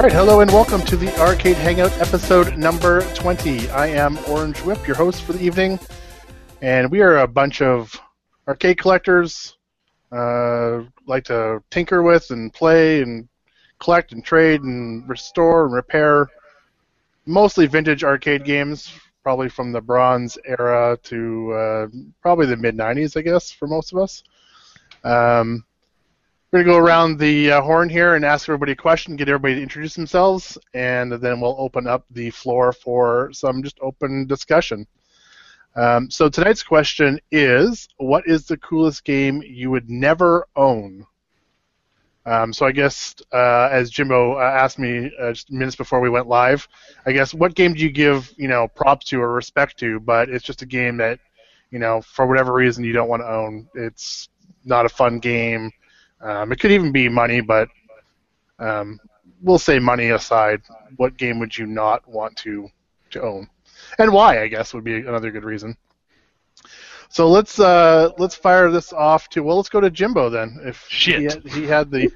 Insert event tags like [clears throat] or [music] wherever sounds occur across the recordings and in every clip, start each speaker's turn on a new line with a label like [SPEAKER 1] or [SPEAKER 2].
[SPEAKER 1] right, hello and welcome to the Arcade Hangout episode number 20. I am Orange Whip, your host for the evening, and we are a bunch of arcade collectors, uh, like to tinker with and play and collect and trade and restore and repair mostly vintage arcade games, probably from the Bronze era to uh, probably the mid 90s, I guess, for most of us. Um, we're going to go around the uh, horn here and ask everybody a question, get everybody to introduce themselves, and then we'll open up the floor for some just open discussion. Um, so tonight's question is What is the coolest game you would never own? Um, so I guess, uh, as Jimbo uh, asked me uh, just minutes before we went live, I guess what game do you give you know props to or respect to, but it's just a game that you know for whatever reason you don't want to own. It's not a fun game. Um, it could even be money, but um, we'll say money aside. What game would you not want to to own, and why? I guess would be another good reason. So let's uh, let's fire this off to well, let's go to Jimbo then. If
[SPEAKER 2] Shit.
[SPEAKER 1] he had, he had
[SPEAKER 2] [laughs]
[SPEAKER 1] the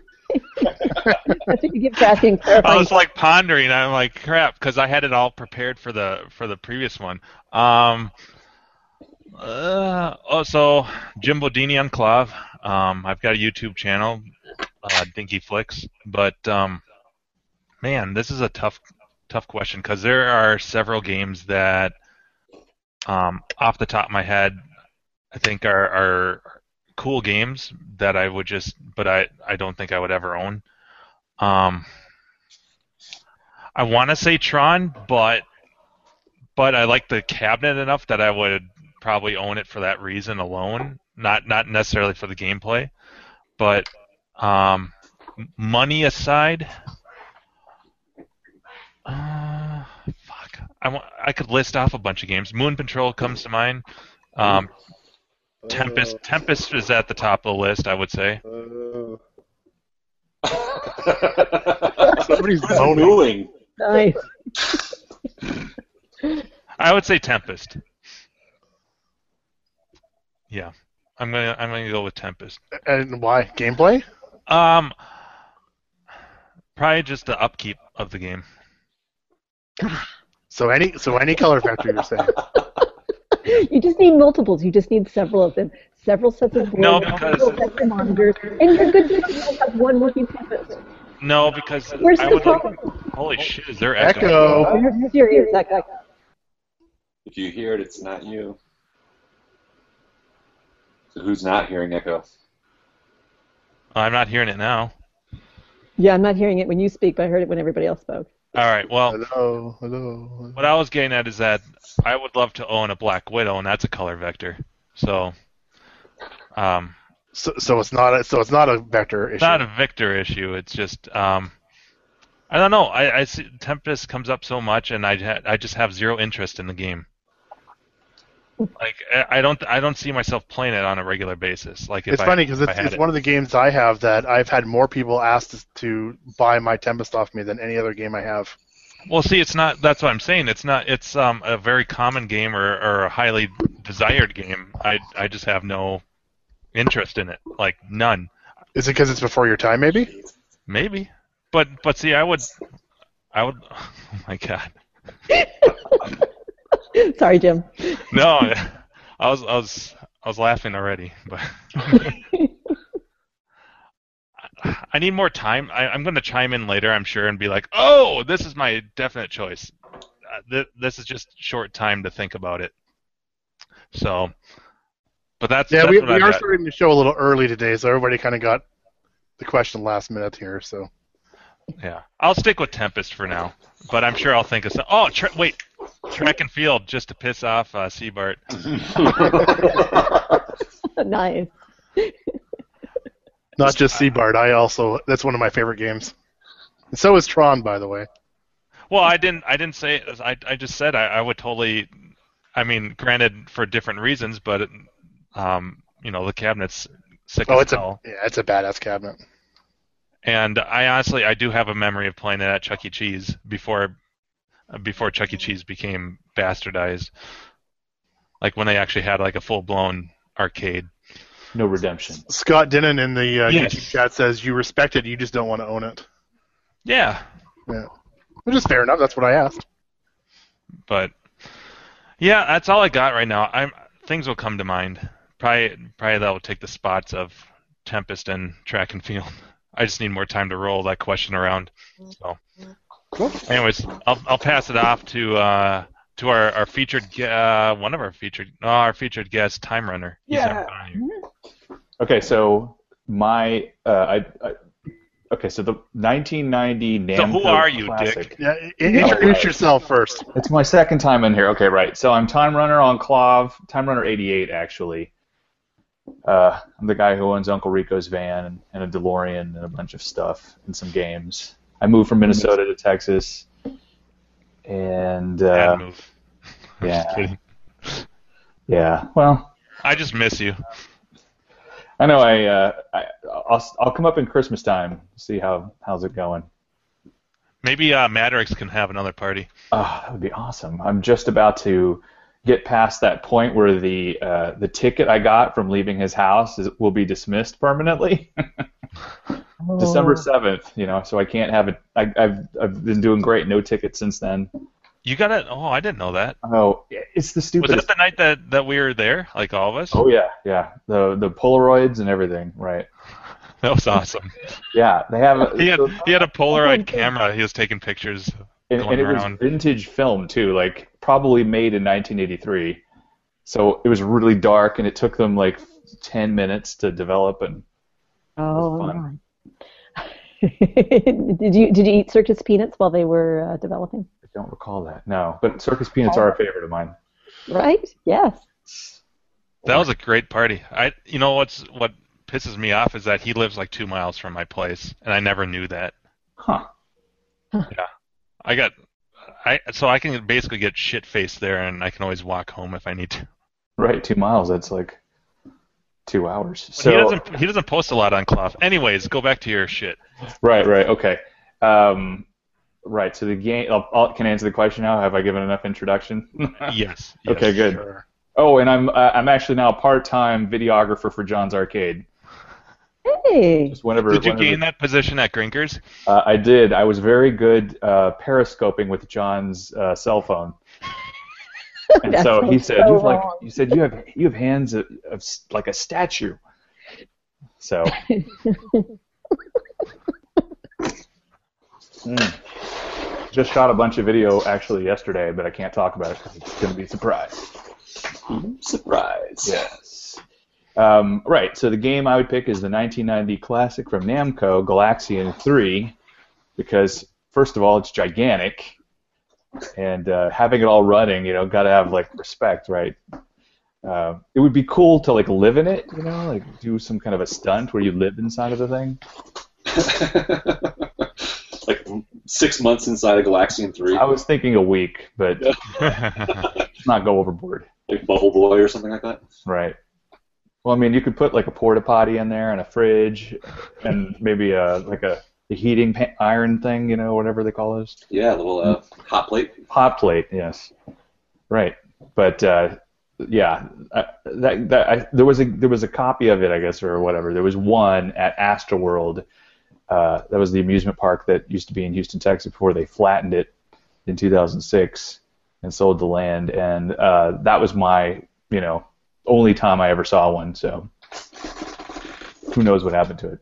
[SPEAKER 3] That's what you get for asking
[SPEAKER 2] I
[SPEAKER 3] clarifying.
[SPEAKER 1] [laughs]
[SPEAKER 2] was like pondering. I'm like, crap, because I had it all prepared for the for the previous one. Um, uh, oh, so Jimbo Dini on Clav. Um, I've got a YouTube channel, uh, Dinky Flicks. But um, man, this is a tough tough question because there are several games that, um, off the top of my head, I think are are cool games that I would just, but I I don't think I would ever own. Um, I want to say Tron, but but I like the cabinet enough that I would probably own it for that reason alone. Not not necessarily for the gameplay, but um, m- money aside, uh, fuck, I wa- I could list off a bunch of games. Moon Patrol comes to mind. Um, Tempest Tempest is at the top of the list, I would say.
[SPEAKER 1] [laughs] Somebody's
[SPEAKER 4] Who's
[SPEAKER 1] moaning.
[SPEAKER 4] mooing?
[SPEAKER 3] Nice.
[SPEAKER 2] I would say Tempest. Yeah, I'm gonna I'm gonna go with Tempest.
[SPEAKER 1] and why gameplay.
[SPEAKER 2] Um, probably just the upkeep of the game.
[SPEAKER 1] So any so any color factor you're saying.
[SPEAKER 3] You just need multiples. You just need several of them. Several sets of boards,
[SPEAKER 2] No, because-
[SPEAKER 3] several sets of monitors, and you're good to you have one working purpose.
[SPEAKER 2] No, because
[SPEAKER 3] Where's
[SPEAKER 2] I
[SPEAKER 3] the
[SPEAKER 2] would like.
[SPEAKER 3] problem?
[SPEAKER 4] Oh.
[SPEAKER 2] Holy shit! Is there echo?
[SPEAKER 1] Echo.
[SPEAKER 3] You're serious, that guy.
[SPEAKER 4] If you hear it, it's not you. So who's not hearing echo?
[SPEAKER 2] I'm not hearing it now.
[SPEAKER 3] Yeah, I'm not hearing it when you speak, but I heard it when everybody else spoke. [laughs]
[SPEAKER 2] All right. Well,
[SPEAKER 1] Hello, hello.
[SPEAKER 2] what I was getting at is that I would love to own a Black Widow, and that's a color vector. So, um,
[SPEAKER 1] So, so it's not a, so it's not a vector issue.
[SPEAKER 2] it's not a Victor issue. It's just um, I don't know. I, I see Tempest comes up so much, and I ha- I just have zero interest in the game. Like I I don't I don't see myself playing it on a regular basis. Like if
[SPEAKER 1] it's
[SPEAKER 2] I-
[SPEAKER 1] funny because
[SPEAKER 2] if I
[SPEAKER 1] it's,
[SPEAKER 2] had
[SPEAKER 1] it's
[SPEAKER 2] it.
[SPEAKER 1] one of the games I have that I've had more people ask to, to buy my Tempest off me than any other game I have.
[SPEAKER 2] Well, see, it's not. That's what I'm saying. It's not. It's um, a very common game or, or a highly desired game. I I just have no interest in it. Like none.
[SPEAKER 1] Is it because it's before your time? Maybe.
[SPEAKER 2] Maybe. But but see, I would. I would. [laughs] Oh my god.
[SPEAKER 3] Sorry, Jim. [laughs]
[SPEAKER 2] No. [laughs] I was I was I was laughing already.
[SPEAKER 1] [laughs]
[SPEAKER 2] But I need more time. I, I'm going to chime in later, I'm sure, and be like, oh, this is my definite choice. Uh, th- this is just short time to think about it. So, but that's
[SPEAKER 1] Yeah,
[SPEAKER 2] that's
[SPEAKER 1] we,
[SPEAKER 2] what
[SPEAKER 1] we
[SPEAKER 2] I've
[SPEAKER 1] are
[SPEAKER 2] got.
[SPEAKER 1] starting the show a little early today, so everybody kind of got the question last minute here. So
[SPEAKER 2] Yeah, I'll stick with Tempest for now, but I'm sure I'll think of some. Oh, tra- wait, track and field just to piss off uh, Seabart. [laughs]
[SPEAKER 3] nice. [laughs]
[SPEAKER 1] not just
[SPEAKER 2] uh,
[SPEAKER 1] Seabard. I also that's one of my favorite games. And so is Tron, by the way.
[SPEAKER 2] Well, I didn't. I didn't say. It. I I just said I, I would totally. I mean, granted for different reasons, but um, you know, the cabinet's sick
[SPEAKER 1] Oh,
[SPEAKER 2] as
[SPEAKER 1] it's a
[SPEAKER 2] hell.
[SPEAKER 1] yeah, it's a badass cabinet.
[SPEAKER 2] And I honestly, I do have a memory of playing it at Chuck E. Cheese before, uh, before Chuck E. Cheese became bastardized. Like when they actually had like a full blown arcade.
[SPEAKER 5] No redemption.
[SPEAKER 1] Scott Denon in the uh,
[SPEAKER 2] Yes.
[SPEAKER 1] YouTube chat says you respect it, you just don't want to own it.
[SPEAKER 2] Yeah,
[SPEAKER 1] Yeah. Which is fair enough. That's what I asked.
[SPEAKER 2] But yeah, that's all I got right now. I'm things will come to mind. Probably probably that will take the spots of Tempest and Track and Field. [laughs] I just need more time to roll that question around. So,
[SPEAKER 1] Cool.
[SPEAKER 2] anyways, I'll I'll pass it off to uh to our our featured gue- uh one of our featured no, our featured guest Time Runner. He's
[SPEAKER 5] Yeah. Mm-hmm.
[SPEAKER 2] never been on here.
[SPEAKER 5] Okay, so my uh, I, I okay, so the 1990 Namco
[SPEAKER 2] So who are you,
[SPEAKER 5] Classic.
[SPEAKER 1] Yeah, i- introduce yourself first.
[SPEAKER 5] It's my second time in here. Okay, right. So I'm Time Runner on Clav, Time Runner 88 actually. Uh, I'm the guy who owns Uncle Rico's van and a DeLorean and a bunch of stuff and some games. I moved from Minnesota to Texas, and
[SPEAKER 2] Bad
[SPEAKER 5] uh,
[SPEAKER 2] move. [laughs] I'm
[SPEAKER 5] yeah.
[SPEAKER 2] just kidding.
[SPEAKER 5] yeah, well,
[SPEAKER 2] I just miss you.
[SPEAKER 5] I know. I, uh, I I'll, I'll come up in Christmas time. See how how's it going.
[SPEAKER 2] Maybe uh, Maderix can have another party.
[SPEAKER 5] Oh, that would be awesome. I'm just about to get past that point where the uh, the ticket I got from leaving his house is, will be dismissed permanently. [laughs] December seventh, you know, so I can't have it. I, I've I've been doing great, no ticket since then.
[SPEAKER 2] You got it. Oh, I didn't know that.
[SPEAKER 5] Oh, it's the
[SPEAKER 2] Was
[SPEAKER 5] stupidest.
[SPEAKER 2] that the night that, that we were there? Like all of us?
[SPEAKER 5] oh yeah, yeah. The the Polaroids and everything, right?
[SPEAKER 2] [laughs] That was awesome.
[SPEAKER 5] Yeah, they
[SPEAKER 2] [laughs]
[SPEAKER 5] have.
[SPEAKER 2] He had
[SPEAKER 5] so-
[SPEAKER 2] he had
[SPEAKER 5] [laughs]
[SPEAKER 2] a Polaroid [laughs]
[SPEAKER 3] Okay.
[SPEAKER 2] camera. He was taking pictures.
[SPEAKER 5] and,
[SPEAKER 2] going
[SPEAKER 5] and it was
[SPEAKER 2] around.
[SPEAKER 5] vintage film too, like probably made in 1983. So it was really dark, and it took them like 10 minutes to develop. And
[SPEAKER 3] Oh,
[SPEAKER 5] That's
[SPEAKER 3] my.
[SPEAKER 5] [laughs]
[SPEAKER 3] did you did you eat circus peanuts while they were uh, developing?
[SPEAKER 5] I don't recall that. No, but circus peanuts are a favorite of mine.
[SPEAKER 3] Right? Yes.
[SPEAKER 2] That was a great party. I you know what's what pisses me off is that he lives like two miles from my place, and I never knew that.
[SPEAKER 5] Huh.
[SPEAKER 2] I got I so I can basically get shit faced there, and I can always walk home if I need to.
[SPEAKER 5] Right, two miles. That's like two hours.
[SPEAKER 2] But
[SPEAKER 5] So
[SPEAKER 2] he doesn't he doesn't post a lot on Cloth. Anyways, go back to your shit.
[SPEAKER 5] right, right, okay. Um, right. So the game. I'll, I'll, can I answer the question now? Have I given enough introduction?
[SPEAKER 2] [laughs]
[SPEAKER 5] [laughs]
[SPEAKER 2] Yes. yes.
[SPEAKER 5] okay, good.
[SPEAKER 1] Sure.
[SPEAKER 5] Oh, and I'm uh, I'm actually now a part-time videographer for John's Arcade.
[SPEAKER 3] Hey.
[SPEAKER 5] Just whenever.
[SPEAKER 2] Did you
[SPEAKER 5] whenever-
[SPEAKER 2] gain that position at Grinkers?
[SPEAKER 5] Uh, I did. I was very good uh, periscoping with John's uh, cell phone. And
[SPEAKER 3] That
[SPEAKER 5] so he
[SPEAKER 3] sounds
[SPEAKER 5] said,
[SPEAKER 3] so
[SPEAKER 5] "You have like
[SPEAKER 3] wrong.
[SPEAKER 5] you said you have you have hands of, of s- like a statue." [laughs] So. Mm. Just shot a bunch of video actually yesterday, but I can't talk about it because it's going to be a surprise.
[SPEAKER 4] Surprise.
[SPEAKER 5] Yes. Um, right. So the game I would pick is the 1990 classic from Namco, Galaxian 3, because first of all, it's gigantic, and uh, having it all running, you know, gotta have like respect, right? Uh, it would be cool to like live in it, you know, like do some kind of a stunt where you live inside of the thing.
[SPEAKER 4] like six months inside of Galaxian 3.
[SPEAKER 5] I was thinking a week, but
[SPEAKER 4] Yeah.
[SPEAKER 5] [laughs] let's not go overboard,
[SPEAKER 4] Like Bubble Boy or something like that.
[SPEAKER 5] right? Well, I mean, you could put like a porta potty in there and a fridge, and maybe a like a the heating pa- iron thing, you know, whatever they call those.
[SPEAKER 4] Yeah, a little uh, hot plate.
[SPEAKER 5] Hot plate, yes. Right, but uh, yeah, I, that, that I, there was a there was a copy of it, I guess, or whatever. There was one at Astroworld. Uh, that was the amusement park that used to be in Houston, Texas, before they flattened it in 2006 and sold the land. And uh, that was my, you know, only time I ever saw one. So who knows what happened to it?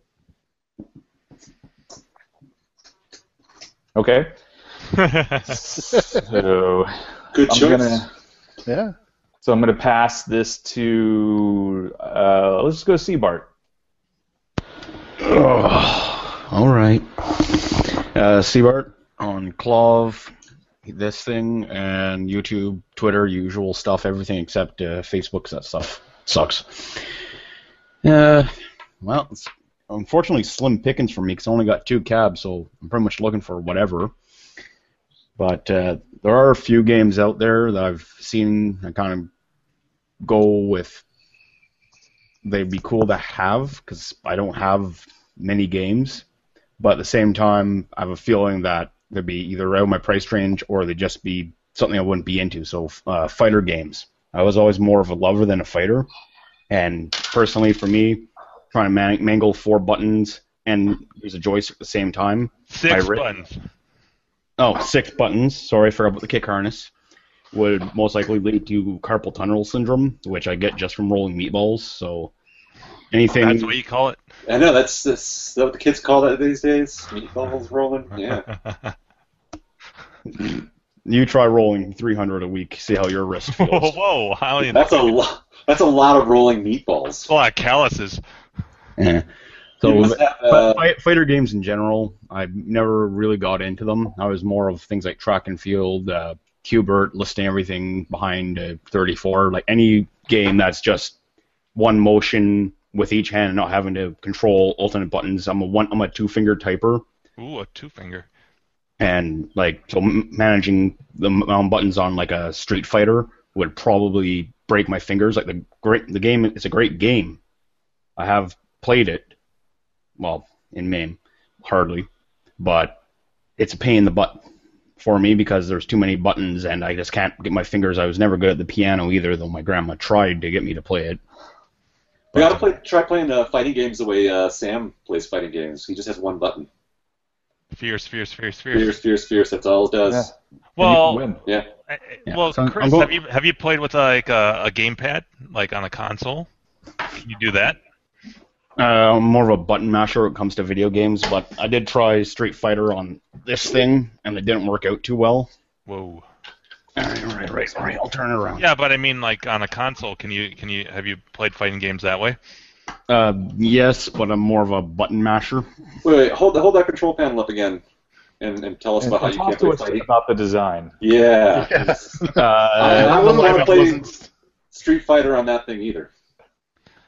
[SPEAKER 5] Okay.
[SPEAKER 2] [laughs]
[SPEAKER 5] So
[SPEAKER 4] Good
[SPEAKER 5] I'm
[SPEAKER 4] choice.
[SPEAKER 5] gonna
[SPEAKER 1] Yeah.
[SPEAKER 5] so I'm gonna pass this to uh, let's go see Bart.
[SPEAKER 6] All right. Uh, Seabart on Clove, this thing, and YouTube, Twitter, usual stuff, everything except uh, Facebook, 'cause that stuff sucks. Uh, well, it's unfortunately slim pickings for me because I only got two cabs, so I'm pretty much looking for whatever. But uh, there are a few games out there that I've seen. I kind of go with. They'd be cool to have because I don't have many games, but at the same time, I have a feeling that they'd be either out of my price range or they'd just be something I wouldn't be into. So, uh, fighter games. I was always more of a lover than a fighter, and personally, for me, trying to man- mangle four buttons and use a joystick at the same time,
[SPEAKER 2] Six
[SPEAKER 6] My ri-
[SPEAKER 2] buttons.
[SPEAKER 6] oh, six buttons, sorry, I forgot about the kick harness, would most likely lead to carpal tunnel syndrome, which I get just from rolling meatballs. So anything.
[SPEAKER 2] That's what you call it.
[SPEAKER 4] I know that's, that's is that what the kids call that these days. Meatballs rolling. Yeah.
[SPEAKER 6] [laughs] You try rolling 300 a week, see how your wrist
[SPEAKER 2] whoa,
[SPEAKER 6] feels.
[SPEAKER 2] whoa! How in
[SPEAKER 4] That's a
[SPEAKER 2] the-
[SPEAKER 4] lot. That's a lot of rolling
[SPEAKER 2] that's
[SPEAKER 4] meatballs.
[SPEAKER 2] a lot of calluses.
[SPEAKER 6] Yeah.
[SPEAKER 4] You
[SPEAKER 6] So,
[SPEAKER 4] must have, uh,
[SPEAKER 6] but fight, fighter games in general, I never really got into them. I was more of things like track and field, uh, Cubert, listing everything behind uh, 34, like any game that's just one motion with each hand and not having to control alternate buttons. I'm a one, I'm a two finger typer.
[SPEAKER 2] Ooh, a two finger.
[SPEAKER 6] and like so m- managing the amount of buttons on like a Street Fighter would probably break my fingers. Like the great the game, it's a great game. I have played it, well, in MAME, hardly, but it's a pain in the butt for me because there's too many buttons and I just can't get my fingers. I was never good at the piano either, though my grandma tried to get me to play it.
[SPEAKER 4] we gotta play, try playing uh, fighting games the way uh, Sam plays fighting games. He just has one button.
[SPEAKER 2] Fierce, fierce, fierce, fierce.
[SPEAKER 4] Fierce, fierce, fierce. That's all it does.
[SPEAKER 2] Well,
[SPEAKER 5] and you can win.
[SPEAKER 4] Yeah.
[SPEAKER 2] I- I-
[SPEAKER 6] Yeah,
[SPEAKER 2] well,
[SPEAKER 6] so I'm
[SPEAKER 2] Chris,
[SPEAKER 6] go-
[SPEAKER 2] have you have you played with uh, like a, a gamepad, like on a console? Can you do that?
[SPEAKER 6] Uh, I'm more of a button masher when it comes to video games, but I did try Street Fighter on this thing, and it didn't work out too well.
[SPEAKER 2] Whoa.
[SPEAKER 6] Alright, alright, alright, alright, I'll turn it around.
[SPEAKER 2] Yeah, but I mean, like on a console, can you can you have you played fighting games that way?
[SPEAKER 6] Uh, yes, but I'm more of a button masher.
[SPEAKER 4] Wait, wait. Hold hold that control panel up again, and, and tell us
[SPEAKER 5] And
[SPEAKER 4] about how
[SPEAKER 5] and
[SPEAKER 4] you
[SPEAKER 5] talk
[SPEAKER 4] can't
[SPEAKER 5] to
[SPEAKER 4] play
[SPEAKER 5] us
[SPEAKER 4] fighting.
[SPEAKER 5] about the design.
[SPEAKER 4] Yeah.
[SPEAKER 1] Yes.
[SPEAKER 4] I,
[SPEAKER 6] Uh,
[SPEAKER 4] I wouldn't want to
[SPEAKER 1] It
[SPEAKER 4] play
[SPEAKER 1] wasn't-
[SPEAKER 4] Street Fighter on that thing either.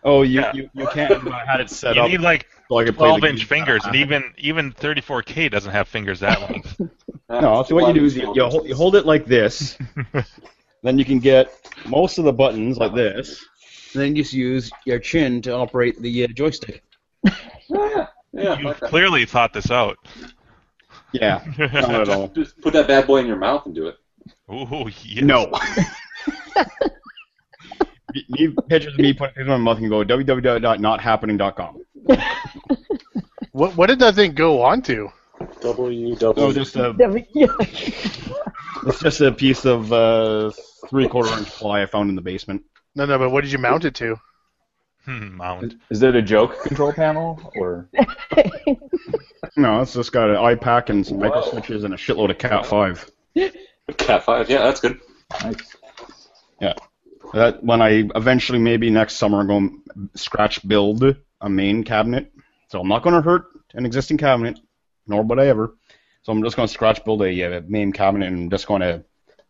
[SPEAKER 6] oh, you,
[SPEAKER 2] Yeah.
[SPEAKER 6] you, you can't. I had it set
[SPEAKER 2] you
[SPEAKER 6] up
[SPEAKER 2] need like
[SPEAKER 6] so I could play the
[SPEAKER 2] 12 inch
[SPEAKER 6] game. [laughs]
[SPEAKER 2] fingers, and even even 34K doesn't have fingers that long.
[SPEAKER 4] Uh,
[SPEAKER 6] No, so what you do is you, you, hold, you hold it like this, then you can get most of the buttons like this, and then you just use your chin to operate the uh, joystick.
[SPEAKER 4] Yeah, yeah, I
[SPEAKER 2] you
[SPEAKER 4] like that.
[SPEAKER 2] clearly thought this out. [laughs]
[SPEAKER 6] Yeah, not at all.
[SPEAKER 4] Just put that bad boy in your mouth and do it.
[SPEAKER 2] Ooh, yes.
[SPEAKER 6] [laughs] No. Need pictures of me putting pictures on my mouth and go www.nothappening.com.
[SPEAKER 1] [laughs] What, what did that thing go on to?
[SPEAKER 7] W
[SPEAKER 6] Oh,
[SPEAKER 7] W.
[SPEAKER 6] just a,
[SPEAKER 3] Never- yeah.
[SPEAKER 6] it's just a piece of uh, three-quarter inch ply I found in the basement.
[SPEAKER 1] No, no, but what did you mount it to?
[SPEAKER 2] Hmm, mount.
[SPEAKER 5] Is it a joke control panel or?
[SPEAKER 6] [laughs] No, it's just got an iPack and some micro
[SPEAKER 4] Whoa.
[SPEAKER 6] switches and a shitload of Cat Five.
[SPEAKER 4] Cat five, yeah, that's good.
[SPEAKER 5] Nice.
[SPEAKER 6] That when I eventually maybe next summer I'm going scratch build a main cabinet. So I'm not going to hurt an existing cabinet, nor would I ever. So I'm just going to scratch build a, uh main cabinet and I'm just going to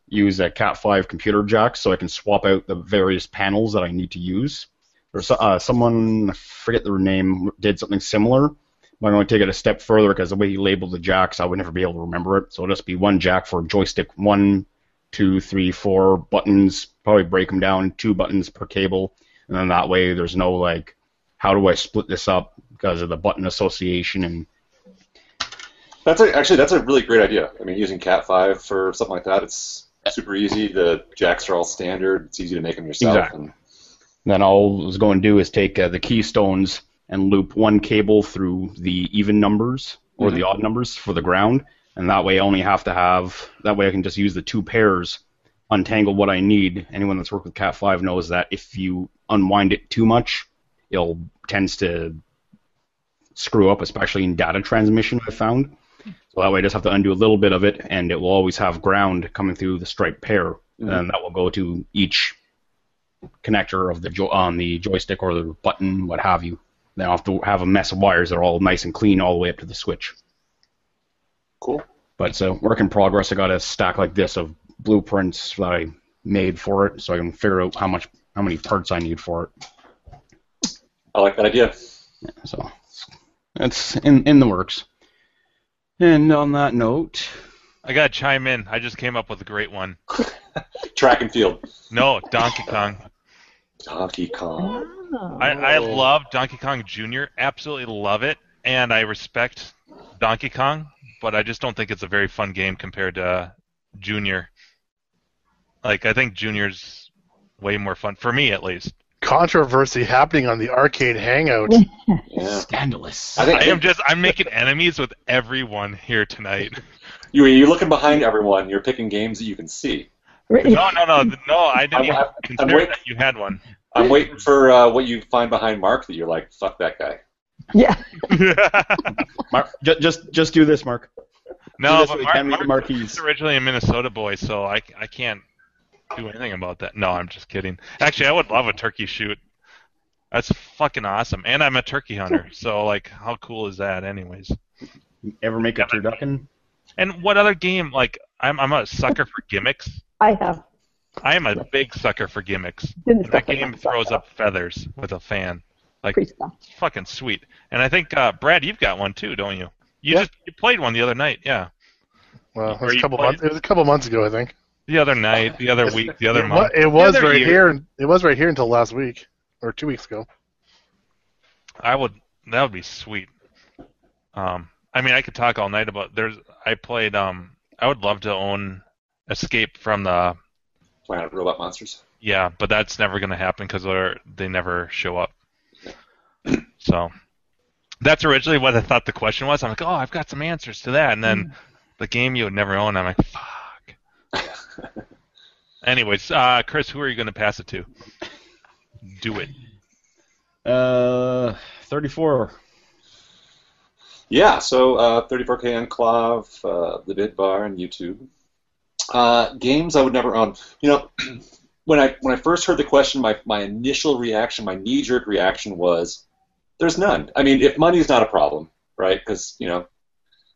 [SPEAKER 6] use a Cat5 computer jack so I can swap out the various panels that I need to use. Or so, uh, someone I forget their name did something similar. But I'm going to take it a step further because the way he labeled the jacks, I would never be able to remember it. So it'll just be one jack for joystick, one two, three, four buttons, probably break them down, two buttons per cable, and then that way there's no like, how do I split this up because of the button association and
[SPEAKER 4] That's a, actually that's a really great idea. I mean, using Cat five for something like that, it's super easy. The jacks are all standard. It's easy to make them yourself.
[SPEAKER 6] Exactly. then all I was going to do is take uh, the keystones and loop one cable through the even numbers or the odd numbers for the ground, and that way I only have to have that way I can just use the two pairs, untangle what I need. Anyone that's worked with Cat Five knows that if you unwind it too much, it'll tends to screw up, especially in data transmission. I found. So that way, I just have to undo a little bit of it, and it will always have ground coming through the striped pair, and that will go to each connector of the jo- on the joystick or the button, what have you. Then I'll have to have a mess of wires that are all nice and clean all the way up to the switch.
[SPEAKER 4] Cool.
[SPEAKER 6] But it's a work in progress. I got a stack like this of blueprints that I made for it, so I can figure out how much how many parts I need for it.
[SPEAKER 4] I like that idea.
[SPEAKER 6] So it's in in the works. And on that note,
[SPEAKER 2] I gotta chime in. I just came up with a great one.
[SPEAKER 4] Track and field.
[SPEAKER 2] No, Donkey Kong.
[SPEAKER 4] Donkey Kong.
[SPEAKER 2] I, I
[SPEAKER 5] Oh.
[SPEAKER 4] Oh.
[SPEAKER 5] [laughs]
[SPEAKER 2] love Donkey Kong Jr. Absolutely love it, and I respect Donkey Kong, but I just don't think it's a very fun game compared to uh, Junior. Like I think Junior's way more fun for me, at least.
[SPEAKER 1] Controversy happening on the arcade hangout.
[SPEAKER 4] Yeah.
[SPEAKER 6] scandalous.
[SPEAKER 4] I think [laughs]
[SPEAKER 2] I am just I'm making enemies with everyone here tonight.
[SPEAKER 4] You, you're looking behind everyone. You're picking games that you can see.
[SPEAKER 2] No, no, no, no. I didn't
[SPEAKER 4] I'm-
[SPEAKER 2] even
[SPEAKER 4] I'm- I'm
[SPEAKER 2] consider
[SPEAKER 4] wait-
[SPEAKER 2] that you had one.
[SPEAKER 4] I'm waiting for uh, what you find behind Mark that you're like, fuck that guy.
[SPEAKER 2] [laughs]
[SPEAKER 3] Yeah.
[SPEAKER 6] Mark, just, just just do this, Mark. Do
[SPEAKER 2] no,
[SPEAKER 6] this
[SPEAKER 2] but
[SPEAKER 6] with
[SPEAKER 2] Mark,
[SPEAKER 6] Henry
[SPEAKER 2] Mark
[SPEAKER 6] Marquis.
[SPEAKER 2] is originally a Minnesota boy, so I, I can't do anything about that. No, I'm just kidding. Actually, I would love a turkey shoot. That's fucking awesome. And I'm a turkey hunter, so like, how cool is that, anyways?
[SPEAKER 6] Ever make a turducken?
[SPEAKER 2] And what other game? Like, I'm I'm a sucker for gimmicks.
[SPEAKER 3] I have.
[SPEAKER 2] I am a big sucker for gimmicks.
[SPEAKER 3] Didn't
[SPEAKER 2] And that
[SPEAKER 3] stuff like
[SPEAKER 2] game
[SPEAKER 3] that.
[SPEAKER 2] throws up feathers with a fan. Like,
[SPEAKER 3] Pretty stuff.
[SPEAKER 2] it's fucking sweet. And I think uh, Brad, you've got one too, don't you? You
[SPEAKER 1] Yeah.
[SPEAKER 2] just you played one the other night, yeah.
[SPEAKER 1] Well, Uh, it
[SPEAKER 2] Where
[SPEAKER 1] was, a
[SPEAKER 2] you
[SPEAKER 1] couple
[SPEAKER 2] played-
[SPEAKER 1] months, it was a couple months ago, I think.
[SPEAKER 2] The other night, the other week, the other
[SPEAKER 1] It
[SPEAKER 2] month.
[SPEAKER 1] wa- It was
[SPEAKER 2] The other
[SPEAKER 1] right
[SPEAKER 2] year.
[SPEAKER 1] here. It was right here until last week or two weeks ago.
[SPEAKER 2] I would. That would be sweet. Um, I mean, I could talk all night about. There's. I played. Um, I would love to own Escape from the.
[SPEAKER 4] Planet Robot Monsters.
[SPEAKER 2] Yeah, but that's never going to happen because they're they never show
[SPEAKER 4] [clears throat]
[SPEAKER 2] up. So, that's originally what I thought the question was. I'm like, oh, I've got some answers to that, and then
[SPEAKER 4] Hmm.
[SPEAKER 2] the game you would never own. I'm like, fuck.
[SPEAKER 4] [laughs]
[SPEAKER 2] Anyways, uh, Chris, who are you going to pass it to? Do it.
[SPEAKER 6] Uh, 34.
[SPEAKER 4] Yeah, so uh, 34K Enclave, uh, the Bit Bar, and YouTube. Uh, games I would never own. You know, [clears throat] when I when I first heard the question, my, my initial reaction, my knee jerk reaction was, "There's none." I mean, if money's not a problem, right? Because you know,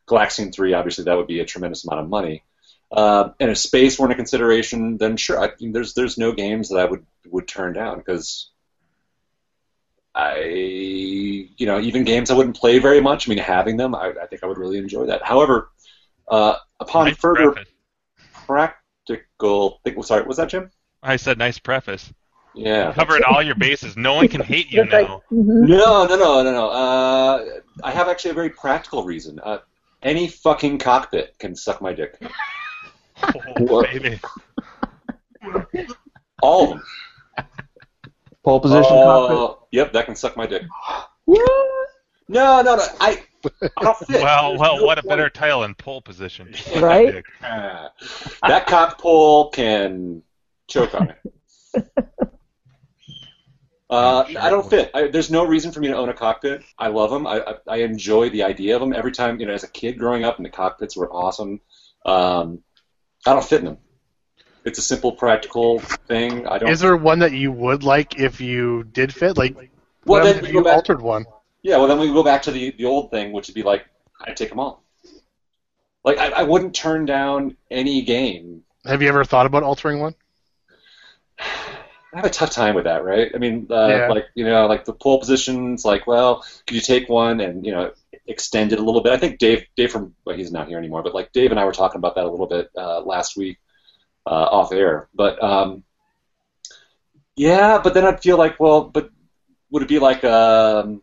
[SPEAKER 4] Galaxian Three, obviously, that would be a tremendous amount of money. Uh, and if space weren't a consideration, then sure, I, there's there's no games that I would would turn down because I, you know, even games I wouldn't play very much. I mean, having them, I, I think I would really enjoy that. However, uh, upon
[SPEAKER 2] Nice
[SPEAKER 4] further
[SPEAKER 2] preface.
[SPEAKER 4] practical, think, sorry, was that Jim?
[SPEAKER 2] I said nice preface.
[SPEAKER 4] Yeah.
[SPEAKER 2] covered all your bases. No one can hate you
[SPEAKER 3] That's right.
[SPEAKER 2] now.
[SPEAKER 3] Mhm.
[SPEAKER 4] No, no, no, no, no. Uh, I have actually a very practical reason. Uh, any fucking cockpit can suck my dick.
[SPEAKER 2] Oh, baby.
[SPEAKER 4] All of them.
[SPEAKER 5] Pole position
[SPEAKER 4] Uh, Yep, that can suck my dick. No, no, no. I. I don't fit.
[SPEAKER 2] Well,
[SPEAKER 4] There's
[SPEAKER 2] well,
[SPEAKER 4] no
[SPEAKER 2] what a
[SPEAKER 4] point.
[SPEAKER 2] better title and pole position.
[SPEAKER 4] [laughs]
[SPEAKER 3] Right?
[SPEAKER 4] Ah, that cock pole can choke on it. [laughs] Uh,
[SPEAKER 2] I'm sure
[SPEAKER 4] I
[SPEAKER 2] it
[SPEAKER 4] don't
[SPEAKER 2] would.
[SPEAKER 4] fit. I, there's no reason for me to own a cockpit. I love them. I, I, I enjoy the idea of them. Every time, you know, as a kid growing up, and the cockpits were awesome. Um, I don't fit in them. It's a simple, practical thing. I don't.
[SPEAKER 1] Is there one that you would like if you did fit? Like,
[SPEAKER 4] well,
[SPEAKER 1] what
[SPEAKER 4] then
[SPEAKER 1] if
[SPEAKER 4] we
[SPEAKER 1] you
[SPEAKER 4] go back.
[SPEAKER 1] altered one?
[SPEAKER 4] Yeah, well, then we go back to the, the old thing, which would be like, I take them all. Like, I, I wouldn't turn down any game
[SPEAKER 1] Have you ever thought about altering one?
[SPEAKER 4] I have a tough time with that, right? I mean, uh,
[SPEAKER 1] Yeah.
[SPEAKER 4] like you know, like the pole positions. Like, well, could you take one and you know extend it a little bit? I think Dave, Dave from well, he's not here anymore, but like Dave and I were talking about that a little bit uh, last week uh, off air. But um, yeah, but then I'd feel like, well, but would it be like um,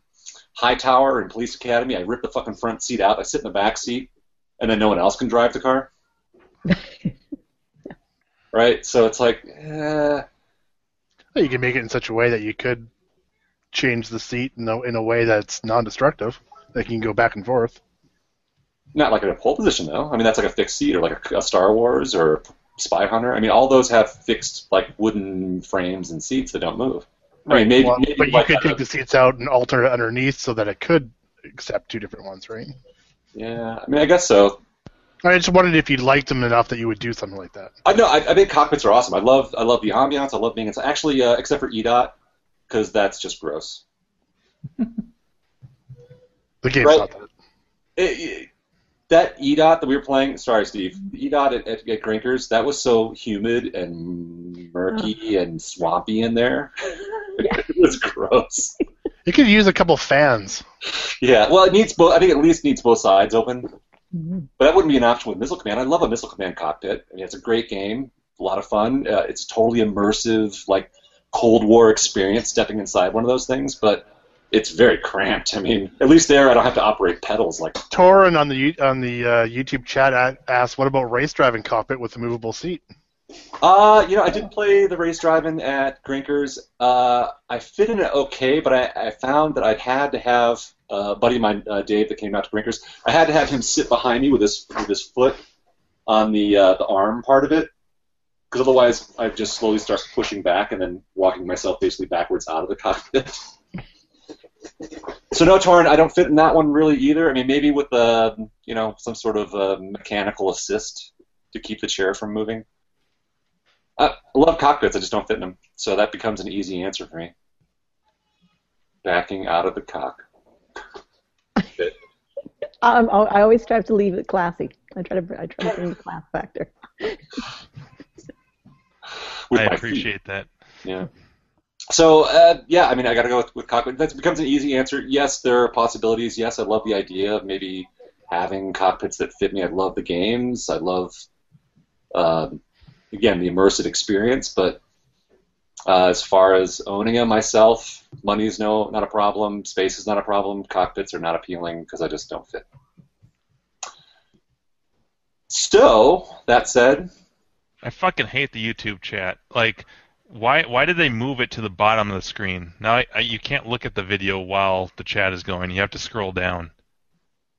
[SPEAKER 4] High Tower and Police Academy? I rip the fucking front seat out, I sit in the back seat, and then no one else can drive the car. Right, so it's like, eh,
[SPEAKER 1] Well, You can make it in such a way that you could change the seat in a, in a way that's non-destructive. That can go back and forth.
[SPEAKER 4] Not like in a pole position though. I mean, that's like a fixed seat, or like a, a Star Wars or Spy Hunter. I mean, all those have fixed like wooden frames and seats that don't move. I mean, maybe,
[SPEAKER 1] Well,
[SPEAKER 4] maybe
[SPEAKER 1] but you
[SPEAKER 4] like
[SPEAKER 1] could
[SPEAKER 4] a-
[SPEAKER 1] take the seats out and alter it underneath so that it could accept two different ones, right?
[SPEAKER 4] yeah. I mean, I guess so.
[SPEAKER 1] I just wondered if you liked them enough that you would do something like that.
[SPEAKER 4] I know. I, I think cockpits are awesome. I love. I love the ambiance. I love being inside. Actually, uh, except for EDOT, because that's just gross.
[SPEAKER 1] [laughs] The game's
[SPEAKER 4] Right.
[SPEAKER 1] not that.
[SPEAKER 4] it, it- that EDOT that we were playing, sorry, Steve, the EDOT at, at, at Grinkers, that was so humid and murky and swampy in there. [laughs] it was gross.
[SPEAKER 1] You could use a couple fans.
[SPEAKER 4] Yeah, well, it needs both. I think it at least needs both sides open,
[SPEAKER 3] Mhm.
[SPEAKER 4] but that wouldn't be an option with Missile Command. I love a Missile Command cockpit. I mean, it's a great game, a lot of fun. Uh, it's totally immersive, like Cold War experience stepping inside one of those things, but it's very cramped. I mean, at least there, I don't have to operate pedals like
[SPEAKER 1] Torin on the you- on the uh, YouTube chat a- asked, "What about race driving cockpit with a movable seat?"
[SPEAKER 4] Uh, you know, I did play the race driving at Grinkers. Uh, I fit in it okay, but I, I found that I had to have uh, a buddy of mine, uh, Dave, that came out to Grinkers. I had to have him sit behind me with his with his foot on the uh, the arm part of it, because otherwise I just slowly start pushing back and then walking myself basically backwards out of the cockpit. so no, Torrin, I don't fit in that one really either. I mean, maybe with the you know some sort of uh, mechanical assist to keep the chair from moving. I I love cockpits, I just don't fit in them, so that becomes an easy answer for me. Backing out of the cock.
[SPEAKER 3] Um, I I always strive to leave it classy. I try to br- I try to bring the class factor.
[SPEAKER 4] with
[SPEAKER 2] I
[SPEAKER 4] my feet.
[SPEAKER 2] appreciate that.
[SPEAKER 4] Yeah. So uh, yeah, I mean, I got to go with, with cockpit. That becomes an easy answer. Yes, there are possibilities. Yes, I love the idea of maybe having cockpits that fit me. I love the games. I love, um, again, the immersive experience. But uh, as far as owning them myself, money's no not a problem. Space is not a problem. Cockpits are not appealing because I just don't fit. So that said,
[SPEAKER 2] I fucking hate the YouTube chat. Like, why why did they move it to the bottom of the screen? Now I, I, you can't look at the video while the chat is going. You have to scroll down.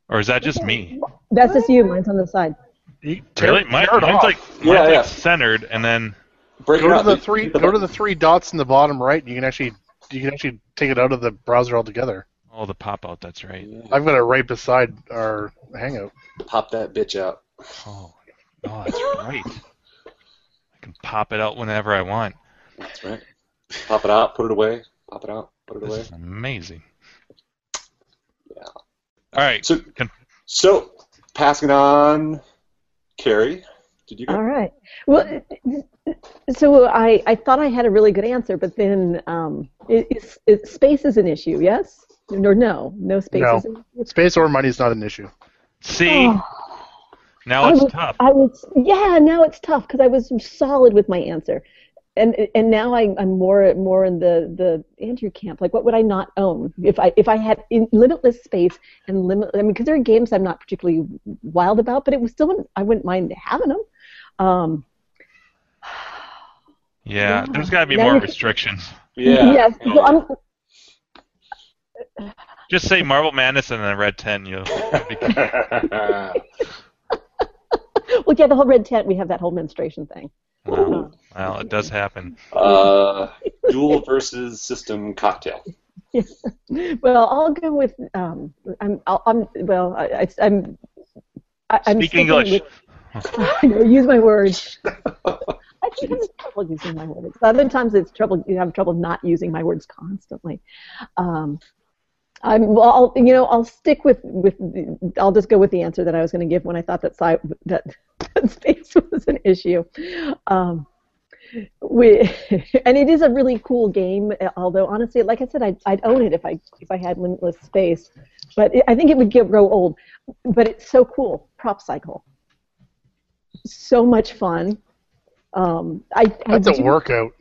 [SPEAKER 2] Or is that just me?
[SPEAKER 3] That's just you. Mine's on the side.
[SPEAKER 1] You- tear-
[SPEAKER 2] Really? Mine,
[SPEAKER 1] tear it
[SPEAKER 2] mine's
[SPEAKER 1] off.
[SPEAKER 2] like mine's
[SPEAKER 4] Yeah,
[SPEAKER 2] like
[SPEAKER 4] yeah.
[SPEAKER 2] centered, and then
[SPEAKER 4] break
[SPEAKER 1] go
[SPEAKER 4] it
[SPEAKER 1] to
[SPEAKER 4] up.
[SPEAKER 1] the three go to the three dots in the bottom right. And you can actually you can actually take it out of the browser altogether.
[SPEAKER 2] oh, the pop out. That's right.
[SPEAKER 1] I've got it right beside our Hangout.
[SPEAKER 4] pop that bitch out.
[SPEAKER 2] Oh, oh, that's right. I can pop it out whenever I want.
[SPEAKER 4] That's right. Pop it out, put it away. Pop it out, put it
[SPEAKER 2] This
[SPEAKER 4] away.
[SPEAKER 2] is amazing.
[SPEAKER 4] Yeah.
[SPEAKER 2] All right.
[SPEAKER 4] So,
[SPEAKER 2] Con-
[SPEAKER 4] so passing on, Carrie. Did you?
[SPEAKER 3] All right. Well, so I, I thought I had a really good answer, but then um, it, it's, it, space is an issue. Yes or no? No space
[SPEAKER 1] No.
[SPEAKER 3] is an issue.
[SPEAKER 1] Space or money is not an issue.
[SPEAKER 2] See,
[SPEAKER 3] Oh.
[SPEAKER 2] now it's
[SPEAKER 3] I was,
[SPEAKER 2] tough.
[SPEAKER 3] I was, yeah. Now it's tough because I was solid with my answer, and and now I, I'm more more in the the Andrew camp. Like, what would I not own if I if I had in, limitless space and limit? I mean, because there are games I'm not particularly wild about, but it was still I wouldn't mind having them. Um,
[SPEAKER 2] Yeah,
[SPEAKER 3] Yeah.
[SPEAKER 2] there's got to be
[SPEAKER 3] Now
[SPEAKER 2] more
[SPEAKER 3] you-
[SPEAKER 2] restrictions.
[SPEAKER 3] [laughs]
[SPEAKER 4] Yeah.
[SPEAKER 3] Yes. So I'm,
[SPEAKER 2] Just say Marble Madness and then Red 10. You'll you'll
[SPEAKER 4] [laughs]
[SPEAKER 2] be
[SPEAKER 3] well, yeah, the whole red tent. We have that whole menstruation thing. [laughs]
[SPEAKER 2] Wow. Well, it does happen.
[SPEAKER 4] uh, dual versus system cocktail.
[SPEAKER 3] Well, I'll go with um. I'm. I'll, I'm. Well, I, I, I'm. I, I'm
[SPEAKER 2] Speak
[SPEAKER 3] sticking
[SPEAKER 2] English.
[SPEAKER 3] with- I know, [laughs] use my words. I think it's trouble using my words. Other times it's trouble. You have trouble not using my words constantly. Um, I'm. Well, I'll, you know, I'll stick with with. the- I'll just go with the answer that I was going to give when I thought that si- that, [laughs] that space was an issue. Um, we, [laughs] and it is a really cool game. Although honestly, like I said, I'd, I'd own it if I if I had limitless space. But it, I think it would get grow old. But it's so cool. Prop cycle so much fun. Um, I, I
[SPEAKER 1] That's a
[SPEAKER 3] do-
[SPEAKER 1] workout.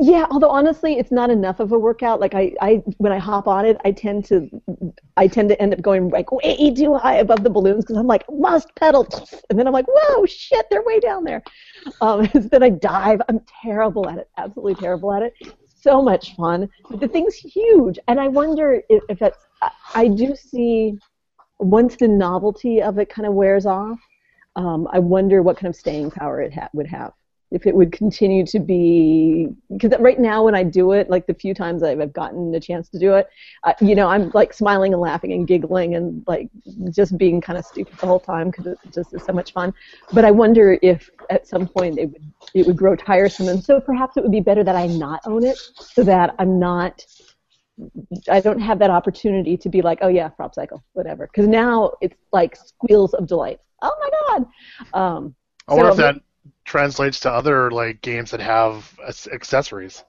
[SPEAKER 3] Yeah, although honestly, it's not enough of a workout. Like I, I, when I hop on it, I tend to, I tend to end up going like way too high above the balloons because I'm like must pedal, and then I'm like whoa shit, they're way down there. Um, [laughs] then I dive. I'm terrible at it. Absolutely terrible at it. So much fun. But the thing's huge, and I wonder if, if that's. I, I do see once the novelty of it kind of wears off. Um, I wonder what kind of staying power it ha- would have. If it would continue to be, because right now when I do it, like the few times I've, I've gotten a chance to do it, uh, you know, I'm like smiling and laughing and giggling and like just being kind of stupid the whole time because it just is so much fun. But I wonder if at some point it would it would grow tiresome, and so perhaps it would be better that I not own it, so that I'm not I don't have that opportunity to be like, oh yeah, prop cycle, whatever. Because now it's like squeals of delight. Oh my god. Um,
[SPEAKER 1] I wonder if
[SPEAKER 3] So-
[SPEAKER 1] Oh, that translates to other like games that have ac-
[SPEAKER 3] [laughs]
[SPEAKER 1] accessories.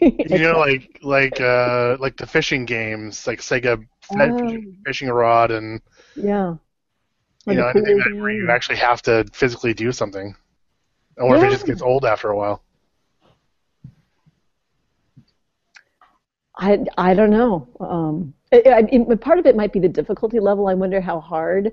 [SPEAKER 1] You know, like like uh, like the fishing games, like Sega Fed
[SPEAKER 3] Oh.
[SPEAKER 1] fishing rod, and
[SPEAKER 3] yeah.
[SPEAKER 1] you know anything that where you actually have to physically do something. I wonder if it just
[SPEAKER 3] Yeah.
[SPEAKER 1] gets old after a while.
[SPEAKER 3] I, I don't know. Um, I, I, mean, part of it might be the difficulty level. I wonder how hard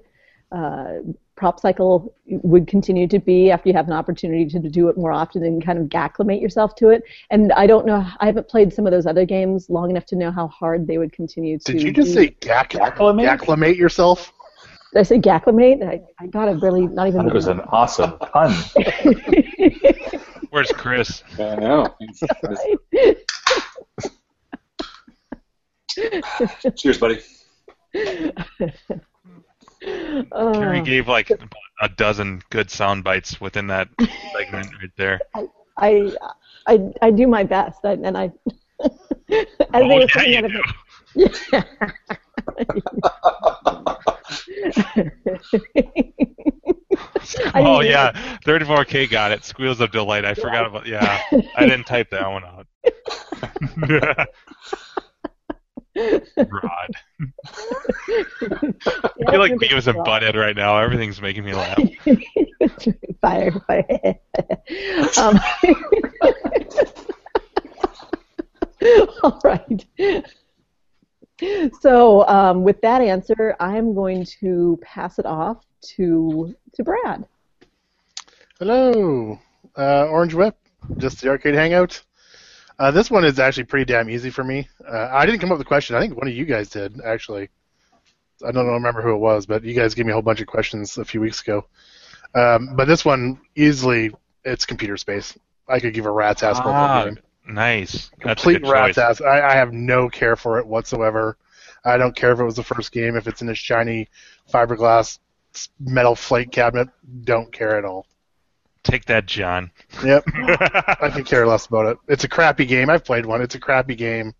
[SPEAKER 3] uh, prop cycle would continue to be after you have an opportunity to do it more often and kind of acclimate yourself to it. And I don't know. I haven't played some of those other games long enough to know how hard they would continue to.
[SPEAKER 1] Did you just
[SPEAKER 3] be.
[SPEAKER 1] say gack-
[SPEAKER 5] Acclimate?
[SPEAKER 1] acclimate yourself?
[SPEAKER 3] Did I say gacclimate? I, I got it really not even.
[SPEAKER 5] That was an awesome pun.
[SPEAKER 2] Where's Chris?
[SPEAKER 4] I
[SPEAKER 5] [laughs]
[SPEAKER 4] know. Cheers, buddy.
[SPEAKER 3] [laughs]
[SPEAKER 2] Carrie
[SPEAKER 3] Oh,
[SPEAKER 2] gave like a dozen good sound bites within that segment right there.
[SPEAKER 3] I, I, I do my best, I, and I. [laughs] as they
[SPEAKER 2] Oh,
[SPEAKER 3] were
[SPEAKER 2] yeah,
[SPEAKER 3] coming
[SPEAKER 2] you
[SPEAKER 3] out of
[SPEAKER 2] do.
[SPEAKER 3] it- [laughs] [laughs] [laughs] I
[SPEAKER 2] [laughs] Oh
[SPEAKER 3] didn't-
[SPEAKER 2] yeah, 34K got it. Squeals of delight. I forgot
[SPEAKER 3] [laughs]
[SPEAKER 2] about. Yeah, I didn't type that one out. Rod. I feel like Beavis and Butthead right now. Everything's making me laugh.
[SPEAKER 3] fire, fire. um, [laughs] all right. So um, with that answer, I'm going to pass it off to to Brad.
[SPEAKER 1] Hello, uh, Orange Whip, just the arcade hangout. Uh, this one is actually pretty damn easy for me. Uh, I didn't come up with the question. I think one of you guys did actually. I don't remember who it was, but you guys gave me a whole bunch of questions a few weeks ago. Um, but this one easily, it's computer space. I could give a rat's ass about
[SPEAKER 2] Ah,
[SPEAKER 1] the game.
[SPEAKER 2] Nice. That's a
[SPEAKER 1] Complete
[SPEAKER 2] good
[SPEAKER 1] rat's
[SPEAKER 2] choice.
[SPEAKER 1] ass. I, I have no care for it whatsoever. I don't care if it was the first game, if it's in a shiny fiberglass s- metal flake cabinet. Don't care at all.
[SPEAKER 2] Take that, John.
[SPEAKER 1] Yep. I could care less about it. It's a crappy game. I've played one. It's a crappy game.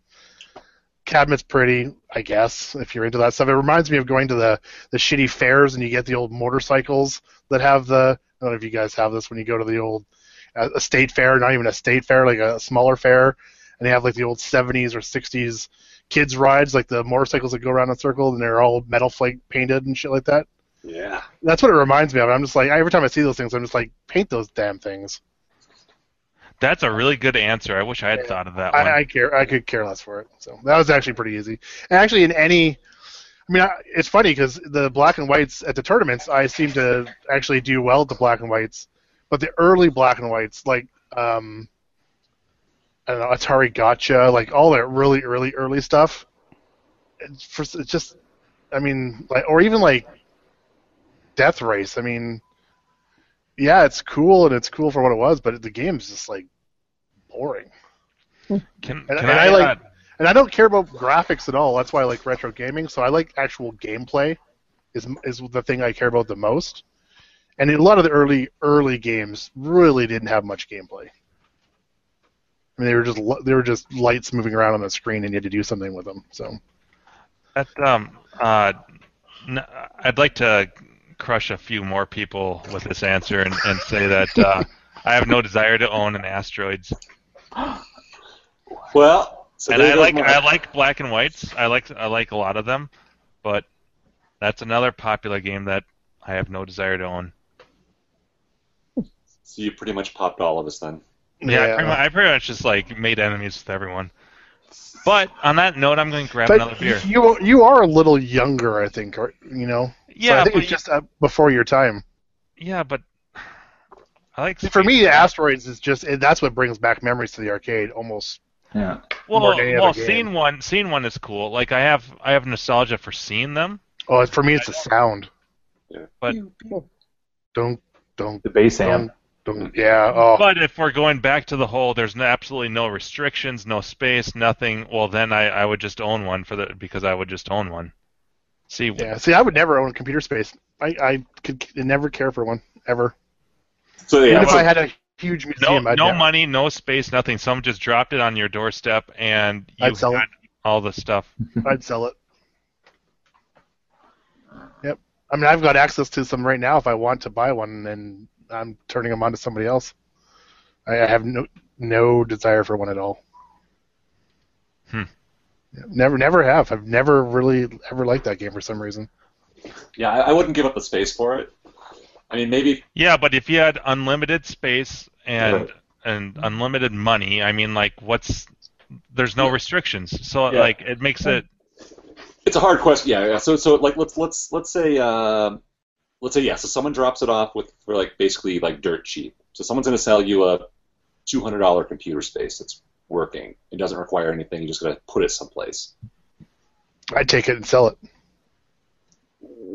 [SPEAKER 1] Cabinet's pretty, I guess, if you're into that stuff. It reminds me of going to the, the shitty fairs and you get the old motorcycles that have the. I don't know if you guys have this when you go to the old uh, a state fair, not even a state fair, like a smaller fair, and they have like the old 70s or 60s kids rides, like the motorcycles that go around in a circle, and they're all metal flake painted and shit like that.
[SPEAKER 4] Yeah.
[SPEAKER 1] That's what it reminds me of. I'm just like every time I see those things, I'm just like paint those damn things.
[SPEAKER 2] That's a really good answer. I wish I had thought of that one.
[SPEAKER 1] I, I care. I could care less for it. So that was actually pretty easy. And actually, in any, I mean, I, it's funny because the black and whites at the tournaments, I seem to actually do well at the black and whites. But the early black and whites, like um, I don't know, Atari Gotcha, like all that really early, early stuff. It's, for, it's just, I mean, like, or even like Death Race. I mean, yeah, it's cool and it's cool for what it was, but the game's just like boring.
[SPEAKER 2] Can,
[SPEAKER 1] And-
[SPEAKER 2] can
[SPEAKER 1] and
[SPEAKER 2] I,
[SPEAKER 1] I like-
[SPEAKER 2] uh,
[SPEAKER 1] And I don't care about graphics at all. That's why I like retro gaming. So I like actual gameplay is is the thing I care about the most. And a lot of the early early games really didn't have much gameplay. I mean, they were just li- they were just lights moving around on the screen, and you had to do something with them. So
[SPEAKER 2] That, um, uh, n- I'd like to crush a few more people with this answer and, and say that uh, I have no desire to own an asteroids.
[SPEAKER 4] [gasps] Well, so
[SPEAKER 2] and
[SPEAKER 4] there
[SPEAKER 2] I
[SPEAKER 4] goes
[SPEAKER 2] like
[SPEAKER 4] my-
[SPEAKER 2] I like black and whites. I like I like a lot of them, but that's another popular game that I have no desire to own.
[SPEAKER 4] So you pretty much popped all of us then.
[SPEAKER 2] Yeah, Pretty much, I pretty much just like made enemies with everyone. But on that note, I'm going to grab another
[SPEAKER 1] but
[SPEAKER 2] beer.
[SPEAKER 1] you you are a little younger, I think, or you know. so I
[SPEAKER 2] Yeah,
[SPEAKER 1] think
[SPEAKER 2] but
[SPEAKER 1] it's just uh, before your time.
[SPEAKER 2] yeah, but I like
[SPEAKER 1] For
[SPEAKER 2] Space
[SPEAKER 1] me,
[SPEAKER 2] Jam.
[SPEAKER 1] asteroids is just it, that's what brings back memories to the arcade almost.
[SPEAKER 5] Yeah.
[SPEAKER 2] well,
[SPEAKER 1] more than any
[SPEAKER 2] well,
[SPEAKER 1] other game.
[SPEAKER 2] seeing one, seeing one is cool. Like I have, I have nostalgia for seeing them.
[SPEAKER 1] Oh, for me, it's the sound.
[SPEAKER 2] But-
[SPEAKER 1] Don't don't
[SPEAKER 5] The bass amp.
[SPEAKER 1] don't. Yeah. Oh.
[SPEAKER 2] But if we're going back to the whole, there's no, absolutely no restrictions, no space, nothing. Well, then I, I would just own one for the because I would just own one. See,
[SPEAKER 1] Yeah, see, I would never own a computer space. I, I could c- never care for one ever.
[SPEAKER 4] So
[SPEAKER 1] Even
[SPEAKER 4] yeah,
[SPEAKER 1] if
[SPEAKER 4] so-
[SPEAKER 1] I had a huge
[SPEAKER 2] no,
[SPEAKER 1] museum, I'd
[SPEAKER 2] no
[SPEAKER 1] never.
[SPEAKER 2] money, no space, nothing. Someone just dropped it on your doorstep, and you
[SPEAKER 1] I'd sell
[SPEAKER 2] got all the stuff.
[SPEAKER 1] I'd sell it. Yep. I mean, I've got access to some right now if I want to buy one, and I'm turning them on to somebody else. I, I have no no desire for one at all.
[SPEAKER 2] Hmm.
[SPEAKER 1] Yeah, Never, never have. I've never really ever liked that game for some reason.
[SPEAKER 4] yeah, I, I wouldn't give up the space for it. I mean, maybe
[SPEAKER 2] Yeah, but if you had unlimited space and
[SPEAKER 5] Right.
[SPEAKER 2] and unlimited money, I mean, like, what's there's no restrictions, so
[SPEAKER 5] Yeah.
[SPEAKER 2] like it makes it
[SPEAKER 4] it's a hard question. Yeah, yeah. So so like let's let's let's say um let's say yeah. So someone drops it off with for like basically like dirt cheap. So someone's going to sell you a two hundred dollar computer space that's working. It doesn't require anything. You just got to put it someplace.
[SPEAKER 1] I'd take it and sell it.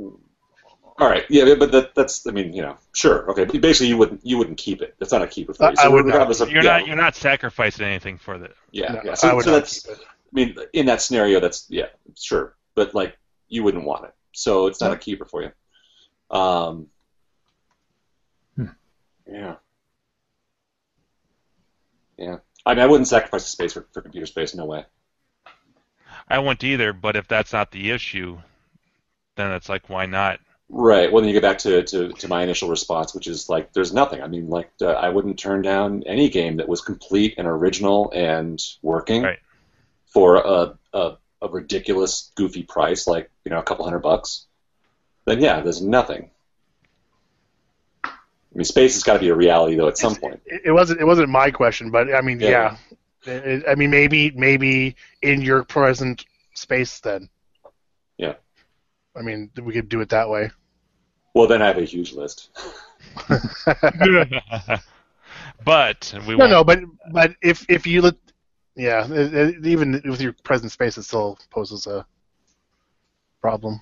[SPEAKER 4] All right, yeah, but that, that's I mean, you know, sure, okay, but basically you wouldn't you wouldn't keep it. That's not a keeper for
[SPEAKER 1] I-
[SPEAKER 4] you. So
[SPEAKER 1] I would not.
[SPEAKER 4] regardless of
[SPEAKER 2] You're
[SPEAKER 4] yeah,
[SPEAKER 2] not you're not sacrificing anything for the.
[SPEAKER 4] yeah,
[SPEAKER 1] No,
[SPEAKER 4] yeah. So,
[SPEAKER 1] I would
[SPEAKER 4] so
[SPEAKER 1] not
[SPEAKER 4] that's I mean, in that scenario, that's yeah, sure, but like you wouldn't want it, so it's not a keeper for you. Um,
[SPEAKER 1] Hmm.
[SPEAKER 4] yeah, yeah. I mean, I wouldn't sacrifice the space for, for computer space. No way.
[SPEAKER 2] I wouldn't either, but if that's not the issue, then it's like why not?
[SPEAKER 4] Right. Well, then you get back to, to, to my initial response, which is like, there's nothing. I mean, like, uh, I wouldn't turn down any game that was complete and original and working
[SPEAKER 2] Right.
[SPEAKER 4] for a, a, a ridiculous, goofy price, like, you know, a couple hundred bucks. Then, yeah, there's nothing. I mean, space has got to be a reality, though, at some point.
[SPEAKER 1] It, it wasn't. It wasn't my question, but I mean,
[SPEAKER 4] Yeah.
[SPEAKER 1] yeah. It- it- I mean, maybe, maybe in your present space, then.
[SPEAKER 4] Yeah.
[SPEAKER 1] I mean, we could do it that way.
[SPEAKER 4] Well, then I have a huge list.
[SPEAKER 2] [laughs] but we
[SPEAKER 1] No,
[SPEAKER 2] won't.
[SPEAKER 1] no, but but if if you look, yeah, it, it, even with your present space, it still poses a problem.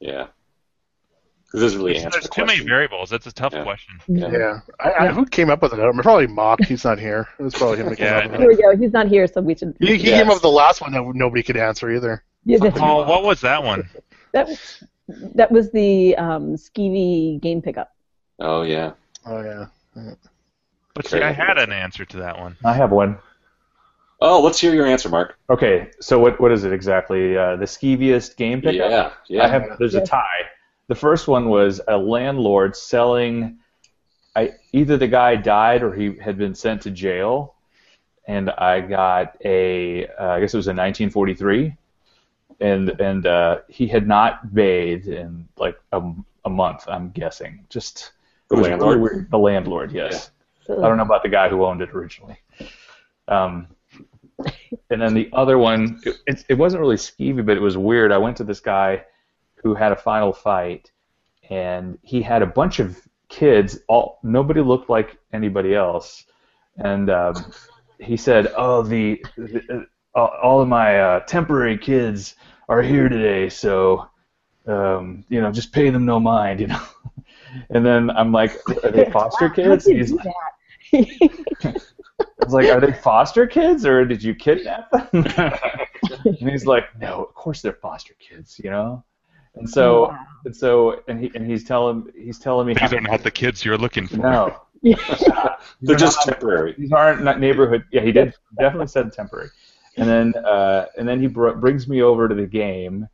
[SPEAKER 4] Yeah. Because it doesn't really answer
[SPEAKER 2] There's
[SPEAKER 4] the
[SPEAKER 2] too many
[SPEAKER 4] question.
[SPEAKER 2] variables. That's a tough
[SPEAKER 4] Yeah.
[SPEAKER 2] question.
[SPEAKER 4] Yeah.
[SPEAKER 1] Yeah, I, I, who came up with it? I don't remember. Probably Mock. He's not here. It was probably him that came
[SPEAKER 2] Yeah,
[SPEAKER 1] up with
[SPEAKER 3] Here
[SPEAKER 1] it.
[SPEAKER 3] we go. He's not here, so we should.
[SPEAKER 1] He, he
[SPEAKER 4] Yeah.
[SPEAKER 1] came up with the last one that nobody could answer either.
[SPEAKER 3] Yeah, that,
[SPEAKER 2] Oh, what was that one?
[SPEAKER 3] that, was- that was the um, skeevy game pickup.
[SPEAKER 4] Oh, yeah.
[SPEAKER 1] Oh yeah.
[SPEAKER 2] But see, I had an answer to that one.
[SPEAKER 5] I have one.
[SPEAKER 4] Oh, let's hear your answer, Mark.
[SPEAKER 5] Okay, so what what is it exactly? Uh, the skeeviest game pickup.
[SPEAKER 4] Yeah. Yeah.
[SPEAKER 5] I have. There's a
[SPEAKER 3] Yes.
[SPEAKER 5] tie. The first one was a landlord selling. I either the guy died or he had been sent to jail, and I got a. Uh, I guess it was in 1943, and and uh, he had not bathed in like a, a month. I'm guessing. Just
[SPEAKER 4] The
[SPEAKER 5] it was
[SPEAKER 4] landlord?
[SPEAKER 5] really weird. The landlord, yes. I don't know about the guy who owned it originally. Um, and then the other one, it, it, it wasn't really skeevy, but it was weird. I went to this guy who had a final fight, and he had a bunch of kids. All nobody looked like anybody else, and um, he said, "Oh, the, the uh, all of my uh, temporary kids are here today, so." Um, you know, just pay them no mind, you know. [laughs] and then I'm like, are
[SPEAKER 8] [laughs]
[SPEAKER 5] they foster
[SPEAKER 3] Wow, how'd
[SPEAKER 5] kids?
[SPEAKER 3] you
[SPEAKER 5] And he's
[SPEAKER 3] do
[SPEAKER 5] like,
[SPEAKER 3] that?
[SPEAKER 5] I was like, "Are they foster kids, or did you kidnap
[SPEAKER 2] [laughs]
[SPEAKER 5] them?" and he's like, "No, of course they're foster kids, you know." And so,
[SPEAKER 3] Wow.
[SPEAKER 5] and so, and he and he's telling he's telling me,
[SPEAKER 2] These are not the kids you're looking for.
[SPEAKER 5] "No,
[SPEAKER 4] They're
[SPEAKER 5] You're
[SPEAKER 4] just
[SPEAKER 5] not-
[SPEAKER 4] temporary.
[SPEAKER 5] these aren't not neighborhood." Yeah, he did definitely said temporary. And then, uh, and then he br- brings me over to the game,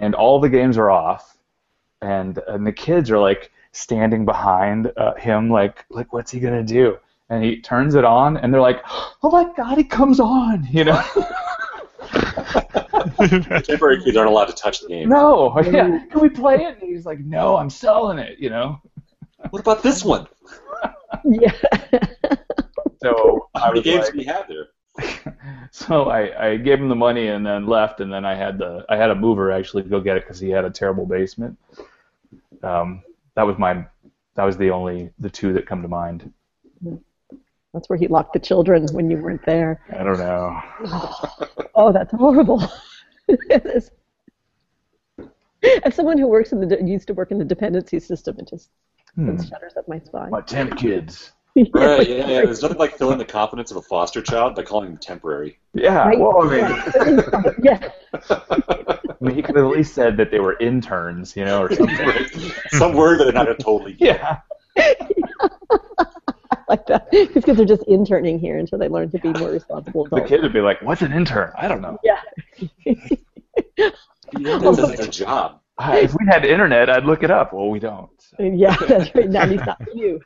[SPEAKER 5] and all the games are off, and uh, and the kids are like standing behind uh, him, like like what's he gonna do? And he turns it on, and they're like, [gasps] "Oh my God, it comes on!" You know.
[SPEAKER 4] [laughs] Temporary kids aren't allowed to touch the game.
[SPEAKER 5] No, [laughs] yeah. Can we play it? And he's like, No, I'm selling it, you know?
[SPEAKER 4] What about this one?
[SPEAKER 3] yeah.
[SPEAKER 5] [laughs] So
[SPEAKER 4] How
[SPEAKER 5] I
[SPEAKER 4] many
[SPEAKER 5] was
[SPEAKER 4] games do
[SPEAKER 5] like,
[SPEAKER 4] we have there?
[SPEAKER 5] [laughs] so I, I gave him the money and then left and then I had the I had a mover actually go get it because he had a terrible basement. Um, that was my that was the only the two that come to mind.
[SPEAKER 3] That's where he locked the children when you weren't there.
[SPEAKER 5] I don't know.
[SPEAKER 3] Oh, that's horrible. [laughs] It is. As someone who works in the used to work in the dependency system, it just
[SPEAKER 5] Hmm.
[SPEAKER 3] it shudders up my spine.
[SPEAKER 5] My temp kids.
[SPEAKER 4] Right, [laughs] yeah, yeah. There's nothing like filling the confidence of a foster child by calling them temporary.
[SPEAKER 5] Yeah.
[SPEAKER 3] Right.
[SPEAKER 5] Well, I mean,
[SPEAKER 3] yeah.
[SPEAKER 5] I mean, he could have at least said that they were interns, you know, or something.
[SPEAKER 4] Right? Some word that they're not totally.
[SPEAKER 5] [laughs] yeah.
[SPEAKER 3] [laughs] like that. Because they're just interning here until they learn to be more responsible
[SPEAKER 5] The
[SPEAKER 3] adults.
[SPEAKER 5] kid would be like, "What's an intern? I don't know.
[SPEAKER 3] Yeah.
[SPEAKER 4] That's just their job.
[SPEAKER 5] I- Uh, If we had internet, I'd look it up. Well, we don't. So.
[SPEAKER 3] Yeah, that's right. Now at least not [laughs] for you.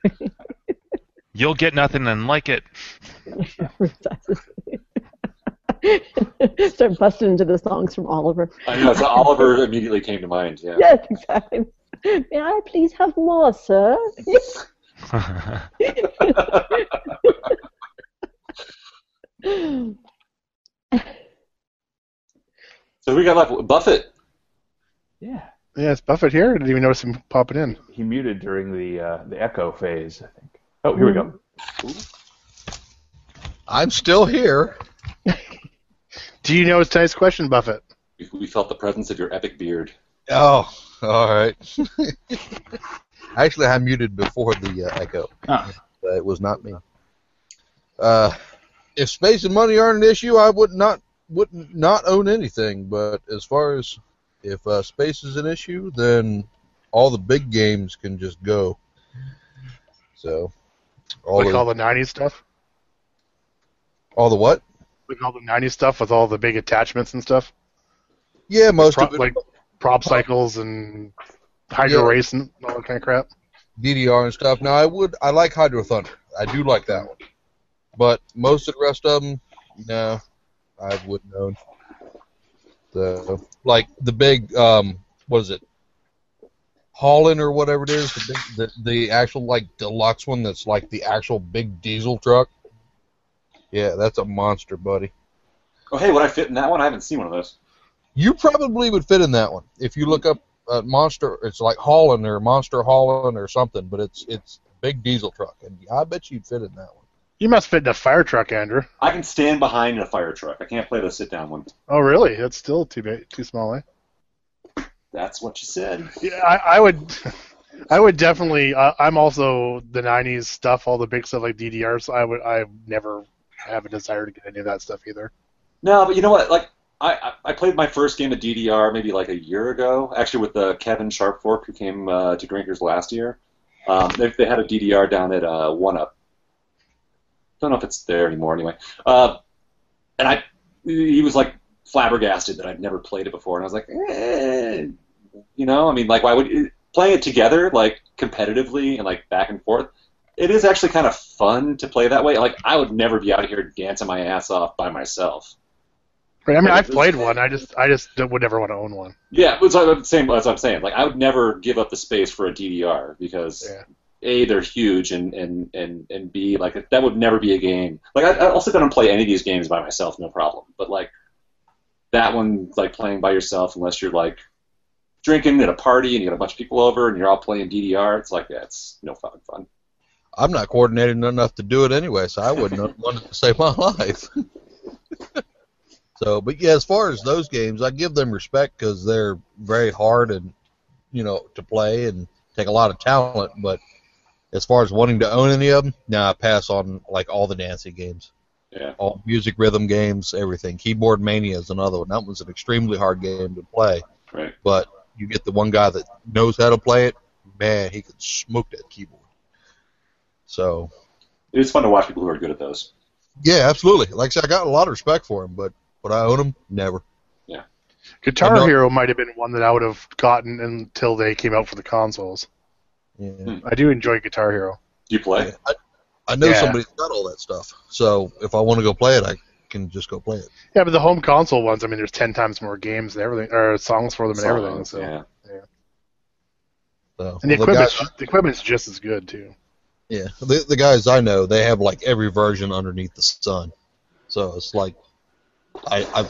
[SPEAKER 2] You'll get nothing and like it.
[SPEAKER 3] Start busting into the songs from Oliver.
[SPEAKER 4] I know. So Oliver immediately came to mind. Yeah.
[SPEAKER 3] Yes, exactly. May I please have more, sir? Yes.
[SPEAKER 4] So we got left Buffett.
[SPEAKER 5] Yeah.
[SPEAKER 1] Yeah, it's Buffett here. I didn't even notice him popping in.
[SPEAKER 5] he muted during the uh, the echo phase, I think. Oh, here we go.
[SPEAKER 7] I'm still here.
[SPEAKER 1] [laughs] Do you know his tonight's question, Buffett?
[SPEAKER 4] We, we felt the presence of your epic beard.
[SPEAKER 7] Oh, all right. [laughs] Actually, I muted before the uh, echo.
[SPEAKER 5] Ah.
[SPEAKER 7] But it was not me. Uh, if space and money aren't an issue, I would not would not own anything. But as far as if uh, space is an issue, then all the big games can just go. So, all
[SPEAKER 1] Like
[SPEAKER 7] the,
[SPEAKER 1] all the '90s stuff.
[SPEAKER 7] all the what?
[SPEAKER 1] Like all the '90s stuff with all the big attachments and stuff.
[SPEAKER 7] Yeah, most
[SPEAKER 1] Pro-
[SPEAKER 7] of it. Uh,
[SPEAKER 1] like prop cycles and hydro
[SPEAKER 7] Yeah.
[SPEAKER 1] race and all that kind of crap.
[SPEAKER 7] DDR and stuff. Now I would I like Hydro Thunder. I do like that one, but most of the rest of them, no, I wouldn't own. The like the big um what is it, Holland or whatever it is the big, the the actual like deluxe one that's like the actual big diesel truck. Yeah, that's a monster, buddy.
[SPEAKER 4] Oh, hey, would I fit in that one? I haven't seen one of those.
[SPEAKER 7] You probably would fit in that one if you look up uh, monster. It's like Holland or Monster Holland or something, but it's it's a big diesel truck, and I bet you'd fit in that one.
[SPEAKER 1] You must fit in a fire truck, Andrew.
[SPEAKER 4] I can stand behind in a fire truck. I can't play the sit down one.
[SPEAKER 1] Oh, really? That's still too big, too small, eh?
[SPEAKER 4] That's what you said.
[SPEAKER 1] Yeah, I, I would. [laughs] I would definitely. Uh, I'm also the '90s stuff, all the big stuff like DDR. So I would. I never have a desire to get any of that stuff either.
[SPEAKER 4] No, but you know what? Like I, I I played my first game of DDR maybe like a year ago, actually with uh, Kevin Sharpfork who came uh, to Drinkers last year. Um, they, they had a DDR down at uh, One Up. Don't know if it's there anymore anyway. Uh, and I he was like flabbergasted that I'd never played it before, and I was like, eh, you know, I mean, like why would playing it together like competitively and like back and forth? It is actually kind of fun to play that way. Like I would never be out here dancing my ass off by myself.
[SPEAKER 1] Right? I mean,
[SPEAKER 4] Yeah,
[SPEAKER 1] I've
[SPEAKER 4] this-
[SPEAKER 1] played one. I just. I just would never want to own one.
[SPEAKER 4] Yeah, it's like, same that's what I'm saying. Like I would never give up the space for a DDR because
[SPEAKER 1] Yeah.
[SPEAKER 4] a they're huge and and and and b like that would never be a game. Like I, I'll sit down and play any of these games by myself, no problem. But like that one, like playing by yourself, unless you're like drinking at a party and you got a bunch of people over and you're all playing DDR, it's like that's no fucking fun.
[SPEAKER 7] I'm not coordinated enough to do it anyway, so I wouldn't want to save my [laughs] life. so, but yeah, as far as those games, I give them respect because they're very hard and you know to play and take a lot of talent. But as far as wanting to own any of them, nah, I pass on like all the dancing games,
[SPEAKER 4] Yeah.
[SPEAKER 7] all music rhythm games, everything. Keyboard Mania is another one. That one's an extremely hard game to play,
[SPEAKER 4] Right.
[SPEAKER 7] but you get the one guy that knows how to play it. Man, he could smoke that keyboard. So.
[SPEAKER 4] It is fun to watch people who are good at those.
[SPEAKER 7] Yeah, absolutely. Like I said, I got a lot of respect for him, but would I own him? Never.
[SPEAKER 1] Guitar
[SPEAKER 7] I know-
[SPEAKER 1] Hero might have been one that I would have gotten until they came out for the consoles.
[SPEAKER 7] Yeah.
[SPEAKER 1] I do enjoy Guitar Hero.
[SPEAKER 4] Do Hmm. you play?
[SPEAKER 7] I, I know
[SPEAKER 1] Yeah.
[SPEAKER 7] somebody's got all that stuff, so if I want to go play it, I can just go play it.
[SPEAKER 1] Yeah, but the home console ones. I mean, there's ten times more games and everything, or songs for them and everything.
[SPEAKER 4] Songs,
[SPEAKER 1] So.
[SPEAKER 4] Yeah.
[SPEAKER 7] So
[SPEAKER 1] And the
[SPEAKER 7] well,
[SPEAKER 1] equipment's,
[SPEAKER 7] guys,
[SPEAKER 1] the equipment's just as good too.
[SPEAKER 7] yeah, the, the guys I know, they have like every version underneath the sun. So it's like, I, I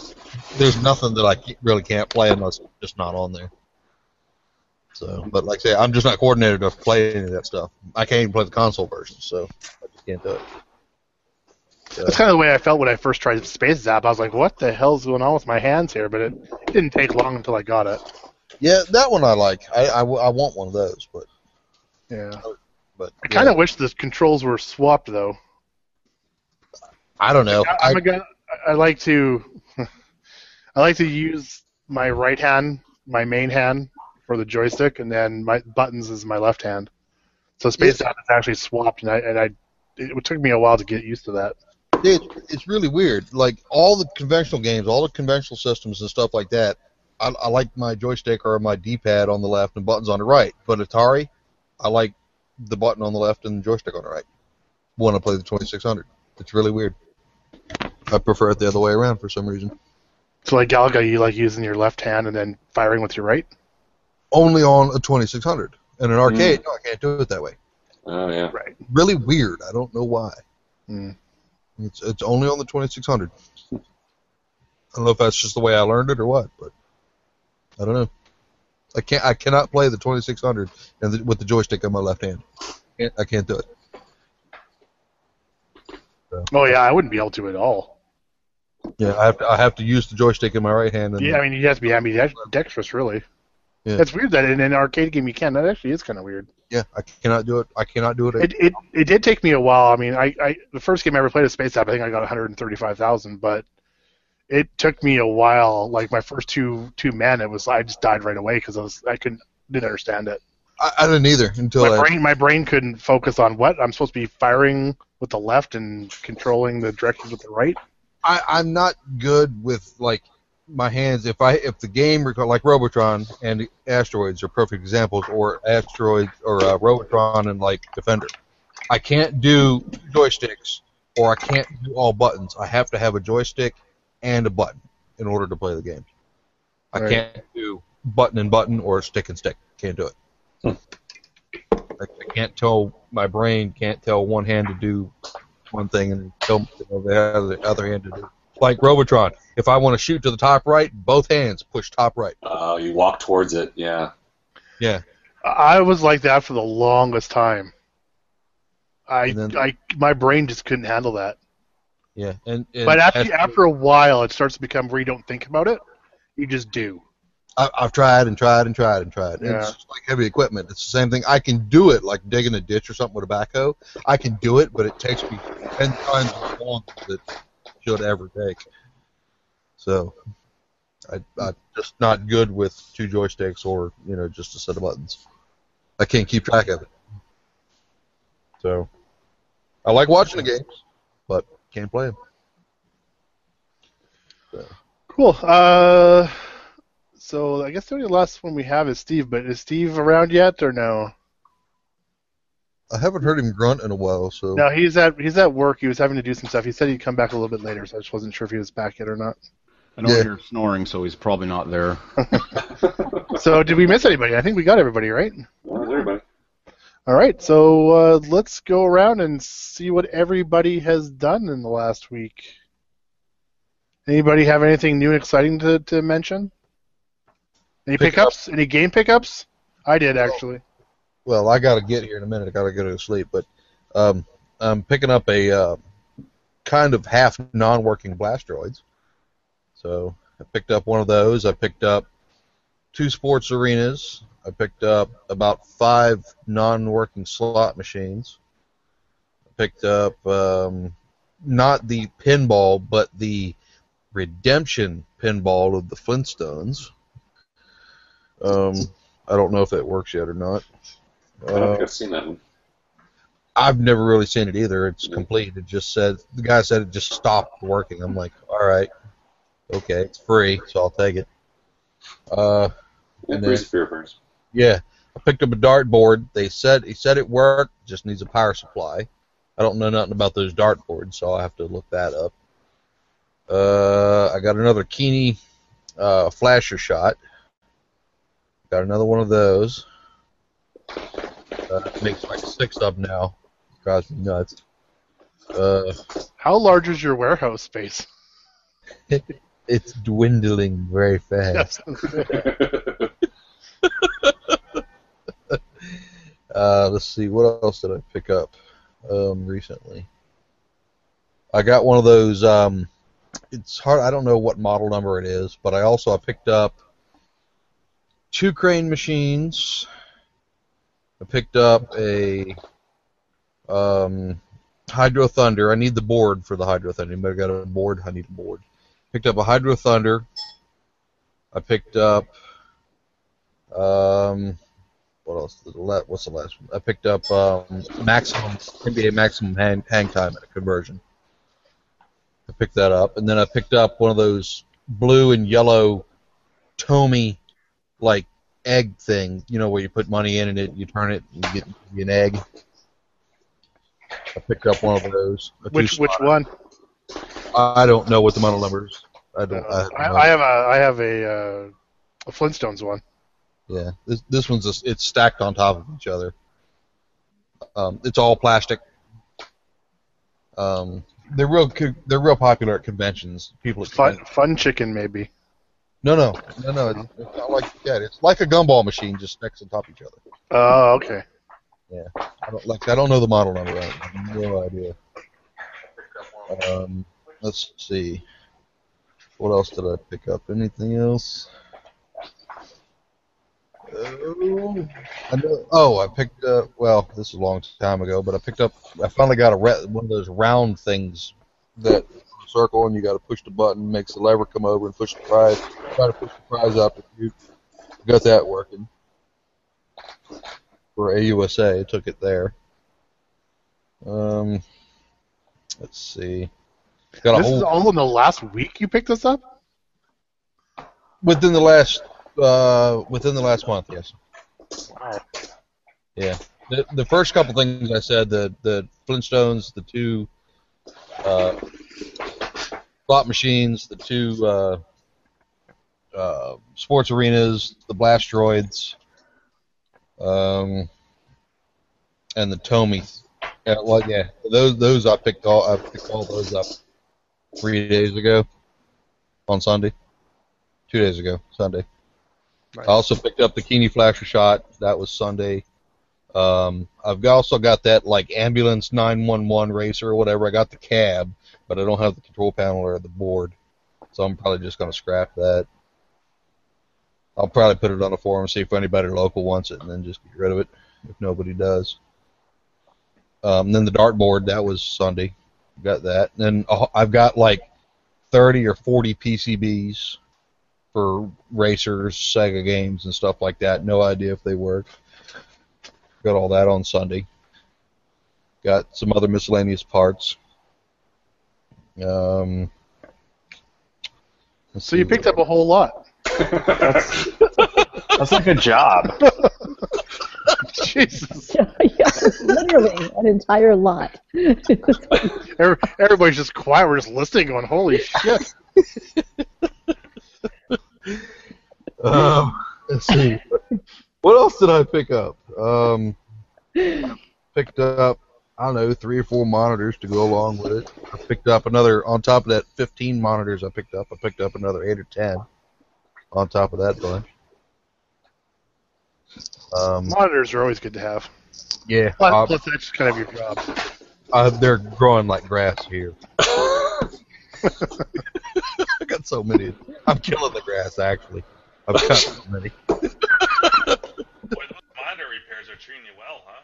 [SPEAKER 7] there's nothing that I ca- really can't play unless it's just not on there. So, but like I say, I'm just not coordinated enough to play any of that stuff. I can't even play the console version, so I just can't do it.
[SPEAKER 1] That's kind of the way I felt when I first tried Space Zap. I was like, "What the hell's going on with my hands here?" But it didn't take long until I got it.
[SPEAKER 7] Yeah, that one I like. I, I, w- I want one of those, but Oh,
[SPEAKER 1] Yeah.
[SPEAKER 7] but
[SPEAKER 1] I kind of wish the controls were swapped though.
[SPEAKER 7] I don't know.
[SPEAKER 1] I,
[SPEAKER 7] I,
[SPEAKER 1] I'm a guy- I like to [laughs] I like to use my right hand, my main hand for the joystick, and then my buttons is my left hand. So Space Zap is actually swapped, and I and I it took me a while to get used to that.
[SPEAKER 7] it, it's really weird. Like all the conventional games, all the conventional systems and stuff like that. I, I like my joystick or my D-pad on the left and buttons on the right. But Atari, I like the button on the left and the joystick on the right. When I play the 2600, it's really weird. I prefer it the other way around for some reason.
[SPEAKER 1] So like Galaga, you like using your left hand and then firing with your right.
[SPEAKER 7] Only on a 2600. In an arcade, no, I can't do it that way.
[SPEAKER 4] Mm. Oh yeah.
[SPEAKER 7] Really weird. I don't know why.
[SPEAKER 1] Hmm.
[SPEAKER 7] It's it's only on the 2600. I don't know if that's just the way I learned it or what, but I don't know. I can't. I cannot play the 2600 and the, with the joystick on my left hand. Can't- I can't do it.
[SPEAKER 1] Oh yeah, I wouldn't be able to at all.
[SPEAKER 7] Yeah, I have to. I have to use the joystick in my right hand. And
[SPEAKER 1] Yeah, I mean you have to be ambidextrous, really.
[SPEAKER 7] Yeah.
[SPEAKER 1] That's weird that in an arcade game you can. That actually is kind of weird.
[SPEAKER 7] Yeah, I cannot do it. I cannot do it.
[SPEAKER 1] It, it it did take me a while. I mean, I, I the first game I ever played of Space App, I think I got 135,000, but it took me a while. Like my first two two men, it was I just died right away because I was I couldn't didn't understand it.
[SPEAKER 7] I, I didn't either until
[SPEAKER 1] My
[SPEAKER 7] I,
[SPEAKER 1] brain my brain couldn't focus on what I'm supposed to be firing with the left and controlling the directions with the right.
[SPEAKER 7] I, I'm not good with like my hands. If I if the game reco- like Robotron and Asteroids are perfect examples, or Asteroids or uh, Robotron and like Defender, I can't do joysticks or I can't do all buttons. I have to have a joystick and a button in order to play the game. I
[SPEAKER 1] Right.
[SPEAKER 7] can't do button and button or stick and stick. Can't do it. I, I can't tell my brain can't tell one hand to do one thing and tell tell the other, other hand to do like Robotron. If I want to shoot to the top right, both hands push top right.
[SPEAKER 4] Uh, you walk towards it. Yeah.
[SPEAKER 1] I was like that for the longest time. I,
[SPEAKER 7] And then-
[SPEAKER 1] I my brain just couldn't handle that.
[SPEAKER 7] Yeah, and, and
[SPEAKER 1] But
[SPEAKER 7] that's-
[SPEAKER 1] after, after a while, it starts to become where you don't think about it. You just do.
[SPEAKER 7] I, I've tried and tried and tried and tried.
[SPEAKER 1] Yeah.
[SPEAKER 7] It's just like heavy equipment. It's the same thing. I can do it, like digging a ditch or something with a backhoe. I can do it, but it takes me ten times as long as it should ever take. So, I, I'm just not good with two joysticks or you know just a set of buttons. I can't keep track of it. So, I like watching the games, but can't play them.
[SPEAKER 1] Cool. Uh, so I guess the only last one we have is Steve. But is Steve around yet or no?
[SPEAKER 7] I haven't heard him grunt in a while, so
[SPEAKER 1] No, he's at he's at work. He was having to do some stuff. He said he'd come back a little bit later, so I just wasn't sure if he was back yet or not.
[SPEAKER 6] I don't
[SPEAKER 7] Yeah.
[SPEAKER 6] hear snoring, so he's probably not
[SPEAKER 7] [laughs]
[SPEAKER 6] there.
[SPEAKER 1] So did we miss anybody? I think we got everybody, right?
[SPEAKER 4] Well, everybody.
[SPEAKER 1] All right. So uh, let's go around and see what everybody has done in the last week. Anybody have anything new and exciting to, to mention? Any
[SPEAKER 7] Pick
[SPEAKER 1] pickups? Any game pickups? I did actually.
[SPEAKER 7] well, I gotta get here in a minute. I gotta go to sleep, but um, I'm picking up a uh, kind of half non-working blasteroids. So I picked up one of those. I picked up two sports arenas. I picked up about five non-working slot machines. I picked up um, not the pinball, but the redemption pinball of the Flintstones. Um, I don't know if that works yet or not.
[SPEAKER 4] I don't
[SPEAKER 7] Uh,
[SPEAKER 4] think I've seen that one.
[SPEAKER 7] I've never really seen it either. It's complete. It just said the guy said it just stopped working. I'm like, all right, okay, it's free, so I'll take it. Uh,
[SPEAKER 4] Yeah,
[SPEAKER 7] and
[SPEAKER 4] Breeze of Fear Burns.
[SPEAKER 7] yeah, I picked up a dartboard. They said he said it worked. Just needs a power supply. I don't know nothing about those dartboards, so I'll have to look that up. Uh, I got another Keeney uh, flasher shot. Got another one of those. Uh, makes like six up now. Drives me nuts. Uh, [laughs]
[SPEAKER 1] How large is your warehouse space?
[SPEAKER 7] it's dwindling very fast. Uh, let's see, what else did I pick up um, recently? I got one of those. Um, it's hard. I don't know what model number it is, but I also I picked up two crane machines. I picked up a um, Hydro Thunder. I need the board for the Hydro Thunder. Anybody got a board? I need a board. Picked up a Hydro Thunder. I picked up um, what else? The la- What's the last one? I picked up um, maximum NBA maximum hang, hang time at a conversion. I picked that up, and then I picked up one of those blue and yellow Tomy like egg thing. You know where you put money in and it, you turn it and you get you an egg. I picked up one of those. a
[SPEAKER 1] Which which
[SPEAKER 7] two-slot.
[SPEAKER 1] one?
[SPEAKER 7] I don't know what the model number is. I don't. I,
[SPEAKER 1] Uh,
[SPEAKER 7] don't
[SPEAKER 1] I,
[SPEAKER 7] know.
[SPEAKER 1] I have a I have a, uh, a Flintstones one.
[SPEAKER 7] Yeah, this this one's just, it's stacked on top of each other. Um, it's all plastic. Um, they're real co- they're real popular at conventions. People at
[SPEAKER 1] Fun
[SPEAKER 7] conventions-
[SPEAKER 1] fun chicken maybe.
[SPEAKER 7] No, no, no, no. It's, it's not like that. It's like a gumball machine, just stacks on top of each other.
[SPEAKER 1] Oh okay.
[SPEAKER 7] I don't like. I don't know the model number. I have no idea. Um, let's see. What else did I pick up? Anything else? Oh, I know- oh, I picked up. Well, this is a long time ago, but I picked up. I finally got a re- one of those round things that circle, and you got to push the button, makes the lever come over, and push the prize. Try to push the prize out if you got that working. For AUSA, it took it there. Um, let's see. Got a
[SPEAKER 1] This is
[SPEAKER 7] whole
[SPEAKER 1] all in the last week you picked this up?
[SPEAKER 7] within the last uh, within the last month, yes.
[SPEAKER 1] Wow.
[SPEAKER 7] The, the first couple things I said, the the Flintstones, the two uh, slot machines, the two uh, uh, sports arenas, the Blasteroids, um, and the Tomies. Yeah, well, yeah, those those I picked all I picked all those up three days ago on Sunday, two days ago Sunday. I also picked up the Keeney Flasher Shot. That was Sunday. Um, I've got- also got that like ambulance 911 racer or whatever. I got the cab, but I don't have the control panel or the board, so I'm probably just gonna scrap that. I'll probably put it on a forum, see if anybody local wants it, and then just get rid of it if nobody does. Um, then the dartboard that was Sunday, got that. And then I'll- I've got like 30 or 40 PCBs for racers, Sega games, and stuff like that. No idea if they work. Got all that on Sunday. Got some other miscellaneous parts. Um,
[SPEAKER 1] So you picked up a whole lot.
[SPEAKER 5] [laughs] That's, that's like a job.
[SPEAKER 1] [laughs] Jesus.
[SPEAKER 3] [laughs] yeah, literally an entire lot. [laughs]
[SPEAKER 1] Every- Everybody's just quiet. We're just listening going, holy shit.
[SPEAKER 7] Um, let's see. [laughs] What else did I pick up? Um, picked up, I don't know, three or four monitors to go along with it. I picked up another, on top of that 15 monitors I picked up, I picked up another 8 or 10 on top of that bunch. Um, uh,
[SPEAKER 1] Monitors are always good to have.
[SPEAKER 7] yeah,
[SPEAKER 1] Plus,
[SPEAKER 7] I-
[SPEAKER 1] plus that's just kind of your job.
[SPEAKER 7] Uh, they're growing like grass here. I got so many. I'm killing the grass, actually. I've got so many.
[SPEAKER 2] Boy, those monitor repairs are treating you well, huh?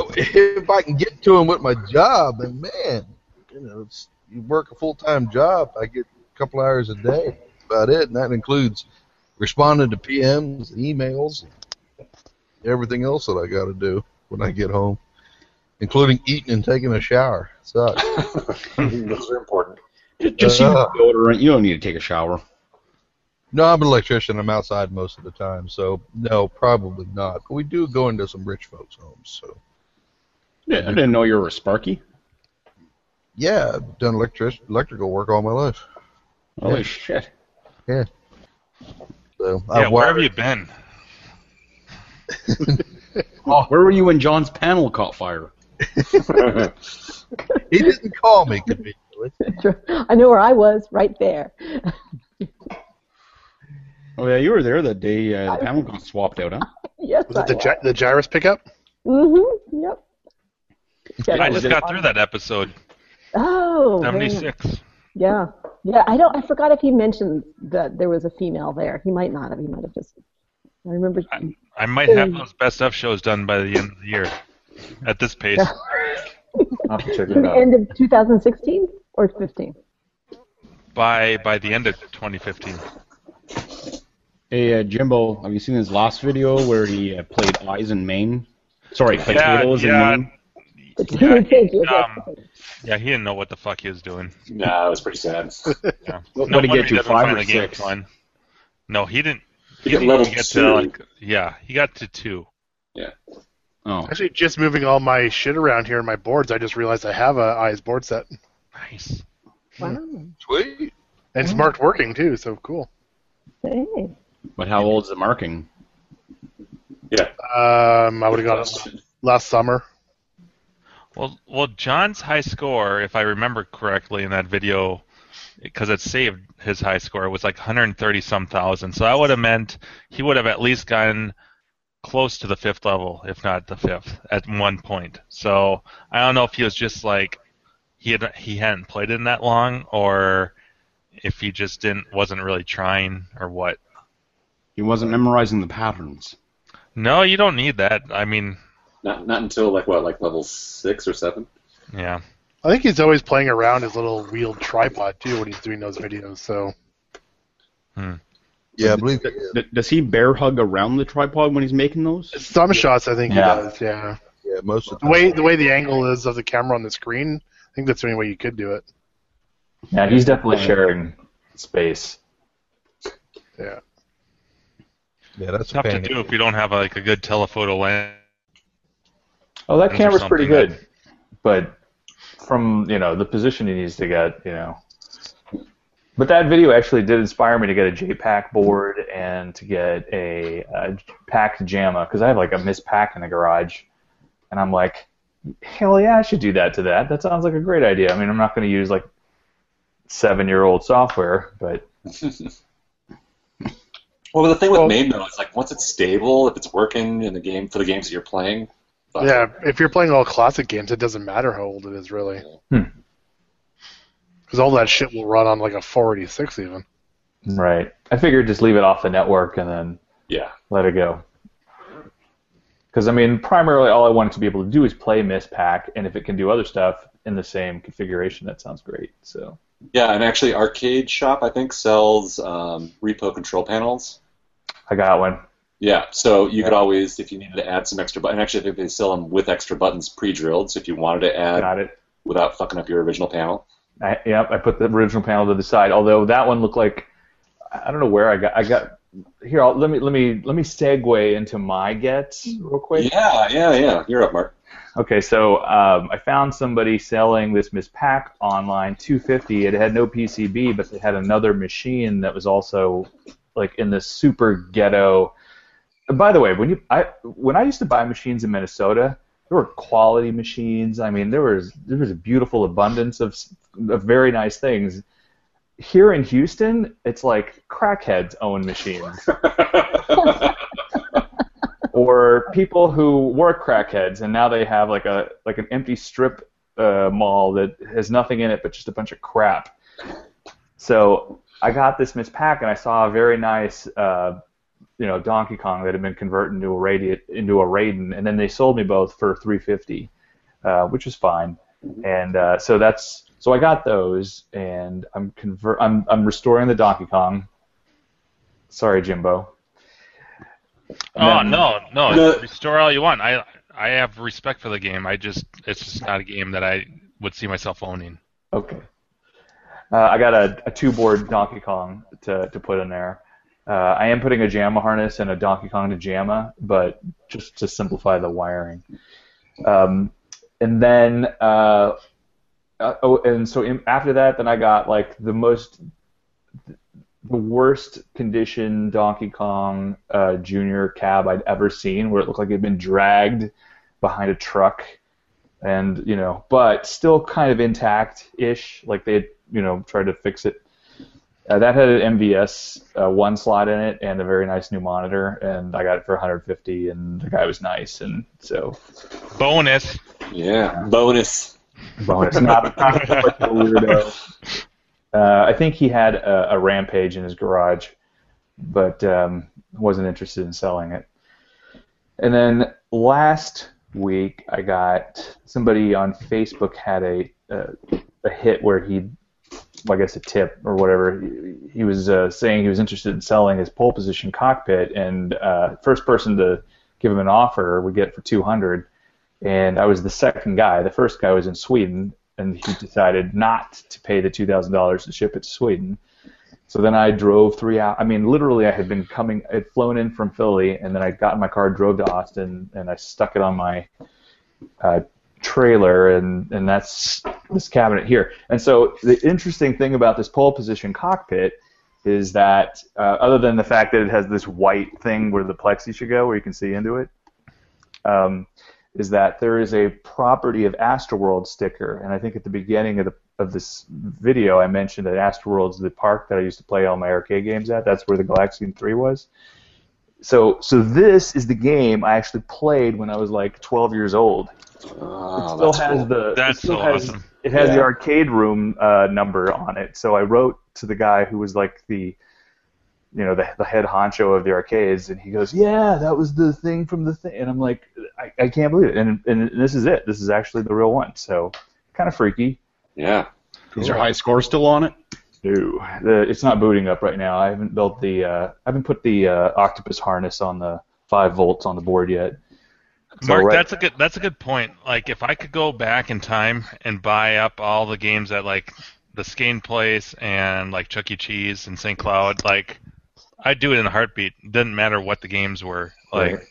[SPEAKER 7] Oh, If I can get to them with my job, then man, you know, it's, you work a full time job. I get a couple hours a day, about it, and that includes responding to PMs, emails, everything else that I got to do when I get home, including eating and taking a shower. It
[SPEAKER 2] [laughs]
[SPEAKER 7] sucks.
[SPEAKER 4] Those are important.
[SPEAKER 6] Just use
[SPEAKER 7] Uh.
[SPEAKER 6] deodorant. You don't need to take a shower.
[SPEAKER 7] No, I'm an electrician. I'm outside most of the time, so no, probably not. But we do go into some rich folks' homes, so
[SPEAKER 6] Yeah, I didn't know you were a Sparky.
[SPEAKER 7] yeah, I've done electric electrical work all my life.
[SPEAKER 6] Holy shit.
[SPEAKER 7] So
[SPEAKER 2] Yeah,
[SPEAKER 7] I've
[SPEAKER 2] where
[SPEAKER 7] wired,
[SPEAKER 2] have you
[SPEAKER 7] [laughs]
[SPEAKER 2] been?
[SPEAKER 6] Oh, Where were you when John's panel caught fire?
[SPEAKER 7] [laughs] He didn't call me conveniently.
[SPEAKER 3] I know where I was, right there.
[SPEAKER 6] [laughs] Oh, yeah, you were there that day uh, the panel got swapped out, huh?
[SPEAKER 3] Yes,
[SPEAKER 1] Was it
[SPEAKER 3] I
[SPEAKER 1] the, gy- the gyrus pickup?
[SPEAKER 3] Mm-hmm. Yep. Yeah,
[SPEAKER 2] I
[SPEAKER 3] it
[SPEAKER 2] just
[SPEAKER 3] was
[SPEAKER 2] got
[SPEAKER 3] on-
[SPEAKER 2] through that episode.
[SPEAKER 3] Oh, very nice.
[SPEAKER 2] 76.
[SPEAKER 3] yeah, yeah. I don't. I forgot if he mentioned that there was a female there. He might not have. He might have just. I remember. [laughs]
[SPEAKER 2] I might have those best F shows done by the end of the year. At this pace,
[SPEAKER 5] I'll have to check
[SPEAKER 3] to
[SPEAKER 5] that
[SPEAKER 3] the
[SPEAKER 5] out.
[SPEAKER 3] end of 2016 or 15.
[SPEAKER 2] by by the end of 2015.
[SPEAKER 6] Hey, uh, Jimbo, have you seen his last video where he uh, played Eyes in Maine? Sorry, Potatoes
[SPEAKER 2] yeah.
[SPEAKER 6] in Maine?
[SPEAKER 3] The two
[SPEAKER 2] Yeah,
[SPEAKER 3] things, [laughs] yes,
[SPEAKER 2] um,
[SPEAKER 3] yes.
[SPEAKER 2] Yeah, he didn't know what the fuck he was doing.
[SPEAKER 4] nah, it was pretty sad.
[SPEAKER 2] Yeah.
[SPEAKER 6] What- what did he
[SPEAKER 2] wonder
[SPEAKER 6] get to,
[SPEAKER 2] doesn't
[SPEAKER 6] five
[SPEAKER 2] find
[SPEAKER 6] or
[SPEAKER 2] the game
[SPEAKER 6] six?
[SPEAKER 2] fun. No, he didn't.
[SPEAKER 4] He got level
[SPEAKER 2] get
[SPEAKER 4] two.
[SPEAKER 2] to like yeah, he got to two.
[SPEAKER 6] Oh,
[SPEAKER 1] Actually, just moving all my shit around here in my boards, I just realized I have a eyes board set, and
[SPEAKER 2] Nice.
[SPEAKER 3] Wow.
[SPEAKER 7] Sweet.
[SPEAKER 1] it's marked working too. So cool.
[SPEAKER 3] Hey.
[SPEAKER 6] but how old's the marking?
[SPEAKER 4] Yeah.
[SPEAKER 1] Um, I would have got it last summer.
[SPEAKER 2] Well, well, John's high score, if I remember correctly, in that video, because it saved his high score, was like 130 some thousand. So that would have meant he would have at least gotten close to the fifth level, if not the fifth, at one point. So I don't know if he was just like he had he hadn't played in that long, or if he just didn't wasn't really trying, or what.
[SPEAKER 6] He wasn't memorizing the patterns.
[SPEAKER 2] No, you don't need that. I mean,
[SPEAKER 4] Not not until like what, like level six or seven.
[SPEAKER 2] yeah.
[SPEAKER 1] I think he's always playing around his little wheeled tripod too when he's doing those videos. So
[SPEAKER 7] Yeah, I believe it is.
[SPEAKER 6] D- does he bear hug around the tripod when he's making those?
[SPEAKER 1] some shots, I think
[SPEAKER 5] Yeah.
[SPEAKER 1] he does. Yeah.
[SPEAKER 7] Yeah, most of the time.
[SPEAKER 1] The way the way the angle is of the camera on the screen, I think that's the only way you could do it.
[SPEAKER 5] Yeah, he's definitely sharing space.
[SPEAKER 1] Yeah.
[SPEAKER 7] Yeah, that's a
[SPEAKER 2] tough to
[SPEAKER 7] pain.
[SPEAKER 2] do if you don't have like a good telephoto lens.
[SPEAKER 5] Oh, that
[SPEAKER 2] Those are
[SPEAKER 5] camera's pretty
[SPEAKER 2] something
[SPEAKER 5] good, but from you know the position he needs to get, you know. But that video actually did inspire me to get a JPAC board and to get a, uh packed JAMA because I have like a missed pack in the garage, and I'm like, hell yeah, I should do that to that. That sounds like a great idea. I mean, I'm not going to use like seven year old software,
[SPEAKER 2] [laughs]
[SPEAKER 5] but
[SPEAKER 4] Well, but the thing with
[SPEAKER 1] Well-
[SPEAKER 4] MAME though, it's like once it's stable, if it's working in the game for the games that you're playing. fuck
[SPEAKER 1] Yeah.
[SPEAKER 4] it.
[SPEAKER 1] If you're playing all classic games, it doesn't matter how old it is really.
[SPEAKER 5] Hmm.
[SPEAKER 1] Because all that shit will run on like a 486 even.
[SPEAKER 5] right, I figured just leave it off the network and then
[SPEAKER 4] Yeah.
[SPEAKER 5] let it go. Because I mean, primarily all I wanted to be able to do is play Miss Pack, and if it can do other stuff in the same configuration, that sounds great. So
[SPEAKER 4] Yeah, and actually, Arcade Shop I think sells um, repo control panels.
[SPEAKER 5] I got one.
[SPEAKER 4] Yeah, so you could always, if you needed to add some extra buttons, and actually, I think they sell them with extra buttons pre-drilled. So if you wanted to add
[SPEAKER 5] Got it.
[SPEAKER 4] without fucking up your original panel,
[SPEAKER 5] I, yep, I put the original panel to the side. Although that one looked like I don't know where I got. I got here. I'll, let me let me let me segue into my gets real quick.
[SPEAKER 4] yeah, yeah, yeah, you're up, Mark.
[SPEAKER 5] Okay, so um, I found somebody selling this Miss Pack online, 250. It had no PCB, but they had another machine that was also like in this super ghetto. And by the way, when you I when I used to buy machines in Minnesota, there were quality machines. I mean, there was there was a beautiful abundance of, s- of very nice things. Here in Houston, it's like crackheads own machines or people who were crackheads and now they have like a like an empty strip uh, mall that has nothing in it but just a bunch of crap. So I got this Miss Pack and I saw a very nice uh, you know Donkey Kong that had been converted into a radi- into a Raiden and then they sold me both for 350, uh, which was fine. And uh, so that's so I got those and I'm convert I'm I'm restoring the Donkey Kong. Sorry, Jimbo.
[SPEAKER 2] Oh
[SPEAKER 5] And then-
[SPEAKER 2] no, no,
[SPEAKER 4] No.
[SPEAKER 2] restore all you want. I I have respect for the game. I just it's just not a game that I would see myself owning.
[SPEAKER 5] Okay. Uh, I got a, a two board Donkey Kong to, to put in there. Uh, I am putting a JAMA harness and a Donkey Kong to JAMA, but just to simplify the wiring. Um, and then, uh, uh, oh, and so in, after that, then I got like the most, the worst condition Donkey Kong uh, Junior cab I'd ever seen, where it looked like it had been dragged behind a truck and you know, but still kind of intact ish. Like they had, you know, tried to fix it. Uh, that had an MVS uh, one slot in it and a very nice new monitor, and I got it for 150, and the guy was nice, and so
[SPEAKER 2] Bonus.
[SPEAKER 4] Yeah, bonus.
[SPEAKER 2] [laughs]
[SPEAKER 5] bonus. [laughs] not, not like a weirdo. Uh, I think he had a, a rampage in his garage, but um, wasn't interested in selling it. And then last week, I got somebody on Facebook had a a, a hit where he, well, I guess a tip or whatever. He, he was uh, saying he was interested in selling his pole position cockpit, and uh, first person to give him an offer would get it for 200 and I was the second guy. The first guy was in Sweden, and he decided not to pay the two thousand dollars to ship it to Sweden. So then I drove three hours. I mean, literally, I had been coming. I'd flown in from Philly, and then I got in my car, drove to Austin, and I stuck it on my uh, trailer, and and that's this cabinet here. And so the interesting thing about this pole position cockpit is that, uh, other than the fact that it has this white thing where the plexi should go, where you can see into it. Um, is that there is a property of Astroworld sticker, and I think at the beginning of the of this video I mentioned that Astroworld's the park that I used to play all my arcade games at. That's where the Galaxian 3 was. So so this is the game I actually played when I was like 12 years old. It
[SPEAKER 4] Oh,
[SPEAKER 5] still
[SPEAKER 4] that's
[SPEAKER 5] has
[SPEAKER 4] cool.
[SPEAKER 5] the it
[SPEAKER 2] That's
[SPEAKER 5] still
[SPEAKER 2] so
[SPEAKER 5] has-
[SPEAKER 2] awesome.
[SPEAKER 5] It has the
[SPEAKER 4] Yeah.
[SPEAKER 5] arcade room uh, number on it. So I wrote to the guy who was like the you know, the, the head honcho of the arcades, and he goes, "Yeah, that was the thing from the thing," and I'm like, "I, I can't believe it!" And and this is it. This is actually the real one. So kind of freaky.
[SPEAKER 4] Yeah.
[SPEAKER 6] Is your high score still on it?
[SPEAKER 5] No, the, it's not booting up right now. I haven't built the, uh, I haven't put the uh, octopus harness on the five volts on the board yet. So
[SPEAKER 2] Mark,
[SPEAKER 5] right-
[SPEAKER 2] that's a good that's a good point. Like if I could go back in time and buy up all the games at like the Skane Place and like Chuck E. Cheese and St. Cloud, like I'd do it in a heartbeat. Didn't matter what the games were. Like
[SPEAKER 5] Right.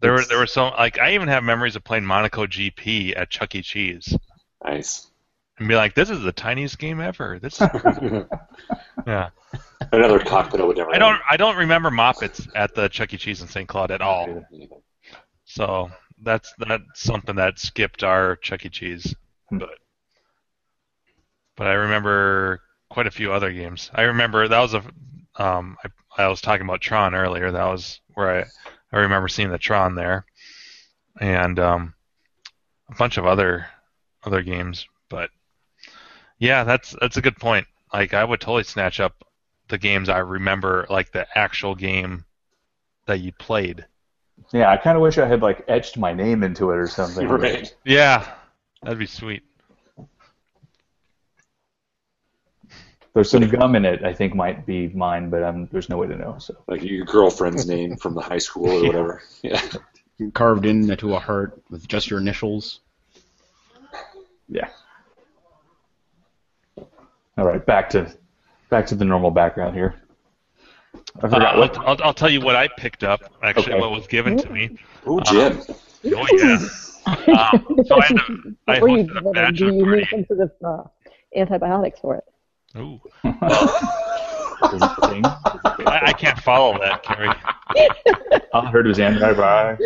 [SPEAKER 2] there were
[SPEAKER 5] It's-
[SPEAKER 2] there were so like I even have memories of playing Monaco GP at Chuck E. Cheese
[SPEAKER 4] Nice.
[SPEAKER 2] and be like, This is the tiniest game ever.
[SPEAKER 5] [laughs]
[SPEAKER 2] This [laughs] is yeah.
[SPEAKER 4] [laughs] Another cockpit I would never.
[SPEAKER 2] I don't I don't remember Moppets at the Chuck E. Cheese in St. Cloud at all. So that's that's something that skipped our Chuck E. Cheese,
[SPEAKER 5] Hmm.
[SPEAKER 2] but but I remember quite a few other games. I remember that was a um I, I was talking about Tron earlier. That was where I I remember seeing the Tron there, and um a bunch of other other games. But yeah, that's that's a good point. Like I would totally snatch up the games I remember, like the actual game that you played.
[SPEAKER 5] Yeah, I kind of wish I had like etched my name into it or something.
[SPEAKER 4] [laughs] Right.
[SPEAKER 2] Yeah, that'd be sweet.
[SPEAKER 5] There's some gum in it. I think might be mine, but i there's no way to know. So
[SPEAKER 4] Like your girlfriend's name from the high
[SPEAKER 5] [laughs]
[SPEAKER 4] school or whatever. Yeah.
[SPEAKER 6] carved into a heart with just your initials.
[SPEAKER 5] yeah. All right, back to back to the normal background here. I
[SPEAKER 2] Uh,
[SPEAKER 5] forgot what.
[SPEAKER 2] I'll, I'll, I'll tell you what I picked up. Actually,
[SPEAKER 5] Okay.
[SPEAKER 2] what was given to me. Uh,
[SPEAKER 4] Ooh, Jim.
[SPEAKER 2] Oh yeah. Um, so I had to,
[SPEAKER 3] [laughs]
[SPEAKER 2] I
[SPEAKER 3] Before you
[SPEAKER 2] hosted a
[SPEAKER 3] give it,
[SPEAKER 2] bachelor
[SPEAKER 3] do you need
[SPEAKER 2] party.
[SPEAKER 3] some sort of uh, antibiotics for it?
[SPEAKER 2] Ooh,
[SPEAKER 5] Is it the thing?
[SPEAKER 2] I, I can't follow that, Carrie.
[SPEAKER 5] All [laughs] I heard was Andrew. Bye.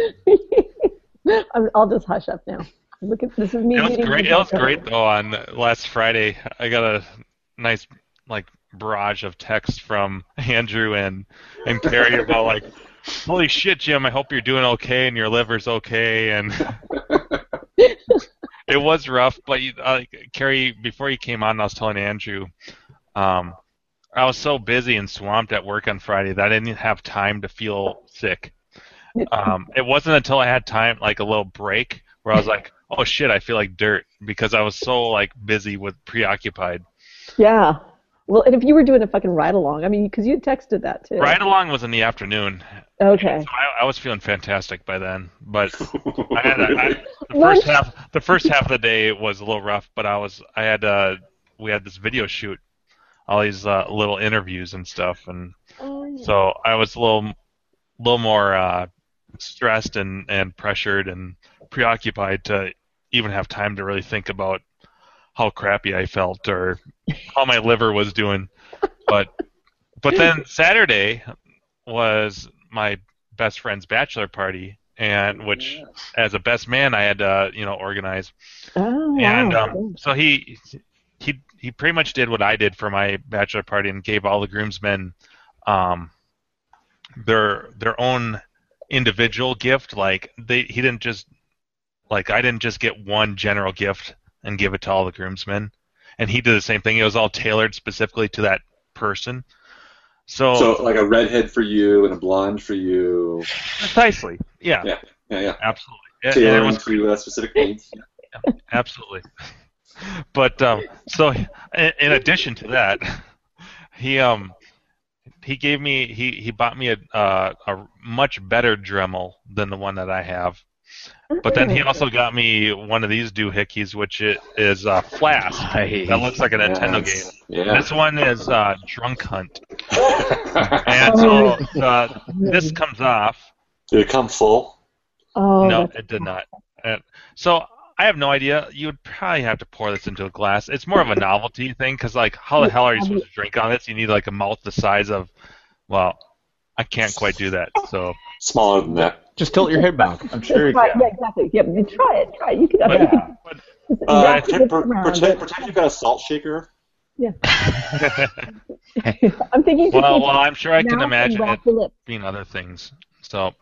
[SPEAKER 3] [laughs] I'm, I'll just hush up now. Look at this is me.
[SPEAKER 2] It was
[SPEAKER 3] reading
[SPEAKER 2] great.
[SPEAKER 3] the
[SPEAKER 2] It was
[SPEAKER 3] document.
[SPEAKER 2] great though. On last Friday, I got a nice like barrage of texts from Andrew and and Carrie about like, holy shit, Jim. I hope you're doing okay and your liver's okay. And it was rough, but you, uh, Carrie, before you came on, I was telling Andrew, um, I was so busy and swamped at work on Friday that I didn't have time to feel sick um, it wasn't until I had time, like a little break, where I was like, "Oh shit, I feel like dirt," because I was so like busy with preoccupied.
[SPEAKER 3] Yeah. Well, and if you were doing a fucking ride along, I mean, because you had texted that too.
[SPEAKER 2] Ride along was in the afternoon,
[SPEAKER 3] Okay.
[SPEAKER 2] so I, I was feeling fantastic by then. But I had a, I, the
[SPEAKER 3] Really?
[SPEAKER 2] first half, the first half of the day was a little rough, but I was, I had, uh, we had this video shoot, all these uh, little interviews and stuff, and so I was a little, little more uh, stressed and and pressured and preoccupied to even have time to really think about how crappy I felt or how my liver was doing, but but then Saturday was my best friend's bachelor party, and which as a best man I had to you know organize
[SPEAKER 3] Oh,
[SPEAKER 2] and
[SPEAKER 3] wow.
[SPEAKER 2] um, so he he he pretty much did what I did for my bachelor party and gave all the groomsmen um, their their own individual gift. Like they he didn't just like I didn't just get one general gift and give it to all the groomsmen. And he did the same thing. It was all tailored specifically to that person. So,
[SPEAKER 4] So like a redhead for you and a blonde for you.
[SPEAKER 2] precisely, yeah,
[SPEAKER 4] Yeah. Yeah, yeah.
[SPEAKER 2] absolutely. And- and it
[SPEAKER 4] Tailoring
[SPEAKER 2] was
[SPEAKER 4] to uh, specific needs.
[SPEAKER 2] absolutely. [laughs] But um, so, in, in addition to that, he um, he gave me he he bought me a uh, a much better Dremel than the one that I have. But then he also got me one of these doohickeys, which i- is a flask that looks like a Nintendo game.
[SPEAKER 4] Yes. Yeah.
[SPEAKER 2] This one is uh, Drunk
[SPEAKER 4] [laughs]
[SPEAKER 2] Hunt, and so uh, this comes off.
[SPEAKER 4] Did it come full?
[SPEAKER 3] Oh,
[SPEAKER 2] no,
[SPEAKER 3] that's-
[SPEAKER 2] it did not. Uh, so I have no idea. You would probably have to pour this into a glass. It's more of a novelty thing because, like, how the hell are you supposed to drink on this? You need like a mouth the size of, well, I can't quite do that. So,
[SPEAKER 4] Smaller than that.
[SPEAKER 6] Just tilt your head back.
[SPEAKER 5] I'm sure you
[SPEAKER 3] Try,
[SPEAKER 5] can.
[SPEAKER 3] yeah, exactly. Yeah, you try it. Try it. You could. I mean, you
[SPEAKER 5] Yeah.
[SPEAKER 2] but
[SPEAKER 3] could
[SPEAKER 4] Uh,
[SPEAKER 3] wrap
[SPEAKER 4] pretend,
[SPEAKER 3] this
[SPEAKER 4] pre-
[SPEAKER 3] around
[SPEAKER 4] pretend,
[SPEAKER 3] it.
[SPEAKER 4] pretend you've got a salt shaker.
[SPEAKER 2] [laughs]
[SPEAKER 3] I'm thinking. you could [laughs]
[SPEAKER 2] well,
[SPEAKER 3] take
[SPEAKER 2] well, I'm sure I
[SPEAKER 3] your
[SPEAKER 2] can
[SPEAKER 3] mouth and
[SPEAKER 2] imagine it
[SPEAKER 3] wrap the lip.
[SPEAKER 2] being other things. So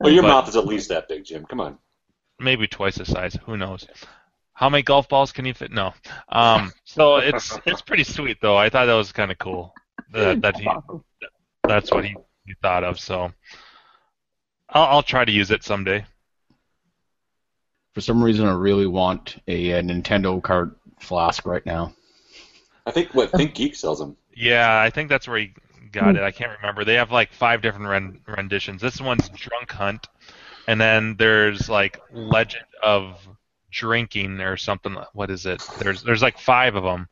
[SPEAKER 4] Well, your
[SPEAKER 2] But-
[SPEAKER 4] mouth is at least that big, Jim. Come on.
[SPEAKER 2] maybe twice the size. Who knows? How many
[SPEAKER 4] [laughs]
[SPEAKER 2] golf balls can you fit? No. Um, so it's it's pretty sweet though. I thought that was kind of cool. that, that he, that's what he, he thought of. So I'll, I'll try to use it someday.
[SPEAKER 6] For some reason, I really want a, uh Nintendo card flask right now.
[SPEAKER 4] I think what Think Geek sells them.
[SPEAKER 2] Yeah, I think that's where he got it. I can't remember. They have like five different ren- renditions. This one's Drunk Hunt, and then there's like Legend of Drinking or something. What is it? There's there's like five of them.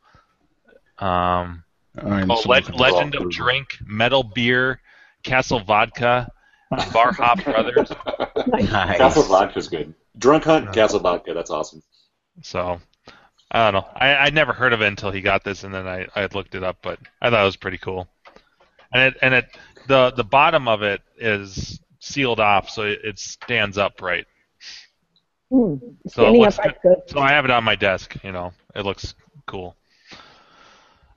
[SPEAKER 2] Um,
[SPEAKER 6] I'm
[SPEAKER 2] oh,
[SPEAKER 6] so
[SPEAKER 2] Le-
[SPEAKER 6] looking forward
[SPEAKER 2] Legend
[SPEAKER 6] to
[SPEAKER 2] of
[SPEAKER 6] it.
[SPEAKER 2] Drink, Metal Beer, Castle Vodka, Bar Hop Brothers.
[SPEAKER 4] Castle
[SPEAKER 6] Nice.
[SPEAKER 4] Vodka's good. Drunk Hunt, Castle Vodka, that's awesome.
[SPEAKER 2] So I don't know. I, I never heard of it until he got this, and then I, I looked it up, but I thought it was pretty cool. And it and it the the bottom of it is sealed off, so it, it stands upright.
[SPEAKER 3] Hmm.
[SPEAKER 2] So
[SPEAKER 3] Standing
[SPEAKER 2] what's
[SPEAKER 3] upright's good.
[SPEAKER 2] So I have it on my desk. You know, it looks cool.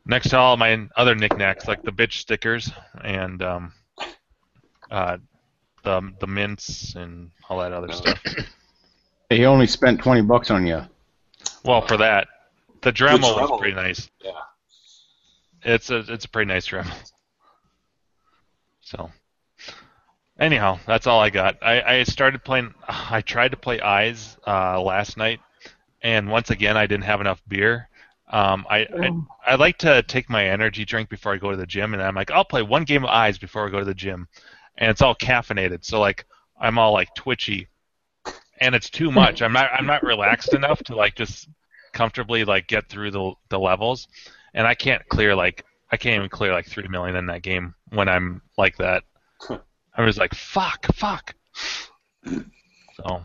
[SPEAKER 2] Next to all my other knickknacks, like the bitch stickers and um, uh, the the mints and all that other stuff.
[SPEAKER 6] He only spent 20 bucks on you.
[SPEAKER 2] Well, for that, the Dremel was
[SPEAKER 4] Dremel.
[SPEAKER 2] pretty nice.
[SPEAKER 4] Yeah.
[SPEAKER 2] It's a it's a pretty nice Dremel. So, anyhow, that's all I got. I, I started playing. I tried to play Eyes uh, last night, and once again, I didn't have enough beer. Um, I,
[SPEAKER 3] Oh.
[SPEAKER 2] I I like to take my energy drink before I go to the gym, and I'm like, I'll play one game of Eyes before I go to the gym, and it's all caffeinated, so like I'm all like twitchy, and it's too much. I'm not I'm not relaxed enough to like just comfortably like get through the the levels, and I can't clear like I can't even clear like three million in that game when I'm like that. I was like, fuck, fuck. So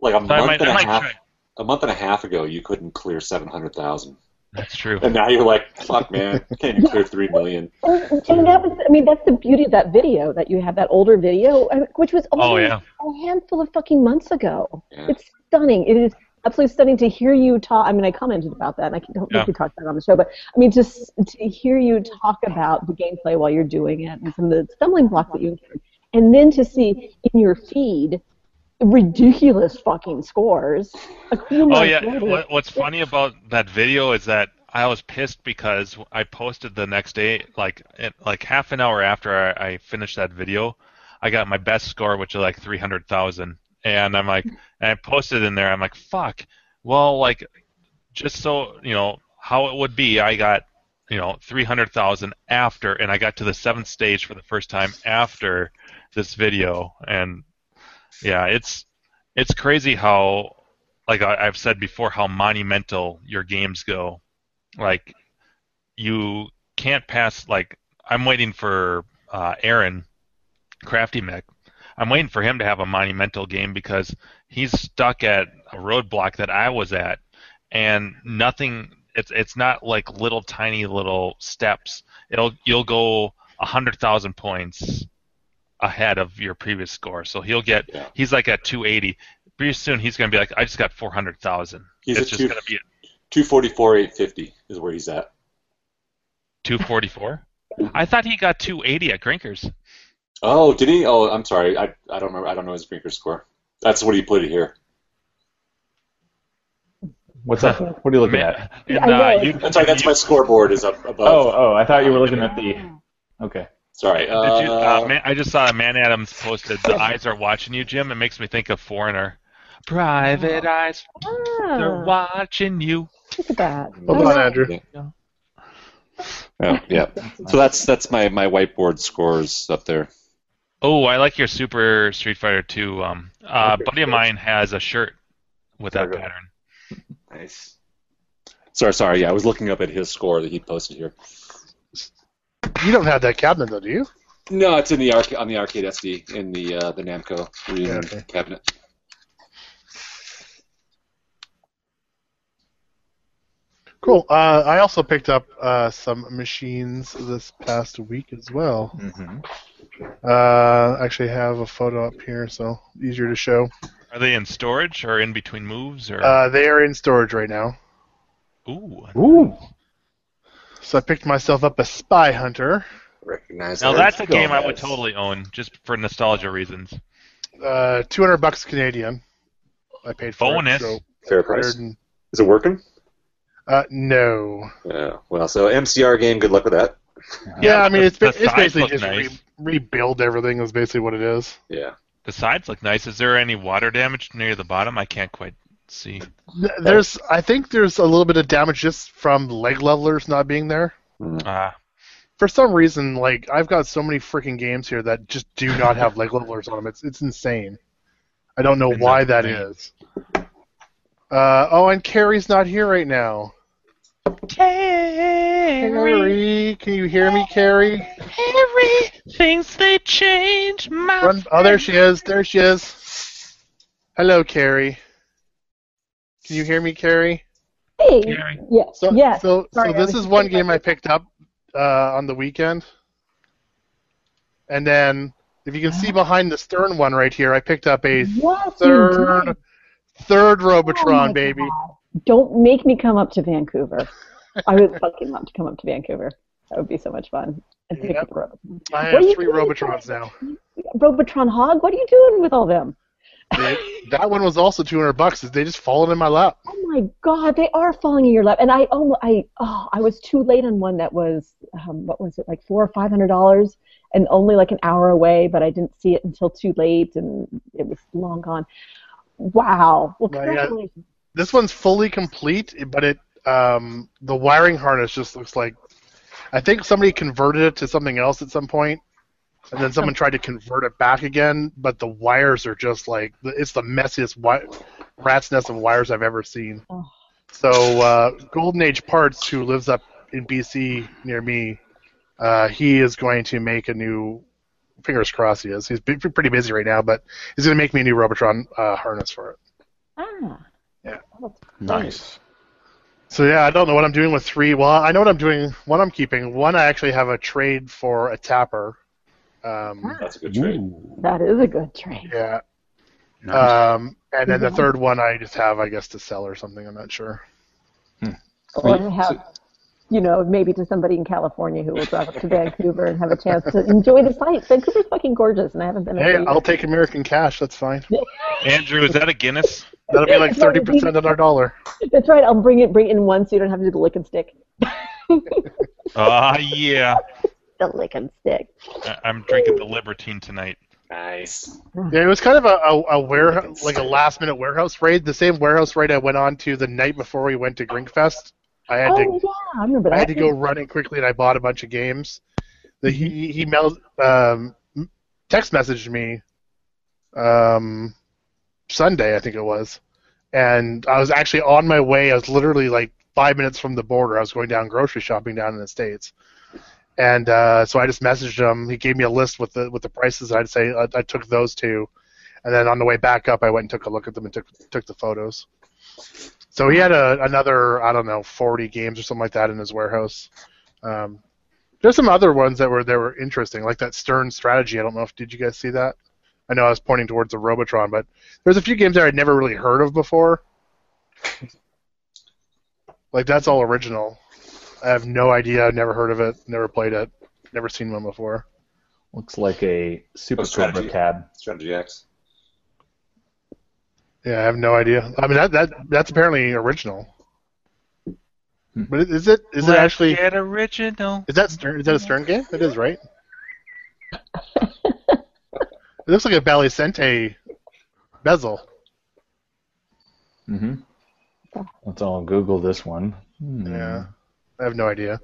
[SPEAKER 4] Like a
[SPEAKER 2] So
[SPEAKER 4] month
[SPEAKER 2] I might-
[SPEAKER 4] and
[SPEAKER 2] I
[SPEAKER 4] a
[SPEAKER 2] might
[SPEAKER 4] half
[SPEAKER 2] try.
[SPEAKER 4] a month and a half ago you couldn't clear seven hundred thousand.
[SPEAKER 2] that's true.
[SPEAKER 4] And now you're like, fuck man, can't even clear three million.
[SPEAKER 3] And, and that was, I mean, that's the beauty of that video that you had, that older video, I mean, which was only
[SPEAKER 2] Oh, yeah.
[SPEAKER 3] a handful of fucking months ago.
[SPEAKER 4] Yeah.
[SPEAKER 3] It's stunning. It is absolutely stunning to hear you talk. I mean, I commented about that, and I can- don't
[SPEAKER 2] Yeah.
[SPEAKER 3] think we talked about it on the show, but I mean, just to hear you talk about the gameplay while you're doing it and some of the stumbling blocks that you encountered, and then to see in your feed ridiculous fucking scores. A few
[SPEAKER 2] Oh
[SPEAKER 3] months
[SPEAKER 2] yeah.
[SPEAKER 3] later.
[SPEAKER 2] What, what's funny about that video is that I was pissed because I posted the next day, like it, like half an hour after I, I finished that video, I got my best score, which is like three hundred thousand, and I'm like, and I posted in there, I'm like, fuck. Well, like, just so you know how it would be, I got you know three hundred thousand after, and I got to the seventh stage for the first time after this video, and yeah, it's it's crazy how like I, I've said before, how monumental your games go. Like you can't pass. Like I'm waiting for uh, Aaron Crafty Mech. I'm waiting for him to have a monumental game because he's stuck at a roadblock that I was at, and nothing. It's it's not like little tiny little steps. It'll you'll go a hundred thousand points ahead of your previous score. So he'll get
[SPEAKER 4] Yeah.
[SPEAKER 2] he's like at 280 pretty soon he's going to be like, I just got 400,000.
[SPEAKER 4] He's
[SPEAKER 2] It's
[SPEAKER 4] at
[SPEAKER 2] just
[SPEAKER 4] two-
[SPEAKER 2] going to be at
[SPEAKER 4] Two forty four eight fifty is where he's at.
[SPEAKER 2] 244. I thought he got 280 at Grinkers.
[SPEAKER 4] Oh, did he? Oh, I'm sorry. I, I don't remember. I don't know his Grinker score. That's what he put it here.
[SPEAKER 5] What's up? What are you looking at?
[SPEAKER 2] And,
[SPEAKER 3] I know,
[SPEAKER 2] uh,
[SPEAKER 3] it's-
[SPEAKER 2] you,
[SPEAKER 4] That's right. That's my scoreboard is up above.
[SPEAKER 5] Oh, oh, I thought you were looking at the. Okay.
[SPEAKER 4] sorry.
[SPEAKER 2] did you,
[SPEAKER 4] Uh,
[SPEAKER 2] uh, man, I just saw Man Adams posted,
[SPEAKER 4] [laughs]
[SPEAKER 2] the eyes are watching you, Jim. It makes me think of Foreigner. Private eyes, they're
[SPEAKER 3] Ah,
[SPEAKER 2] watching you.
[SPEAKER 3] look at that.
[SPEAKER 1] Hold on, Andrew.
[SPEAKER 4] Oh, yeah. So that's that's my, my whiteboard scores up there.
[SPEAKER 2] Oh, I like your Super Street Fighter 2. Um, uh, buddy of mine has a shirt with that
[SPEAKER 5] There we go.
[SPEAKER 2] pattern.
[SPEAKER 4] Nice. Sorry, sorry. Yeah, I was looking up at his score that he posted here.
[SPEAKER 1] You don't have that cabinet though, do you?
[SPEAKER 4] No, it's in the arc- on the arcade SD in the uh, the Namco reunion
[SPEAKER 1] Yeah, okay.
[SPEAKER 4] cabinet.
[SPEAKER 1] Cool. Uh, I also picked up uh, some machines this past week as well. Uh, actually, have a photo up here, so easier to show.
[SPEAKER 2] Are they in storage or in between moves? Or
[SPEAKER 1] Uh, they are in storage right now.
[SPEAKER 2] Ooh.
[SPEAKER 5] Ooh.
[SPEAKER 1] So I picked myself up a Spy Hunter.
[SPEAKER 4] Recognize
[SPEAKER 2] Now
[SPEAKER 4] that.
[SPEAKER 2] that's a game I would
[SPEAKER 4] Gomez.
[SPEAKER 2] totally own, just for nostalgia reasons.
[SPEAKER 1] Uh, 200 bucks Canadian. I paid for
[SPEAKER 2] Bonus.
[SPEAKER 1] it.
[SPEAKER 4] fair
[SPEAKER 1] So
[SPEAKER 4] price.
[SPEAKER 1] 100 and-
[SPEAKER 4] Is it working?
[SPEAKER 1] uh, no.
[SPEAKER 4] Yeah. Well, so MCR game. Good luck with that.
[SPEAKER 1] Yeah, I mean, it's, ba-
[SPEAKER 2] the
[SPEAKER 1] it's
[SPEAKER 2] size
[SPEAKER 1] basically
[SPEAKER 2] look
[SPEAKER 1] just re-
[SPEAKER 2] nice.
[SPEAKER 1] rebuild everything is basically what it is.
[SPEAKER 4] Yeah.
[SPEAKER 2] The sides look nice. Is there any water damage near the bottom? I can't quite see.
[SPEAKER 1] Th- There's, I think there's a little bit of damage just from leg levelers not being there.
[SPEAKER 2] Uh,
[SPEAKER 1] Ah. For some reason, like I've got so many freaking games here that just do not have leg levelers on them. It's it's insane. I don't know
[SPEAKER 2] It's
[SPEAKER 1] why that
[SPEAKER 2] insane.
[SPEAKER 1] is. Uh, oh, and Carrie's not here right now. Carrie, can you hear me, Carrie?
[SPEAKER 8] Things they change my
[SPEAKER 1] Run, oh, there she is. There she is. Hello, Carrie. Can you hear me, Carrie?
[SPEAKER 3] Hey.
[SPEAKER 2] Gary.
[SPEAKER 3] Yeah.
[SPEAKER 1] So,
[SPEAKER 3] yes.
[SPEAKER 1] so,
[SPEAKER 3] Sorry,
[SPEAKER 1] so
[SPEAKER 3] I
[SPEAKER 1] this
[SPEAKER 3] was
[SPEAKER 1] is one
[SPEAKER 3] thinking
[SPEAKER 1] game I picked up uh, on the weekend. And then, if you can see behind the stern one right here, I picked up a
[SPEAKER 3] Yes, you
[SPEAKER 1] third,
[SPEAKER 3] did.
[SPEAKER 1] third
[SPEAKER 3] Oh
[SPEAKER 1] Robotron,
[SPEAKER 3] my
[SPEAKER 1] baby.
[SPEAKER 3] God. Don't make me come up to Vancouver. I would fucking love to come up to Vancouver. That would be so much fun. And pick
[SPEAKER 1] Yep.
[SPEAKER 3] up a Robotron.
[SPEAKER 1] I
[SPEAKER 3] What
[SPEAKER 1] have
[SPEAKER 3] are you
[SPEAKER 1] three
[SPEAKER 3] doing?
[SPEAKER 1] Robotrons now.
[SPEAKER 3] Robotron Hog, what are you doing with all them?
[SPEAKER 1] They- that one was also 200 bucks. They just fallen in my lap.
[SPEAKER 3] Oh my God, they are falling in your lap. And I, oh, I, oh, I was too late on one that was, um, what was it, like four or five hundred dollars, and only like an hour away, but I didn't see it until too late, and it was long gone. Wow. Well,
[SPEAKER 1] Yeah, yeah.
[SPEAKER 3] congratulations.
[SPEAKER 1] This one's fully complete, but it um, the wiring harness just looks like I think somebody converted it to something else at some point, and then someone tried to convert it back again. But the wires are just like it's the messiest wi- rat's nest of wires I've ever seen.
[SPEAKER 3] Oh.
[SPEAKER 1] So uh, Golden Age Parts, who lives up in BC near me, uh, he is going to make a new. Fingers crossed, he is. He's b- pretty busy right now, but he's going to make me a new Robotron uh, harness for it.
[SPEAKER 3] Ah.
[SPEAKER 1] Yeah.
[SPEAKER 3] That's
[SPEAKER 6] Nice.
[SPEAKER 1] So yeah, I don't know what I'm doing with three. Well, I know what I'm doing. One I'm keeping. One I actually have a trade for a tapper. Um,
[SPEAKER 4] That's a good trade.
[SPEAKER 3] That is a good trade.
[SPEAKER 1] yeah.
[SPEAKER 6] Nice.
[SPEAKER 1] Um, and then the
[SPEAKER 3] Mm-hmm.
[SPEAKER 1] third one I just have, I guess, to sell or something. I'm not sure.
[SPEAKER 4] Hmm.
[SPEAKER 3] Or have, you know, maybe to somebody in California who will drive up to Vancouver and have a chance to enjoy the sights. Vancouver's fucking gorgeous, and I haven't been
[SPEAKER 1] Hey,
[SPEAKER 3] there.
[SPEAKER 1] I'll take American cash. That's fine.
[SPEAKER 2] Andrew, is that a Guinness?
[SPEAKER 1] That'll be like thirty percent on our dollar.
[SPEAKER 3] That's right. I'll bring it, bring it in one, so you don't have to do the lick and stick.
[SPEAKER 2] Ah, yeah.
[SPEAKER 3] The lick and stick.
[SPEAKER 2] I- I'm drinking the Libertine tonight.
[SPEAKER 4] Nice.
[SPEAKER 1] Yeah, it was kind of a, a, a ware like a last minute warehouse raid. The same warehouse raid I went on to the night before we went to Grinkfest. I had to
[SPEAKER 3] Oh yeah, I remember that.
[SPEAKER 1] I had to go running quickly, and I bought a bunch of games. The, he he mailed, um, text messaged me um, Sunday, I think it was, and I was actually on my way. I was literally like five minutes from the border. I was going down grocery shopping down in the states, and uh, so I just messaged him. He gave me a list with the with the prices. I'd say I, I took those two, and then on the way back up, I went and took a look at them and took took the photos. So he had a, another, I don't know, 40 games or something like that in his warehouse. Um, there's some other ones that were that were interesting, like that Stern strategy. I don't know if did you guys see that? I know I was pointing towards the Robotron, but there's a few games there I'd never really heard of before. Like that's all original. I have no idea. I've never heard of it. Never played it. Never seen one before.
[SPEAKER 5] Looks like a super
[SPEAKER 4] Oh,
[SPEAKER 5] cobra
[SPEAKER 4] strategy.
[SPEAKER 5] cab.
[SPEAKER 4] Strategy X.
[SPEAKER 1] Yeah, I have no idea. I mean that that that's apparently original. But is it is it
[SPEAKER 2] Let's
[SPEAKER 1] actually
[SPEAKER 2] Get original.
[SPEAKER 1] Is that Stern? Is that a Stern game? It is, right? it looks like a Balicente bezel.
[SPEAKER 5] Mm-hmm. Let's all Google this one. Hmm.
[SPEAKER 1] Yeah, I have no idea.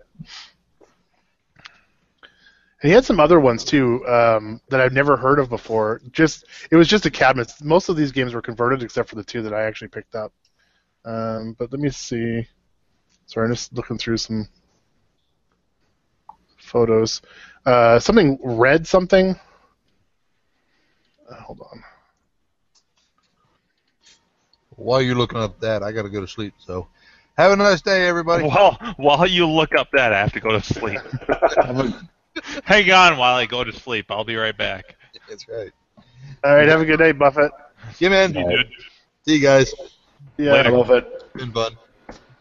[SPEAKER 1] And he had some other ones too um, that I've never heard of before. Just it was just a cabinet. Most of these games were converted, except for the two that I actually picked up. Um, but let me see. Sorry, I'm just looking through some photos. Uh, something red something. Uh, hold on.
[SPEAKER 7] While you're looking up that, I gotta go to sleep. So, have a nice day, everybody.
[SPEAKER 2] While while you look up that, I have to go
[SPEAKER 7] [laughs]
[SPEAKER 2] to sleep. Hang on while I go to sleep. I'll be right back.
[SPEAKER 7] That's right.
[SPEAKER 1] All right, have a good day, Buffett.
[SPEAKER 7] Yeah, man.
[SPEAKER 5] Yeah.
[SPEAKER 7] See you guys.
[SPEAKER 1] Yeah.
[SPEAKER 2] Later.
[SPEAKER 6] love it.
[SPEAKER 7] Been fun.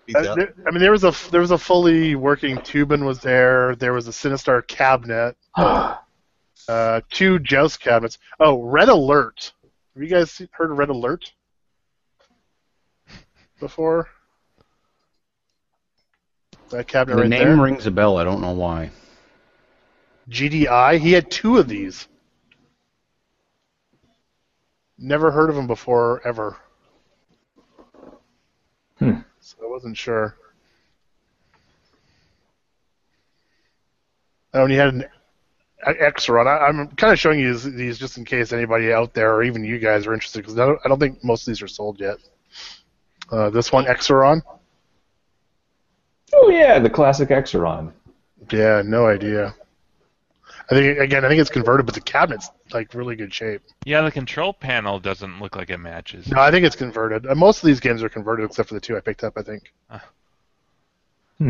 [SPEAKER 7] Peace
[SPEAKER 1] Uh,
[SPEAKER 7] out.
[SPEAKER 1] there- I mean, there was a there was a fully working Tubin was there. There was a Sinistar cabinet, uh, two Joust cabinets. Oh, Red Alert. Have you guys se- heard of Red Alert before? That cabinet
[SPEAKER 6] The
[SPEAKER 1] right
[SPEAKER 6] name
[SPEAKER 1] there.
[SPEAKER 6] rings a bell. I don't know why.
[SPEAKER 1] GDI. He had two of these. Never heard of him before, ever.
[SPEAKER 5] Hmm.
[SPEAKER 1] So I wasn't sure. Oh, and he had an Exron. I, I'm kind of showing you these, these just in case anybody out there, or even you guys, are interested, because I, don't- I don't think most of these are sold yet. Uh, this one, Exeron.
[SPEAKER 5] Oh yeah, the classic Exeron.
[SPEAKER 1] Yeah, no idea. I think again, I think it's converted, but the cabinet's like really good shape.
[SPEAKER 2] Yeah, the control panel doesn't look like it matches.
[SPEAKER 1] No, I think it's converted. Uh, Most of these games are converted, except for the two I picked up. I think.
[SPEAKER 2] Ah.
[SPEAKER 5] Hmm.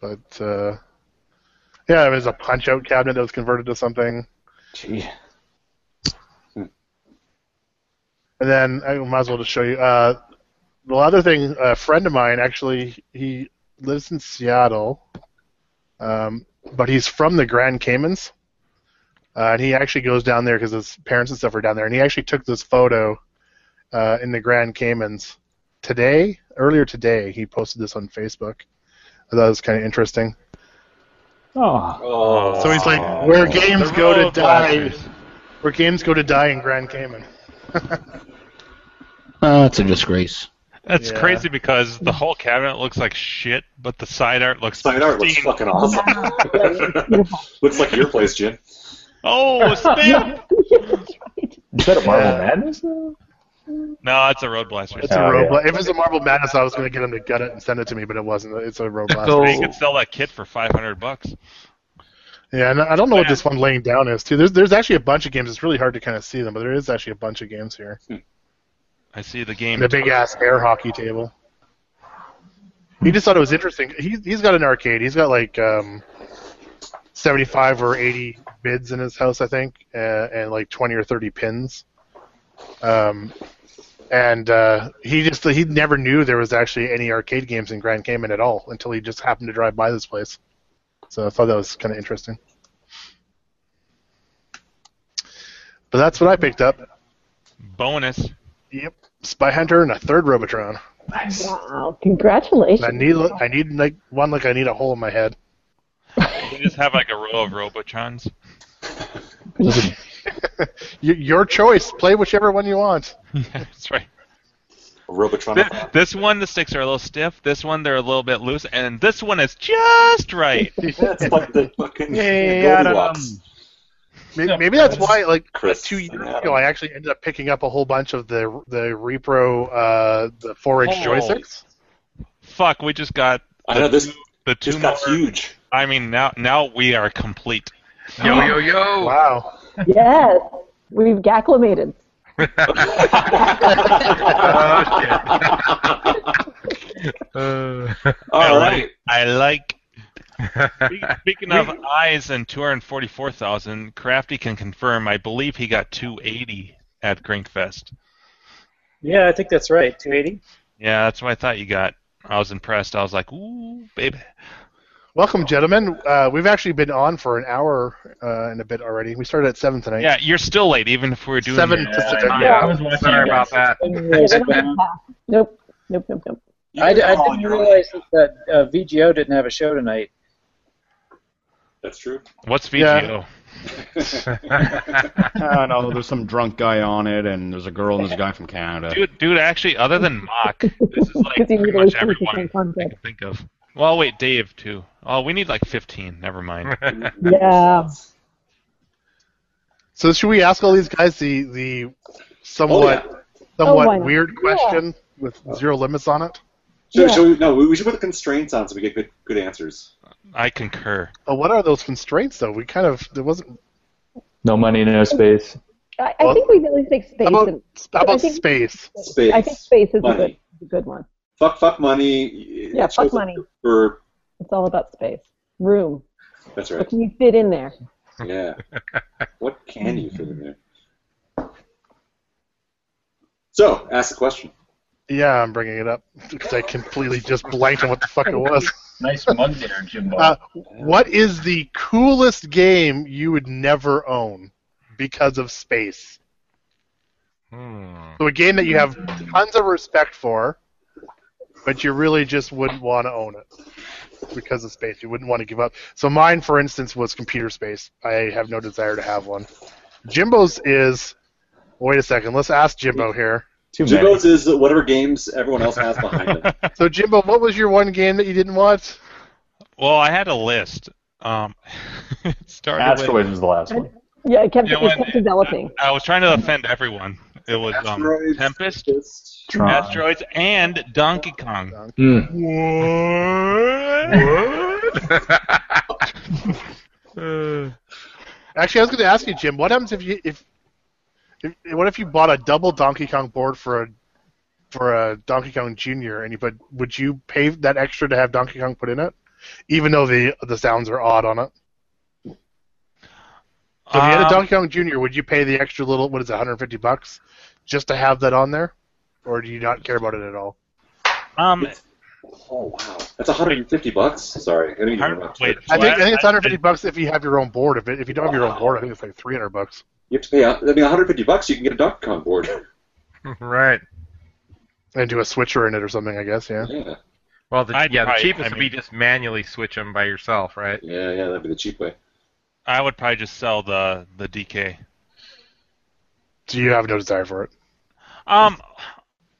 [SPEAKER 1] But uh, yeah, it was a punch-out cabinet that was converted to something.
[SPEAKER 5] Gee.
[SPEAKER 1] And then I might as well just show you. Uh, the other thing, a friend of mine actually, he lives in Seattle, um, but he's from the Grand Caymans, uh, and he actually goes down there because his parents and stuff are down there. And he actually took this photo uh, in the Grand Caymans today, earlier today. He posted this on Facebook. I thought it was kind of interesting.
[SPEAKER 5] Oh.
[SPEAKER 4] Oh,
[SPEAKER 1] So he's like, where
[SPEAKER 2] The
[SPEAKER 1] games
[SPEAKER 2] row
[SPEAKER 1] go to
[SPEAKER 2] of
[SPEAKER 1] die,
[SPEAKER 2] laughers.
[SPEAKER 1] where games go to die in Grand Cayman. [laughs]
[SPEAKER 6] Oh, it's a disgrace.
[SPEAKER 2] That's
[SPEAKER 1] Yeah.
[SPEAKER 2] crazy because the whole cabinet looks like shit, but the side art looks.
[SPEAKER 4] Side art looks
[SPEAKER 2] pristine.
[SPEAKER 4] fucking awesome. [laughs] looks like your place, Jim.
[SPEAKER 2] Oh, spam!
[SPEAKER 3] That's right.
[SPEAKER 5] Is that a Marvel
[SPEAKER 1] Yeah.
[SPEAKER 3] [laughs]
[SPEAKER 5] Madness though?
[SPEAKER 2] no, it's a road blaster.
[SPEAKER 1] It's a
[SPEAKER 5] Oh,
[SPEAKER 1] road
[SPEAKER 5] yeah.
[SPEAKER 1] bla- If it was a Marble Madness, I was going to get him to gut it and send it to me, but it wasn't. It's a road blast.
[SPEAKER 2] You could sell that kit for 500 bucks.
[SPEAKER 1] Yeah, and I don't know what this one laying down is too. There's there's actually a bunch of games. It's really hard to kind of see them, but there is actually a bunch of games here.
[SPEAKER 2] I see the
[SPEAKER 1] [laughs]
[SPEAKER 2] game.
[SPEAKER 1] And a big ass air hockey table. He just thought it was interesting. He he's got an arcade. He's got like um, 75 or 80 bids in his house, I think, uh, and like 20 or 30 pins. Um, and uh, he just he never knew there was actually any arcade games in Grand Cayman at all until he just happened to drive by this place. So I thought that was kind of interesting. But that's what I picked up.
[SPEAKER 2] bonus.
[SPEAKER 1] Yep, Spy Hunter and a third Robotron.
[SPEAKER 5] Nice.
[SPEAKER 3] Wow, congratulations.
[SPEAKER 1] I need I need like one like I need a hole in my head. [laughs]
[SPEAKER 2] They just have like a row of Robotrons.
[SPEAKER 1] Y- your choice. Play whichever one you want.
[SPEAKER 2] That's right. Th-
[SPEAKER 4] Robotron.
[SPEAKER 2] This one, the sticks are a little stiff. This one, they're a little bit loose, and this one is just right.
[SPEAKER 4] [laughs] That's like the [laughs] fucking
[SPEAKER 5] Hey,
[SPEAKER 4] Goldilocks.
[SPEAKER 5] Adam.
[SPEAKER 1] Maybe, maybe that's why like
[SPEAKER 4] Chris.
[SPEAKER 1] two years
[SPEAKER 4] Adam.
[SPEAKER 1] ago I actually ended up picking up a whole bunch of the the repro uh, the four inch
[SPEAKER 2] Oh.
[SPEAKER 1] joysticks.
[SPEAKER 2] Fuck, we just got
[SPEAKER 4] I know this
[SPEAKER 2] the two
[SPEAKER 4] this
[SPEAKER 2] more.
[SPEAKER 4] got huge.
[SPEAKER 2] I mean, now now we are complete.
[SPEAKER 9] Yo,
[SPEAKER 3] [laughs]
[SPEAKER 9] yo, yo!
[SPEAKER 1] Wow.
[SPEAKER 3] Yes, we've gacclimated. Oh,
[SPEAKER 9] Uh,
[SPEAKER 4] All right.
[SPEAKER 2] I like. Speaking of eyes and 244,000, Crafty can confirm. I believe he got 280 at Grinkfest.
[SPEAKER 10] Yeah, I think that's right. 280.
[SPEAKER 2] Yeah, that's what I thought you got. I was impressed. I was like, ooh, baby.
[SPEAKER 1] Welcome, gentlemen. Uh, we've actually been on for an hour uh, and a bit already. We started at seven tonight.
[SPEAKER 2] Yeah, you're still late, even if we're doing
[SPEAKER 1] Seven
[SPEAKER 2] your-
[SPEAKER 1] Pacific.
[SPEAKER 9] yeah, I was watching
[SPEAKER 1] Sorry
[SPEAKER 9] Sorry about that.
[SPEAKER 10] Anyways, um,
[SPEAKER 3] Nope, nope, nope, nope.
[SPEAKER 10] I, d- I
[SPEAKER 4] Oh,
[SPEAKER 10] didn't
[SPEAKER 4] you're right.
[SPEAKER 10] realize that uh, VGO didn't have a show tonight.
[SPEAKER 4] That's true.
[SPEAKER 2] What's VGO?
[SPEAKER 6] [laughs] I know. There's some drunk guy on it, and there's a girl and there's a guy from Canada.
[SPEAKER 2] Dude, dude, actually, other than Mock, this is
[SPEAKER 3] [laughs] 'Cause
[SPEAKER 2] like
[SPEAKER 3] you
[SPEAKER 2] pretty
[SPEAKER 3] need
[SPEAKER 2] much
[SPEAKER 3] at least 50%
[SPEAKER 2] everyone I
[SPEAKER 3] content.
[SPEAKER 2] can think of. Well, wait, Dave, too. Oh, we need like 15. Never mind.
[SPEAKER 3] Yeah.
[SPEAKER 1] So should we ask all these guys the the somewhat
[SPEAKER 3] Oh,
[SPEAKER 1] somewhat
[SPEAKER 3] why not?
[SPEAKER 1] weird question with zero limits on it?
[SPEAKER 4] Should,
[SPEAKER 3] Yeah.
[SPEAKER 4] should we, no, we we should put constraints on so we get good good answers.
[SPEAKER 2] I concur.
[SPEAKER 1] Uh, what are those constraints though? We kind of there wasn't
[SPEAKER 5] No money, no space.
[SPEAKER 3] I, I think we really think space.
[SPEAKER 1] How about,
[SPEAKER 3] and,
[SPEAKER 1] how about
[SPEAKER 3] I think-
[SPEAKER 1] space?
[SPEAKER 4] Space.
[SPEAKER 3] I think space is a good,
[SPEAKER 4] money.
[SPEAKER 3] a good one.
[SPEAKER 4] Fuck, fuck money.
[SPEAKER 3] Yeah, fuck
[SPEAKER 4] Choice
[SPEAKER 3] money.
[SPEAKER 4] For,
[SPEAKER 3] It's all about space. Room.
[SPEAKER 4] that's
[SPEAKER 3] What [laughs]
[SPEAKER 4] right.
[SPEAKER 3] can you fit in there?
[SPEAKER 4] Yeah. what can you fit in there? So, ask the question.
[SPEAKER 1] Yeah, I'm bringing it up because I completely just blanked on what the fuck it was.
[SPEAKER 9] nice mug there, Jimbo.
[SPEAKER 1] Uh, what is the coolest game you would never own because of space?
[SPEAKER 2] Hmm.
[SPEAKER 1] So a game that you have tons of respect for, but you really just wouldn't want to own it. because of space. You wouldn't want to give up. So mine, for instance, was computer space. I have no desire to have one. Jimbo's is. Wait a second. Let's ask Jimbo here.
[SPEAKER 5] Too many.
[SPEAKER 4] Jimbo's is whatever games everyone else has behind them.
[SPEAKER 1] [laughs] So Jimbo, what was your one game that you didn't want?
[SPEAKER 2] Well, I had a list. Um, [laughs] it started with,
[SPEAKER 5] Asteroid was the last one.
[SPEAKER 3] Yeah, it kept,
[SPEAKER 2] You know
[SPEAKER 3] it
[SPEAKER 2] what?
[SPEAKER 3] kept developing.
[SPEAKER 2] I was trying to offend everyone. It was um,
[SPEAKER 4] Asteroids,
[SPEAKER 2] Tempest,
[SPEAKER 4] Just-
[SPEAKER 5] Tron.
[SPEAKER 2] Asteroids, and Donkey Kong.
[SPEAKER 3] Hmm.
[SPEAKER 9] Mm.
[SPEAKER 1] [laughs] Uh. Actually, I was going to ask you, Jim. What happens if you if, if what if you bought a double Donkey Kong board for a for a Donkey Kong Junior, and you put would you pay that extra to have Donkey Kong put in it, even though the the sounds are odd on it? So if you had a
[SPEAKER 2] Um,
[SPEAKER 1] Donkey Kong Junior, would you pay the extra little what is it, 150 bucks just to have that on there, or do you not care about it at all?
[SPEAKER 2] Um,
[SPEAKER 4] Oh wow, that's 150 bucks. Sorry, I didn't even
[SPEAKER 2] Har-
[SPEAKER 4] remember.
[SPEAKER 2] wait,
[SPEAKER 1] I think, I think it's
[SPEAKER 2] what?
[SPEAKER 1] 150 bucks if you have your own board. If it, if you don't have your own board, I think it's like 300
[SPEAKER 2] [laughs]
[SPEAKER 1] bucks.
[SPEAKER 4] You have to pay. I mean, 150 bucks, you can get a Donkey Kong board. [laughs]
[SPEAKER 9] Right.
[SPEAKER 1] And do a switcher in it or something, I guess. Yeah.
[SPEAKER 4] Yeah,
[SPEAKER 9] Well, the,
[SPEAKER 2] I'd
[SPEAKER 9] yeah, the
[SPEAKER 2] probably-
[SPEAKER 9] cheapest
[SPEAKER 2] I
[SPEAKER 9] would be
[SPEAKER 2] mean-
[SPEAKER 9] just manually switch them by yourself, right?
[SPEAKER 4] yeah, yeah. That'd be the cheap way.
[SPEAKER 2] I would probably just sell the the DK.
[SPEAKER 1] So you have no desire for it.
[SPEAKER 2] Um,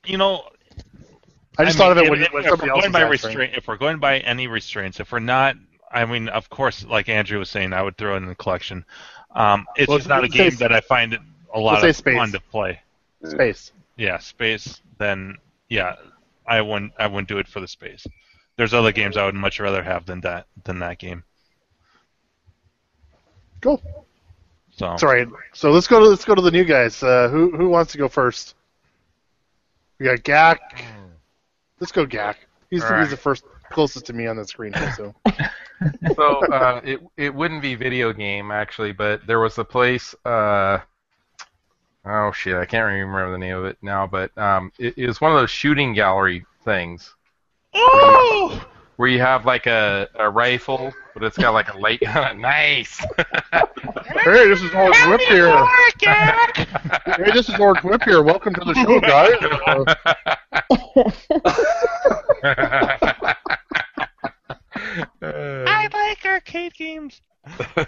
[SPEAKER 2] you know,
[SPEAKER 1] I just
[SPEAKER 2] mean,
[SPEAKER 1] thought of it
[SPEAKER 2] if-
[SPEAKER 1] when,
[SPEAKER 2] if,
[SPEAKER 1] when
[SPEAKER 2] if we're
[SPEAKER 1] somebody else
[SPEAKER 2] going
[SPEAKER 1] was
[SPEAKER 2] by
[SPEAKER 1] answering.
[SPEAKER 2] restraint. If we're going by any restraints, if we're not, I mean, of course, like Andrew was saying, I would throw it in the collection. Um, it's
[SPEAKER 1] Well,
[SPEAKER 2] just not a
[SPEAKER 1] let's
[SPEAKER 2] game
[SPEAKER 1] say-
[SPEAKER 2] that I find a
[SPEAKER 1] let's
[SPEAKER 2] lot
[SPEAKER 1] say
[SPEAKER 2] of
[SPEAKER 1] space.
[SPEAKER 2] fun to play.
[SPEAKER 1] Space.
[SPEAKER 2] Yeah, space. Then yeah, I wouldn't. I wouldn't do it for the space. There's other games I would much rather have than that than that game.
[SPEAKER 1] Cool.
[SPEAKER 2] So
[SPEAKER 1] Sorry. So let's go to let's go to the new guys. Uh, who who wants to go first? We got Gak.
[SPEAKER 2] Hmm.
[SPEAKER 1] Let's go Gak. He's,
[SPEAKER 9] All right.
[SPEAKER 1] he's the first closest to me on the screen here. So
[SPEAKER 9] so uh, it it wouldn't be video game actually, but there was a place. Uh, oh shit, I can't remember the name of it now, but um, it, it was one of those shooting gallery things. Oh! Where you have like a, a rifle, but it's got like a light gun. [laughs] nice.
[SPEAKER 1] hey, this is Orange Whip here. Hey, this is Orange Whip here. Welcome to the show,
[SPEAKER 8] [laughs]
[SPEAKER 1] guys. Uh,
[SPEAKER 9] Uh,
[SPEAKER 8] I like arcade games. Uh,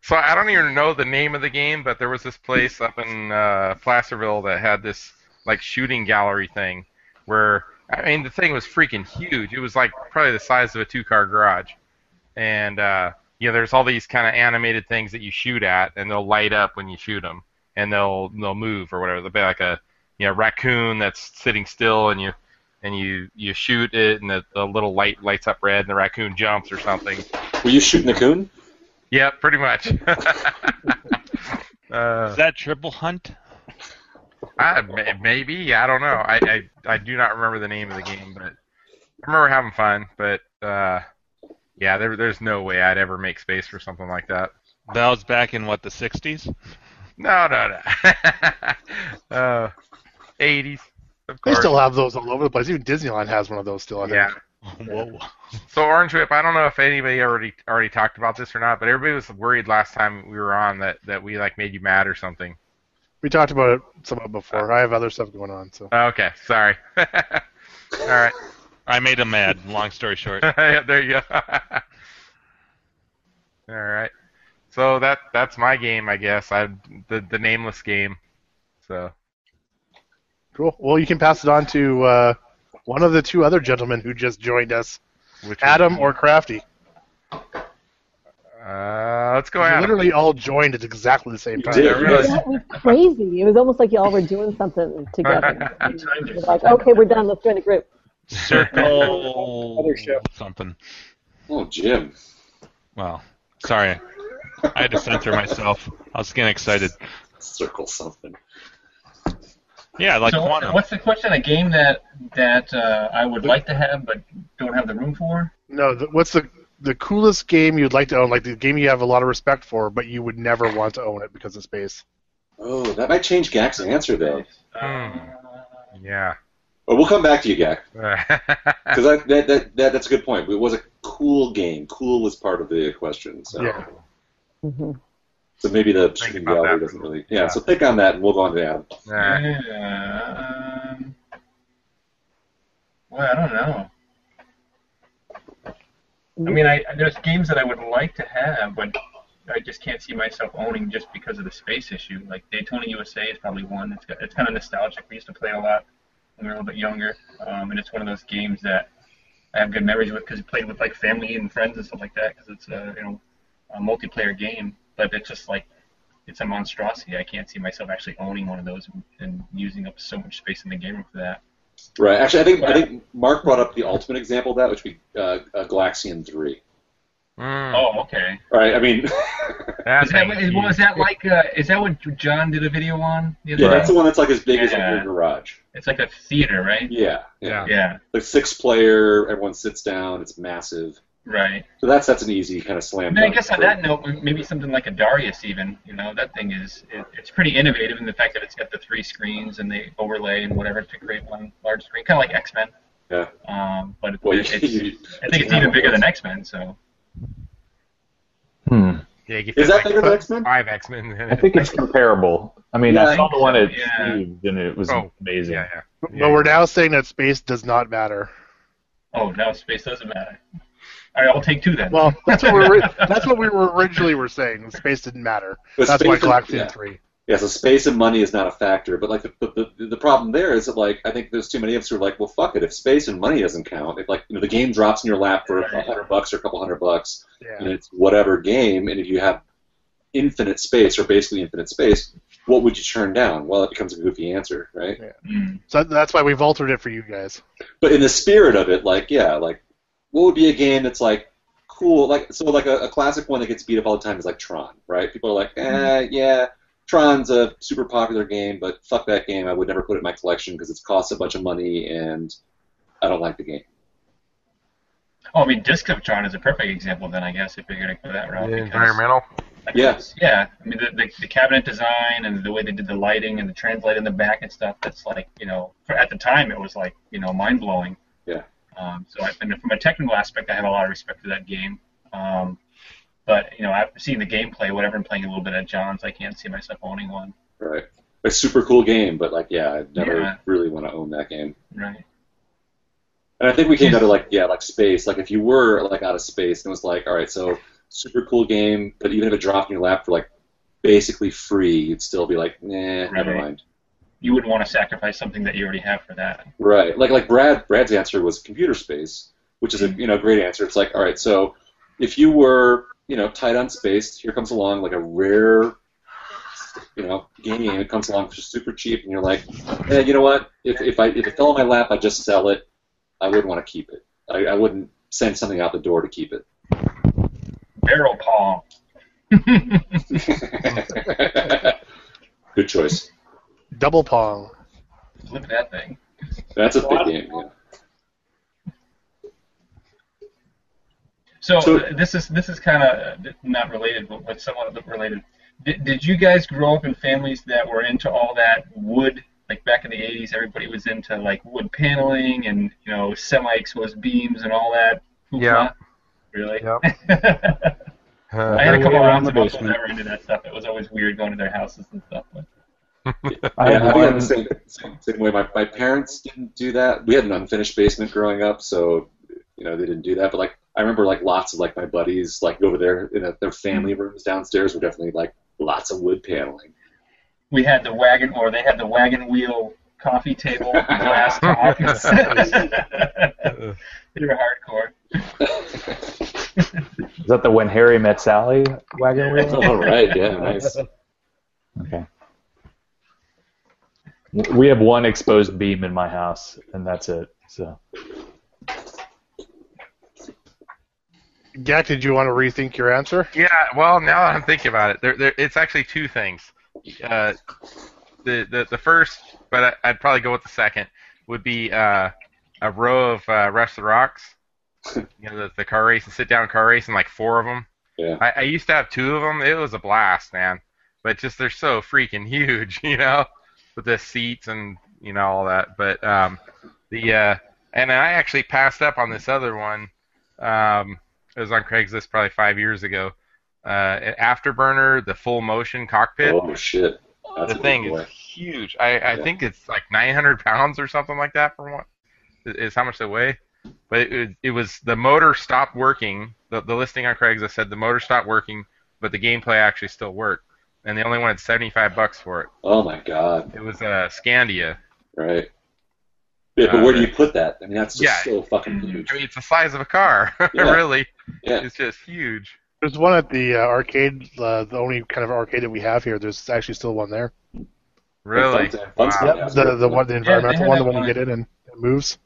[SPEAKER 9] so I don't even know the name of the game, but there was this place up in uh, Placerville that had this like shooting gallery thing, where I mean the thing was freaking huge. It was like probably the size of a two-car garage, and uh, you know there's all these kind of animated things that you shoot at, and they'll light up when you shoot them, and they'll they'll move or whatever. They'll be like a you know raccoon that's sitting still, and you and you you shoot it, and the, the little light lights up red, and the raccoon jumps or something.
[SPEAKER 4] Were you shooting a coon?
[SPEAKER 9] Yeah, pretty much. [laughs]
[SPEAKER 2] is
[SPEAKER 9] uh,
[SPEAKER 2] that Triple Hunt?
[SPEAKER 9] I, may- maybe I don't know. I, I I do not remember the name of the game, but I remember having fun. But uh, yeah, there, there's no way I'd ever make space for something like that.
[SPEAKER 2] That was back in what the 60s.
[SPEAKER 9] No, no, no. [laughs] [laughs] uh, 80s, of
[SPEAKER 1] they
[SPEAKER 9] course.
[SPEAKER 1] still have those all over the place. Even Disneyland has one of those still. I think.
[SPEAKER 9] yeah. [laughs]
[SPEAKER 2] Whoa.
[SPEAKER 9] So Orange Whip, I don't know if anybody already already talked about this or not, but everybody was worried last time we were on that that we like made you mad or something.
[SPEAKER 1] We talked about it somewhat before. I have other stuff going on. So
[SPEAKER 9] Okay, sorry. [laughs] All right.
[SPEAKER 2] I made him mad. Long story short.
[SPEAKER 9] yeah, [laughs] there you go. All right. So that that's my game, I guess. I the the nameless game. So
[SPEAKER 1] cool. Well, you can pass it on to uh, one of the two other gentlemen who just joined us,
[SPEAKER 9] which would
[SPEAKER 1] Adam
[SPEAKER 9] be-
[SPEAKER 1] or Crafty.
[SPEAKER 9] uh, let's go
[SPEAKER 1] You
[SPEAKER 9] Adam.
[SPEAKER 1] literally all joined at exactly the same
[SPEAKER 4] You
[SPEAKER 1] time.
[SPEAKER 4] did.
[SPEAKER 9] Yeah, really.
[SPEAKER 4] yes.
[SPEAKER 3] That was crazy. It was almost like y'all were doing something
[SPEAKER 9] [laughs]
[SPEAKER 3] together. It was like, okay, we're done. Let's join a group.
[SPEAKER 2] Circle
[SPEAKER 10] [laughs] Other show.
[SPEAKER 2] something.
[SPEAKER 4] Oh, Jim.
[SPEAKER 2] Well, sorry. I had to censor myself. I was getting excited.
[SPEAKER 4] Circle something.
[SPEAKER 2] Yeah, like
[SPEAKER 8] so
[SPEAKER 2] quantum.
[SPEAKER 8] what's the question? A game that that uh, I would like to have but don't have the room for?
[SPEAKER 1] No, the, what's the the coolest game you'd like to own? Like the game you have a lot of respect for, but you would never want to own it because of space.
[SPEAKER 4] Oh, that might change Gak's answer though.
[SPEAKER 1] Hmm.
[SPEAKER 9] Yeah.
[SPEAKER 4] But we'll come back to
[SPEAKER 9] [laughs]
[SPEAKER 4] you, Gak,
[SPEAKER 9] yeah.
[SPEAKER 4] because that, that, that, that that's a good point. It was a cool game. Cool was part of the question. So.
[SPEAKER 1] Yeah.
[SPEAKER 3] hmm
[SPEAKER 4] So maybe the
[SPEAKER 9] Think
[SPEAKER 4] shooting
[SPEAKER 9] about
[SPEAKER 4] gallery
[SPEAKER 9] that.
[SPEAKER 4] doesn't really. Yeah,
[SPEAKER 9] Yeah.
[SPEAKER 4] So pick on that, and we'll go on to Adam.
[SPEAKER 8] Yeah. Um, well, I don't know. I mean, I there's games that I would like to have, but I just can't see myself owning just because of the space issue. Like Daytona USA is probably one. It's got, it's kind of nostalgic. We used to play a lot when we were a little bit younger, um, and it's one of those games that I have good memories with because we played with like family and friends and stuff like that. Because it's a you know a multiplayer game, but it's just like it's a monstrosity. I can't see myself actually owning one of those and, and using up so much space in the game room for that.
[SPEAKER 4] Right. Actually, I think I think Mark brought up the ultimate example of that, which would be uh, uh, Galaxian Three.
[SPEAKER 9] Mm,
[SPEAKER 8] Oh, okay.
[SPEAKER 4] Right. I mean, [laughs]
[SPEAKER 9] that
[SPEAKER 8] Is that,
[SPEAKER 9] thing
[SPEAKER 8] what,
[SPEAKER 9] is
[SPEAKER 8] is,
[SPEAKER 9] huge.
[SPEAKER 8] was that like uh, is that what John did a video on the other
[SPEAKER 4] yeah,
[SPEAKER 8] day?
[SPEAKER 4] that's the one that's like as big as like,
[SPEAKER 8] Yeah.
[SPEAKER 4] your garage.
[SPEAKER 8] It's like a theater, right?
[SPEAKER 4] Yeah.
[SPEAKER 9] Yeah.
[SPEAKER 8] Yeah,
[SPEAKER 4] Like six player, everyone sits down. It's massive.
[SPEAKER 8] right.
[SPEAKER 4] So that's that's an easy kind of slam.
[SPEAKER 8] I mean, I
[SPEAKER 4] dunk
[SPEAKER 8] guess on
[SPEAKER 4] for-
[SPEAKER 8] that note, maybe something like a Darius, even you know, that thing is it, it's pretty innovative in the fact that it's got the three screens and they overlay and whatever to create one large screen, kind of like X Men.
[SPEAKER 4] Yeah.
[SPEAKER 8] Um, but it,
[SPEAKER 4] Well, you,
[SPEAKER 8] it's,
[SPEAKER 4] you,
[SPEAKER 8] I think it's even bigger than X Men. So
[SPEAKER 5] Hmm.
[SPEAKER 9] Yeah, you fit,
[SPEAKER 4] is that
[SPEAKER 9] like,
[SPEAKER 4] bigger than X Men?
[SPEAKER 9] Five X Men. [laughs]
[SPEAKER 5] I think it's comparable. I mean,
[SPEAKER 4] Yeah,
[SPEAKER 5] I saw the one at
[SPEAKER 8] yeah.
[SPEAKER 5] Steve's, and it was
[SPEAKER 9] Oh,
[SPEAKER 5] amazing.
[SPEAKER 9] yeah, yeah.
[SPEAKER 1] But
[SPEAKER 9] Yeah.
[SPEAKER 1] we're now saying that space does not matter.
[SPEAKER 8] oh, now space doesn't matter. All right, I'll take two then.
[SPEAKER 1] Well, [laughs] that's what we
[SPEAKER 8] [laughs]
[SPEAKER 1] were, that's what we were originally were saying. Space didn't matter.
[SPEAKER 4] But
[SPEAKER 1] That's why
[SPEAKER 4] space and-
[SPEAKER 1] Galaxian
[SPEAKER 4] yeah.
[SPEAKER 1] Three.
[SPEAKER 4] Yeah, so space and money is not a factor, but like the, the, the, the problem there is that like I think there's too many of us who are like, well, fuck it, if space and money doesn't count, if like you know the game drops in your lap for a hundred bucks or a couple hundred bucks, and
[SPEAKER 1] Yeah.
[SPEAKER 4] it's whatever game, and if you have infinite space or basically infinite space, what would you turn down? Well, it becomes a goofy answer, right?
[SPEAKER 8] Mm.
[SPEAKER 1] So that's why we've altered it for you guys.
[SPEAKER 4] But in the spirit of it, like yeah, like what would be a game that's like cool, like so like a, a classic one that gets beat up all the time is like Tron, right? People are like,
[SPEAKER 8] Mm-hmm.
[SPEAKER 4] eh, yeah, Tron's a super popular game, but fuck that game. I would never put it in my collection because it costs a bunch of money and I don't like the game.
[SPEAKER 8] Oh, I mean, Disc of Tron is a perfect example then, I guess, if you're going to go that route.
[SPEAKER 9] The
[SPEAKER 8] because-
[SPEAKER 9] environmental.
[SPEAKER 8] Like,
[SPEAKER 4] Yeah.
[SPEAKER 8] it's- Yeah. I mean, the, the, the cabinet design and the way they did the lighting and the translate in the back and stuff, that's like, you know, for, at the time it was like, you know, mind blowing.
[SPEAKER 4] Yeah.
[SPEAKER 8] Um, so I, and from a technical aspect, I have a lot of respect for that game. Um, but, you know, I've seen the gameplay, whatever, and playing a little bit at John's. I can't see myself owning one.
[SPEAKER 4] Right. A super cool game, but like yeah, I never
[SPEAKER 8] Yeah.
[SPEAKER 4] really want to own that game.
[SPEAKER 8] Right.
[SPEAKER 4] And I think we came down to like yeah, like space. Like if you were like out of space and it was like, all right, so super cool game, but even if it dropped in your lap for like basically free, you'd still be like, nah, never
[SPEAKER 8] Right.
[SPEAKER 4] mind.
[SPEAKER 8] You wouldn't want to sacrifice something that you already have for that.
[SPEAKER 4] Right. Like like Brad Brad's answer was computer space, which is a you know great answer. It's like all right, so if you were you know tight on space, here comes along like a rare you know game it comes along for super cheap, and you're like, eh, you know what? If if I if it fell in my lap, I'd just sell it. I wouldn't want to keep it. I, I wouldn't send something out the door to keep it.
[SPEAKER 8] Barrel Paw.
[SPEAKER 4] Good choice.
[SPEAKER 1] Double Pong.
[SPEAKER 8] Flip that thing.
[SPEAKER 4] That's a big game. Yeah.
[SPEAKER 8] So,
[SPEAKER 4] So-
[SPEAKER 8] th- this is this is kind of not related, but, but somewhat related. Did, did you guys grow up in families that were into all that wood? Like back in the '80s, everybody was into like wood paneling and you know semi-exposed beams and all that. hoopla?
[SPEAKER 9] Yeah.
[SPEAKER 8] Really.
[SPEAKER 9] Yep. Uh,
[SPEAKER 5] [laughs]
[SPEAKER 8] [laughs] I had a couple of
[SPEAKER 6] around the
[SPEAKER 8] aunts and uncles
[SPEAKER 6] basement.
[SPEAKER 8] that were into that stuff. It was always weird going to their houses and stuff. But
[SPEAKER 5] [laughs]
[SPEAKER 4] yeah,
[SPEAKER 5] I had
[SPEAKER 4] I think I'm
[SPEAKER 5] one.
[SPEAKER 4] the same, same, same way. My, my parents didn't do that. We had an unfinished basement growing up, so you know they didn't do that. But like I remember, like lots of like my buddies, like over there in their- their family
[SPEAKER 5] Mm-hmm.
[SPEAKER 4] rooms downstairs, were definitely like lots of wood paneling.
[SPEAKER 8] we had the wagon, or they had the wagon wheel coffee
[SPEAKER 4] [laughs]
[SPEAKER 8] table, glass top. [laughs] they were hardcore.
[SPEAKER 5] Is that the When Harry Met Sally wagon
[SPEAKER 4] [laughs]
[SPEAKER 5] wheel?
[SPEAKER 4] All right, yeah, nice.
[SPEAKER 5] Okay. W- We have one exposed beam in my house, and that's it. So
[SPEAKER 1] Gak, did you want to rethink your answer?
[SPEAKER 9] Yeah, [laughs] well, now that I'm thinking about it, there, there, it's actually two things. Uh, the, the the first, but I, I'd probably go with the second, would be uh, a row of uh, Rush the
[SPEAKER 4] [laughs]
[SPEAKER 9] Rocks. You know, the, the car race and sit down car race and like four of them.
[SPEAKER 4] Yeah.
[SPEAKER 9] I, I used to have two of them. It was a blast, man. But just they're so freaking huge, [laughs] you know, with the seats and you know all that. But um, the uh, and I actually passed up on this other one. Um, it was on Craigslist probably five years ago. Uh, Afterburner, the full motion cockpit.
[SPEAKER 4] Oh shit, that's
[SPEAKER 9] the
[SPEAKER 4] a
[SPEAKER 9] thing
[SPEAKER 4] big
[SPEAKER 9] is
[SPEAKER 4] boy.
[SPEAKER 9] huge. I, I
[SPEAKER 4] Yeah.
[SPEAKER 9] think it's like 900 pounds or something like that for one. Is how much they weigh? but it, was- it was the motor stopped working. The, the listing on Craigslist said the motor stopped working, but the gameplay actually still worked, and they only wanted 75 bucks for it.
[SPEAKER 4] Oh my god.
[SPEAKER 9] It was uh, Scandia.
[SPEAKER 4] Right. Yeah, but
[SPEAKER 9] Uh,
[SPEAKER 4] where do you put that? I mean, that's just
[SPEAKER 9] yeah.
[SPEAKER 4] so fucking huge.
[SPEAKER 9] I mean, it's the size of a car, [laughs]
[SPEAKER 4] Yeah.
[SPEAKER 9] really.
[SPEAKER 4] Yeah.
[SPEAKER 9] It's just huge.
[SPEAKER 1] There's one at the uh, arcade, uh, the only kind of arcade that we have here. There's actually still one there.
[SPEAKER 9] Really.
[SPEAKER 4] Fun- fun
[SPEAKER 9] Wow.
[SPEAKER 4] stuff. Yeah.
[SPEAKER 1] The the one, the environmental
[SPEAKER 8] had
[SPEAKER 1] one, the
[SPEAKER 8] that
[SPEAKER 1] one you
[SPEAKER 8] one.
[SPEAKER 1] get in and it moves.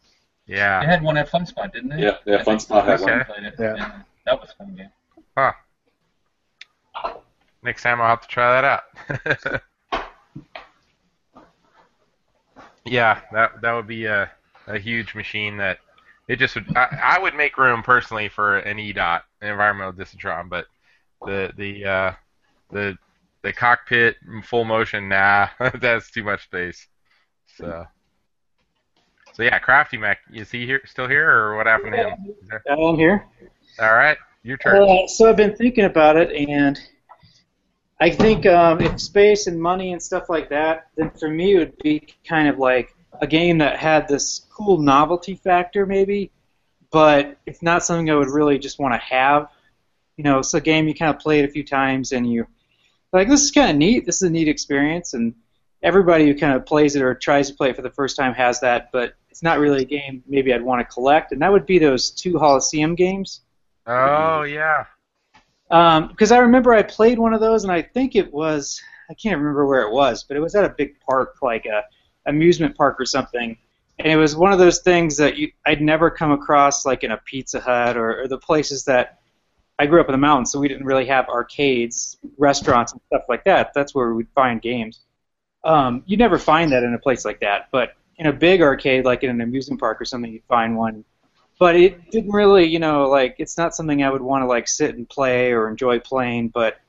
[SPEAKER 9] Yeah.
[SPEAKER 8] They had one at Fun Spot, didn't they?
[SPEAKER 4] Yeah, yeah,
[SPEAKER 8] I
[SPEAKER 4] Fun
[SPEAKER 8] think
[SPEAKER 4] Spot had
[SPEAKER 9] one.
[SPEAKER 8] Played it.
[SPEAKER 1] Yeah.
[SPEAKER 8] Yeah, That was a fun game.
[SPEAKER 9] Next time I'll have to try that out. [laughs] yeah, that that would be a, a huge machine that it just would I, I would make room personally for an EDOT, an environmental discentron, but the the uh, the the cockpit in full motion, nah, [laughs] that's too much space. So so yeah, Crafty Mac, is he here still here or what happened to him? Is there-
[SPEAKER 10] Uh, I'm here.
[SPEAKER 9] All right, your turn.
[SPEAKER 10] Uh, so I've been thinking about it, and I think um, if space and money and stuff like that, then for me it would be kind of like a game that had this cool novelty factor, maybe, but it's not something I would really just want to have. You know, it's a game you kind of play it a few times, and you like this is kind of neat. This is a neat experience, and everybody who kind of plays it or tries to play it for the first time has that, but. It's not really a game maybe I'd want to collect, and that would be those two Holosseum games
[SPEAKER 9] Oh yeah.
[SPEAKER 10] because Um, I remember I played one of those, and I think it was I can't remember where it was, but it was at a big park, like a amusement park or something. And it was one of those things that you, I'd never come across, like in a Pizza Hut or, or the places that I grew up in the mountains, so we didn't really have arcades, restaurants, and stuff like that. That's where we'd find games. Um, you'd never find that in a place like that, but in a big arcade, like in an amusement park or something, you'd find one but it didn't really, you know, like it's not something I would want to like sit and play or enjoy playing. But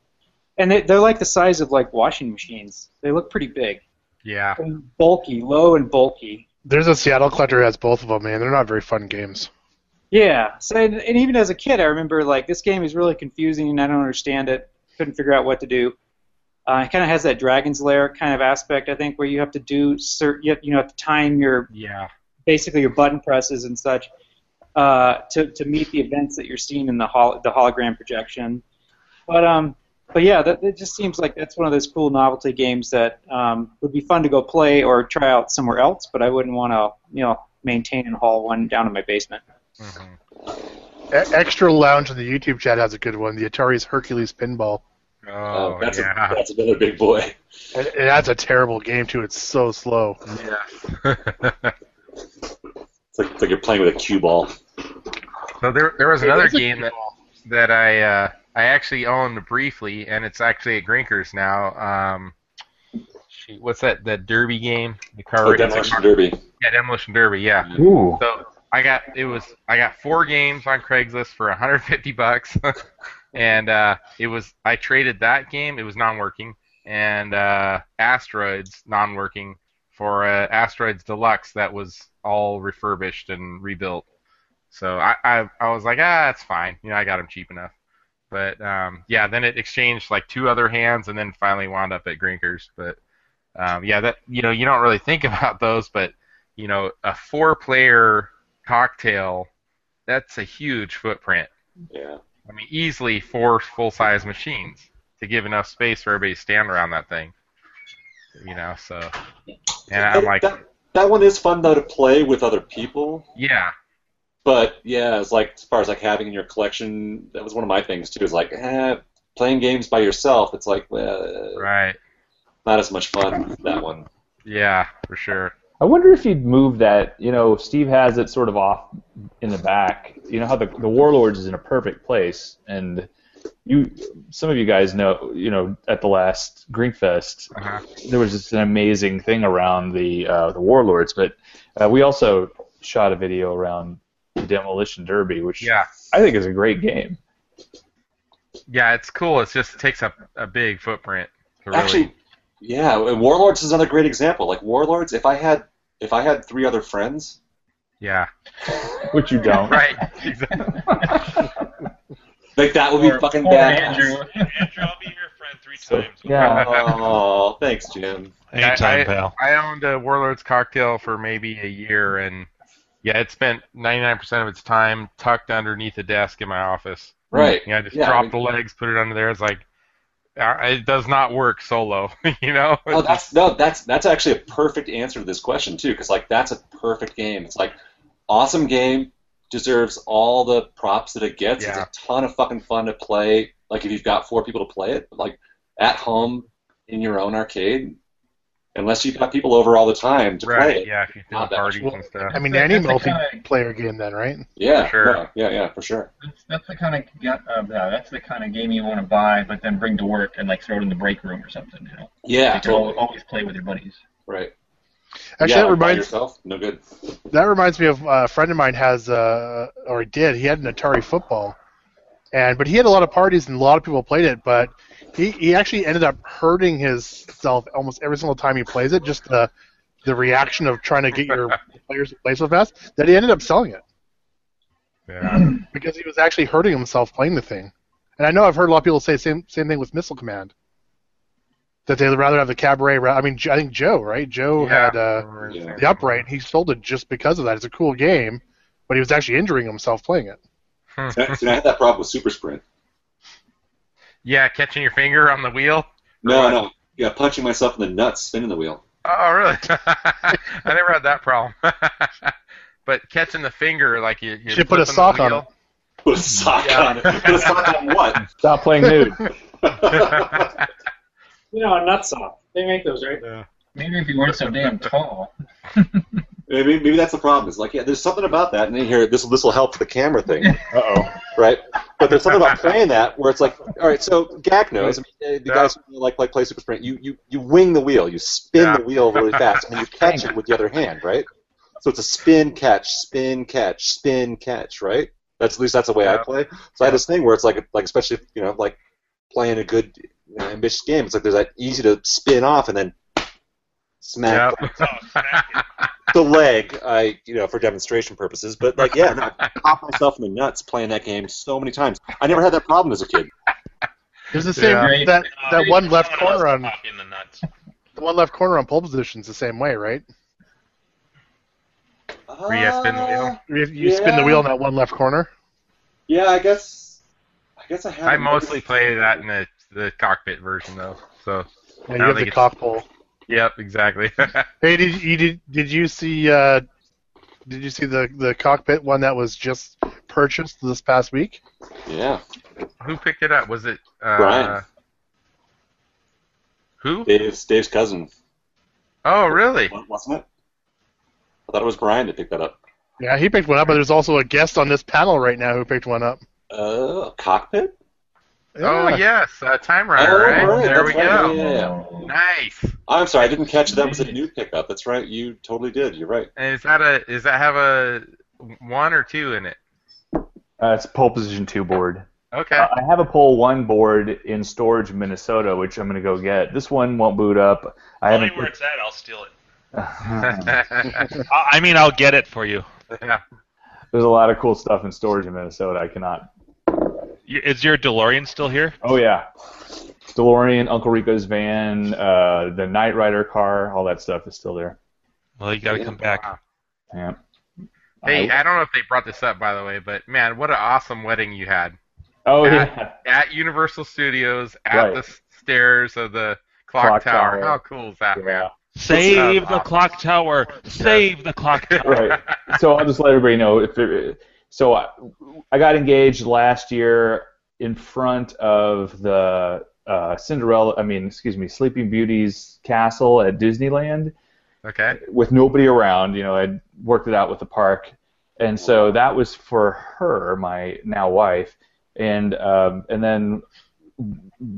[SPEAKER 10] and they, they're like the size of like washing machines. They look pretty big,
[SPEAKER 9] Yeah.
[SPEAKER 10] and bulky, low and bulky.
[SPEAKER 1] There's a Seattle collector that has both of them, man. They're not very fun games.
[SPEAKER 10] Yeah. So and, and even as a kid, I remember like this game is really confusing and I don't understand it. Couldn't figure out what to do. Uh, it kind of has that Dragon's Lair kind of aspect, I think, where you have to do certain, you have- you know, have to time your
[SPEAKER 9] Yeah.
[SPEAKER 10] basically your button presses and such uh, to, to meet the events that you're seeing in the hol- the hologram projection. But um, but yeah, that it just seems like that's one of those cool novelty games that um, would be fun to go play or try out somewhere else. But I wouldn't want to you know maintain and haul one down in my basement.
[SPEAKER 9] Mhm.
[SPEAKER 1] E- Extra Lounge in the YouTube chat has a good one. The Atari's Hercules Pinball.
[SPEAKER 9] Oh,
[SPEAKER 4] Oh, that's,
[SPEAKER 9] yeah.
[SPEAKER 4] a, that's another big boy.
[SPEAKER 1] And, and that's a terrible game too. It's so slow.
[SPEAKER 9] yeah.
[SPEAKER 4] It's like, it's like you're playing with a cue ball.
[SPEAKER 9] so there, there was another
[SPEAKER 1] It's a-
[SPEAKER 9] game that, that I uh, I actually owned briefly, and it's actually at Grinkers now. Um, shoot, what's that? That derby game? The car
[SPEAKER 4] Oh,
[SPEAKER 9] it's a
[SPEAKER 4] Demolition
[SPEAKER 9] car-
[SPEAKER 4] Derby.
[SPEAKER 9] Yeah, demolition derby. Yeah.
[SPEAKER 5] Ooh.
[SPEAKER 9] So I got it was I got four games on Craigslist for 150 bucks, [laughs] and uh, it was I traded that game. It was non-working and uh, Asteroids non-working for uh, Asteroids Deluxe that was all refurbished and rebuilt. So I, I I was like ah it's fine you know I got them cheap enough, but um, yeah then it exchanged like two other hands and then finally wound up at Grinkers. But um, yeah that you know you don't really think [laughs] about those, but you know, a four player cocktail, that's a huge footprint.
[SPEAKER 4] Yeah.
[SPEAKER 9] I mean, easily four full size machines to give enough space for everybody to stand around that thing. You know, so. And I'm
[SPEAKER 4] That-
[SPEAKER 9] like,
[SPEAKER 4] that, that one is fun though to play with other people.
[SPEAKER 9] yeah,
[SPEAKER 4] But yeah, it's like as far as like having in your collection, that was one of my things too. Is like eh, playing games by yourself. It's like well,
[SPEAKER 9] right.
[SPEAKER 4] not as much fun that one.
[SPEAKER 9] Yeah, for sure.
[SPEAKER 5] I wonder if you'd move that. You know, Steve has it sort of off in the back. You know how the the Warlords is in a perfect place, and you some of you guys know. You know, at the last Greenfest,
[SPEAKER 9] Uh-huh.
[SPEAKER 5] there was just an amazing thing around the uh, the Warlords, but uh, we also shot a video around the Demolition Derby, which
[SPEAKER 9] Yeah.
[SPEAKER 5] I think is a great game.
[SPEAKER 9] Yeah, it's cool. It's just, it takes up a big footprint. To really,
[SPEAKER 4] Actually, yeah, and Warlords is another great example. Like Warlords, if I had if I had three other friends,
[SPEAKER 9] yeah.
[SPEAKER 5] [laughs] Which you
[SPEAKER 9] [laughs]
[SPEAKER 5] don't.
[SPEAKER 9] Right. Exactly.
[SPEAKER 4] [laughs] like that would be
[SPEAKER 8] Or-
[SPEAKER 4] fucking
[SPEAKER 8] or
[SPEAKER 4] bad.
[SPEAKER 8] Andrew. [laughs]
[SPEAKER 2] Andrew, I'll be your friend three
[SPEAKER 5] So,
[SPEAKER 2] times.
[SPEAKER 4] [laughs]
[SPEAKER 5] yeah.
[SPEAKER 4] Oh, thanks, Jim.
[SPEAKER 2] Anytime,
[SPEAKER 9] I-
[SPEAKER 2] pal.
[SPEAKER 9] I owned a Warlords cocktail for maybe a year, and Yeah, it spent 99% of its time tucked underneath a desk in my office.
[SPEAKER 4] Right.
[SPEAKER 9] You know, I just
[SPEAKER 4] Yeah, I
[SPEAKER 9] dropped
[SPEAKER 4] mean-
[SPEAKER 9] the legs, put it under there. It's like, uh, it does not work solo, [laughs] you know?
[SPEAKER 4] Oh, that's no, that's that's actually a perfect answer to this question too, because like that's a perfect game. It's like awesome game deserves all the props that it gets.
[SPEAKER 9] Yeah.
[SPEAKER 4] It's a ton of fucking fun to play. Like if you've got four people to play it, but, like at home in your own arcade, unless you've got people over all the time to play
[SPEAKER 9] right,
[SPEAKER 4] it.
[SPEAKER 9] yeah, if you do
[SPEAKER 4] Not that
[SPEAKER 9] parties
[SPEAKER 1] much.
[SPEAKER 9] and stuff.
[SPEAKER 1] I mean,
[SPEAKER 8] That's
[SPEAKER 1] any
[SPEAKER 8] the kind-
[SPEAKER 1] multiplayer game, then, right?
[SPEAKER 4] Yeah,
[SPEAKER 9] For sure.
[SPEAKER 4] no, yeah, yeah, for sure.
[SPEAKER 8] That's, that's the kind of ga- uh, yeah, that's the kind of game you want to buy, but then bring to work and like throw it in the break room or something. You know,
[SPEAKER 4] Yeah,
[SPEAKER 8] you can al-
[SPEAKER 4] totally.
[SPEAKER 8] always play with your buddies.
[SPEAKER 4] Right.
[SPEAKER 1] Actually,
[SPEAKER 4] yeah,
[SPEAKER 1] that
[SPEAKER 4] by
[SPEAKER 1] reminds
[SPEAKER 4] yourself, no good.
[SPEAKER 1] that reminds me of uh, a friend of mine has uh, or he did he had an Atari football, and but he had a lot of parties and a lot of people played it, but he, he actually ended up hurting himself almost every single time he plays it. Just the the reaction of trying to get your players to play so fast that he ended up selling it
[SPEAKER 9] Yeah.
[SPEAKER 1] because he was actually hurting himself playing the thing. And I know I've heard a lot of people say same same thing with Missile Command that they'd rather have the cabaret. Ra- I mean, J- I think Joe right? Joe had. Uh,
[SPEAKER 4] Yeah.
[SPEAKER 1] the upright. He sold it just because of that. It's a cool game, but he was actually injuring himself playing it.
[SPEAKER 9] [laughs]
[SPEAKER 4] See, I see, I had that problem with Super Sprint.
[SPEAKER 9] yeah, catching your finger on the wheel.
[SPEAKER 4] No, no, yeah, punching myself in the nuts, spinning the wheel.
[SPEAKER 9] Oh, really? [laughs] I never had that problem. [laughs] but catching the finger, like you, you
[SPEAKER 1] Should put a sock on
[SPEAKER 4] Put a sock
[SPEAKER 9] Yeah.
[SPEAKER 4] on it. Put a sock on what?
[SPEAKER 5] Stop playing nude.
[SPEAKER 10] [laughs]
[SPEAKER 9] it.
[SPEAKER 10] You know, a nutsaw. They make those, right?
[SPEAKER 8] Maybe if you weren't so damn tall.
[SPEAKER 4] Maybe, maybe that's the problem. It's like, yeah, there's something about that, and then here, this this will help the camera thing,
[SPEAKER 9] [laughs]
[SPEAKER 5] Uh oh.
[SPEAKER 4] right? But there's something about playing that where it's like, all right, so Gag knows. I mean, eh, the
[SPEAKER 9] Yeah.
[SPEAKER 4] guys who really like like play Super Sprint, you you you wing the wheel, you spin
[SPEAKER 9] Yeah.
[SPEAKER 4] the wheel really fast, and then
[SPEAKER 9] [laughs]
[SPEAKER 4] you catch it with the other hand, right? So it's a spin catch, spin catch, spin catch, right? That's at least that's the way I
[SPEAKER 9] Yeah.
[SPEAKER 4] play. So I had this thing where it's like like especially you know like playing a good you know, ambitious game, it's like there's that easy to spin off and then smack
[SPEAKER 9] yep.
[SPEAKER 4] the leg, I you know, for demonstration purposes. But like, yeah, no, I popped myself in the nuts playing that game so many times. I never had that problem as a kid.
[SPEAKER 1] There's the same
[SPEAKER 9] Yeah.
[SPEAKER 1] that that one left
[SPEAKER 2] Someone else
[SPEAKER 1] corner on
[SPEAKER 2] cock in the nuts.
[SPEAKER 1] the one left corner on pole position's the same way, right?
[SPEAKER 9] Yeah, spin the wheel.
[SPEAKER 1] You, you spin the
[SPEAKER 4] Uh, Yeah.
[SPEAKER 1] wheel in that one left corner.
[SPEAKER 4] Yeah, I guess. I guess I have.
[SPEAKER 1] Um,
[SPEAKER 9] I mostly play that in the, the cockpit version, though.
[SPEAKER 1] Yeah,
[SPEAKER 9] So, I
[SPEAKER 1] you
[SPEAKER 9] don't
[SPEAKER 1] have the
[SPEAKER 9] think it's-
[SPEAKER 1] cock pole.
[SPEAKER 9] yep, exactly. [laughs]
[SPEAKER 1] Hey, did you did, did you see uh, did you see the the cockpit one that was just purchased this past week?
[SPEAKER 4] Yeah,
[SPEAKER 9] who picked it up? Was it uh,
[SPEAKER 4] Brian.
[SPEAKER 9] Who?
[SPEAKER 4] Dave's Dave's cousin,
[SPEAKER 9] Oh, really?
[SPEAKER 4] wasn't it? I thought it was Brian that picked that up.
[SPEAKER 1] Yeah, he picked one up, but there's also a guest on this panel right now who picked one up.
[SPEAKER 4] Uh, cockpit.
[SPEAKER 9] Oh, yes, uh, Time Runner,
[SPEAKER 4] Oh,
[SPEAKER 9] right?
[SPEAKER 4] right,
[SPEAKER 9] There
[SPEAKER 4] that's
[SPEAKER 9] we
[SPEAKER 4] right,
[SPEAKER 9] go.
[SPEAKER 4] Yeah,
[SPEAKER 9] Nice.
[SPEAKER 4] I'm sorry, I didn't catch that was a new pickup. That's right, you totally did. You're right.
[SPEAKER 9] And is that a? Is that have a one or two in it?
[SPEAKER 5] Uh, it's pole position two board.
[SPEAKER 9] Okay.
[SPEAKER 5] I I have a pole one board in storage, Minnesota, which I'm gonna go get. This one won't boot up. I
[SPEAKER 2] Tell me
[SPEAKER 5] haven't.
[SPEAKER 2] where it's at. I'll steal it.
[SPEAKER 9] [laughs] yeah.
[SPEAKER 2] [laughs] I I mean, I'll get it for you.
[SPEAKER 5] There's a lot of cool stuff in storage in Minnesota. I cannot.
[SPEAKER 2] Y- Is your DeLorean still here?
[SPEAKER 5] Oh yeah, DeLorean, Uncle Rico's van, uh, the Knight Rider car, all that stuff is still there.
[SPEAKER 2] Well, you got to
[SPEAKER 4] Yeah.
[SPEAKER 2] come back.
[SPEAKER 5] Yeah.
[SPEAKER 9] Hey,
[SPEAKER 5] I-
[SPEAKER 9] I don't know if they brought this up by the way, but man, what an awesome wedding you had
[SPEAKER 5] oh
[SPEAKER 9] at-
[SPEAKER 5] yeah.
[SPEAKER 9] at Universal Studios at
[SPEAKER 5] Right.
[SPEAKER 9] the s- stairs of the clock,
[SPEAKER 5] Clock
[SPEAKER 9] tower.
[SPEAKER 5] tower.
[SPEAKER 9] How cool is that, man?
[SPEAKER 5] Yeah.
[SPEAKER 2] Save the
[SPEAKER 9] awesome.
[SPEAKER 2] clock tower. Save
[SPEAKER 9] [laughs]
[SPEAKER 2] the clock tower.
[SPEAKER 5] right. So I'll just let everybody know if it, so I, I got engaged last year in front of the uh, Cinderella I mean excuse me Sleeping Beauty's castle at Disneyland
[SPEAKER 9] Okay.
[SPEAKER 5] with nobody around you know I'd worked it out with the park and so that was for her my now wife and um, and then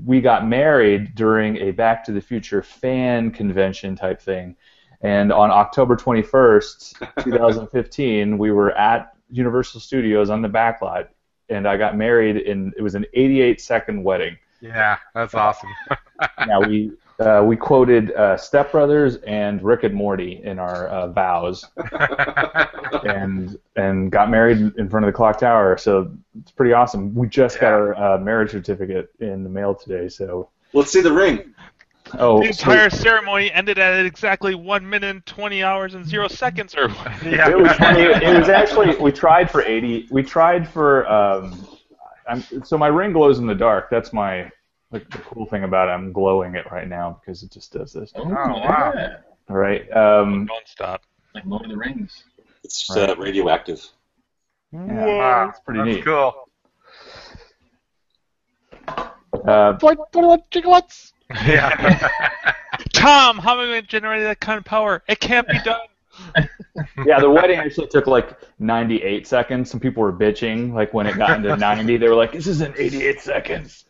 [SPEAKER 5] we got married during a Back to the Future fan convention type thing. And on October 21st, 2015, we were at Universal Studios on the back lot, and I got married in it was an 88 second wedding.
[SPEAKER 9] Yeah, that's awesome. [laughs]
[SPEAKER 5] Now we uh, we quoted uh, Step Brothers and Rick and Morty in our
[SPEAKER 9] [laughs]
[SPEAKER 5] uh, vows, and and got married in front of the clock tower. So it's pretty awesome. We just got our uh, marriage certificate in the mail today, so
[SPEAKER 4] Let's see the ring.
[SPEAKER 5] Oh,
[SPEAKER 2] The
[SPEAKER 5] so-
[SPEAKER 2] entire ceremony ended at exactly one minute and twenty hours and zero seconds, or
[SPEAKER 9] [laughs]
[SPEAKER 5] It was funny. It was actually we tried for eighty. We tried for um, I'm, so my ring glows in the dark. That's my the, the cool thing about it. I'm glowing it right now because it just does this.
[SPEAKER 8] Oh,
[SPEAKER 9] wow.
[SPEAKER 8] yeah.
[SPEAKER 5] All right. Um,
[SPEAKER 2] don't stop.
[SPEAKER 8] Like Lord of the Rings.
[SPEAKER 4] It's
[SPEAKER 5] Right.
[SPEAKER 4] uh, radioactive.
[SPEAKER 5] yeah,
[SPEAKER 9] Wow,
[SPEAKER 5] that's Ah, pretty
[SPEAKER 9] that's
[SPEAKER 5] neat.
[SPEAKER 9] cool.
[SPEAKER 5] Uh,
[SPEAKER 1] 21 gigawatts.
[SPEAKER 9] [laughs] Yeah.
[SPEAKER 2] Tom, how am I going to generate that kind of power? It can't be done.
[SPEAKER 5] yeah, the wedding actually took like 98 seconds. Some people were bitching like when it got into 90, they were like, [laughs] "This is an
[SPEAKER 9] [laughs]
[SPEAKER 5] 88 seconds."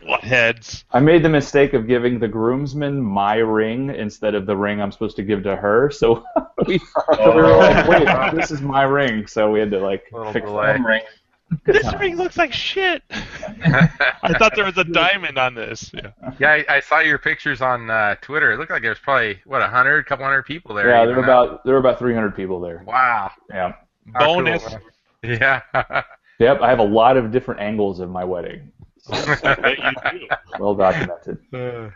[SPEAKER 2] What heads?
[SPEAKER 5] I made the mistake of giving the groomsman my ring instead of the ring I'm supposed to give to her. So [laughs] we, so we were like, wait, this is my ring. So we had to like
[SPEAKER 9] Oh. Little
[SPEAKER 5] fix
[SPEAKER 9] delay.
[SPEAKER 5] that.
[SPEAKER 8] Ring.
[SPEAKER 5] [laughs]
[SPEAKER 2] This ring looks like shit. I thought there was a diamond on this. Yeah.
[SPEAKER 9] yeah, I, I saw your pictures on uh, Twitter. It looked like there was probably what a hundred, couple hundred people there.
[SPEAKER 5] Yeah,
[SPEAKER 9] even
[SPEAKER 5] there were
[SPEAKER 9] though-
[SPEAKER 5] about there were about 300 people there.
[SPEAKER 9] Wow.
[SPEAKER 5] Yeah.
[SPEAKER 9] How cool,
[SPEAKER 2] Bonus.
[SPEAKER 9] man. yeah. [laughs]
[SPEAKER 5] Yep, I have a lot of different angles of
[SPEAKER 2] [laughs]
[SPEAKER 5] my wedding.
[SPEAKER 2] That you do.
[SPEAKER 5] Well documented.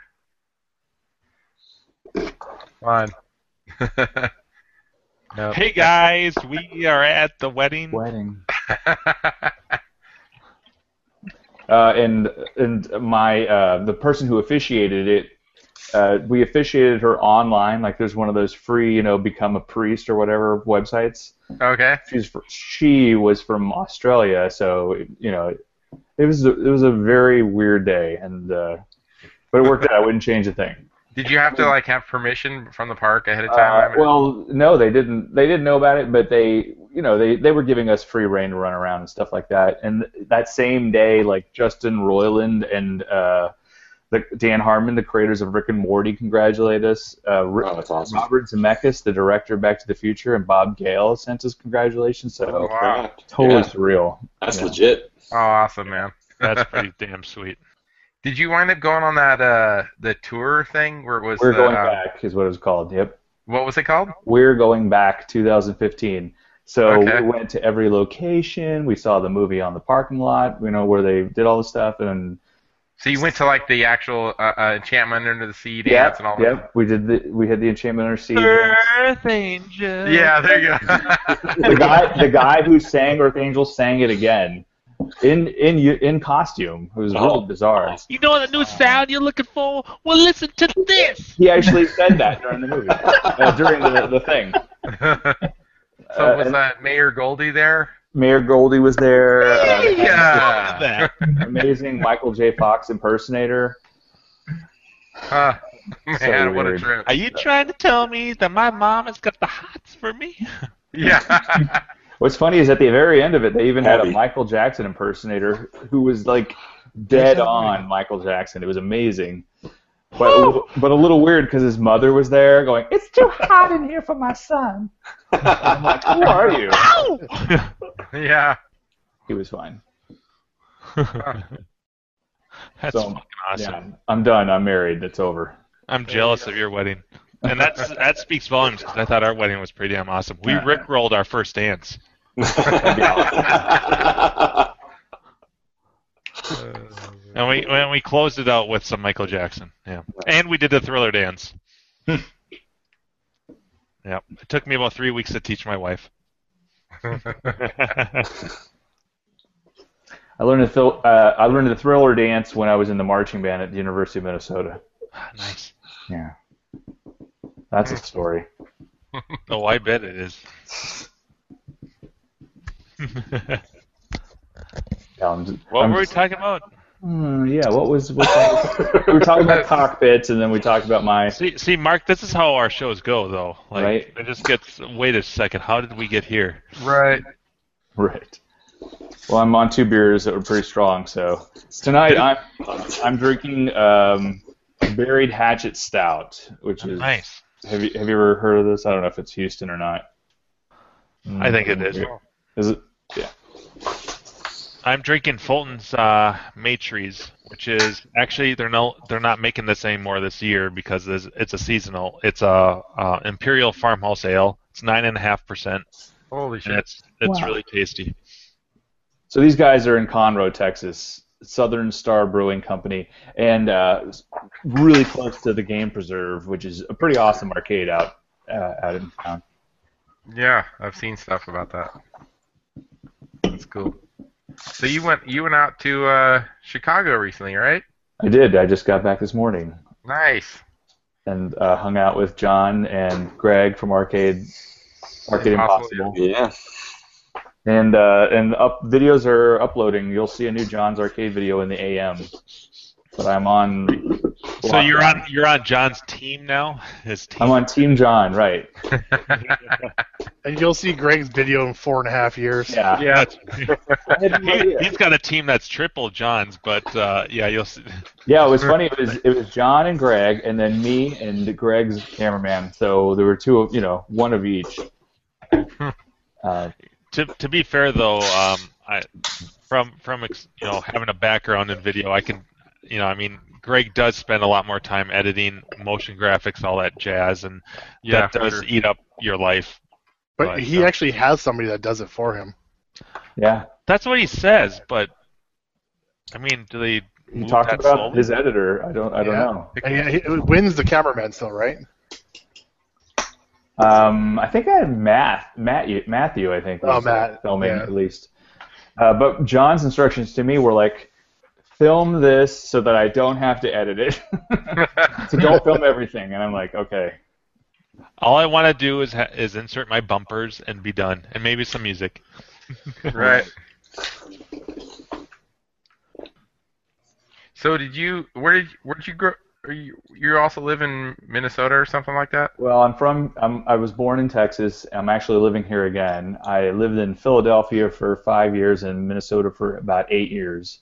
[SPEAKER 9] Uh, [laughs] Fun. Nope.
[SPEAKER 2] Hey guys, we are at the wedding.
[SPEAKER 5] Wedding. uh, and and my uh, the person who officiated it, uh, we officiated her online. Like there's one of those free, you know, become a priest or whatever websites.
[SPEAKER 9] okay.
[SPEAKER 5] She's fr- she was from Australia, so you know, it was a, it was a very weird day, and uh, but it worked out. I wouldn't change a thing.
[SPEAKER 9] Did you have to like have permission from the park ahead of
[SPEAKER 5] Uh,
[SPEAKER 9] time?
[SPEAKER 5] well, no, they didn't. They didn't know about it, but they, you know, they, they were giving us free reign to run around and stuff like that. And that same day, like Justin Roiland and uh, the, Dan Harmon, the creators of Rick and Morty, congratulate us. Uh, Ri-
[SPEAKER 4] Oh, that's awesome.
[SPEAKER 5] Robert Zemeckis, the director of Back to the Future, and Bob Gale sent us congratulations. So
[SPEAKER 9] Oh, wow.
[SPEAKER 4] Crap.
[SPEAKER 5] totally
[SPEAKER 4] Yeah,
[SPEAKER 5] surreal.
[SPEAKER 4] that's
[SPEAKER 5] Yeah.
[SPEAKER 4] legit.
[SPEAKER 9] oh, awesome, man. [laughs]
[SPEAKER 2] That's pretty damn sweet.
[SPEAKER 9] Did you wind up going on that uh the tour thing where it was
[SPEAKER 5] We're
[SPEAKER 9] the,
[SPEAKER 5] going
[SPEAKER 9] uh,
[SPEAKER 5] back is what it was called. Yep.
[SPEAKER 9] what was it called?
[SPEAKER 5] we're going back 2015. So
[SPEAKER 9] Okay.
[SPEAKER 5] we went to every location. We saw the movie on the parking lot, you know, where they did all the stuff. And
[SPEAKER 9] So you went to like the actual uh, uh, enchantment under the sea dance
[SPEAKER 5] yeah,
[SPEAKER 9] and all
[SPEAKER 5] yep, we did the we had the enchantment under sea.
[SPEAKER 2] [laughs] Earth angel.
[SPEAKER 9] that. Yeah, there you go.
[SPEAKER 5] [laughs] the guy, the guy who sang Earth Angel sang it again, in in in costume. It was
[SPEAKER 4] Oh.
[SPEAKER 5] real bizarre.
[SPEAKER 2] You know the new sound you're looking for? Well, listen to this.
[SPEAKER 5] He actually said that during the movie, uh, during the the thing.
[SPEAKER 9] so
[SPEAKER 5] Uh,
[SPEAKER 9] was
[SPEAKER 5] and
[SPEAKER 9] that Mayor Goldie there?
[SPEAKER 5] Mayor Goldie was there. uh,
[SPEAKER 9] Yeah.
[SPEAKER 2] That.
[SPEAKER 5] amazing Michael J. Fox impersonator.
[SPEAKER 9] Huh. [laughs] man,
[SPEAKER 5] So
[SPEAKER 9] what a
[SPEAKER 5] weird.
[SPEAKER 9] trip.
[SPEAKER 2] Are you trying to tell me that my mom has got the hots for me?
[SPEAKER 9] Yeah.
[SPEAKER 5] [laughs] What's funny is at the very end of it, they even had a
[SPEAKER 4] Abby.
[SPEAKER 5] Michael Jackson impersonator who was like dead on Michael Jackson. It was amazing, but a little, but a little weird because his mother was there going, "It's too hot in here for my son." I'm like, "Who are you?"
[SPEAKER 2] [laughs]
[SPEAKER 9] yeah.
[SPEAKER 5] He was fine.
[SPEAKER 2] That's
[SPEAKER 5] So,
[SPEAKER 2] fucking awesome.
[SPEAKER 5] Yeah, I'm done. I'm married. That's over.
[SPEAKER 2] I'm jealous of your wedding. And [laughs] that's that speaks volumes because I thought our wedding was pretty damn awesome. We rickrolled our first [laughs] dance. And we and we closed it out with some Michael Jackson. Yeah. Hmm. And we did the thriller dance. yeah. It took me about three weeks to teach my wife.
[SPEAKER 5] I learned the thil- uh, I learned the thriller dance when I was in the marching band at the University of Minnesota.
[SPEAKER 2] Ah, nice.
[SPEAKER 5] Yeah, that's a story.
[SPEAKER 2] [laughs] Oh, I bet it is.
[SPEAKER 5] Yeah, I'm-
[SPEAKER 2] what
[SPEAKER 5] I'm
[SPEAKER 2] were we
[SPEAKER 5] just-
[SPEAKER 2] talking about?
[SPEAKER 5] Hmm, yeah, what was what [laughs] we were talking about cockpits, and then we talked about my.
[SPEAKER 2] See, see, Mark, this is how our shows go, though. Like,
[SPEAKER 5] Right.
[SPEAKER 2] it just gets. Wait a second, how did we get here?
[SPEAKER 9] right.
[SPEAKER 5] Right. Well, I'm on two beers that were pretty strong, so tonight I'm I'm drinking um, Buried Hatchet Stout, which is
[SPEAKER 2] Nice.
[SPEAKER 5] Have you have you ever heard of this? I don't know if it's Houston or not. Mm,
[SPEAKER 2] I think it is.
[SPEAKER 5] Is it?
[SPEAKER 2] I'm drinking Fulton's uh, Maitre's, which is actually they're no they're not making this anymore this year because it's, it's a seasonal. It's a uh, Imperial Farmhouse Ale. It's nine and a half percent,
[SPEAKER 9] Holy shit.
[SPEAKER 2] and it's it's really tasty.
[SPEAKER 5] So these guys are in Conroe, Texas, Southern Star Brewing Company, and uh, really close to the Game Preserve, which is a pretty awesome arcade out uh, out in town.
[SPEAKER 9] Yeah, I've seen stuff about that. That's cool. So you went you went out to uh, Chicago recently, right?
[SPEAKER 5] I did. I just got back this morning
[SPEAKER 9] Nice.
[SPEAKER 5] and uh, hung out with John and Greg from Arcade Arcade
[SPEAKER 9] Impossible,
[SPEAKER 5] Impossible.
[SPEAKER 4] Yeah.
[SPEAKER 5] And uh, and up videos are uploading. You'll see a new John's Arcade video in the AM. But I'm on.
[SPEAKER 2] So you're on you're on John's team now. His team.
[SPEAKER 5] I'm on Team
[SPEAKER 2] [laughs]
[SPEAKER 5] John, right?
[SPEAKER 1] And you'll see Greg's video in four and a half years.
[SPEAKER 5] Yeah.
[SPEAKER 2] yeah,
[SPEAKER 5] I had no
[SPEAKER 2] he,
[SPEAKER 5] idea.
[SPEAKER 2] he's got a team that's triple John's, but uh, yeah, you'll see.
[SPEAKER 5] Yeah, it was funny. It was it was John and Greg, and then me and Greg's cameraman. So there were two, of you know, one
[SPEAKER 2] [laughs]
[SPEAKER 5] of each. Uh,
[SPEAKER 2] to to be fair though, um, I from from ex- you know having a background in video, I can you know I mean Greg does spend a lot more time editing motion graphics, all that jazz, and
[SPEAKER 9] Yeah,
[SPEAKER 2] that does
[SPEAKER 9] for sure.
[SPEAKER 2] eat up your life.
[SPEAKER 1] But
[SPEAKER 2] Right,
[SPEAKER 1] he
[SPEAKER 2] yeah.
[SPEAKER 1] actually has somebody that does it for him.
[SPEAKER 5] yeah,
[SPEAKER 2] That's what he says, but I mean, do they?
[SPEAKER 5] he
[SPEAKER 2] move
[SPEAKER 5] talked
[SPEAKER 2] that
[SPEAKER 5] about
[SPEAKER 2] slowly?
[SPEAKER 5] his editor. I don't I don't
[SPEAKER 1] Yeah.
[SPEAKER 5] know.
[SPEAKER 1] And yeah, he it wins the cameraman still, right?
[SPEAKER 5] Um, I think I had Matt, Matt, Matthew. I think.
[SPEAKER 1] Oh,
[SPEAKER 5] was
[SPEAKER 1] Matt,
[SPEAKER 5] filming
[SPEAKER 1] yeah.
[SPEAKER 5] at least. Uh, but John's instructions to me were like, film this so that I don't have to edit it. [laughs] so don't film everything, and I'm like, okay.
[SPEAKER 2] All I want to do is ha- is insert my bumpers and be done, and maybe some music. [laughs]
[SPEAKER 9] Right. So did you? Where did where would you grow? Are you you also live in Minnesota or something like that?
[SPEAKER 5] Well, I'm from. I'm, I was born in Texas. I'm actually living here again. I lived in Philadelphia for five years and Minnesota for about eight years.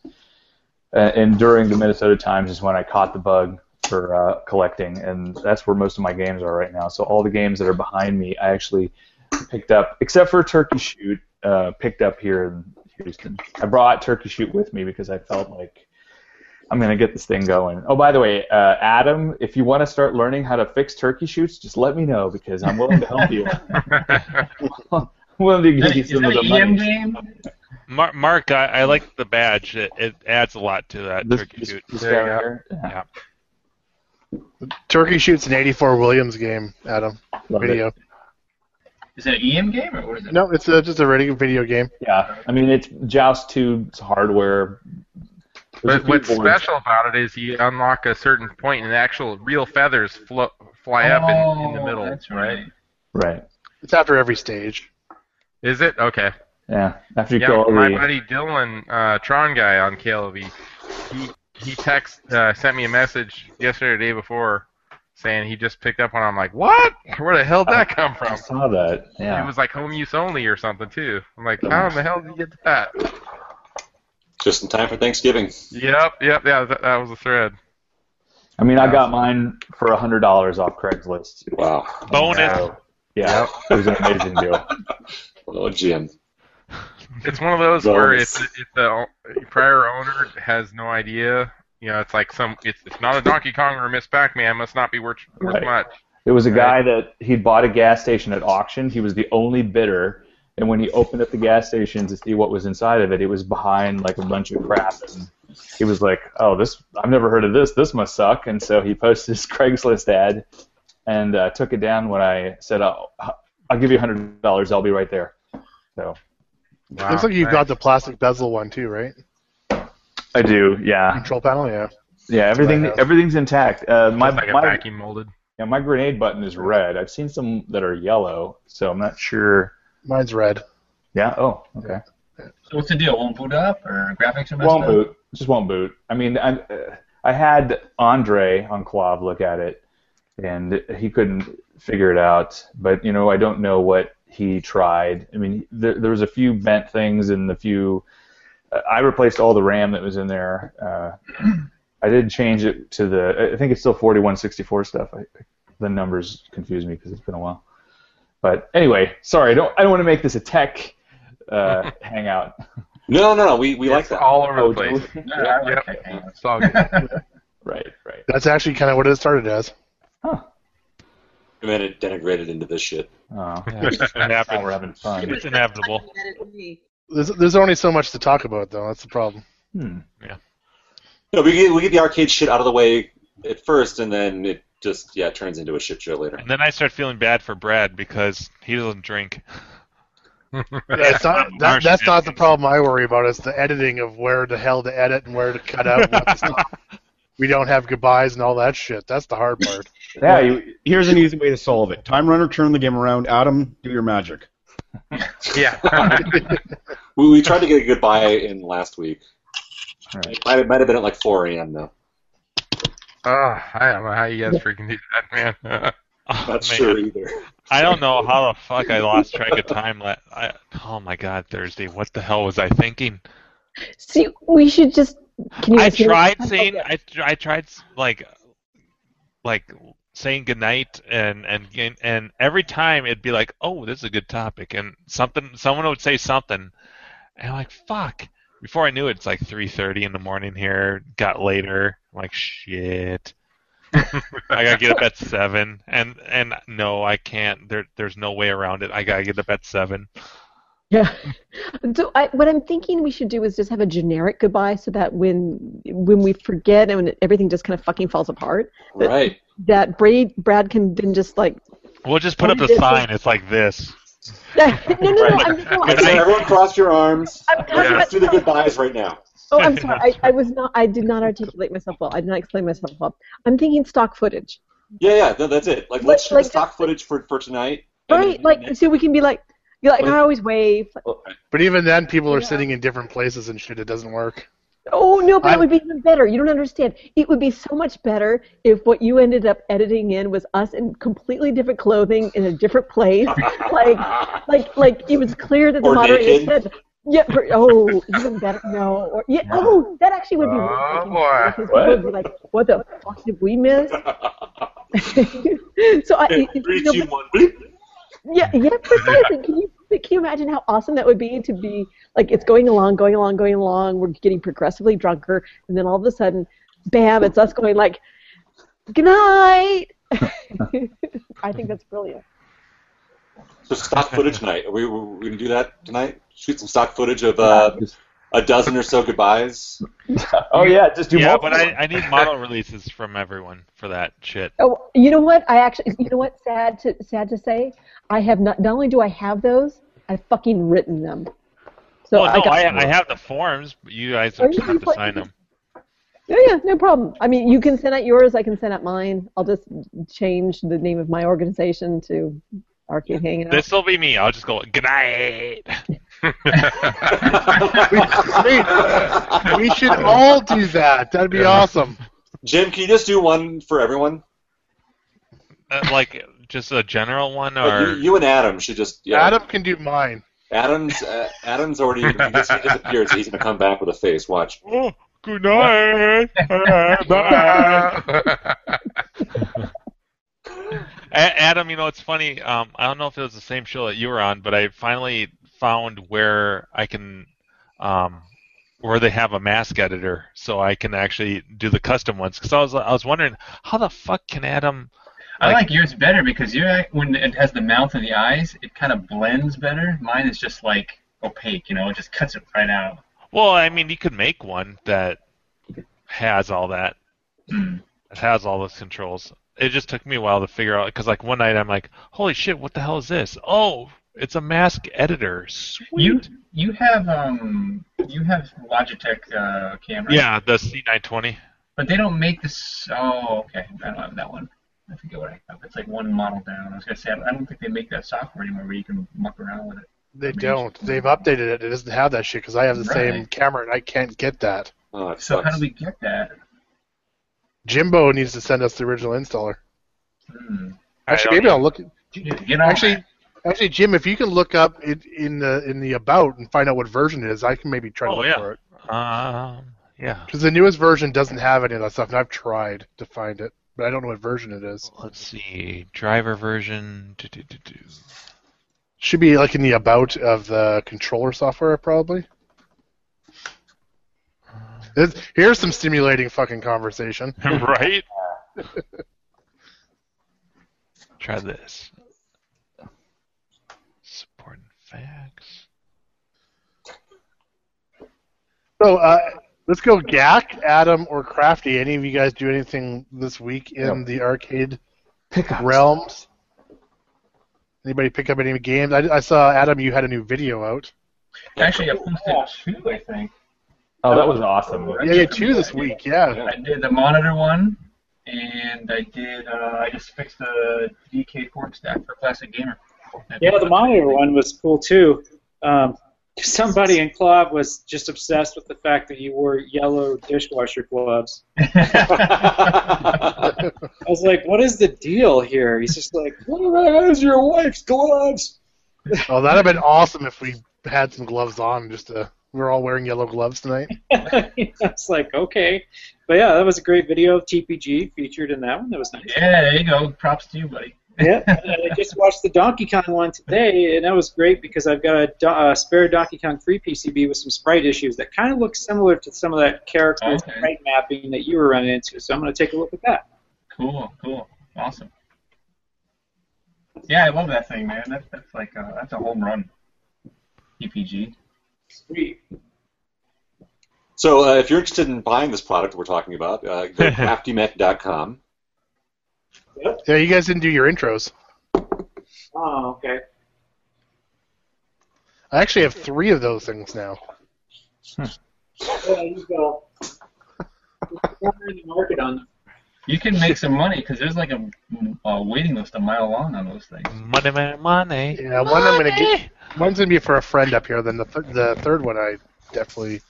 [SPEAKER 5] Uh, and during the Minnesota times is when I caught the bug for uh, collecting, and that's where most of my games are right now. So all the games that are behind me, I actually picked up, except for Turkey Shoot, uh, picked up here in Houston. I brought Turkey Shoot with me because I felt like I'm gonna get this thing going. Oh, by the way, uh, Adam, if you want to start learning how to fix turkey shoots, just let me know because I'm willing to help you. [laughs] I'm willing to give you
[SPEAKER 8] Is
[SPEAKER 5] some of
[SPEAKER 8] that
[SPEAKER 5] the
[SPEAKER 8] an
[SPEAKER 5] money.
[SPEAKER 8] EM [laughs] game?
[SPEAKER 2] Mar- Mark, I, I like the badge. It, it adds a lot to that
[SPEAKER 5] This,
[SPEAKER 2] turkey
[SPEAKER 5] this,
[SPEAKER 2] shoot.
[SPEAKER 5] this guy
[SPEAKER 9] There you go.
[SPEAKER 5] here, yeah,
[SPEAKER 1] Turkey shoots an 84 Williams game, Adam.
[SPEAKER 5] love it.
[SPEAKER 1] video.
[SPEAKER 8] Is it an EM game or what is it?
[SPEAKER 1] No, it's uh just a regular video game.
[SPEAKER 5] Yeah, I mean it's Joust 2's hardware. There's a
[SPEAKER 9] But
[SPEAKER 5] few
[SPEAKER 9] what's
[SPEAKER 5] boards.
[SPEAKER 9] special about it is you unlock a certain point and actual real feathers flo- fly up in, in the
[SPEAKER 8] Oh,
[SPEAKER 9] middle.
[SPEAKER 8] That's right.
[SPEAKER 5] Right.
[SPEAKER 1] It's after every stage.
[SPEAKER 9] Is it okay?
[SPEAKER 5] Yeah. After you
[SPEAKER 9] Yeah,
[SPEAKER 5] kill all
[SPEAKER 9] my
[SPEAKER 5] the-
[SPEAKER 9] buddy Dylan, uh, Tron guy on KLV, he he text uh, sent me a message yesterday or the day before saying he just picked up one. I'm like, what? Where the hell did that come
[SPEAKER 5] I
[SPEAKER 9] from?
[SPEAKER 5] saw that.
[SPEAKER 9] It
[SPEAKER 5] Yeah.
[SPEAKER 9] was like home use only or something too. I'm like, how in the hell did you get that?
[SPEAKER 4] Just in time for Thanksgiving.
[SPEAKER 9] Yep, yep, yeah, that, that was a thread.
[SPEAKER 5] I mean, I got mine for hundred dollars off Craigslist.
[SPEAKER 4] Wow.
[SPEAKER 2] Bonus.
[SPEAKER 9] Yeah.
[SPEAKER 5] Yeah, [laughs] it was an
[SPEAKER 9] [laughs]
[SPEAKER 5] amazing deal.
[SPEAKER 4] Oh, Jim.
[SPEAKER 9] It's one of those
[SPEAKER 4] Bonus.
[SPEAKER 9] where if, if the prior owner has no idea, you know, it's like some, it's, it's not a Donkey Kong or a Miss Pac-Man, must not be worth, worth
[SPEAKER 5] Right.
[SPEAKER 9] much.
[SPEAKER 5] There was a guy
[SPEAKER 9] Right.
[SPEAKER 5] that he bought a gas station at auction. He was the only bidder, and when he opened up the gas station to see what was inside of it, it was behind like a bunch of crap. And he was like, "Oh, this I've never heard of this. This must suck." And so he posted his [laughs] Craigslist ad, and uh, took it down when I said, "I'll, I'll give you hundred dollars. I'll be right there." So
[SPEAKER 9] Wow,
[SPEAKER 1] Looks like you've
[SPEAKER 9] nice.
[SPEAKER 1] got the plastic bezel one too, right?
[SPEAKER 5] I do, yeah,
[SPEAKER 1] Control panel, yeah.
[SPEAKER 5] yeah. Everything
[SPEAKER 1] Right.
[SPEAKER 5] everything's intact. Uh, my
[SPEAKER 9] Just like a
[SPEAKER 5] my
[SPEAKER 9] vacuum molded.
[SPEAKER 5] yeah, my grenade button is red. I've seen some that are yellow, so I'm not sure.
[SPEAKER 1] Mine's red.
[SPEAKER 5] Yeah. Oh, okay.
[SPEAKER 8] So what's the deal? Won't boot up or graphics are messed
[SPEAKER 5] won't
[SPEAKER 8] up?
[SPEAKER 5] boot. Just won't boot. I mean, I, uh, I had Andre on Quav look at it, and he couldn't figure it out. But you know, I don't know what he tried. I mean, there, there was a few bent things and the few. uh, I replaced all the RAM that was in there. Uh, [clears throat] I did change it to the. I think it's still 4164 stuff. I, the numbers confuse me because it's been a while. But anyway, sorry. I don't. I don't want to make this a tech uh, [laughs] hangout.
[SPEAKER 4] No, no, no. We, we like
[SPEAKER 9] It's
[SPEAKER 4] that.
[SPEAKER 9] all over the
[SPEAKER 5] Oh,
[SPEAKER 9] place.
[SPEAKER 8] No, I like
[SPEAKER 9] Yep.
[SPEAKER 8] that game.
[SPEAKER 9] It's
[SPEAKER 8] [laughs]
[SPEAKER 9] all good.
[SPEAKER 5] Right. Right.
[SPEAKER 1] That's actually kind of what it started as.
[SPEAKER 5] Huh.
[SPEAKER 4] And then it denigrated into this shit.
[SPEAKER 5] Oh,
[SPEAKER 2] [laughs] It's
[SPEAKER 5] now we're
[SPEAKER 2] inevitable.
[SPEAKER 5] having fun.
[SPEAKER 2] It's inevitable.
[SPEAKER 1] There's, there's only so much to talk about, though. That's the problem.
[SPEAKER 5] Hmm.
[SPEAKER 2] Yeah.
[SPEAKER 4] No, we get, we get the arcade shit out of the way at first, and then it just yeah turns into a shit show later.
[SPEAKER 2] And then I start feeling bad for Brad because he
[SPEAKER 9] [laughs]
[SPEAKER 2] doesn't drink.
[SPEAKER 1] Yeah, it's not, that, that's not the problem I worry about. It's the editing of where the hell to edit and where to cut out. and what to stop. we don't have goodbyes and all that shit. That's the hard part.
[SPEAKER 6] Yeah, you, here's an easy way to solve it. Time runner, turn the game around. Adam, do your magic.
[SPEAKER 9] Yeah.
[SPEAKER 4] [laughs] We, we tried to get a goodbye in last week.
[SPEAKER 6] Alright.
[SPEAKER 4] It might, it might have been at like 4 a.m. though.
[SPEAKER 9] oh, I don't know how you guys freaking do that, man. [laughs]
[SPEAKER 2] Oh,
[SPEAKER 4] Not
[SPEAKER 2] man.
[SPEAKER 4] sure either.
[SPEAKER 2] I don't know how the fuck I lost track of time. la- I, oh my god, Thursday! What the hell was I thinking?
[SPEAKER 3] See, we should just. Can you
[SPEAKER 2] I
[SPEAKER 3] guys hear
[SPEAKER 2] tried
[SPEAKER 3] me?
[SPEAKER 2] saying I, tr- I tried s- like like saying goodnight and and gain- and every time it'd be like, "Oh, this is a good topic." And something someone would say something and I'm like, "Fuck." Before I knew it, it's like 3:30 in the morning here, got later. I'm like, "Shit." I got to get up
[SPEAKER 5] [laughs]
[SPEAKER 2] at 7 and and no, I can't. There there's no way around it. I got to get up at 7.
[SPEAKER 3] Yeah. So I, what I'm thinking we should do is just have a generic goodbye, so that when when we forget and when everything just kind of fucking falls apart,
[SPEAKER 4] Right.
[SPEAKER 3] that Brad Brad can then just like.
[SPEAKER 2] We'll just put
[SPEAKER 3] Oh,
[SPEAKER 2] up the
[SPEAKER 3] yes,
[SPEAKER 2] sign. It's like
[SPEAKER 8] [laughs]
[SPEAKER 2] this.
[SPEAKER 3] no, no, no, I'm, no, I'm
[SPEAKER 4] Okay, so
[SPEAKER 3] sorry.
[SPEAKER 4] everyone cross your arms.
[SPEAKER 3] I'm talking
[SPEAKER 9] Yeah.
[SPEAKER 4] Let's
[SPEAKER 3] about-
[SPEAKER 4] do the goodbyes right now.
[SPEAKER 3] Oh,
[SPEAKER 4] [laughs]
[SPEAKER 3] I'm sorry. I, I was not. I did not articulate myself well. I did not explain myself well. I'm thinking stock footage.
[SPEAKER 4] Yeah, yeah, no, that's it. Like,
[SPEAKER 3] Like-
[SPEAKER 4] let's shoot
[SPEAKER 3] like
[SPEAKER 4] the stock
[SPEAKER 3] just-
[SPEAKER 4] footage for, for tonight. and
[SPEAKER 3] Right?
[SPEAKER 4] then-
[SPEAKER 3] Like, so we can be like, you're like,
[SPEAKER 4] But-
[SPEAKER 3] I always wave.
[SPEAKER 1] But even then, people are
[SPEAKER 3] Yeah.
[SPEAKER 1] sitting in different places and shit. It doesn't work.
[SPEAKER 3] Oh no, but
[SPEAKER 1] I'm-
[SPEAKER 3] it would be even better. You don't understand. It would be so much better if what you ended up editing in was us in completely different clothing in a different
[SPEAKER 4] [laughs]
[SPEAKER 3] place. like, like, like it was clear that the
[SPEAKER 4] Or
[SPEAKER 3] moderator
[SPEAKER 4] naked.
[SPEAKER 3] said, "Yeah, or- oh, even better." No, or yeah, oh, that actually would be. really
[SPEAKER 9] Oh,
[SPEAKER 3] fucking
[SPEAKER 9] boy.
[SPEAKER 3] because
[SPEAKER 5] What?
[SPEAKER 3] people would be like, what the fuck did we miss? [laughs] so I,
[SPEAKER 4] Okay,
[SPEAKER 3] it- it-
[SPEAKER 4] Three,
[SPEAKER 3] you know,
[SPEAKER 4] two,
[SPEAKER 3] but-
[SPEAKER 4] one. bleep.
[SPEAKER 3] yeah, yeah, precisely. Can you can you imagine how awesome that would be to be like it's going along, going along, going along. We're getting progressively drunker, and then all of a sudden, bam! It's us going like, "Good night." [laughs] I think that's brilliant.
[SPEAKER 2] [laughs]
[SPEAKER 4] So stock footage night. Are we, we, we gonna do that tonight? Shoot some stock footage of uh,
[SPEAKER 5] Just-
[SPEAKER 4] a dozen or so goodbyes.
[SPEAKER 5] [laughs] oh yeah, just do
[SPEAKER 2] yeah,
[SPEAKER 5] multiple.
[SPEAKER 2] but I, I need
[SPEAKER 5] [laughs]
[SPEAKER 2] model releases from everyone for that shit.
[SPEAKER 3] Oh, you know what? I actually, you know what? Sad to sad to say, I have not. Not only do I have those, I've fucking written them. So
[SPEAKER 2] well, Oh, no,
[SPEAKER 3] got-
[SPEAKER 2] I, I have the forms, but you guys
[SPEAKER 3] Are
[SPEAKER 2] have
[SPEAKER 3] you
[SPEAKER 2] just have to
[SPEAKER 3] playing-
[SPEAKER 2] sign them.
[SPEAKER 3] Yeah, yeah, no problem. I mean, you can send out yours. I can send out mine. I'll just change the name of my organization to Arcade Hangout.
[SPEAKER 2] This will be me. I'll just go good
[SPEAKER 8] [laughs]
[SPEAKER 2] night.
[SPEAKER 1] We should all do that. That'd be awesome.
[SPEAKER 4] Jim, can you just do one for everyone?
[SPEAKER 2] Uh,
[SPEAKER 8] [laughs]
[SPEAKER 2] like just a general one,
[SPEAKER 4] Like,
[SPEAKER 2] or
[SPEAKER 4] you, you and Adam should just. Yeah,
[SPEAKER 1] Adam can do mine.
[SPEAKER 4] Adam's uh, Adam's already he just- he disappeared, so he's gonna come back with a face. Watch.
[SPEAKER 2] oh, good night.
[SPEAKER 8] [laughs]
[SPEAKER 2] A- Adam, you know it's funny. Um, I don't know if it was the same show that you were on, but I finally found where I can, um, where they have a mask editor, so I can actually do the custom ones. Because I was I was wondering how the fuck can Adam?
[SPEAKER 8] I like yours better because your when it has the mouth and the eyes, it kind of blends better. Mine is just like opaque, you know, it just cuts it right out.
[SPEAKER 2] Well, I mean, you could make one that has all that.
[SPEAKER 8] Hmm.
[SPEAKER 2] It has all those controls. It just took me a while to figure out because, like, one night I'm like, "Holy shit, what the hell is this? Oh, it's a mask editor. Sweet."
[SPEAKER 8] You you have um you have Logitech uh, camera.
[SPEAKER 2] yeah, the C920.
[SPEAKER 8] But they don't make this. Oh, okay. I don't have that one. I forget what I have. It's like one model down. I was gonna say I don't- I don't think they make that software anymore where you can muck around with it.
[SPEAKER 1] They don't. They've updated it. It doesn't have that shit because I have the same
[SPEAKER 8] Right.
[SPEAKER 1] camera and I can't get that.
[SPEAKER 4] Oh, it
[SPEAKER 8] So how
[SPEAKER 4] sucks.
[SPEAKER 8] do we get that?
[SPEAKER 1] Jimbo needs to send us the original installer.
[SPEAKER 8] Hmm.
[SPEAKER 1] Actually,
[SPEAKER 2] I don't
[SPEAKER 1] maybe I'll look.
[SPEAKER 8] Yeah, Get on
[SPEAKER 1] Actually,
[SPEAKER 8] that.
[SPEAKER 1] actually, Jim, if you can look up it in the in the about and find out what version it is, I can maybe try to
[SPEAKER 2] Oh,
[SPEAKER 1] look
[SPEAKER 2] yeah.
[SPEAKER 1] for it
[SPEAKER 2] Um, yeah.
[SPEAKER 1] because the newest version doesn't have any of that stuff, and I've tried to find it, but I don't know what version it is.
[SPEAKER 2] Let's see. Driver version. do, do, do, do.
[SPEAKER 1] Should be like in the about of the controller software, probably.
[SPEAKER 2] Uh,
[SPEAKER 1] This- Here's some stimulating fucking conversation.
[SPEAKER 2] [laughs] right? Try this. Supporting facts.
[SPEAKER 1] So, uh, Let's go Gak, Adam, or Crafty. Any of you guys do anything this week in
[SPEAKER 5] Yep.
[SPEAKER 1] the arcade
[SPEAKER 5] Pickups.
[SPEAKER 1] realms? Anybody pick up any games? I, I saw Adam. You had a new video out.
[SPEAKER 8] Actually, I posted two, I think.
[SPEAKER 5] Oh, that was awesome.
[SPEAKER 1] Yeah, you had two this week. Yeah.
[SPEAKER 8] I did the monitor one, and I did. Uh, I just fixed the DK fork stack for Classic Gamer.
[SPEAKER 10] Yeah, the monitor one was cool too. Um, somebody in club was just obsessed with the fact that you wore yellow dishwasher
[SPEAKER 8] [laughs]
[SPEAKER 10] gloves. I was like, "What is the deal here?" He's just like, "What the hell is your wife's gloves?" [laughs]
[SPEAKER 1] Oh, that'd have been awesome if we had some gloves on. Just to, we were all wearing yellow gloves tonight.
[SPEAKER 10] It's like, okay, but yeah, that was a great video of TPG featured in that one. That was nice.
[SPEAKER 8] yeah, there you go. Props to you, buddy.
[SPEAKER 10] yeah, [laughs] and I just watched the Donkey Kong one today, and that was great because I've got a, do- a spare Donkey Kong 3 PCB with some sprite issues that kind of looks similar to some of that character
[SPEAKER 8] Okay.
[SPEAKER 10] sprite mapping that you were running into. So I'm going to take a look at that.
[SPEAKER 8] Cool, cool, awesome. Yeah, I love that thing, man. That's that's like uh that's a home run. EPG.
[SPEAKER 10] Sweet.
[SPEAKER 4] So uh, if you're interested in buying this product we're talking about, uh,
[SPEAKER 2] [laughs]
[SPEAKER 4] go to craftymac.com.
[SPEAKER 1] Yeah, you guys didn't do your intros.
[SPEAKER 10] Oh, okay.
[SPEAKER 1] I actually have three of those things now.
[SPEAKER 10] Yeah, you go. in the market on them.
[SPEAKER 8] You can make some money because there's like a, a waiting list a mile long on those things.
[SPEAKER 2] Money, money, money.
[SPEAKER 1] Yeah, one I'm gonna get. One's gonna be for a friend up here. Then the th- the third one I definitely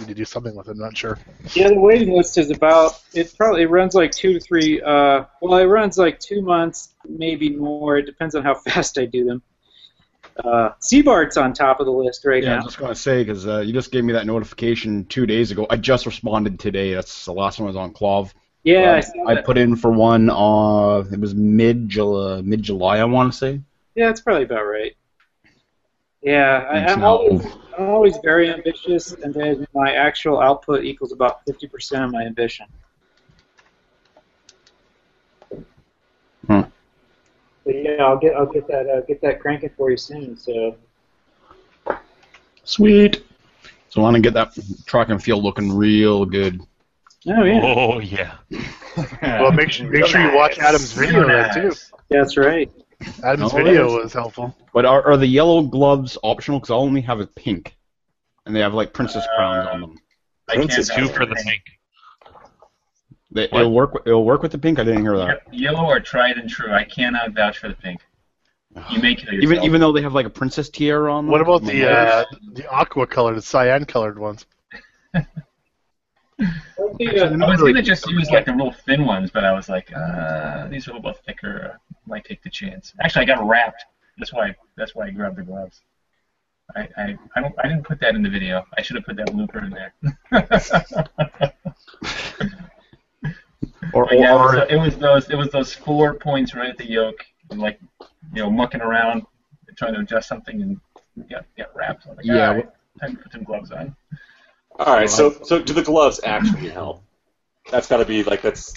[SPEAKER 1] need to do something with. I'm not sure.
[SPEAKER 10] Yeah, the waiting list is about it probably it runs like two to three. Uh, well, it runs like two months, maybe more. It depends on how [laughs] fast I do them. Uh, Seabart's on top of the list right
[SPEAKER 6] Yeah, I
[SPEAKER 10] now.
[SPEAKER 6] was just gonna say because uh, you just gave me that notification two days ago. I just responded today. That's the last one was on Clove.
[SPEAKER 10] Yeah, I
[SPEAKER 6] Um,
[SPEAKER 10] saw
[SPEAKER 6] I,
[SPEAKER 10] that.
[SPEAKER 6] put in for one. Uh, it was mid July, mid July, I want to say.
[SPEAKER 10] Yeah, that's probably about right. Yeah, I,
[SPEAKER 6] It's
[SPEAKER 10] I'm,
[SPEAKER 6] now-
[SPEAKER 10] always, I'm always very ambitious, and then my actual output equals about 50% of my ambition.
[SPEAKER 6] Hmm.
[SPEAKER 10] But yeah, I'll get I'll get that uh, get that cranking for you soon. So
[SPEAKER 6] Sweet. So I want to get that track and field looking real good.
[SPEAKER 10] oh yeah,
[SPEAKER 2] Oh yeah.
[SPEAKER 1] Well, make sure make sure you watch Adam's video then too.
[SPEAKER 10] that's right.
[SPEAKER 1] Adam's
[SPEAKER 6] Oh,
[SPEAKER 1] video
[SPEAKER 6] there's-
[SPEAKER 1] was helpful.
[SPEAKER 6] But are, are the yellow gloves optional? Because I only have a pink, and they have like princess crowns on them.
[SPEAKER 8] I can't
[SPEAKER 4] Princess
[SPEAKER 2] Two for the pink.
[SPEAKER 6] They, it'll work. with- It'll work with the pink. I didn't hear that.
[SPEAKER 8] Yep, Yellow or tried and true. I cannot vouch for the pink. You may kill yourself.
[SPEAKER 6] Even even though they have like a princess tiara on them. Oh
[SPEAKER 1] What about the uh, the aqua colored, the cyan colored ones?
[SPEAKER 8] I was gonna just use like the real thin ones, but I was like, uh, these are a little bit thicker. uh, Might take the chance. Actually, I got wrapped. That's why. That's why I grabbed the gloves. I, I, I don't. I didn't put that in the video. I should have put that blooper in there. [laughs]
[SPEAKER 6] or,
[SPEAKER 8] But yeah, it was,
[SPEAKER 6] or
[SPEAKER 8] it was those. It was those four points right at the yoke, and like, you know, mucking around, trying to adjust something, and got got wrapped. I'm like,
[SPEAKER 6] Yeah,
[SPEAKER 8] "All right, time to put some gloves on.
[SPEAKER 4] All right, so so do the gloves
[SPEAKER 8] [laughs]
[SPEAKER 4] actually help? That's got to be like that's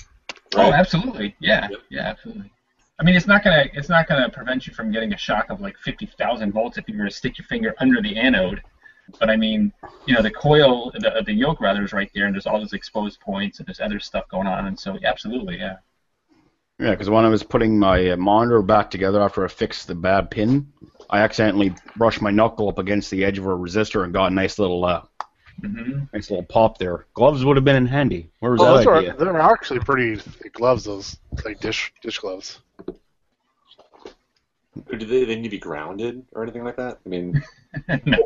[SPEAKER 8] Oh,
[SPEAKER 4] right.
[SPEAKER 8] absolutely. Yeah.
[SPEAKER 4] Yep.
[SPEAKER 8] Yeah, absolutely. I mean, it's not gonna it's not gonna prevent you from getting a shock of like fifty thousand volts if you were to stick your finger under the anode. But I mean, you know, the coil, the the yoke rather is right there, and there's all those exposed points, and there's other stuff going on, and so absolutely, yeah.
[SPEAKER 6] Yeah, because when I was putting my uh, monitor back together after I fixed the bad pin, I accidentally brushed my knuckle up against the edge of a resistor and got a nice little uh,
[SPEAKER 8] hmm
[SPEAKER 6] nice little pop there. Gloves would have been in handy. Where was
[SPEAKER 1] Oh, those
[SPEAKER 6] that
[SPEAKER 1] are
[SPEAKER 6] idea?
[SPEAKER 1] they're actually pretty thick gloves. Those like dish dish gloves.
[SPEAKER 4] Or Do they, they need to be grounded or anything like that? I mean,
[SPEAKER 8] [laughs] no.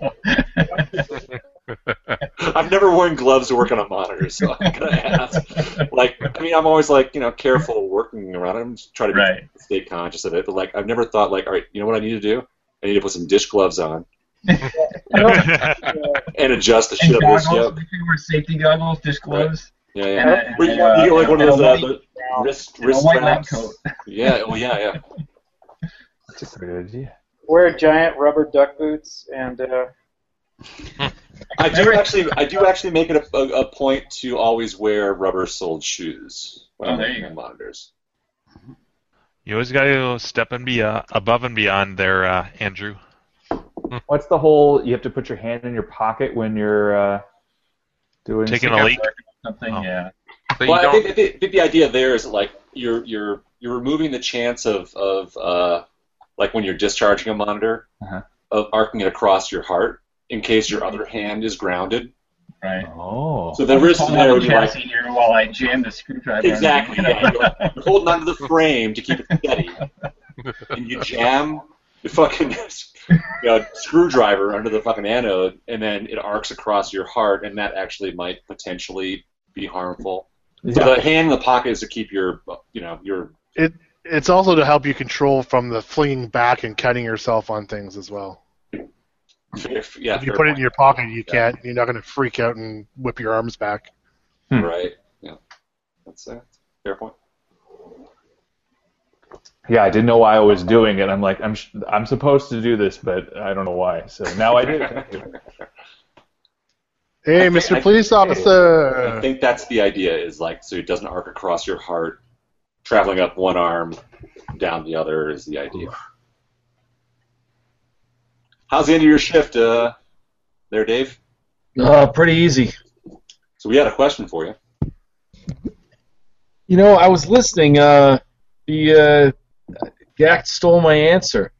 [SPEAKER 4] [laughs] I've never worn gloves to work on a monitor, so I'm gonna ask. Like, I mean, I'm always like, you know, careful working around. it. I'm just trying to be,
[SPEAKER 8] right.
[SPEAKER 4] stay conscious of it, but like, I've never thought like, all right, you know what I need to do? I need to put some dish gloves
[SPEAKER 8] [laughs]
[SPEAKER 4] on and adjust the
[SPEAKER 8] And
[SPEAKER 4] shit up.
[SPEAKER 8] goggles.
[SPEAKER 4] this- Yep.
[SPEAKER 8] If you wear safety goggles, just gloves,
[SPEAKER 4] Yeah,
[SPEAKER 8] and,
[SPEAKER 4] yeah.
[SPEAKER 8] [laughs] a-
[SPEAKER 4] Or You
[SPEAKER 8] and, uh,
[SPEAKER 4] you get like one of
[SPEAKER 8] and a
[SPEAKER 4] those uh,
[SPEAKER 8] white-
[SPEAKER 4] the wrist
[SPEAKER 8] and a
[SPEAKER 4] wrist
[SPEAKER 8] white lab
[SPEAKER 4] straps.
[SPEAKER 8] coat.
[SPEAKER 4] Yeah. Oh, yeah, yeah.
[SPEAKER 5] That's a great idea.
[SPEAKER 10] Wear giant rubber duck boots and uh,
[SPEAKER 4] I do actually, I do actually make it a, a, a point to always wear rubber-soled shoes when
[SPEAKER 8] Oh,
[SPEAKER 4] I'm
[SPEAKER 8] there you
[SPEAKER 4] working
[SPEAKER 8] go.
[SPEAKER 4] on monitors.
[SPEAKER 2] You always got to step and be uh, above and beyond there, uh, Andrew. Hmm.
[SPEAKER 5] What's the whole? You have to put your hand in your pocket when you're uh, Doing
[SPEAKER 2] Taking a leak.
[SPEAKER 8] Something,
[SPEAKER 2] Oh.
[SPEAKER 8] yeah.
[SPEAKER 9] So you
[SPEAKER 4] well, I
[SPEAKER 9] don't.
[SPEAKER 4] think, I think- I think the idea there is like you're you're you're removing the chance of of uh, like when you're discharging a monitor
[SPEAKER 5] Uh-huh.
[SPEAKER 4] of arcing it across your heart in case your other hand is grounded.
[SPEAKER 8] Mm-hmm. Right.
[SPEAKER 5] Oh.
[SPEAKER 4] So the risk
[SPEAKER 8] Hold
[SPEAKER 4] there
[SPEAKER 8] on
[SPEAKER 4] would
[SPEAKER 8] the
[SPEAKER 4] be like
[SPEAKER 8] chassis here while I jam the screwdriver. [laughs]
[SPEAKER 4] exactly
[SPEAKER 8] in it.
[SPEAKER 4] yeah, you're, you're holding onto the frame to keep it
[SPEAKER 1] [laughs]
[SPEAKER 4] steady, and you jam the fucking [laughs] you know, screwdriver under the fucking anode, and then it arcs across your heart, and that actually might potentially be harmful. So
[SPEAKER 5] Yeah.
[SPEAKER 4] the hand in the pocket is to keep your, you know, your [laughs]
[SPEAKER 1] It's also to help you control from the flinging back and cutting yourself on things as well.
[SPEAKER 4] If, yeah,
[SPEAKER 1] If you
[SPEAKER 4] fair
[SPEAKER 1] put it in
[SPEAKER 4] point.
[SPEAKER 1] your pocket, you
[SPEAKER 4] Yeah.
[SPEAKER 1] can't. You're not going to freak out and whip your arms back.
[SPEAKER 5] Hmm.
[SPEAKER 4] right. Yeah, that's a fair point.
[SPEAKER 5] Yeah, I didn't know why I was doing it. I'm like, I'm sh- I'm supposed to do this, but I don't know why. So now I do.
[SPEAKER 6] [laughs]
[SPEAKER 5] Thank you.
[SPEAKER 1] Hey,
[SPEAKER 4] I think-
[SPEAKER 1] Mr.
[SPEAKER 4] I-
[SPEAKER 1] Police
[SPEAKER 4] I
[SPEAKER 1] Officer.
[SPEAKER 4] think that's the idea. Is like so it doesn't arc across your heart, traveling up one arm, down the other is the idea. How's the end of your shift, uh, there, Dave?
[SPEAKER 11] Uh, pretty easy.
[SPEAKER 4] So we had a question for you.
[SPEAKER 11] You know, I was listening. Uh, the uh, Gact stole my answer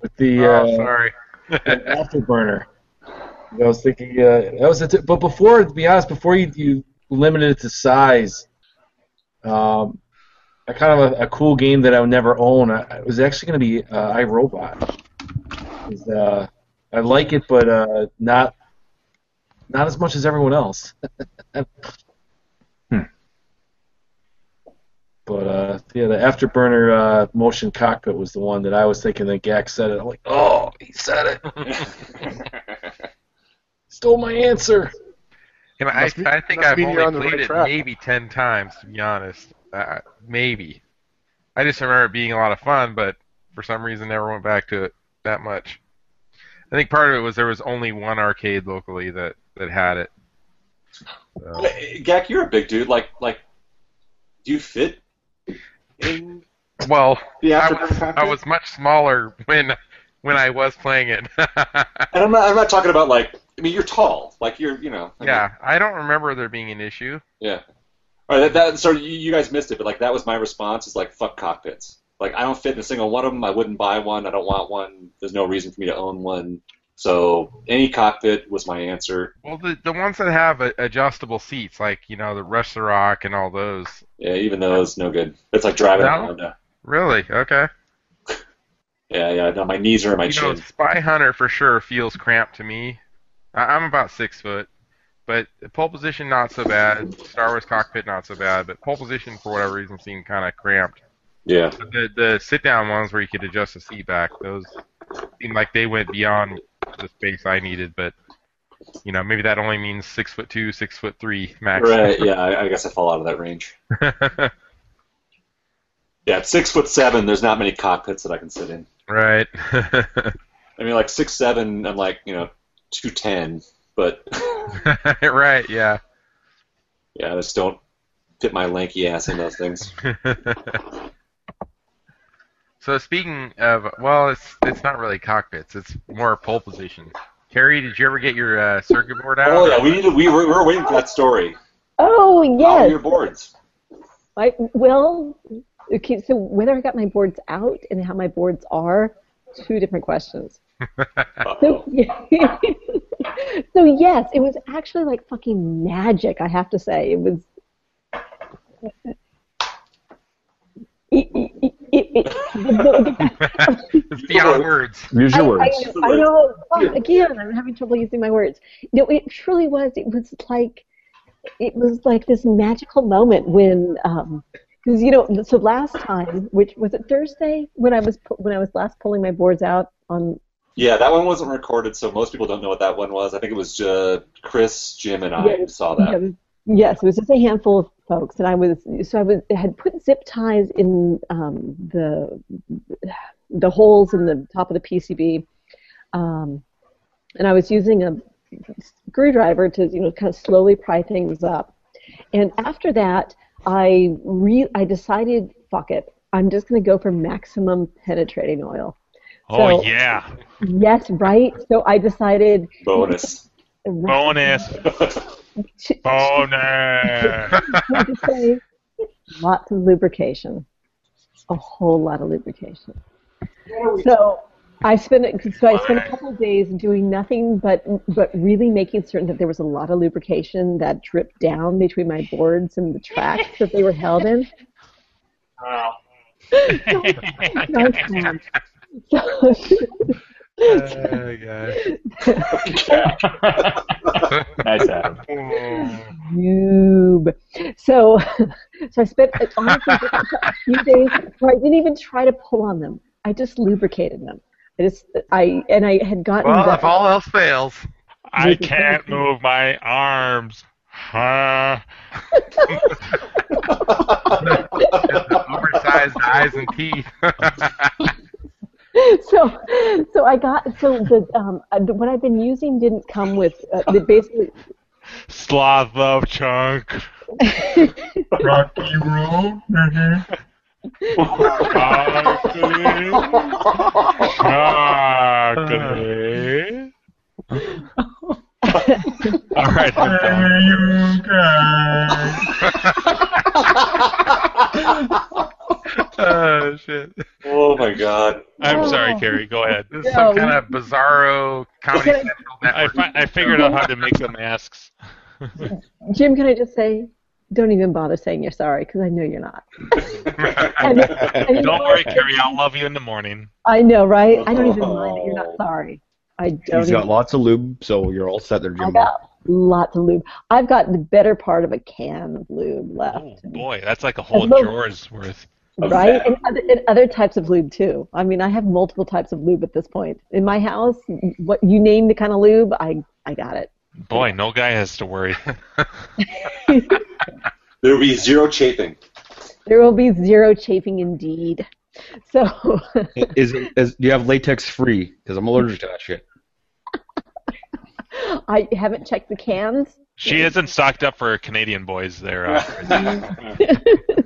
[SPEAKER 11] with the uh,
[SPEAKER 9] Oh, sorry.
[SPEAKER 11] the waffle burner. I was thinking uh, that was it. But before, to be honest, before you, you limited it to size, um, a kind of a, a cool game that I would never own. I, it was actually going to be uh, iRobot. It was, Uh, I like it, but uh, not not as much as everyone else. [laughs]
[SPEAKER 5] Hmm.
[SPEAKER 11] But uh, yeah, the afterburner uh, motion cockpit was the one that I was thinking that Gak said it. I'm like, oh, he said it. Stole my answer.
[SPEAKER 9] You know, I,
[SPEAKER 1] Must be-
[SPEAKER 9] I think
[SPEAKER 1] must
[SPEAKER 9] I've
[SPEAKER 1] mean you're
[SPEAKER 9] only
[SPEAKER 1] on the
[SPEAKER 9] played
[SPEAKER 1] right
[SPEAKER 9] it
[SPEAKER 1] track.
[SPEAKER 9] maybe ten times, to be honest. Uh, maybe. I just remember it being a lot of fun, but for some reason never went back to it that much. I think part of it was there was only one arcade locally that, that had it.
[SPEAKER 11] Uh.
[SPEAKER 9] So,
[SPEAKER 4] Gak, you're a big dude. Like, like, do you fit in
[SPEAKER 9] well,
[SPEAKER 4] the
[SPEAKER 9] I
[SPEAKER 4] after
[SPEAKER 9] was, I was much smaller when when I was playing it. [laughs]
[SPEAKER 4] And I'm not, I'm not talking about like. I mean, you're tall. Like you're, you know. I mean,
[SPEAKER 9] yeah, I don't remember there being an issue.
[SPEAKER 4] Yeah. All right. That, that so you, you guys missed it, but like that was my response. Is like fuck cockpits. Like I don't fit in a single one of them. I wouldn't buy one. I don't want one. There's no reason for me to own one. So any cockpit was my answer.
[SPEAKER 9] Well, the the ones that have a, adjustable seats, like you know the Rush the Rock and all those.
[SPEAKER 4] Yeah, even those no good. It's like driving.
[SPEAKER 9] No?
[SPEAKER 4] a Honda.
[SPEAKER 9] Really? Okay.
[SPEAKER 4] Yeah, yeah. No, my knees are in my
[SPEAKER 9] you know,
[SPEAKER 4] chin.
[SPEAKER 9] Spy Hunter for sure feels cramped to me. I, I'm about six foot, but pole position not so bad. Star Wars cockpit not so bad, but pole position for whatever reason seemed kind of cramped.
[SPEAKER 4] Yeah.
[SPEAKER 9] But the the sit down ones where you could adjust the seat back, those seemed like they went beyond the space I needed. But you know, maybe that only means six foot two, six foot three max.
[SPEAKER 4] Right. Yeah. I, I guess I fall out of that range. Yeah. At six foot seven, there's not many cockpits that I can sit in.
[SPEAKER 9] [laughs] right. [laughs]
[SPEAKER 4] I mean, like six seven, I'm like you know, two ten, but
[SPEAKER 9] right. Yeah.
[SPEAKER 4] yeah, I just don't fit my lanky ass in those things.
[SPEAKER 9] [laughs] so speaking of, well, it's it's not really cockpits. It's more pole position. Terry, did you ever get your uh, circuit board out?
[SPEAKER 4] Oh yeah, we needed. We were, we were waiting for that story.
[SPEAKER 3] Oh
[SPEAKER 4] All
[SPEAKER 3] yes.
[SPEAKER 4] your boards.
[SPEAKER 3] I, well, okay, so whether I got my boards out and how my boards are, two different questions. So,
[SPEAKER 4] Uh-oh.
[SPEAKER 9] [laughs]
[SPEAKER 3] [laughs] so yes, it was actually like fucking magic. I have to say, it was. [laughs] It, it, it, it,
[SPEAKER 9] it's beyond words.
[SPEAKER 5] Use your words.
[SPEAKER 3] I, I, know, I know. Fuck, again, I'm having trouble using my words. No, it truly was. It was like, it was like this magical moment when, because you know, so last time, which was it Thursday when I was pu- when I was last pulling my boards out on.
[SPEAKER 4] Yeah, that one wasn't recorded, so most people don't know what that one was. I think it was uh, Chris, Jim, and I
[SPEAKER 3] Yeah.
[SPEAKER 4] saw that.
[SPEAKER 3] Um, Yes, it was just a handful of folks, and I was so I was I had put zip ties in um, the the holes in the top of the PCB, um, and I was using a screwdriver to you know kind of slowly pry things up. And after that, I re I decided, fuck it, I'm just going to go for maximum penetrating oil.
[SPEAKER 2] Oh
[SPEAKER 3] So-
[SPEAKER 2] yeah,
[SPEAKER 3] Yes, right. So I decided.
[SPEAKER 4] Bonus.
[SPEAKER 2] bonus.
[SPEAKER 4] yeah,
[SPEAKER 2] Boner.
[SPEAKER 3] What to say? [laughs] Lots of lubrication, a whole lot of lubrication. So I spent so I spent a couple of days doing nothing but but really making certain that there was a lot of lubrication that dripped down between my boards and the tracks that they were held in.
[SPEAKER 1] [laughs]
[SPEAKER 8] Wow.
[SPEAKER 3] No sound. So,
[SPEAKER 9] Oh, God.
[SPEAKER 5] Nice, Adam.
[SPEAKER 1] [laughs]
[SPEAKER 3] noob. So, [laughs] so I spent like, honestly just a few days where I didn't even try to pull on them. I just lubricated them. I just I and I had gotten
[SPEAKER 9] Well, if
[SPEAKER 3] better.
[SPEAKER 9] all else fails,
[SPEAKER 2] I can't move my arms. Huh?
[SPEAKER 9] oversized eyes and teeth. [laughs]
[SPEAKER 3] so [laughs] so I got so the um uh, the- what I've been using didn't come with uh, the basically
[SPEAKER 2] Sloth love
[SPEAKER 3] [laughs]
[SPEAKER 2] chunk.
[SPEAKER 8] Rocky road. Mm-hmm.
[SPEAKER 2] Chocolate.
[SPEAKER 1] [laughs]
[SPEAKER 2] Ah, Chocolate. All right. I'm done.
[SPEAKER 8] you guys.
[SPEAKER 2] [laughs]
[SPEAKER 9] oh shit!
[SPEAKER 4] Oh my god.
[SPEAKER 3] Oh.
[SPEAKER 2] I'm sorry, Carrie. Go ahead.
[SPEAKER 9] This is some
[SPEAKER 3] No.
[SPEAKER 9] kind of bizarro comedy
[SPEAKER 3] Okay.
[SPEAKER 9] central
[SPEAKER 2] I,
[SPEAKER 9] network.
[SPEAKER 2] fi- I figured out how to make the masks.
[SPEAKER 9] [laughs]
[SPEAKER 3] Jim. Can I just say? Don't even bother saying you're sorry because I know you're not. And- and you know
[SPEAKER 2] Don't
[SPEAKER 3] what?
[SPEAKER 2] worry, Carrie. I'll love you in the morning.
[SPEAKER 3] I know, right? I don't even mind that you're not sorry. I don't.
[SPEAKER 6] He's
[SPEAKER 3] even
[SPEAKER 6] got lots of lube, so you're all set there,
[SPEAKER 3] I
[SPEAKER 6] Jimbo.
[SPEAKER 3] got lots of lube. I've got the better part of a can of lube
[SPEAKER 2] Oh
[SPEAKER 3] left,
[SPEAKER 2] boy, that's like a whole
[SPEAKER 3] love-
[SPEAKER 2] drawer's worth.
[SPEAKER 3] right? And other, and other types of lube too. I mean, I have multiple types of lube at this point in my house. What you name the kind of lube, I I got it.
[SPEAKER 2] Boy, no guy has to
[SPEAKER 3] [laughs]
[SPEAKER 9] [laughs]
[SPEAKER 2] worry.
[SPEAKER 4] There will be zero chafing.
[SPEAKER 3] There will be zero chafing indeed. [laughs] So [laughs]
[SPEAKER 6] Is, it- is do you have latex free? Because I'm allergic to that shit.
[SPEAKER 3] I haven't checked the cans. [laughs]
[SPEAKER 2] She isn't stocked up for Canadian boys there. Uh,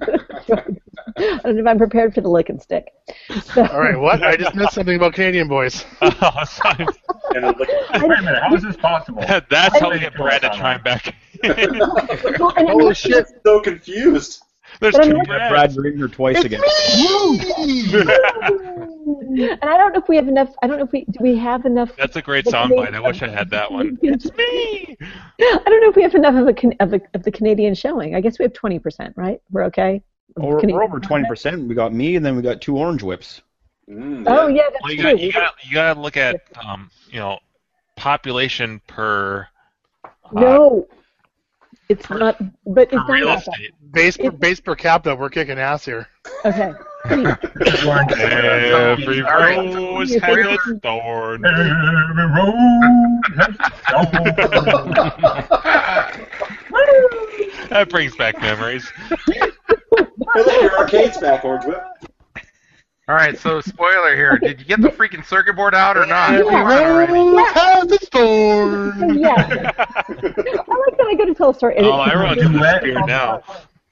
[SPEAKER 3] I don't know if I'm prepared for the lick and stick. So,
[SPEAKER 1] All right, what? I just missed something about Canadian boys.
[SPEAKER 2] [laughs] oh, sorry.
[SPEAKER 8] Wait a minute. How is this possible?
[SPEAKER 2] [laughs] That's how we get Brad to try back.
[SPEAKER 3] Well, and I'm
[SPEAKER 4] Holy
[SPEAKER 3] not-
[SPEAKER 4] shit, so confused.
[SPEAKER 2] There's
[SPEAKER 3] But I'm
[SPEAKER 2] two
[SPEAKER 3] not-
[SPEAKER 2] Brads.
[SPEAKER 6] Brad Ringer twice again.
[SPEAKER 3] [laughs] and I don't know if we have enough. I don't know if we do we have enough.
[SPEAKER 2] That's a great soundbite. I wish I had that one.
[SPEAKER 3] It's me. I don't know if we have enough of a, Can- of, a of the Canadian showing. I guess we have twenty percent, right? We're okay.
[SPEAKER 6] Oh, we're,
[SPEAKER 3] Can you-
[SPEAKER 6] we're over 20%. We got me, and then we got two orange whips.
[SPEAKER 4] Mm,
[SPEAKER 3] Oh yeah, that's
[SPEAKER 2] Well, you
[SPEAKER 3] true.
[SPEAKER 2] got you got you got to look at um, you know population
[SPEAKER 4] [laughs]
[SPEAKER 2] per
[SPEAKER 3] no, it's not. But it's
[SPEAKER 2] per
[SPEAKER 3] not
[SPEAKER 2] real
[SPEAKER 3] that bad.
[SPEAKER 2] estate.
[SPEAKER 1] Base per, base per capita, we're kicking ass here.
[SPEAKER 3] Okay.
[SPEAKER 2] Every
[SPEAKER 9] All right.
[SPEAKER 2] rose
[SPEAKER 3] You
[SPEAKER 2] has
[SPEAKER 3] think-
[SPEAKER 2] a thorn.
[SPEAKER 8] Every road has a stone.
[SPEAKER 3] [laughs]
[SPEAKER 2] That brings back memories.
[SPEAKER 4] Hey, look, your arcade's back, Orange Whip.
[SPEAKER 9] All right, so spoiler here. Did you get the freaking circuit board out or not? Come on already.
[SPEAKER 1] Have the
[SPEAKER 3] So,
[SPEAKER 1] storm.
[SPEAKER 3] yeah. I like that I go to tell a story. and
[SPEAKER 2] Oh,
[SPEAKER 3] it-
[SPEAKER 2] everyone's
[SPEAKER 8] do that
[SPEAKER 2] here now.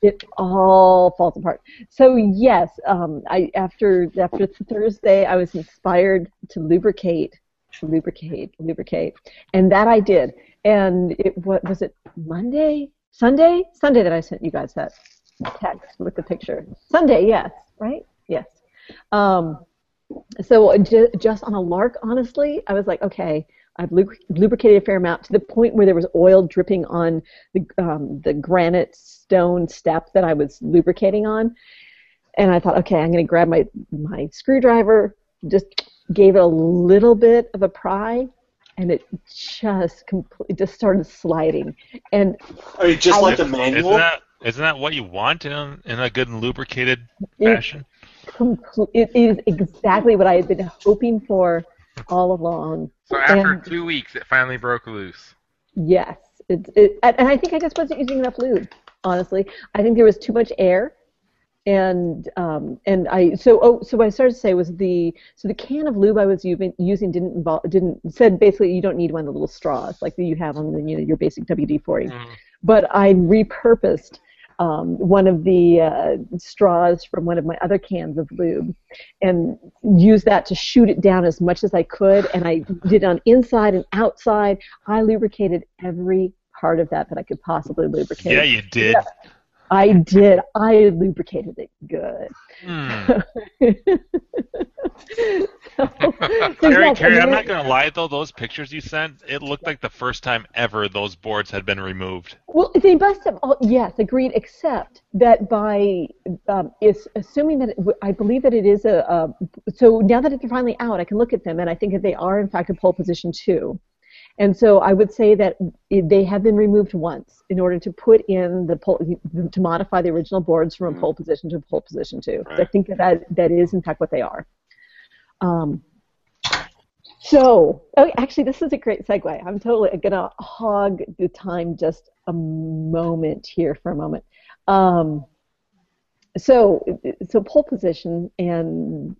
[SPEAKER 3] it all falls apart. So yes, um, I after after Thursday, I was inspired to lubricate, lubricate, lubricate, and that I did. And it what was it Monday, Sunday, Sunday that I sent you guys that text with the picture. Sunday, yes, right, yes. Um, so ju- just on a lark, honestly, I was like, okay. I've lubri- lubricated a fair amount to the point where there was oil dripping on the um, the granite stone step that I was lubricating on, and I thought, okay, I'm going to grab my my screwdriver. Just gave it a little bit of a pry, and it just completely just started sliding. And
[SPEAKER 4] I mean, just like the
[SPEAKER 2] Isn't
[SPEAKER 4] manual.
[SPEAKER 2] that isn't that what you want in in a good lubricated
[SPEAKER 3] it,
[SPEAKER 2] fashion?
[SPEAKER 3] compl- it is exactly what I had been hoping for all along.
[SPEAKER 9] So after
[SPEAKER 3] And-
[SPEAKER 9] two weeks, it finally broke loose.
[SPEAKER 3] Yes, it, it, and and I think I just wasn't using enough lube. Honestly, I think there was too much air, and um, and I so oh so what I started to say was the so the can of lube I was using, using didn't involve didn't said basically you don't need one of the little straws like that you have on the, you know your basic WD-40, but I repurposed. Um, one of the uh, straws from one of my other cans of lube, and used that to shoot it down as much as I could. And I did on inside and outside. I lubricated every part of that that I could possibly lubricate.
[SPEAKER 2] Yeah, you did.
[SPEAKER 3] I did. I lubricated it good.
[SPEAKER 2] Hmm.
[SPEAKER 3] So,
[SPEAKER 2] [laughs]
[SPEAKER 3] there's
[SPEAKER 2] Carrie,
[SPEAKER 3] that-
[SPEAKER 2] Carrie,
[SPEAKER 3] and
[SPEAKER 2] I'm
[SPEAKER 3] then
[SPEAKER 2] not gonna lie though. Those pictures you sent, it looked like the first time ever those boards had been removed.
[SPEAKER 3] [laughs] Well, they must have. All, yes, agreed. Except that by um, is assuming that it, w- I believe that it is a, a. So now that it's finally out, I can look at them, and I think that they are in fact a pole position too. And so I would say that i- they have been removed once in order to put in the pole to modify the original boards from a pole position to a pole position two. 'Cause I
[SPEAKER 4] Right.
[SPEAKER 3] think that, that that is in fact what they are. Um, so, oh, actually, this is a great segue. I'm totally gonna hog the time just a moment here for a moment. Um, so, so pole position and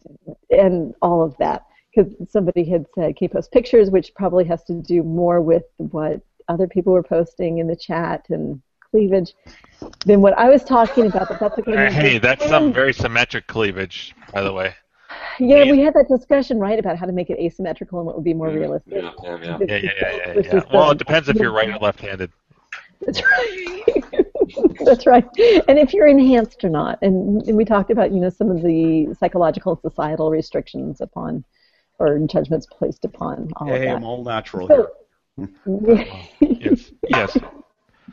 [SPEAKER 3] and all of that, because somebody had said, "Can you post pictures?" Which probably has to do more with what other people were posting in the chat and cleavage than what I was talking about. But that's okay.
[SPEAKER 2] Hey, that's some very symmetric cleavage, by the way.
[SPEAKER 3] Yeah, we had that discussion, right, about how to make it asymmetrical and what would be more realistic.
[SPEAKER 4] Yeah, yeah, [laughs] yeah.
[SPEAKER 2] Yeah, yeah, yeah, yeah,
[SPEAKER 3] Which
[SPEAKER 2] yeah.
[SPEAKER 3] is
[SPEAKER 2] Well,
[SPEAKER 3] the-
[SPEAKER 2] it depends if you're right or left-handed.
[SPEAKER 3] That's right. [laughs] That's right. And if you're enhanced or not. And, and we talked about, you know, some of the psychological and societal restrictions upon or judgments placed upon all
[SPEAKER 6] Hey,
[SPEAKER 3] of
[SPEAKER 6] I'm
[SPEAKER 3] that.
[SPEAKER 6] all natural here.
[SPEAKER 3] So- Yeah.
[SPEAKER 2] Yes. [laughs]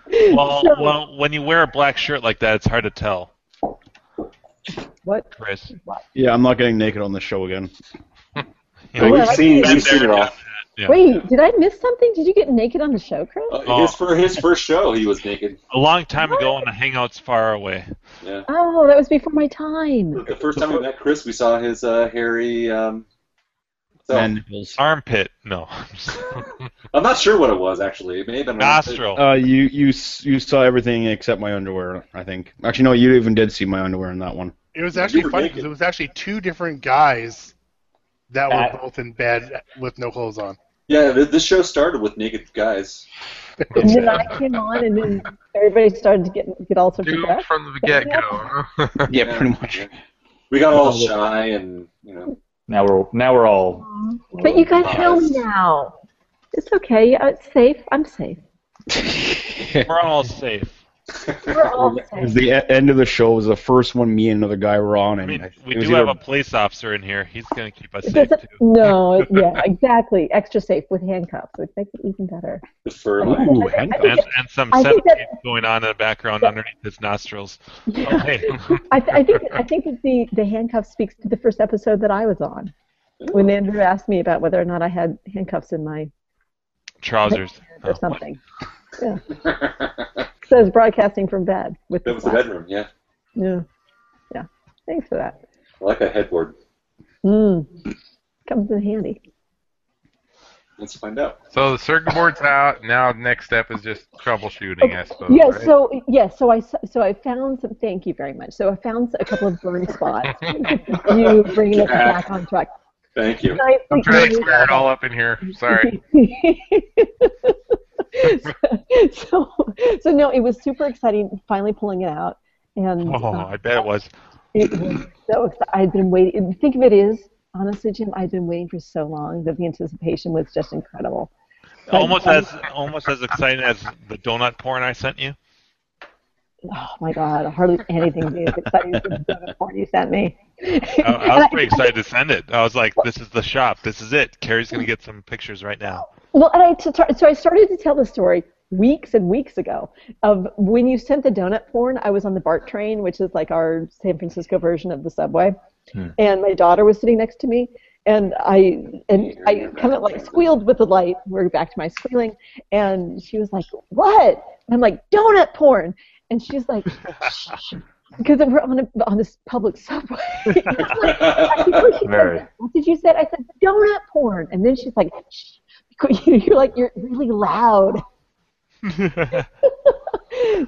[SPEAKER 2] Yes. Well,
[SPEAKER 3] So-
[SPEAKER 2] well, when you wear a black shirt like that, it's hard to tell,
[SPEAKER 3] what?
[SPEAKER 2] Chris.
[SPEAKER 6] Yeah, I'm not getting naked on this show
[SPEAKER 2] [laughs]
[SPEAKER 6] again.
[SPEAKER 2] You
[SPEAKER 3] Well,
[SPEAKER 2] know,
[SPEAKER 4] we've seen, we've seen it all.
[SPEAKER 2] yeah.
[SPEAKER 3] Wait, did I miss something? Did you get naked on the show, Chris?
[SPEAKER 2] Oh.
[SPEAKER 4] Uh, his, for his first show, he was naked.
[SPEAKER 2] A long time ago, when the hangout's far away.
[SPEAKER 4] Yeah.
[SPEAKER 3] Oh, that was before my
[SPEAKER 4] [laughs]
[SPEAKER 3] time.
[SPEAKER 4] The first time we met Chris, we saw his uh, hairy. Um, so
[SPEAKER 6] Man nipples.
[SPEAKER 2] Armpit, no.
[SPEAKER 4] [laughs] I'm not sure what it was actually. It may have been
[SPEAKER 2] Nostril.
[SPEAKER 4] Oh.
[SPEAKER 6] Uh, you you s- you saw everything except my underwear, I think. Actually, no, you even did see my underwear in that one.
[SPEAKER 1] It was actually
[SPEAKER 4] You were
[SPEAKER 1] funny
[SPEAKER 4] naked.
[SPEAKER 1] because it was actually two different guys that were
[SPEAKER 5] At-
[SPEAKER 1] both in bed with no clothes on.
[SPEAKER 4] Yeah, th- this show started with naked guys.
[SPEAKER 3] And then I came on, and then everybody started to get get all sorts of
[SPEAKER 9] Doomed
[SPEAKER 3] breath.
[SPEAKER 9] from the get go.
[SPEAKER 6] [laughs] Yeah, pretty much.
[SPEAKER 4] We got all shy and you know.
[SPEAKER 5] Now we're now we're all
[SPEAKER 3] But you guys know me now. It's okay. Uh, It's safe. I'm safe.
[SPEAKER 2] We're all safe.
[SPEAKER 4] [laughs]
[SPEAKER 3] We're all
[SPEAKER 6] It
[SPEAKER 3] safe.
[SPEAKER 6] was the e- end of the show. It was the first one me and another guy were on,
[SPEAKER 2] I
[SPEAKER 6] and
[SPEAKER 2] mean,
[SPEAKER 6] I-
[SPEAKER 2] we
[SPEAKER 6] it was
[SPEAKER 2] do have
[SPEAKER 6] either-
[SPEAKER 2] a police officer in here. He's gonna keep us
[SPEAKER 3] It
[SPEAKER 2] safe
[SPEAKER 3] doesn't-
[SPEAKER 2] too.
[SPEAKER 3] no, it- yeah, exactly. Extra safe with handcuffs, which makes it even better.
[SPEAKER 4] The fur
[SPEAKER 6] Ooh,
[SPEAKER 2] And,
[SPEAKER 6] handcuffs.
[SPEAKER 2] and some
[SPEAKER 3] I think
[SPEAKER 2] sex
[SPEAKER 3] that-
[SPEAKER 2] going on in the background underneath his nostrils. Okay. [laughs]
[SPEAKER 3] I, th- I think I think that the the handcuff speaks to the first episode that I was on, when Andrew asked me about whether or not I had handcuffs in my
[SPEAKER 2] Trousers.
[SPEAKER 3] hand
[SPEAKER 2] Oh,
[SPEAKER 3] or
[SPEAKER 2] [laughs]
[SPEAKER 3] something.
[SPEAKER 4] that
[SPEAKER 3] So I was broadcasting from bed with the
[SPEAKER 4] was the
[SPEAKER 3] flash.
[SPEAKER 4] bedroom. Yeah,
[SPEAKER 3] Yeah, yeah. Thanks for that.
[SPEAKER 4] I like that headboard.
[SPEAKER 3] Mm. Comes in handy.
[SPEAKER 4] Let's find out.
[SPEAKER 9] so the circuit board's out. Now the next step is just troubleshooting, I suppose.
[SPEAKER 3] Yeah,
[SPEAKER 9] right?
[SPEAKER 3] so yeah, so I s- so I found some. Thank you very much. So I found a couple of burn
[SPEAKER 2] [laughs]
[SPEAKER 3] spots. you bringing us back on track.
[SPEAKER 4] Thank you.
[SPEAKER 3] Nicely
[SPEAKER 9] I'm trying to
[SPEAKER 3] done.
[SPEAKER 9] square it all up in here. Sorry.
[SPEAKER 3] [laughs] so, so no, it was super exciting finally pulling it out, and
[SPEAKER 2] Oh,
[SPEAKER 3] uh,
[SPEAKER 2] I bet it was.
[SPEAKER 3] it was so exciting. I'd been waiting. Think of it as honestly, Jim, I'd been waiting for so long that the anticipation was just incredible.
[SPEAKER 2] Almost as almost as exciting as the donut porn I sent you.
[SPEAKER 3] Oh my God, hardly anything is as exciting as
[SPEAKER 2] [laughs]
[SPEAKER 3] the seven forty sent me.
[SPEAKER 2] I, I was pretty excited to send it. I was like, "This is the shop. This is it." Carrie's gonna get some pictures right now.
[SPEAKER 3] Well, and I t- so I started to tell the story weeks and weeks ago of when you sent the donut porn. I was on the BART train, which is like our San Francisco version of the subway, and my daughter was sitting next to me, and I and I kind of like squealed with the light. We're back to my squealing, and she was like, "What?" And I'm like, "Donut porn," and she's like. [laughs] "Shh," Because we're on a, on this public subway, I think what she
[SPEAKER 5] Very.
[SPEAKER 3] said, what did you say? I said donut porn, and then she's like, Shh. [laughs] you're like you're really loud. [laughs]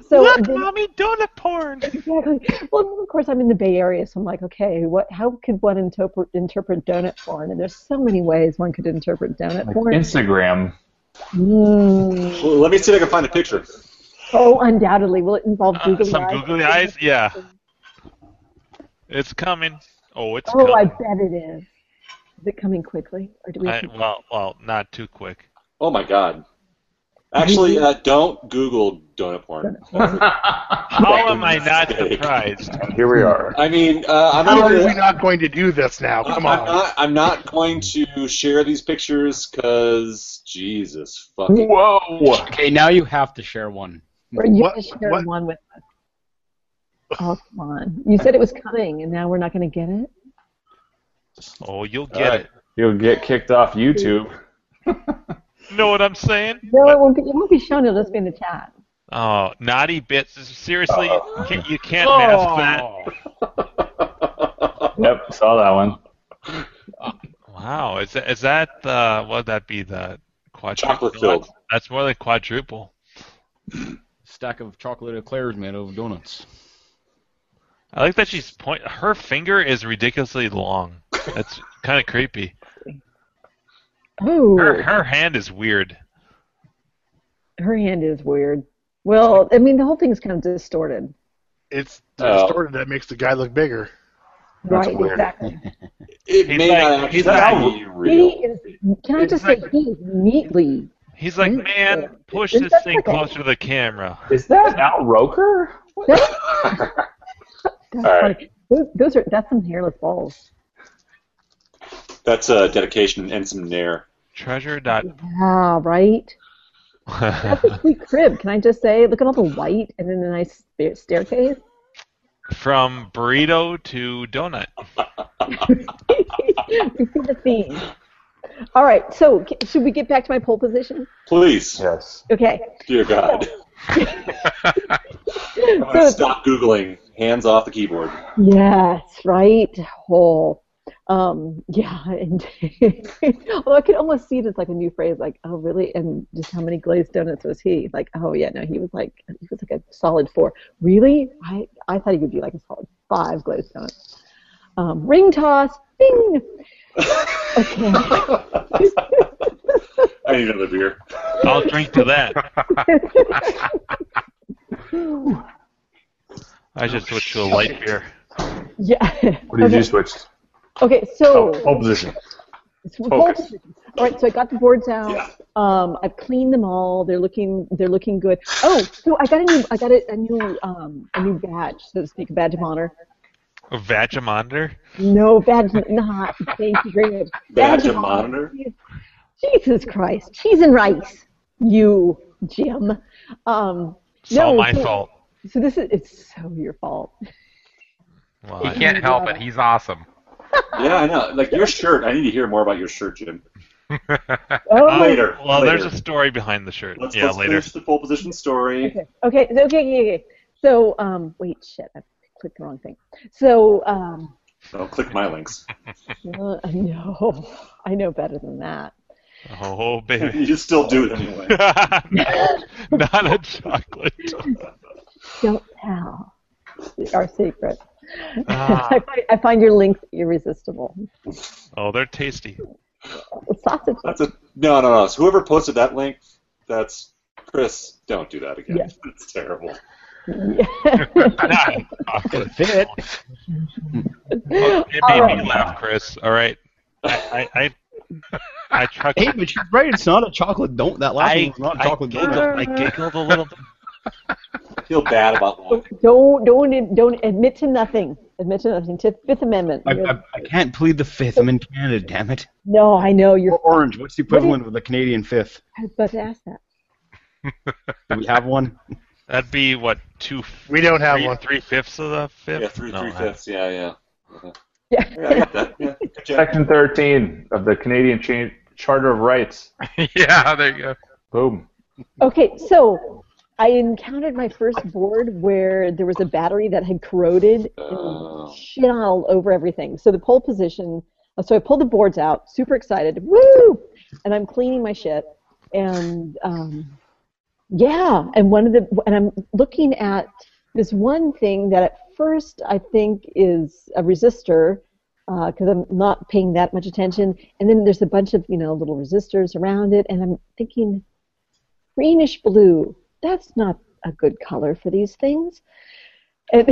[SPEAKER 3] so then-
[SPEAKER 2] mommy, donut porn.
[SPEAKER 3] exactly. Well, of course, I'm in the Bay Area, so I'm like, okay, what? How could one interpret interpret donut porn? And there's so many ways one could interpret donut
[SPEAKER 5] like
[SPEAKER 3] porn.
[SPEAKER 5] Instagram.
[SPEAKER 3] Mm.
[SPEAKER 4] Well, let me see if I can find a picture.
[SPEAKER 3] Oh, undoubtedly, will it involve
[SPEAKER 2] Uh,
[SPEAKER 3] googly
[SPEAKER 2] some
[SPEAKER 3] eyes?
[SPEAKER 2] googly eyes. Yeah. It's coming. Oh, it's
[SPEAKER 3] Oh, I
[SPEAKER 2] coming.
[SPEAKER 3] bet it is. Is it coming quickly, or do we?
[SPEAKER 2] I, well, well, not too quick.
[SPEAKER 4] Oh my God. Actually, uh, don't Google donut porn.
[SPEAKER 2] [laughs] How am I not surprised?
[SPEAKER 5] [laughs] Here we are.
[SPEAKER 4] I mean, uh, I'm
[SPEAKER 1] How
[SPEAKER 4] not
[SPEAKER 1] are we
[SPEAKER 4] gonna,
[SPEAKER 1] not going to do this now?
[SPEAKER 4] I'm
[SPEAKER 1] Come on.
[SPEAKER 4] not, I'm not going to share these pictures because Jesus fucking.
[SPEAKER 5] Whoa!
[SPEAKER 6] Okay, now you have to share one.
[SPEAKER 3] Or you
[SPEAKER 1] What-
[SPEAKER 3] to share
[SPEAKER 1] what-
[SPEAKER 3] one with us. Oh, come on. You said it was coming, and now we're not going to get it?
[SPEAKER 2] Oh, you'll
[SPEAKER 5] All
[SPEAKER 2] get
[SPEAKER 5] right. Uh, You'll get kicked off YouTube.
[SPEAKER 2] it. Know what I'm saying?
[SPEAKER 3] No, it won't be, it won't be shown. It'll just be in the chat.
[SPEAKER 2] Oh, naughty bits. Seriously, you can't, you can't mask that.
[SPEAKER 5] [laughs] Yep, saw that one.
[SPEAKER 2] Wow, is that, is that the what would that be the quadruple?
[SPEAKER 4] Chocolate filled.
[SPEAKER 2] That's more than quadruple.
[SPEAKER 6] Stack of chocolate eclairs made of donuts.
[SPEAKER 2] I like that she's point. Her finger is ridiculously long. That's [laughs] kind of creepy.
[SPEAKER 3] Oh,
[SPEAKER 2] Her
[SPEAKER 3] her,
[SPEAKER 2] her hand is weird.
[SPEAKER 3] hand is weird. Well, I mean, the whole thing's kind of distorted.
[SPEAKER 1] It's
[SPEAKER 5] Oh.
[SPEAKER 1] distorted. That makes the guy look bigger.
[SPEAKER 3] right,
[SPEAKER 5] weird.
[SPEAKER 3] exactly.
[SPEAKER 4] It
[SPEAKER 2] He's
[SPEAKER 4] may
[SPEAKER 2] like-
[SPEAKER 4] not actually
[SPEAKER 2] he's like-
[SPEAKER 4] be
[SPEAKER 3] He
[SPEAKER 4] real.
[SPEAKER 3] is, can I
[SPEAKER 2] It's
[SPEAKER 3] just say,
[SPEAKER 2] like-
[SPEAKER 3] he is neatly.
[SPEAKER 2] He's like,
[SPEAKER 3] Mm.
[SPEAKER 2] man, push
[SPEAKER 3] Is
[SPEAKER 2] this
[SPEAKER 3] that
[SPEAKER 2] thing
[SPEAKER 3] like a-
[SPEAKER 2] closer to the camera.
[SPEAKER 5] Is that Al Roker?
[SPEAKER 3] [laughs] That's, that's
[SPEAKER 5] All
[SPEAKER 3] funny. Those, those are, that's some hairless balls.
[SPEAKER 4] That's a dedication and some nair.
[SPEAKER 2] Treasure dot. [laughs]
[SPEAKER 3] Yeah, right? That's a sweet crib. Can I just say, look at all the white and then the nice sta- staircase. [laughs]
[SPEAKER 2] From burrito to
[SPEAKER 5] [laughs]
[SPEAKER 2] donut.
[SPEAKER 3] we see the theme. All right, so c- should we get back to my pole position?
[SPEAKER 4] Please,
[SPEAKER 5] Yes.
[SPEAKER 3] Okay.
[SPEAKER 4] dear God,
[SPEAKER 3] So
[SPEAKER 4] I'm gonna
[SPEAKER 3] it's-
[SPEAKER 4] stop googling. Hands off the keyboard.
[SPEAKER 3] yes, right. Oh, um, [laughs] yeah. And although I could almost see it as like a new phrase, like, oh, really? And just how many glazed donuts was he? Like, oh yeah, no, he was like he was like a solid four. Really? I I thought he would be like a solid five glazed donuts. Um, ring toss, bing. Okay.
[SPEAKER 4] I need another beer.
[SPEAKER 2] I'll drink to
[SPEAKER 5] [laughs]
[SPEAKER 2] that. I should switch to a light beer.
[SPEAKER 3] [laughs] Yeah.
[SPEAKER 5] Oh, What did
[SPEAKER 3] okay.
[SPEAKER 5] you switch?
[SPEAKER 3] okay, so.
[SPEAKER 5] Pole position.
[SPEAKER 3] It's repulsive. All right, so I got the boards out. Um, I've cleaned them all. They're looking they're looking good. Oh, so I got a new I got a, a new um, a new badge, so to speak, a badge of honor.
[SPEAKER 2] A Vacha
[SPEAKER 1] [laughs]
[SPEAKER 2] monitor?
[SPEAKER 3] No, badge not. Thank you very much.
[SPEAKER 4] Badge of monitor.
[SPEAKER 3] Jesus Christ, cheese and rice. You, Jim. Um,
[SPEAKER 2] It's
[SPEAKER 3] No,
[SPEAKER 2] all my
[SPEAKER 3] so-
[SPEAKER 2] fault.
[SPEAKER 3] so this is it's so your fault.
[SPEAKER 2] Well,
[SPEAKER 9] He
[SPEAKER 2] I-
[SPEAKER 9] can't help it. He's awesome.
[SPEAKER 4] Yeah, I know. Like your shirt. I need to hear more about your shirt, Jim.
[SPEAKER 3] Oh,
[SPEAKER 4] Later.
[SPEAKER 2] Uh, well, there's a
[SPEAKER 4] later.
[SPEAKER 2] story behind the shirt.
[SPEAKER 4] Let's,
[SPEAKER 2] yeah,
[SPEAKER 4] let's
[SPEAKER 2] later. [laughs]
[SPEAKER 4] finish the full position story.
[SPEAKER 3] Okay. Okay. so- Okay. Okay. okay. So, um, wait, shit, I clicked the wrong thing. So, um,
[SPEAKER 4] Don't click my links.
[SPEAKER 3] Uh, I know. I know better than that.
[SPEAKER 2] [laughs] Oh, baby.
[SPEAKER 4] You still do it anyway.
[SPEAKER 2] not a
[SPEAKER 4] [laughs]
[SPEAKER 2] chocolate.
[SPEAKER 3] Don't tell our secret.
[SPEAKER 2] Ah.
[SPEAKER 3] [laughs] I, find, I find your links irresistible.
[SPEAKER 2] [laughs]
[SPEAKER 3] [laughs]
[SPEAKER 2] Oh, they're tasty.
[SPEAKER 3] Sausage.
[SPEAKER 4] That's a no, no, no. So whoever posted that link, that's Chris. Don't do that again.
[SPEAKER 3] Yeah.
[SPEAKER 4] That's
[SPEAKER 2] [laughs]
[SPEAKER 4] terrible.
[SPEAKER 3] Yeah.
[SPEAKER 2] Not chocolate.
[SPEAKER 6] Fit.
[SPEAKER 2] Look, [laughs] It
[SPEAKER 3] All
[SPEAKER 2] made
[SPEAKER 3] right.
[SPEAKER 2] me laugh, Chris. All right. I I I, I chuckled.
[SPEAKER 6] Hey, but she's right. It's not a chocolate donut. That last
[SPEAKER 2] I,
[SPEAKER 6] one was not a
[SPEAKER 2] I,
[SPEAKER 6] chocolate
[SPEAKER 2] giggled,
[SPEAKER 6] donut.
[SPEAKER 2] I giggled a little.
[SPEAKER 4] Feel bad about that.
[SPEAKER 3] don't don't don't admit to nothing. Admit to nothing. To Fifth Amendment.
[SPEAKER 6] I, I, I can't plead the fifth. I'm in Canada, damn it.
[SPEAKER 3] no, I know you're.
[SPEAKER 6] Or orange. What's the equivalent of the Canadian
[SPEAKER 2] [laughs]
[SPEAKER 6] fifth?
[SPEAKER 3] I was about to ask that.
[SPEAKER 6] Do we have one?
[SPEAKER 2] That'd be what two.
[SPEAKER 1] We don't have
[SPEAKER 2] three,
[SPEAKER 1] one.
[SPEAKER 2] Three fifths of the fifth.
[SPEAKER 4] Yeah, three,
[SPEAKER 2] No,
[SPEAKER 4] three
[SPEAKER 2] I-
[SPEAKER 4] fifths. Yeah, yeah. Uh-huh.
[SPEAKER 3] Yeah.
[SPEAKER 4] Yeah, I got that. Yeah, good job.
[SPEAKER 5] Section 13 of the Canadian Cha- Charter
[SPEAKER 2] [laughs]
[SPEAKER 5] of Rights.
[SPEAKER 9] yeah, there you go.
[SPEAKER 5] Boom.
[SPEAKER 3] Okay, so I encountered my first board where there was a battery that had corroded
[SPEAKER 4] Oh.
[SPEAKER 3] and shit all over everything. So the pole position, uh, so I pulled the boards out, super excited, woo! And I'm cleaning my shit, and um, yeah, and one of the, and I'm looking at this one thing that at first I think is a resistor because I'm not paying that much attention, and then there's a bunch of you know little resistors around it, and I'm thinking greenish [laughs] blue. That's not a good color for these things. And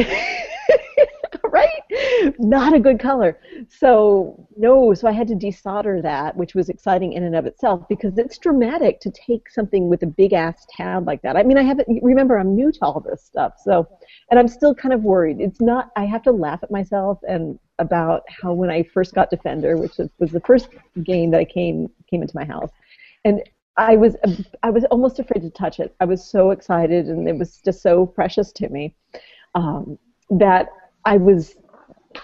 [SPEAKER 3] right? [laughs] Not a good color. So no, so I had to desolder that, which was exciting in and of itself because it's dramatic to take something with a big ass tab like that. I mean, I haven't remember I'm new to all this stuff, so and I'm still kind of worried. It's not. I have to laugh at myself and about how when I first got Defender, which was was the first game that I came came into my house, and I was I was almost afraid to touch it. I was so excited, and it was just so precious to me um, that I was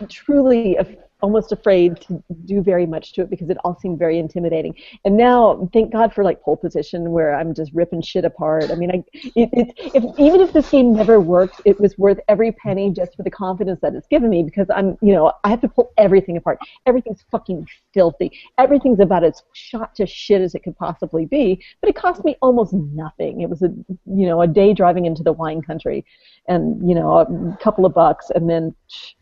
[SPEAKER 3] truly af- almost afraid to do very much to it because it all seemed very intimidating. And now, thank God for like pole position, where I'm just ripping shit apart. I mean, I it, it if even if this game never worked, it was worth every penny just for the confidence that it's given me because I'm you know I have to pull everything apart. Everything's fucking filthy. Everything's about as shot to shit as it could possibly be. But it cost me almost nothing. It was a you know a day driving into the wine country, and you know a couple of bucks, and then. Psh,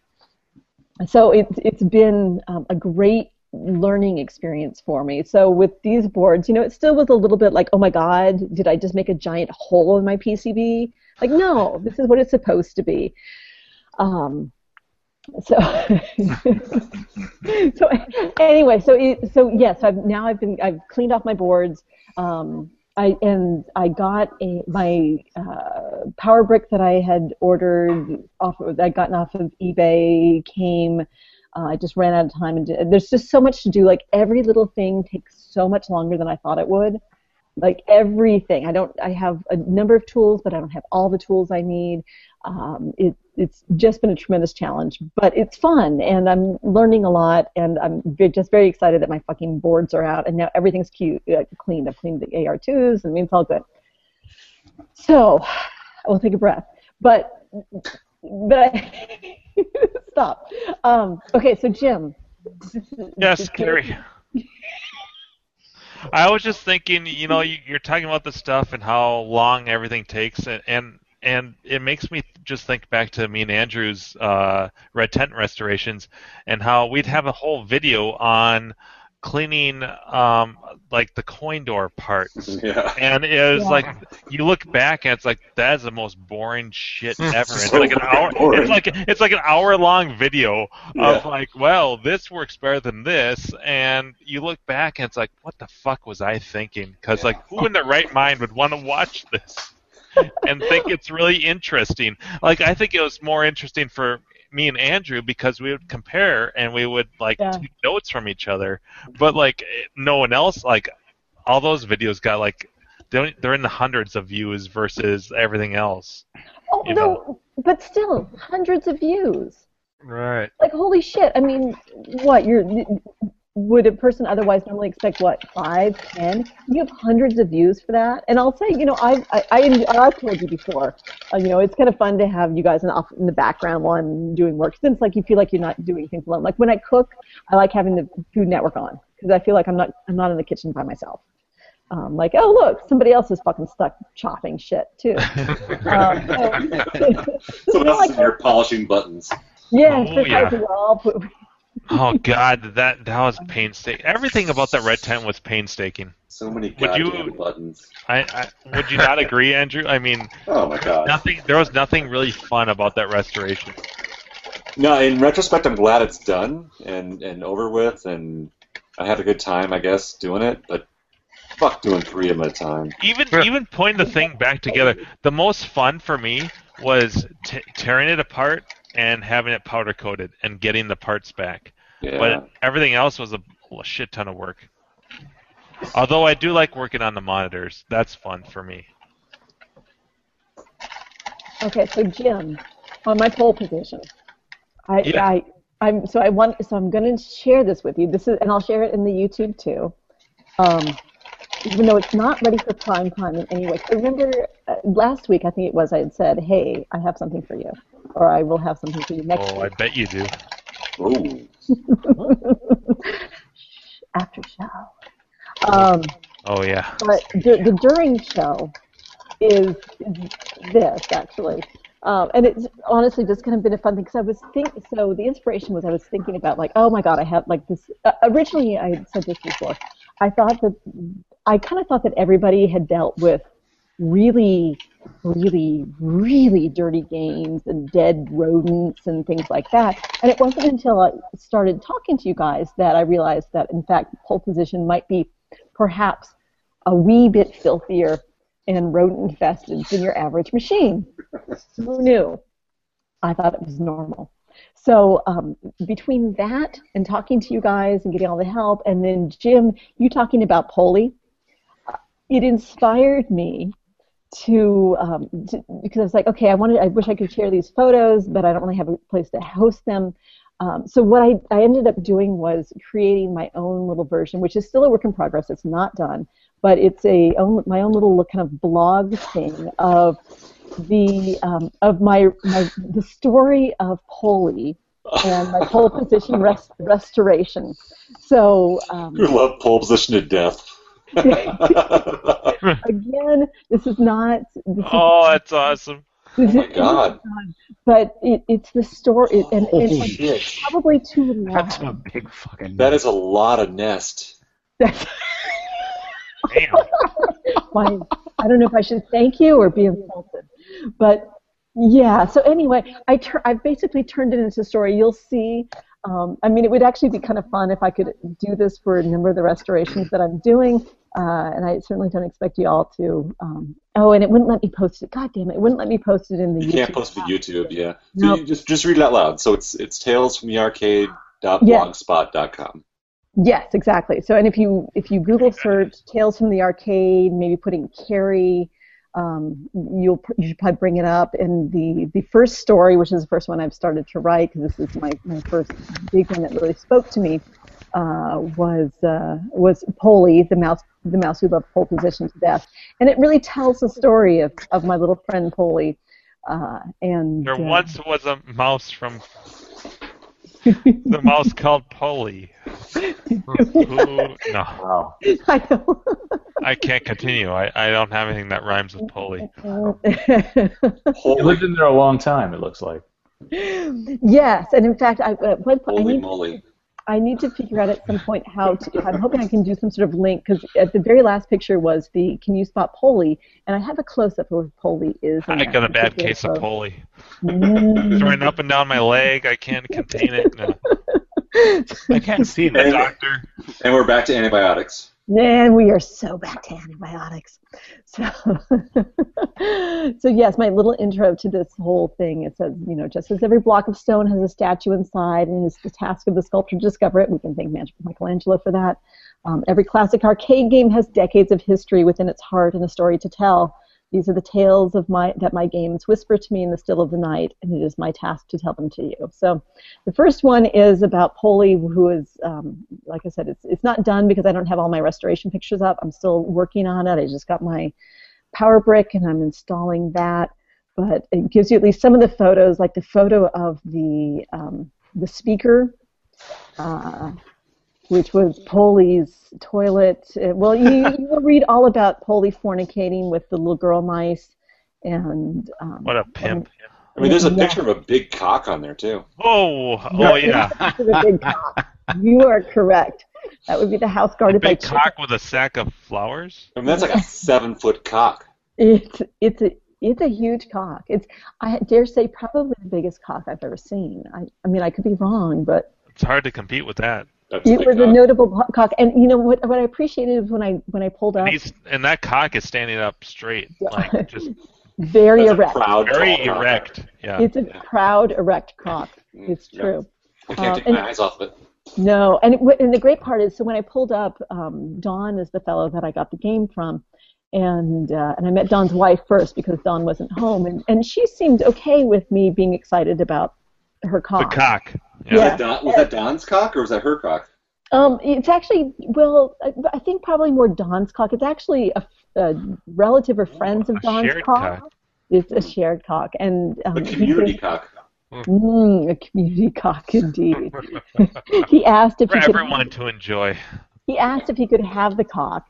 [SPEAKER 3] so it's it's been um, a great learning experience for me. So with these boards, you know, it still was a little bit like, oh my god, did I just make a giant hole in my PCB? Like, no, this is what it's supposed to be. Um, so [laughs] so anyway, so it, so yes, I've now I've been I've cleaned off my boards. Um, I and I got a, my uh, power brick that I had ordered off of, I'd gotten off of eBay came. Uh, I just ran out of time and did, there's just so much to do. Like every little thing takes so much longer than I thought it would. Like everything, I don't. I have a number of tools, but I don't have all the tools I need. Um, it, it's just been a tremendous challenge, but it's fun, and I'm learning a lot, and I'm ve- just very excited that my fucking boards are out, and now everything's cute, uh, cleaned. I've cleaned the AR2s, and I mean, it's all good. So, I will take a breath, but but I, [laughs] stop. Um, okay, so Jim.
[SPEAKER 2] Yes, Carrie. I was just thinking, you know, you, you're talking about this stuff and how long everything takes, and, and and it makes me just think back to me and Andrew's uh, red tent restorations and how we'd have a whole video on cleaning um, like the coin door parts.
[SPEAKER 4] [laughs] Yeah.
[SPEAKER 2] And it was
[SPEAKER 3] Yeah.
[SPEAKER 2] like you look back and it's like that's the most boring
[SPEAKER 4] [laughs]
[SPEAKER 2] shit ever. It's
[SPEAKER 4] So
[SPEAKER 2] like an hour.
[SPEAKER 4] boring.
[SPEAKER 2] It's like it's like an hour long video
[SPEAKER 4] Yeah.
[SPEAKER 2] of like, well, this works better than this, and you look back and it's like, what the fuck was I thinking? Because like, who in their right mind would want to watch this [laughs] and think it's really interesting? Like, I think it was more interesting for me and Andrew because we would compare and we would like
[SPEAKER 3] Yeah.
[SPEAKER 2] take notes from each other, but like no one else like all those videos got like they're they're in the hundreds of views versus everything else.
[SPEAKER 3] Oh
[SPEAKER 2] You
[SPEAKER 3] no, but still, hundreds of views.
[SPEAKER 9] Right.
[SPEAKER 3] like holy shit i mean what you're would a person otherwise normally expect what five ten you have hundreds of views for that and i'll say you know i've i, I i've told you before uh, you know it's kind of fun to have you guys in, off, in the background while i'm doing work 'Cause then it's like you feel like you're not doing things alone like when i cook i like having the food network on because i feel like i'm not i'm not in the kitchen by myself um, like oh look somebody else is fucking stuck chopping shit
[SPEAKER 2] [laughs]
[SPEAKER 3] too um, so-
[SPEAKER 4] Someone else is in
[SPEAKER 3] like-
[SPEAKER 4] here polishing buttons.
[SPEAKER 3] yes
[SPEAKER 2] Oh,
[SPEAKER 3] precisely,
[SPEAKER 2] yeah.
[SPEAKER 3] we're all put-
[SPEAKER 2] Oh God, that that was painstaking. Everything about that red tent was painstaking.
[SPEAKER 4] So many
[SPEAKER 2] Would you-
[SPEAKER 4] goddamn buttons.
[SPEAKER 2] I, I would you
[SPEAKER 4] [laughs]
[SPEAKER 2] not agree, Andrew? I mean,
[SPEAKER 4] Oh my god.
[SPEAKER 2] nothing. There was nothing really fun about that restoration.
[SPEAKER 4] No, in retrospect, I'm glad it's done and, and over with, and I had a good time, I guess, doing it. But fuck doing three of them at
[SPEAKER 3] [laughs]
[SPEAKER 4] a time.
[SPEAKER 2] Even even putting the thing back together. The most fun for me was t- tearing it apart and having it powder coated and getting the parts back.
[SPEAKER 4] Yeah.
[SPEAKER 2] But everything else was a, a shit ton of work. Although I do like working on the monitors. That's fun for me.
[SPEAKER 3] Okay, so Jim, on my pole position, I,
[SPEAKER 2] Yeah.
[SPEAKER 3] I, I'm so I want so I'm going to share this with you. This is and I'll share it in the YouTube too, um, even though it's not ready for prime time in any way. 'Cause Remember uh, last week, I think it was, I had said, "Hey, I have something for you," or "I will have something for you next
[SPEAKER 2] Oh, I
[SPEAKER 3] week."
[SPEAKER 2] bet you do.
[SPEAKER 4] Ooh.
[SPEAKER 3] [laughs] After show. Um,
[SPEAKER 2] Oh yeah.
[SPEAKER 3] But the, the during show is this actually, um, and it's honestly just kind of been a fun thing because I was think so. The inspiration was I was thinking about like, oh my god, I have like this. Uh, originally, I had said this before. I thought that I kind of thought that everybody had dealt with really really, really dirty games and dead rodents and things like that. And it wasn't until I started talking to you guys that I realized that, in fact, pole position might be perhaps a wee bit filthier and rodent infested than your average machine. Who knew? I thought it was normal. So um, between that and talking to you guys and getting all the help, and then Jim, you talking about Polly, it inspired me to, um, to because I was like, okay, I wanted, I wish I could share these photos, but I don't really have a place to host them. Um, so what I, I ended up doing was creating my own little version, which is still a work in progress. It's not done, but it's a own, my own little kind of blog thing of the um, of my, my the story of Polly and my pole position rest, restoration. So um,
[SPEAKER 4] You love pole position to death.
[SPEAKER 3] [laughs] again, this is not this is,
[SPEAKER 2] Oh, that's awesome.
[SPEAKER 3] this
[SPEAKER 4] my
[SPEAKER 3] is-
[SPEAKER 4] God.
[SPEAKER 3] but it, it's the story it, and, and,
[SPEAKER 6] Holy
[SPEAKER 3] and
[SPEAKER 4] shit.
[SPEAKER 3] probably too long.
[SPEAKER 6] That's a big fucking.
[SPEAKER 4] That is a lot of nest.
[SPEAKER 3] That's
[SPEAKER 2] Damn.
[SPEAKER 3] [laughs] my, I don't know if I should thank you or be insulted, but yeah. So anyway, I tur- I basically turned it into a story. You'll see. Um, I mean, it would actually be kind of fun if I could do this for a number of the restorations that I'm doing, uh, and I certainly don't expect you all to. Um, oh, and it wouldn't let me post it. God damn it! It wouldn't let me post it in the
[SPEAKER 4] You
[SPEAKER 3] YouTube.
[SPEAKER 4] can't post to YouTube, yeah. So
[SPEAKER 3] Nope.
[SPEAKER 4] you just just read it out loud. So it's it's tales from the arcade. Dot
[SPEAKER 3] Yeah.
[SPEAKER 4] blogspot dot com.
[SPEAKER 3] Yes, exactly. So, and if you if you Google search "Tales from the Arcade," maybe put in Carrie, um, you'll pr- you should probably bring it up. And the the first story, which is the first one I've started to write, because this is my my first big one that really spoke to me, uh, was uh, was Polly, the mouse the mouse who loved pole position to death, and it really tells the story of of my little friend Polly, uh, and
[SPEAKER 2] There
[SPEAKER 3] uh,
[SPEAKER 2] once was a mouse from
[SPEAKER 3] [laughs]
[SPEAKER 2] the mouse called Polly.
[SPEAKER 3] [laughs]
[SPEAKER 2] Who- no,
[SPEAKER 5] Wow.
[SPEAKER 3] [laughs] I know.
[SPEAKER 2] I can't continue. I, I don't have anything that rhymes with Polly.
[SPEAKER 5] You lived in there a long time. It looks like.
[SPEAKER 3] [laughs] yes, and in fact, I at one point I
[SPEAKER 4] Holy
[SPEAKER 3] need
[SPEAKER 4] moly.
[SPEAKER 3] I need to figure out at some point how to. I'm hoping I can do some sort of link because at the very last picture was the "Can you spot Polly?" and I have a close up of where Polly is. in
[SPEAKER 2] I
[SPEAKER 3] that
[SPEAKER 2] got a bad
[SPEAKER 3] particular
[SPEAKER 2] case of
[SPEAKER 3] photo. Mm.
[SPEAKER 2] Polly. It's running up and down my leg. I can't contain it. No.
[SPEAKER 4] [laughs]
[SPEAKER 6] I can't see
[SPEAKER 2] The doctor.
[SPEAKER 4] And we're back to antibiotics.
[SPEAKER 3] Man, we are so back to antibiotics. So, [laughs] so yes, my little intro to this whole thing. It says, you know, just as every block of stone has a statue inside, and it's the task of the sculptor to discover it. We can thank Mach- Michelangelo for that. Um, every classic arcade game has decades of history within its heart and a story to tell. These are the tales of my that my games whisper to me in the still of the night, and it is my task to tell them to you. So, the first one is about Polly, who is, um, like I said, it's it's not done because I don't have all my restoration pictures up. I'm still working on it. I just got my power brick and I'm installing that. But it gives you at least some of the photos, like the photo of the um, the speaker, uh, which was Polly's toilet. Uh, Well, you,
[SPEAKER 2] [laughs]
[SPEAKER 3] you will read all about Polly fornicating with the little girl mice, and um,
[SPEAKER 2] What a pimp.
[SPEAKER 4] I mean, there's a
[SPEAKER 3] Yeah.
[SPEAKER 4] picture of a big cock on there too.
[SPEAKER 2] Oh, oh yeah.
[SPEAKER 3] [laughs] To the big cock. You are correct. That would be the house
[SPEAKER 2] A
[SPEAKER 3] guarded by
[SPEAKER 2] big
[SPEAKER 3] chickens.
[SPEAKER 2] cock with a sack of flowers.
[SPEAKER 4] I mean, that's like a seven-foot cock.
[SPEAKER 3] It's it's a it's a huge cock. It's I dare say probably the biggest cock I've ever seen. I, I mean I could be wrong, but
[SPEAKER 2] It's hard to compete with that.
[SPEAKER 4] That's uh,
[SPEAKER 3] it
[SPEAKER 4] big
[SPEAKER 3] was a
[SPEAKER 4] cock.
[SPEAKER 3] notable po- cock. And you know what what I appreciated is when I when I pulled up
[SPEAKER 2] And, he's, and that cock is standing up straight, like just
[SPEAKER 3] [laughs] very
[SPEAKER 4] That's a
[SPEAKER 3] erect.
[SPEAKER 4] proud
[SPEAKER 2] very
[SPEAKER 4] tall cock.
[SPEAKER 2] erect. Yeah.
[SPEAKER 3] It's a proud erect cock.
[SPEAKER 4] Mm,
[SPEAKER 3] It's
[SPEAKER 4] yeah.
[SPEAKER 3] true.
[SPEAKER 4] I can't
[SPEAKER 3] Uh,
[SPEAKER 4] take
[SPEAKER 3] and-
[SPEAKER 4] my eyes off of it.
[SPEAKER 3] No, and it, w- and the great part is, so when I pulled up, um, Don is the fellow that I got the game from, and uh, and I met Don's wife first because Don wasn't home, and, and she seemed okay with me being excited about her
[SPEAKER 2] The
[SPEAKER 3] cock.
[SPEAKER 2] cock.
[SPEAKER 4] Was,
[SPEAKER 3] Yeah.
[SPEAKER 4] that Don, was that Don's cock or was that her cock?
[SPEAKER 3] Um, it's actually well, I, I think probably more Don's cock. It's actually a, a relative or friends of
[SPEAKER 2] a
[SPEAKER 3] Don's
[SPEAKER 2] shared
[SPEAKER 3] cock.
[SPEAKER 2] cock.
[SPEAKER 3] It's a shared cock, and um,
[SPEAKER 4] The
[SPEAKER 3] he
[SPEAKER 4] community
[SPEAKER 3] says-
[SPEAKER 4] cock.
[SPEAKER 3] Mm, a community [laughs] cock
[SPEAKER 2] [laughs]
[SPEAKER 3] indeed. he asked if
[SPEAKER 2] For
[SPEAKER 3] he could
[SPEAKER 2] everyone to enjoy.
[SPEAKER 3] he asked if he could have the cock.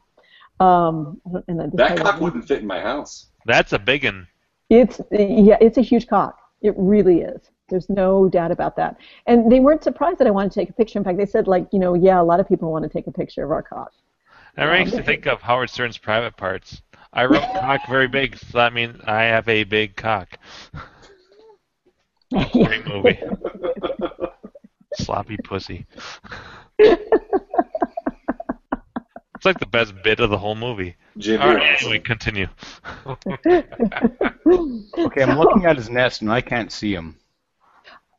[SPEAKER 3] Um, and I
[SPEAKER 4] That
[SPEAKER 3] decided-
[SPEAKER 4] cock wouldn't fit in my house.
[SPEAKER 2] That's a big one.
[SPEAKER 3] It's yeah, it's a huge cock. It really is. There's no doubt about that. And they weren't surprised that I wanted to take a picture. In fact, they said like, you know,
[SPEAKER 2] [laughs]
[SPEAKER 3] yeah, a lot of people want to take a picture of our cock.
[SPEAKER 2] That makes me think of Howard Stern's Private Parts. I wrote cock very big, so that means I have a big
[SPEAKER 3] [laughs]
[SPEAKER 2] cock. Great movie. Sloppy pussy. It's like the best bit of the whole movie.
[SPEAKER 4] Jimmy.
[SPEAKER 2] All right, anyway, continue.
[SPEAKER 6] Okay, I'm
[SPEAKER 3] So-
[SPEAKER 6] looking at his nest and I can't see him.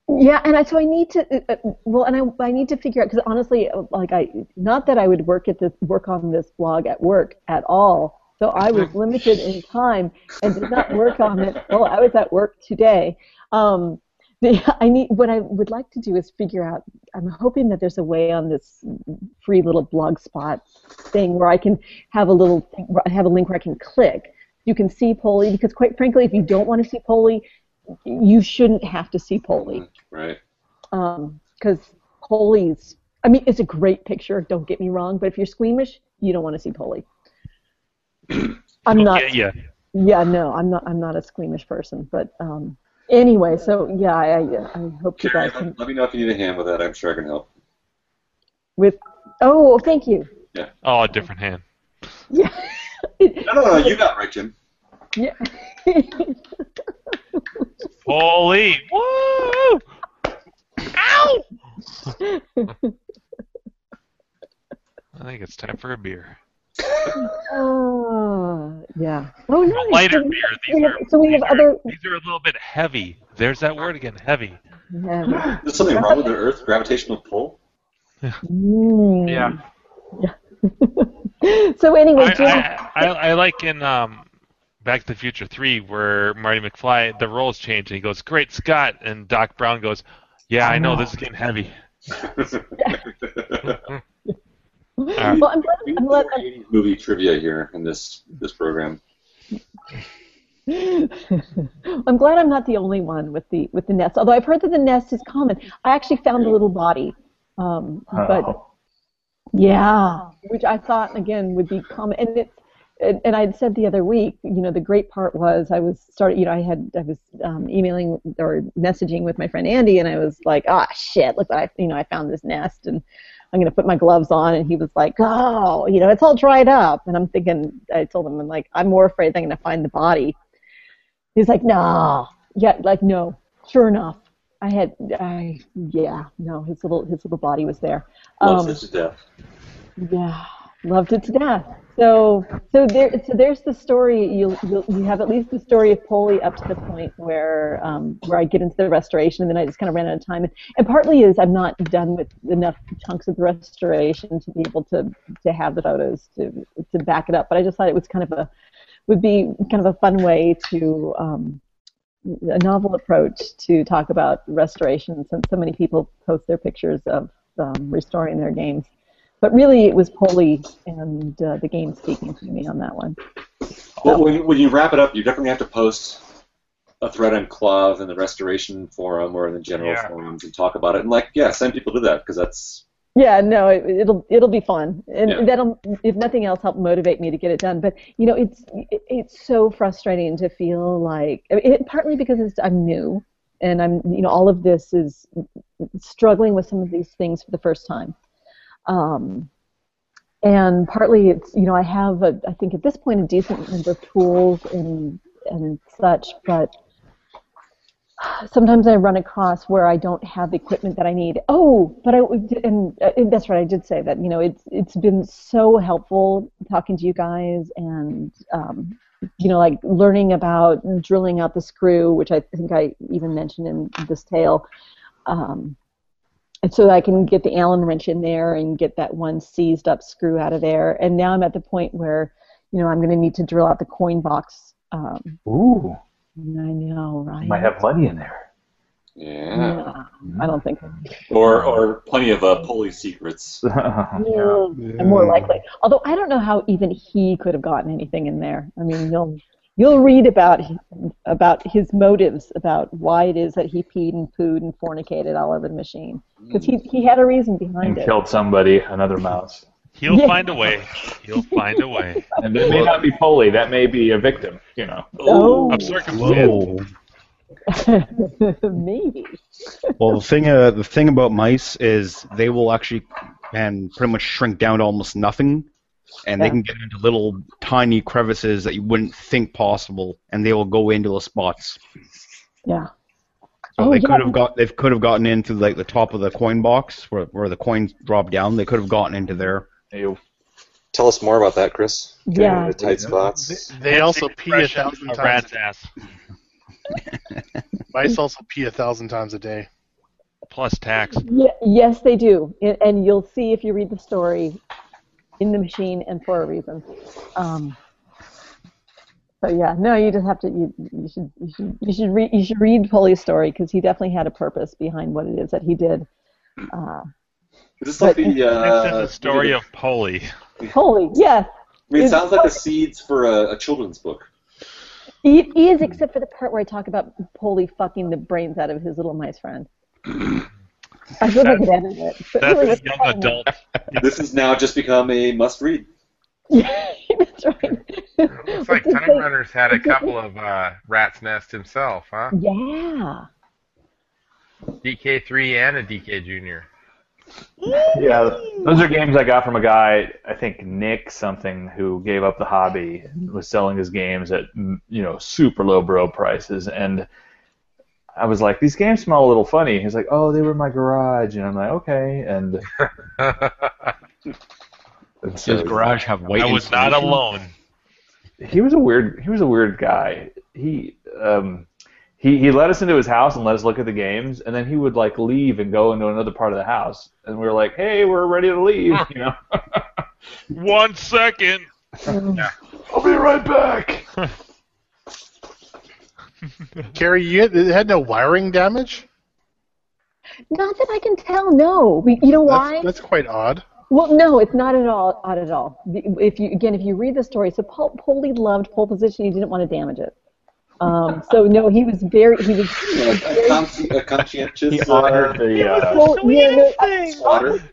[SPEAKER 3] Yeah, and I, so I need to uh, uh, well, and I, I need to figure out because honestly, uh, like I not that I would work at this work on this blog at work at all. So I was limited in time and did not work on it. Well, I was at work today. Um, the, [laughs] I need what I would like to do is figure out. I'm hoping that there's a way on this free little blog spot thing where I can have a little where I have a link where I can click. You can see Polly because quite frankly, if you don't want to see Polly, you shouldn't have to see Polly
[SPEAKER 4] Mm-hmm. Right.
[SPEAKER 3] because Polly's. I mean, it's a great picture. Don't get me wrong, but if you're squeamish, you don't want to see Polly. [laughs] I'm not.
[SPEAKER 2] Yeah, yeah.
[SPEAKER 3] Yeah, no, I'm not. I'm not a squeamish person. But um, anyway, so yeah, I, I, I hope you
[SPEAKER 4] Carrie,
[SPEAKER 3] guys
[SPEAKER 4] let,
[SPEAKER 3] can.
[SPEAKER 4] let me know if you need a hand with that. I'm sure I can help.
[SPEAKER 3] With oh, thank you.
[SPEAKER 2] Oh, a different hand.
[SPEAKER 3] Yeah,
[SPEAKER 4] No, no, no. You got it right, Jim.
[SPEAKER 3] yeah. [laughs]
[SPEAKER 2] Holy! Woo! Ow!
[SPEAKER 3] [laughs]
[SPEAKER 2] I think it's time for a beer.
[SPEAKER 3] Oh, yeah. Oh, nice.
[SPEAKER 2] Lighter
[SPEAKER 3] So we-
[SPEAKER 2] beer.
[SPEAKER 3] we
[SPEAKER 2] These
[SPEAKER 3] have-
[SPEAKER 2] are,
[SPEAKER 3] so we have
[SPEAKER 2] these
[SPEAKER 3] other.
[SPEAKER 2] Are, these are a little bit heavy. There's that word again, heavy.
[SPEAKER 3] Yeah.
[SPEAKER 4] There's something wrong with the Earth gravitational pull.
[SPEAKER 3] Mm.
[SPEAKER 10] Yeah.
[SPEAKER 3] [laughs] So anyway, Jim.
[SPEAKER 2] I, I, I, I like in um, Back to the Future 3 where Marty McFly, the roles change, and he goes, Great Scott! And Doc Brown goes, Yeah, I know, this is getting heavy.
[SPEAKER 3] [laughs] well, I'm glad.
[SPEAKER 4] We
[SPEAKER 3] I'm
[SPEAKER 4] have
[SPEAKER 3] glad
[SPEAKER 4] more 80s movie trivia here in this this program.
[SPEAKER 3] [laughs] I'm glad I'm not the only one with the with the nest. Although I've heard that the nest is common. I actually found a little body, um,
[SPEAKER 8] Oh.
[SPEAKER 5] Oh.
[SPEAKER 3] but yeah, which I thought again would be common. And it's and, and I had said the other week, you know, the great part was I was started, you know, I had I was um, emailing or messaging with my friend Andy, and I was like, ah, shit, look, I you know, I found this nest, and I'm gonna put my gloves on, and he was like, oh, you know, it's all dried up, and I'm thinking, I told him, I'm like, I'm more afraid I'm gonna find the body. He's like, nah, yeah, like no, sure enough. I had, I yeah, no, his little his little body was there. Um,
[SPEAKER 4] Loves it to death.
[SPEAKER 3] Yeah, loved it to death. So, so there, so there's the story. You'll, you'll, you have at least the story of Polly up to the point where, um, where I get into the restoration, and then I just kind of ran out of time. And, and partly is I'm not done with enough chunks of the restoration to be able to, to have the photos to, to back it up. But I just thought it was kind of a, would be kind of a fun way to, um, a novel approach to talk about restoration, since so many people post their pictures of um, restoring their games. But really, it was Polly and uh, the game speaking to me on that one.
[SPEAKER 4] Well, when, when you wrap it up, you definitely have to post a thread on Clove in the restoration forum or in the general
[SPEAKER 9] Yeah.
[SPEAKER 4] forums and talk about it. And like, yeah, send people to that because that's
[SPEAKER 3] Yeah, no, it, it'll it'll be fun, and
[SPEAKER 4] Yeah.
[SPEAKER 3] that'll, if nothing else, help motivate me to get it done. But you know, it's it, it's so frustrating to feel like I mean, it, partly because it's, I'm new, and I'm you know all of this is struggling with some of these things for the first time, um, and partly it's you know I have a, I think at this point a decent number of tools and and such, but sometimes I run across where I don't have the equipment that I need. Oh, but I and, uh, and that's right. I did say that. You know, it's it's been so helpful talking to you guys and um, you know, like learning about drilling out the screw, which I think I even mentioned in this tale. Um, and so I can get the Allen wrench in there and get that one seized up screw out of there. And now I'm at the point where, you know, I'm going to need to drill out the coin box. Um,
[SPEAKER 5] Ooh,
[SPEAKER 3] I know, right?
[SPEAKER 5] might have money in there.
[SPEAKER 4] yeah.
[SPEAKER 3] Yeah, I don't think.
[SPEAKER 4] Or or plenty of uh, pulley secrets.
[SPEAKER 3] Yeah, more likely. Although I don't know how even he could have gotten anything in there. I mean, you'll you'll read about about his motives about why it is that he peed and pooed and fornicated all over the machine because he he had a reason behind
[SPEAKER 5] and
[SPEAKER 3] it.
[SPEAKER 5] killed somebody, another mouse.
[SPEAKER 2] He'll
[SPEAKER 3] Yeah.
[SPEAKER 2] find a way. He'll find a way.
[SPEAKER 5] And that may not be Polly. That may be a victim. You know.
[SPEAKER 3] Oh,
[SPEAKER 5] Oh.
[SPEAKER 3] [laughs]
[SPEAKER 2] I'm circumcised.
[SPEAKER 3] maybe.
[SPEAKER 6] Well, the thing, uh, the thing about mice is they will actually and pretty much shrink down to almost nothing and they can get into little tiny crevices that you wouldn't think possible, and they will go into the spots.
[SPEAKER 3] Yeah.
[SPEAKER 6] So
[SPEAKER 3] Oh,
[SPEAKER 6] they
[SPEAKER 3] yeah.
[SPEAKER 6] could have got they could have gotten into like the top of the coin box where where the coins drop down. They could have gotten into there.
[SPEAKER 4] Tell us more about that, Chris. Getting
[SPEAKER 3] Yeah.
[SPEAKER 4] into tight spots.
[SPEAKER 1] They also pee a
[SPEAKER 2] Fresh out
[SPEAKER 1] thousand
[SPEAKER 2] of a
[SPEAKER 1] times.
[SPEAKER 2] rat's ass.
[SPEAKER 1] Mice also pee a thousand times a day.
[SPEAKER 2] Plus tax.
[SPEAKER 3] [laughs] Ye- yes, they do, and, and you'll see if you read the story in the machine and for a reason. Um, so yeah, no, you just have to. You, you should you should you should read you should read Polly's story because he definitely had a purpose behind what it is that he did. Uh,
[SPEAKER 4] Is this like
[SPEAKER 3] But-
[SPEAKER 4] the uh,
[SPEAKER 2] this is the story of Polly.
[SPEAKER 3] Polly, yeah,
[SPEAKER 4] I mean, it sounds like the seeds for a, a children's book.
[SPEAKER 3] it is except for the part where I talk about Polly fucking the brains out of his little mice friend. I feel like I could edit it. But
[SPEAKER 2] That's
[SPEAKER 3] really
[SPEAKER 2] a
[SPEAKER 3] what's
[SPEAKER 2] young
[SPEAKER 3] happening-
[SPEAKER 2] adult.
[SPEAKER 4] This has now just become a must-read.
[SPEAKER 3] Yeah, [laughs] that's right.
[SPEAKER 9] Looks like
[SPEAKER 3] What's his
[SPEAKER 9] Time
[SPEAKER 3] name?
[SPEAKER 9] Runner's had a couple of uh, rat's nests himself, huh?
[SPEAKER 3] Yeah.
[SPEAKER 9] DK3 and a DK Junior.
[SPEAKER 2] [laughs]
[SPEAKER 5] Yeah, those are games I got from a guy, I think Nick something, who gave up the hobby and was selling his games at mm, you know super low bro prices, and I was like, these games smell a little funny. He's like, oh, they were in my garage, and I'm like, okay,
[SPEAKER 2] [laughs]
[SPEAKER 5] and and so-
[SPEAKER 6] Does garage have white?
[SPEAKER 2] I was not
[SPEAKER 6] insulation?
[SPEAKER 2] alone.
[SPEAKER 5] he was a weird he was a weird guy. He um he, he let us into his house and let us look at the games, and then he would like leave and go into another part of the house, and we were like, hey, we're ready to leave, you know.
[SPEAKER 2] [laughs] One second.
[SPEAKER 5] I'll be
[SPEAKER 2] [laughs]
[SPEAKER 5] right back.
[SPEAKER 1] [laughs] Carrie, you had, it had no wiring damage.
[SPEAKER 3] [laughs] Not that I can tell. No, we, you know why?
[SPEAKER 1] That's, that's quite odd.
[SPEAKER 3] Well, no, it's not at all odd at all. The- If you again, if you read the story, so Paul, Polly loved pole position. He didn't want to damage it. Um, so no, he was very he was. He was
[SPEAKER 4] A,
[SPEAKER 3] very
[SPEAKER 4] consci- a conscientious.
[SPEAKER 5] He
[SPEAKER 4] uh,
[SPEAKER 5] honored the uh,
[SPEAKER 3] well, yeah, no,
[SPEAKER 4] Otter.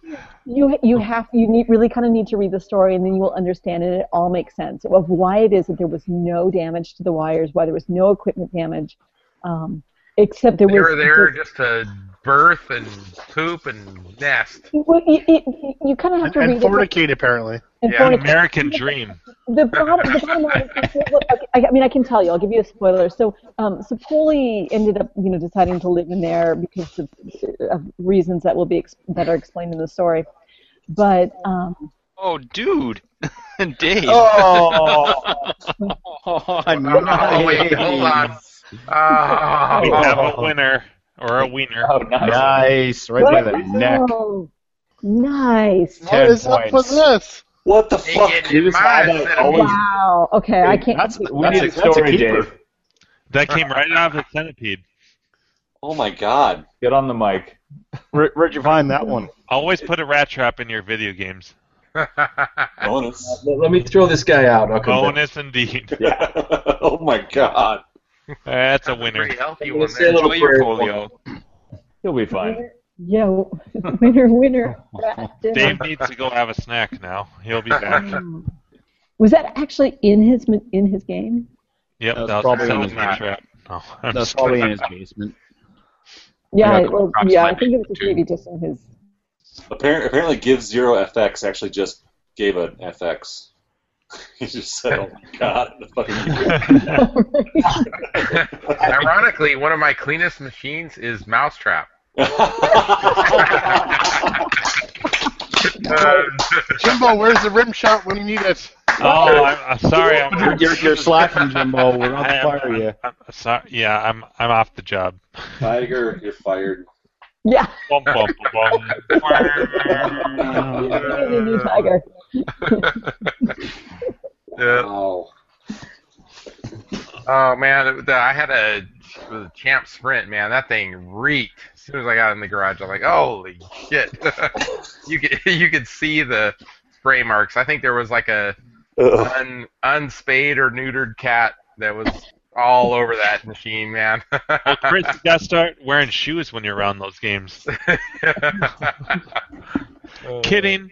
[SPEAKER 3] you you have you need really kind of need to read the story and then you will understand it. It all makes sense of why it is that there was no damage to the wires, why there was no equipment damage, um, except there
[SPEAKER 9] They
[SPEAKER 3] was.
[SPEAKER 9] were there
[SPEAKER 3] just-
[SPEAKER 9] just to birth and poop and
[SPEAKER 3] [laughs]
[SPEAKER 9] nest.
[SPEAKER 3] well, it- it- you kind of have
[SPEAKER 1] And,
[SPEAKER 3] to
[SPEAKER 1] and
[SPEAKER 3] read it.
[SPEAKER 1] fornicate apparently.
[SPEAKER 3] and
[SPEAKER 9] Yeah,
[SPEAKER 2] An
[SPEAKER 3] fornicate.
[SPEAKER 2] American dream.
[SPEAKER 3] the bottom, the bottom line is, is- well, okay, I, I mean, I can tell you. I'll give you a spoiler. So, um, so Polly ended up, you know, deciding to live in there because of, of reasons that will be ex- that are explained in the story. But um,
[SPEAKER 12] Oh,
[SPEAKER 2] [laughs]
[SPEAKER 12] dude. Dave.
[SPEAKER 6] [laughs]
[SPEAKER 5] oh,
[SPEAKER 9] Oh, wait, hold on.
[SPEAKER 11] Uh,
[SPEAKER 2] We
[SPEAKER 9] Oh,
[SPEAKER 2] have a winner or a wiener.
[SPEAKER 5] oh, nice.
[SPEAKER 6] Nice, right by the neck.
[SPEAKER 3] oh, nice.
[SPEAKER 1] What is up with this?
[SPEAKER 4] What the
[SPEAKER 9] They
[SPEAKER 4] fuck?
[SPEAKER 9] get
[SPEAKER 5] You just
[SPEAKER 9] mine,
[SPEAKER 5] had that
[SPEAKER 9] said,
[SPEAKER 5] always-
[SPEAKER 3] Wow. Okay, I can't.
[SPEAKER 6] That's,
[SPEAKER 5] We
[SPEAKER 6] that's
[SPEAKER 5] need
[SPEAKER 6] a,
[SPEAKER 5] a story,
[SPEAKER 6] that's a keeper.
[SPEAKER 5] Dave.
[SPEAKER 2] That came right out of the centipede.
[SPEAKER 4] Oh my god.
[SPEAKER 5] Get on the mic.
[SPEAKER 6] Where, where'd you find that one?
[SPEAKER 2] Always put a rat trap in your video games.
[SPEAKER 4] [laughs] Bonus.
[SPEAKER 11] Let, let me throw this guy out. I'll come back.
[SPEAKER 2] Bonus indeed.
[SPEAKER 4] oh my god.
[SPEAKER 2] That's a winner.
[SPEAKER 9] Pretty healthy
[SPEAKER 11] I'm
[SPEAKER 9] one
[SPEAKER 11] gonna say a
[SPEAKER 9] there.
[SPEAKER 11] little
[SPEAKER 12] Enjoy your
[SPEAKER 11] prayer.
[SPEAKER 12] polio.
[SPEAKER 5] You'll be fine.
[SPEAKER 3] Yeah, [laughs] winner, winner. rat dinner.
[SPEAKER 2] Dave needs to go have a snack now. He'll be back.
[SPEAKER 3] Um, Was that actually in his ma- in his game?
[SPEAKER 2] Yep,
[SPEAKER 6] That's
[SPEAKER 2] that
[SPEAKER 6] [laughs]
[SPEAKER 2] was
[SPEAKER 6] probably
[SPEAKER 2] that
[SPEAKER 6] in
[SPEAKER 2] was
[SPEAKER 6] his
[SPEAKER 2] my
[SPEAKER 6] back.
[SPEAKER 2] trap. No, I'm
[SPEAKER 6] That's
[SPEAKER 2] just
[SPEAKER 6] probably in his basement.
[SPEAKER 3] Yeah,
[SPEAKER 12] Yeah,
[SPEAKER 3] it was-
[SPEAKER 12] props
[SPEAKER 3] yeah. I
[SPEAKER 12] might be
[SPEAKER 3] think it was
[SPEAKER 12] too.
[SPEAKER 3] maybe just in his.
[SPEAKER 4] Apparently, apparently, Give Zero FX actually just gave an FX. [laughs] He just said, "Oh my god!" The fucking
[SPEAKER 9] Ironically, one of my cleanest machines is Mousetrap. [laughs] Uh,
[SPEAKER 1] Jimbo, where's the rim shot when you need it?
[SPEAKER 2] Oh, I'm, I'm sorry. I'm,
[SPEAKER 6] You're, you're, you're slacking, Jimbo. We're on
[SPEAKER 2] I am-
[SPEAKER 6] fire you.
[SPEAKER 2] I'm sorry. Yeah, I'm I'm off the job.
[SPEAKER 4] Tiger, you're fired.
[SPEAKER 3] Yeah.
[SPEAKER 2] Bum, bum, bum, bum.
[SPEAKER 3] He's a new tiger.
[SPEAKER 9] [laughs] yeah.
[SPEAKER 4] Wow.
[SPEAKER 9] Oh man, the, I had a, it was a champ sprint, man. That thing reeked. As soon as I got in the garage, I'm like, holy shit! [laughs] you could you could see the spray marks. I think there was like a
[SPEAKER 4] Ugh.
[SPEAKER 9] un, unspayed or neutered cat that was all over that machine, man. [laughs]
[SPEAKER 2] Well, Chris, you gotta start wearing shoes when you're around those games. Kidding.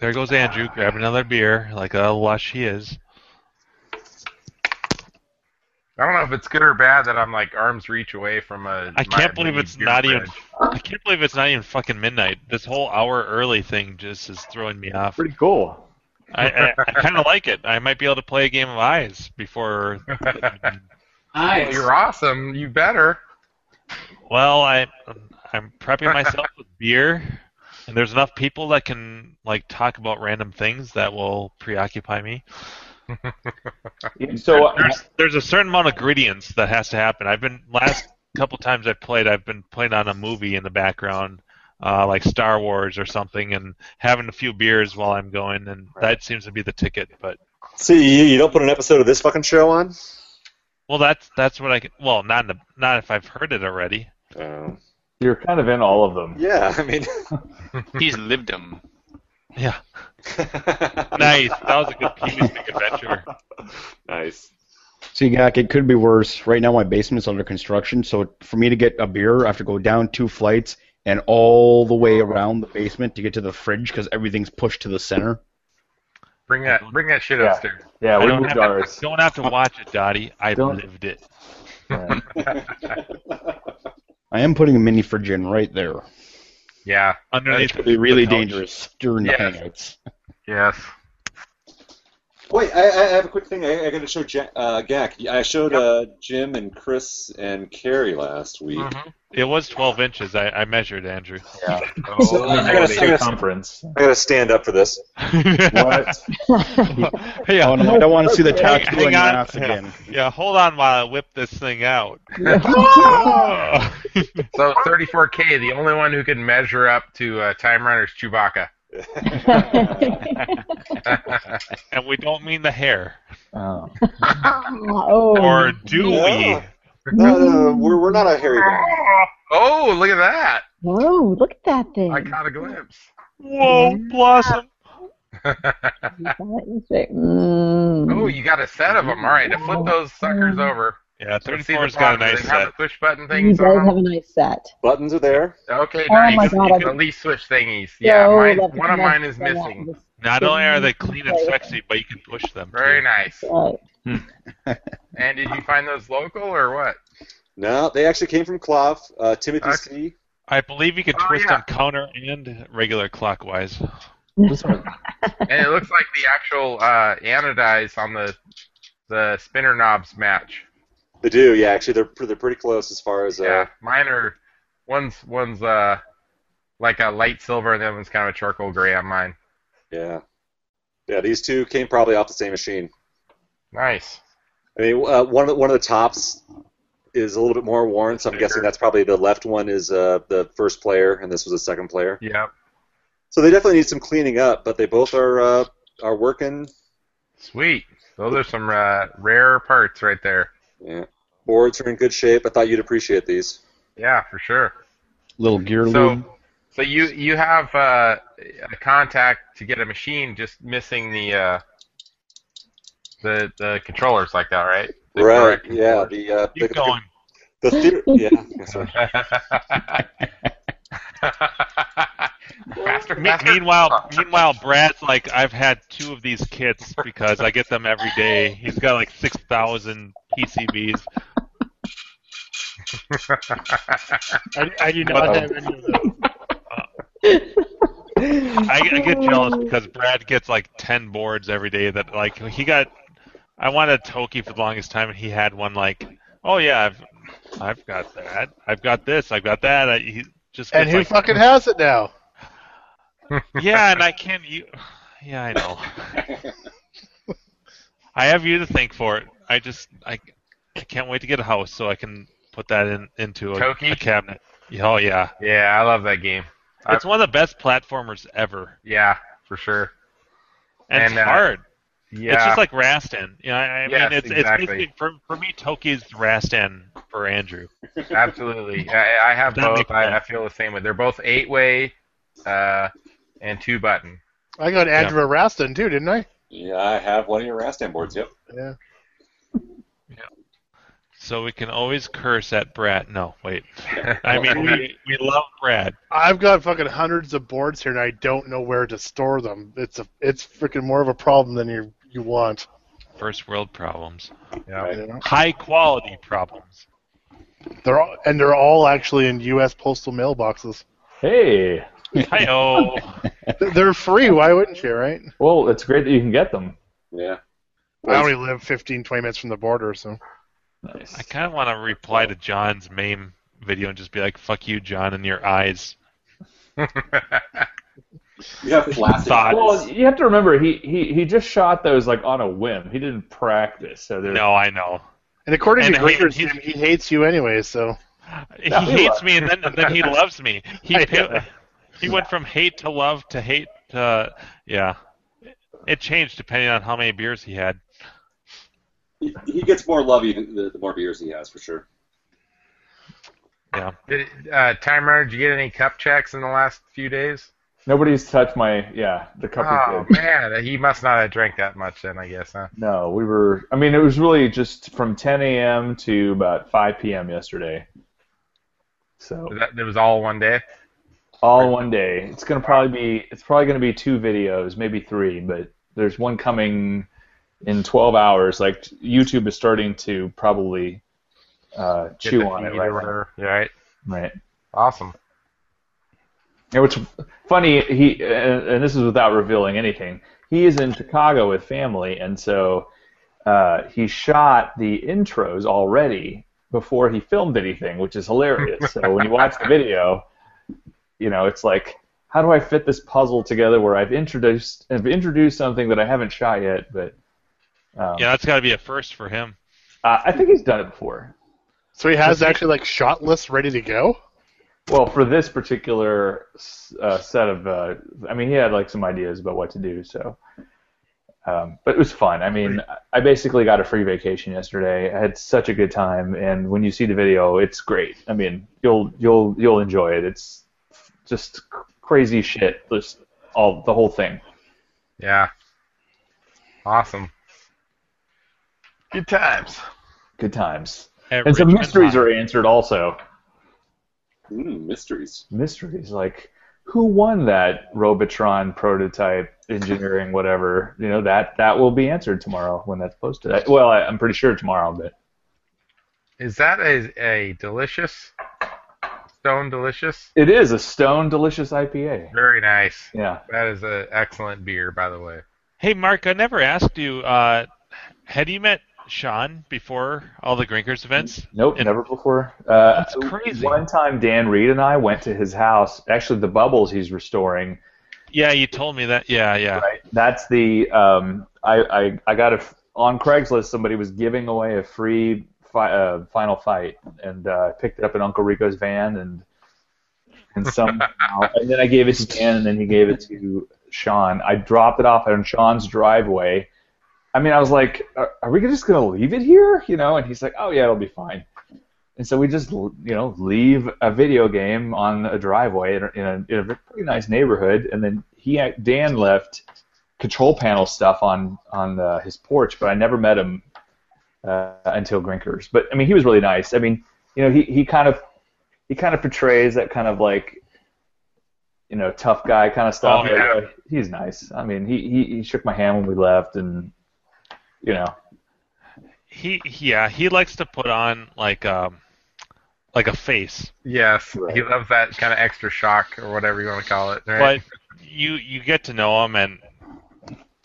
[SPEAKER 2] There goes Andrew. Grab another beer, like a lush he is.
[SPEAKER 9] I don't know if it's good or bad that I'm like arms reach away from a.
[SPEAKER 2] I
[SPEAKER 9] my
[SPEAKER 2] can't believe
[SPEAKER 9] mini
[SPEAKER 2] it's
[SPEAKER 9] beer
[SPEAKER 2] not even.
[SPEAKER 9] fridge.
[SPEAKER 2] I can't believe it's not even fucking midnight. This whole hour early thing just is throwing me off.
[SPEAKER 5] Pretty cool.
[SPEAKER 2] I, I, I kind of like it. I might be able to play a game of Eyes
[SPEAKER 9] [laughs]
[SPEAKER 2] before.
[SPEAKER 9] Well, you're awesome. You better.
[SPEAKER 2] Well, I I'm prepping myself with beer, and there's enough people that can like talk about random things that will preoccupy
[SPEAKER 5] [laughs]
[SPEAKER 2] me.
[SPEAKER 5] So uh,
[SPEAKER 2] there's, there's a certain amount of ingredients that has to happen. I've been last couple times I've played, I've been playing on a movie in the background, uh, like Star Wars or something, and having a few beers while I'm going, and that seems to be the ticket. But
[SPEAKER 4] [laughs] See, you, you don't put an episode of this fucking show on.
[SPEAKER 2] well, that's that's what I can. Well, not in the, not if I've heard it already.
[SPEAKER 4] Oh.
[SPEAKER 5] you're kind of in all of them.
[SPEAKER 4] yeah, I mean,
[SPEAKER 12] He's lived them.
[SPEAKER 2] Yeah, [laughs] nice. That was a good Peter's Big Adventure.
[SPEAKER 4] nice.
[SPEAKER 6] See, Gak, it could be worse. Right now, my basement's under construction, so for me to get a beer, I have to go down two flights and all the way around the basement to get to the fridge because everything's pushed to the center.
[SPEAKER 9] Bring that bring that shit
[SPEAKER 5] Yeah.
[SPEAKER 9] upstairs.
[SPEAKER 5] Yeah,
[SPEAKER 2] I
[SPEAKER 5] we
[SPEAKER 2] don't have,
[SPEAKER 5] moved
[SPEAKER 2] to,
[SPEAKER 5] ours.
[SPEAKER 2] don't have to watch it, Dottie. I've
[SPEAKER 5] Don't-
[SPEAKER 2] lived it.
[SPEAKER 5] Right.
[SPEAKER 2] [laughs]
[SPEAKER 6] I am putting a mini fridge in right there.
[SPEAKER 9] Yeah.
[SPEAKER 6] It's
[SPEAKER 2] Underneath
[SPEAKER 6] going to be really
[SPEAKER 2] the couch.
[SPEAKER 6] dangerous during the
[SPEAKER 9] Yeah.
[SPEAKER 6] hangouts. [laughs]
[SPEAKER 9] Yes.
[SPEAKER 4] Wait, I, I I have a quick thing. I, I got to show ja- uh, Gak. I showed uh, Jim and Chris and Carrie last week.
[SPEAKER 9] Mhm.
[SPEAKER 2] Mm-hmm. It was 12 inches. I, I measured, Andrew. [laughs]
[SPEAKER 9] Yeah. Oh,
[SPEAKER 4] So, I gotta- I gotta-
[SPEAKER 5] Conference.
[SPEAKER 4] I gotta stand up for this.
[SPEAKER 5] What?
[SPEAKER 2] yeah.
[SPEAKER 6] Oh, no, I don't want to see the
[SPEAKER 2] Hang-
[SPEAKER 6] tattoo on
[SPEAKER 2] hang
[SPEAKER 6] your
[SPEAKER 2] on.
[SPEAKER 6] ass again.
[SPEAKER 2] [laughs] Yeah, hold on while I uh, whip this
[SPEAKER 3] [laughs]
[SPEAKER 2] thing out. [laughs]
[SPEAKER 9] So 34K, the only one who can measure up to uh, Time Runner's
[SPEAKER 3] [laughs]
[SPEAKER 9] Chewbacca.
[SPEAKER 2] and we don't mean the hair.
[SPEAKER 5] Oh.
[SPEAKER 3] [laughs]
[SPEAKER 2] [laughs]
[SPEAKER 3] oh.
[SPEAKER 2] Or do
[SPEAKER 4] Yeah.
[SPEAKER 2] we?
[SPEAKER 4] No, no, we're, we're not a hairy bunch.
[SPEAKER 9] Oh, look at that!
[SPEAKER 3] Whoa, look at that thing.
[SPEAKER 9] I caught a glimpse.
[SPEAKER 2] Whoa, Blossom.
[SPEAKER 9] oh,
[SPEAKER 1] Oh,
[SPEAKER 3] Mm.
[SPEAKER 9] you got a set of them. All right, to flip those suckers over.
[SPEAKER 2] Yeah,
[SPEAKER 9] Let's see the
[SPEAKER 2] 34's got
[SPEAKER 9] box. Do
[SPEAKER 2] a nice
[SPEAKER 9] they have
[SPEAKER 2] set.
[SPEAKER 9] the push button
[SPEAKER 3] You
[SPEAKER 9] things
[SPEAKER 3] guys
[SPEAKER 9] on
[SPEAKER 3] have
[SPEAKER 9] them.
[SPEAKER 3] a nice set.
[SPEAKER 4] Buttons are there.
[SPEAKER 9] Okay,
[SPEAKER 3] Oh
[SPEAKER 9] nice.
[SPEAKER 3] my God,
[SPEAKER 9] you
[SPEAKER 3] I-
[SPEAKER 9] can at least switch thingies. Yeah,
[SPEAKER 3] So
[SPEAKER 9] mine,
[SPEAKER 3] lovely.
[SPEAKER 9] one of
[SPEAKER 3] Yeah,
[SPEAKER 9] mine is
[SPEAKER 3] so that
[SPEAKER 9] missing.
[SPEAKER 3] was-
[SPEAKER 2] Not only are they clean and sexy, but you can push them. too.
[SPEAKER 9] Very nice.
[SPEAKER 3] Right.
[SPEAKER 9] And did you find those local or what?
[SPEAKER 4] No, they actually came from Clove, uh, Timothy
[SPEAKER 9] Okay.
[SPEAKER 4] C.
[SPEAKER 2] I believe you can
[SPEAKER 9] Oh,
[SPEAKER 2] twist
[SPEAKER 9] yeah.
[SPEAKER 2] them counter and regular clockwise.
[SPEAKER 9] And it looks like the actual uh, anodize on the the spinner knobs match.
[SPEAKER 4] They do, yeah. Actually, they're pre- they're pretty close as far as uh,
[SPEAKER 9] Yeah, mine are one's one's uh like a light silver, and the other one's kind of a charcoal gray on mine.
[SPEAKER 4] yeah, yeah. These two came probably off the same machine.
[SPEAKER 9] Nice.
[SPEAKER 4] I mean, uh, one of the, one of the tops is a little bit more worn, so I'm guessing that's probably the left one is uh, the first player, and this was the second player.
[SPEAKER 9] Yep.
[SPEAKER 4] So they definitely need some cleaning up, but they both are uh, are working.
[SPEAKER 9] Sweet. Those are some uh, rare parts right there.
[SPEAKER 4] Yeah. Boards are in good shape. I thought you'd appreciate these.
[SPEAKER 9] Yeah, for sure.
[SPEAKER 6] Little gear
[SPEAKER 9] So,
[SPEAKER 6] lube.
[SPEAKER 5] [laughs]
[SPEAKER 9] so you you have uh, a contact to get a machine, just missing the uh, the the controllers like that, right? The
[SPEAKER 4] right?
[SPEAKER 9] correct
[SPEAKER 4] Yeah. The uh,
[SPEAKER 2] Keep
[SPEAKER 4] the,
[SPEAKER 2] going.
[SPEAKER 4] the, [laughs] the, the yeah.
[SPEAKER 9] controllers. faster,
[SPEAKER 2] Me-
[SPEAKER 9] faster.
[SPEAKER 2] meanwhile, meanwhile, Brad's like, I've had two of these kits because I get them every day. He's got like six thousand PCBs.
[SPEAKER 13] I, I do not have any of those.
[SPEAKER 2] uh, I, I get jealous because Brad gets like ten boards every day. That like he got. I wanted a Toki for the longest time, and he had one like, oh yeah, I've, I've got that, I've got this, I've got that. I, he just
[SPEAKER 13] And
[SPEAKER 2] gets,
[SPEAKER 13] who
[SPEAKER 2] like,
[SPEAKER 13] fucking has it now?
[SPEAKER 2] yeah, and I can't. You, yeah, I know. I have you to thank for it. I just I, I can't wait to get a house so I can put that in into a,
[SPEAKER 9] Toki?
[SPEAKER 2] a cabinet. Yeah, Oh yeah,
[SPEAKER 9] yeah, I love that game. I-
[SPEAKER 2] it's one of the best platformers ever,
[SPEAKER 9] Yeah, for sure.
[SPEAKER 2] and, it's
[SPEAKER 9] And, uh,
[SPEAKER 2] hard.
[SPEAKER 9] Yeah.
[SPEAKER 2] It's just like Rastan. Yeah, I, I
[SPEAKER 9] Yes,
[SPEAKER 2] mean, it's,
[SPEAKER 9] exactly.
[SPEAKER 2] it's basically for, for me, Toki's Rastan for Andrew.
[SPEAKER 9] Absolutely. I, I have
[SPEAKER 2] That
[SPEAKER 9] both.
[SPEAKER 2] makes
[SPEAKER 9] I, I
[SPEAKER 2] sense.
[SPEAKER 9] feel the same way. They're both eight way uh, and two button.
[SPEAKER 13] I got Andrew Raston too, didn't I?
[SPEAKER 4] Yeah, I have one of your Rastan boards. Yep.
[SPEAKER 13] Yeah.
[SPEAKER 2] So we can always curse at Brad. No,
[SPEAKER 9] [laughs]
[SPEAKER 2] wait. I mean, we, we love Brad.
[SPEAKER 13] I've got fucking hundreds of boards here, and I don't know where to store them. It's a it's freaking more of a problem than you you want.
[SPEAKER 2] First world problems.
[SPEAKER 1] Yeah.
[SPEAKER 2] High quality problems.
[SPEAKER 1] They're all, and they're all actually in U.S. postal mailboxes.
[SPEAKER 5] Hey. [laughs]
[SPEAKER 2] Hi-oh.
[SPEAKER 1] they're free. Why wouldn't you, right?
[SPEAKER 5] Well, it's great that you can get them.
[SPEAKER 4] Yeah.
[SPEAKER 1] I only live 15, 20 minutes from the border,
[SPEAKER 2] [laughs]
[SPEAKER 1] so
[SPEAKER 2] I kind of want to reply to John's MAME video and just be like, "Fuck you, John, and your eyes."
[SPEAKER 4] You have flaccid
[SPEAKER 5] Well, you have to remember he, he he just shot those like on a whim. He didn't practice, so there's
[SPEAKER 2] No, I know.
[SPEAKER 1] And according
[SPEAKER 2] And
[SPEAKER 1] to
[SPEAKER 2] he-
[SPEAKER 1] Gregor's, he, he hates you anyway. So
[SPEAKER 2] He
[SPEAKER 1] No, he
[SPEAKER 2] hates
[SPEAKER 1] loves-
[SPEAKER 2] me, and then then
[SPEAKER 4] [laughs]
[SPEAKER 2] he loves me. He
[SPEAKER 5] [laughs]
[SPEAKER 1] I
[SPEAKER 2] pa- he went from hate to love to hate. To, yeah, it changed depending on how many beers he had.
[SPEAKER 4] He, he gets more love even the, the more beers he has for sure.
[SPEAKER 2] Yeah.
[SPEAKER 9] Did, uh, timer, did you get any cup checks in the last few days?
[SPEAKER 5] nobody's touched my yeah the cup
[SPEAKER 9] Oh
[SPEAKER 5] is good.
[SPEAKER 9] man, he must not have drank that much then, I guess, huh?
[SPEAKER 5] No, we were. I mean, it was really just from 10 a.m. to about 5 p.m. yesterday. So
[SPEAKER 9] that, it was all one day.
[SPEAKER 5] All in one day. It's gonna probably be. It's probably gonna be two videos, maybe three, but there's one coming in 12 hours. Like YouTube is starting to probably uh,
[SPEAKER 9] Get
[SPEAKER 5] chew
[SPEAKER 9] the
[SPEAKER 5] on it
[SPEAKER 9] feed
[SPEAKER 5] right
[SPEAKER 9] or whatever. Yeah, right.
[SPEAKER 5] Right.
[SPEAKER 9] Awesome.
[SPEAKER 5] And what's funny, he uh, and, and this is without revealing anything. He is in Chicago with family, and so uh, he shot the intros already before he filmed anything, which is hilarious. so when you watch the video, you know it's like, how do I fit this puzzle together where I've introduced I've introduced something that I haven't shot yet, but um,
[SPEAKER 2] Yeah, that's got to be a first for him.
[SPEAKER 5] uh, I think he's done it before.
[SPEAKER 1] so he has actually like shot lists ready to go.
[SPEAKER 5] Well, for this particular uh, set of, uh, I mean, he had like some ideas about what to do. So, um, but it was fun. I mean, I basically got a free vacation yesterday. I had such a good time, and when you see the video, it's great. I mean, you'll you'll you'll enjoy it. It's just c- crazy shit. Just all the whole thing.
[SPEAKER 9] Yeah. Awesome. Good times.
[SPEAKER 5] Good times.
[SPEAKER 2] At
[SPEAKER 5] and some
[SPEAKER 2] Richmond
[SPEAKER 5] mysteries
[SPEAKER 2] High.
[SPEAKER 5] are answered also.
[SPEAKER 4] Ooh, mysteries.
[SPEAKER 5] mysteries like who won that Robotron prototype engineering whatever you know that that will be answered tomorrow when that's posted. I, well, I, I'm pretty sure tomorrow, but
[SPEAKER 9] Is that a, a delicious stone delicious?
[SPEAKER 5] it is a stone delicious IPA.
[SPEAKER 9] Very nice.
[SPEAKER 5] Yeah,
[SPEAKER 9] That is an excellent beer, by the way.
[SPEAKER 2] Hey, Mark, I never asked you. Uh, had you met Sean before all the Grinkers events?
[SPEAKER 5] nope, never before. Uh,
[SPEAKER 2] That's crazy.
[SPEAKER 5] One time, Dan Reed and I went to his house. Actually, the bubbles he's restoring.
[SPEAKER 2] Yeah, you told me that. Yeah, yeah.
[SPEAKER 5] Right. That's the um, I, I I got a f- on Craigslist. Somebody was giving away a free fi- uh, Final Fight, and uh, I picked it up in Uncle Rico's van, and
[SPEAKER 2] [laughs]
[SPEAKER 5] and somehow, and then I gave it to Dan, and then he gave it to Sean. I dropped it off on Sean's driveway. I mean, I was like, are, are we just gonna leave it here? You know? And he's like, oh yeah, it'll be fine. And so we just, l- you know, leave a video game on a driveway in a, in a, in a pretty nice neighborhood, and then he had- Dan left control panel stuff on on uh, his porch, but I never met him uh, until Grinkers. But I mean, he was really nice. I mean, you know, he, he kind of he kind of portrays that kind of like you know tough guy kind of stuff.
[SPEAKER 2] Oh, yeah.
[SPEAKER 5] Like, He's nice. I mean, he, he he shook my hand when we left, and you know,
[SPEAKER 2] He, yeah, he likes to put on like um, like a face,
[SPEAKER 9] Yes. He
[SPEAKER 5] Right.
[SPEAKER 9] loves that kind of extra shock or whatever you want to call it. Right?
[SPEAKER 2] but you you get to know him, and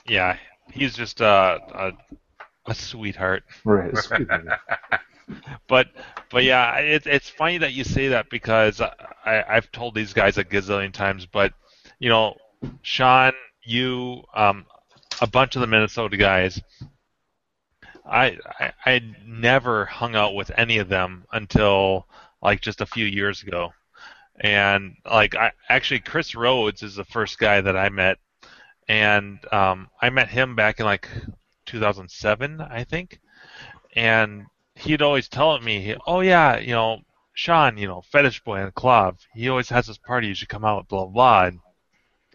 [SPEAKER 2] yeah, he's just uh, a a sweetheart.
[SPEAKER 5] right.
[SPEAKER 2] [laughs] But but yeah, it, it's funny that you say that because I, I've told these guys a gazillion times. But you know, Sean, you, um, a bunch of the Minnesota guys, I, I I never hung out with any of them until like just a few years ago, and like I actually Chris Rhodes is the first guy that I met, and um, I met him back in like 2007, I think, and he'd always tell me, "Oh yeah, you know, Sean, you know, Fetish Boy and Clav, he always has this party. You should come out." Blah blah. And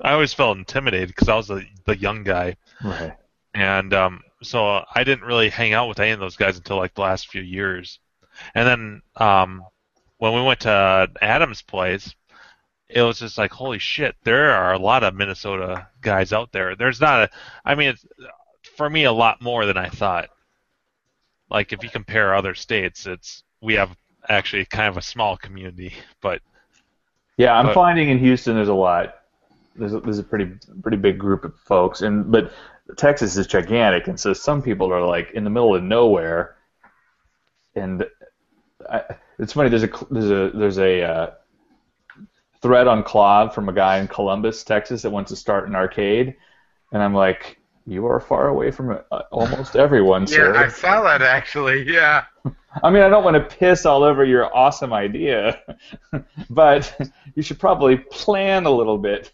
[SPEAKER 2] I always felt intimidated because I was the, the young guy,
[SPEAKER 5] right.
[SPEAKER 2] and um, so I didn't really hang out with any of those guys until like the last few years. And then um, when we went to Adam's place, it was just like, holy shit, there are a lot of Minnesota guys out there. There's not a, I mean, it's, for me a lot more than I thought. Like if you compare other states, it's we have actually kind of a small community, but
[SPEAKER 5] Yeah, I'm
[SPEAKER 2] But-
[SPEAKER 5] finding in Houston there's a lot. There's a, there's a pretty pretty big group of folks, and but Texas is gigantic, and so some people are like in the middle of nowhere, and I, it's funny. There's a cl- there's a there's a uh, thread on Clav from a guy in Columbus, Texas, that wants to start an arcade, and I'm like, you are far away from uh, almost everyone,
[SPEAKER 9] yeah,
[SPEAKER 5] sir.
[SPEAKER 9] I saw that actually. Yeah.
[SPEAKER 5] I mean, I don't want to piss all over your awesome idea, [laughs] but you should probably plan a little bit.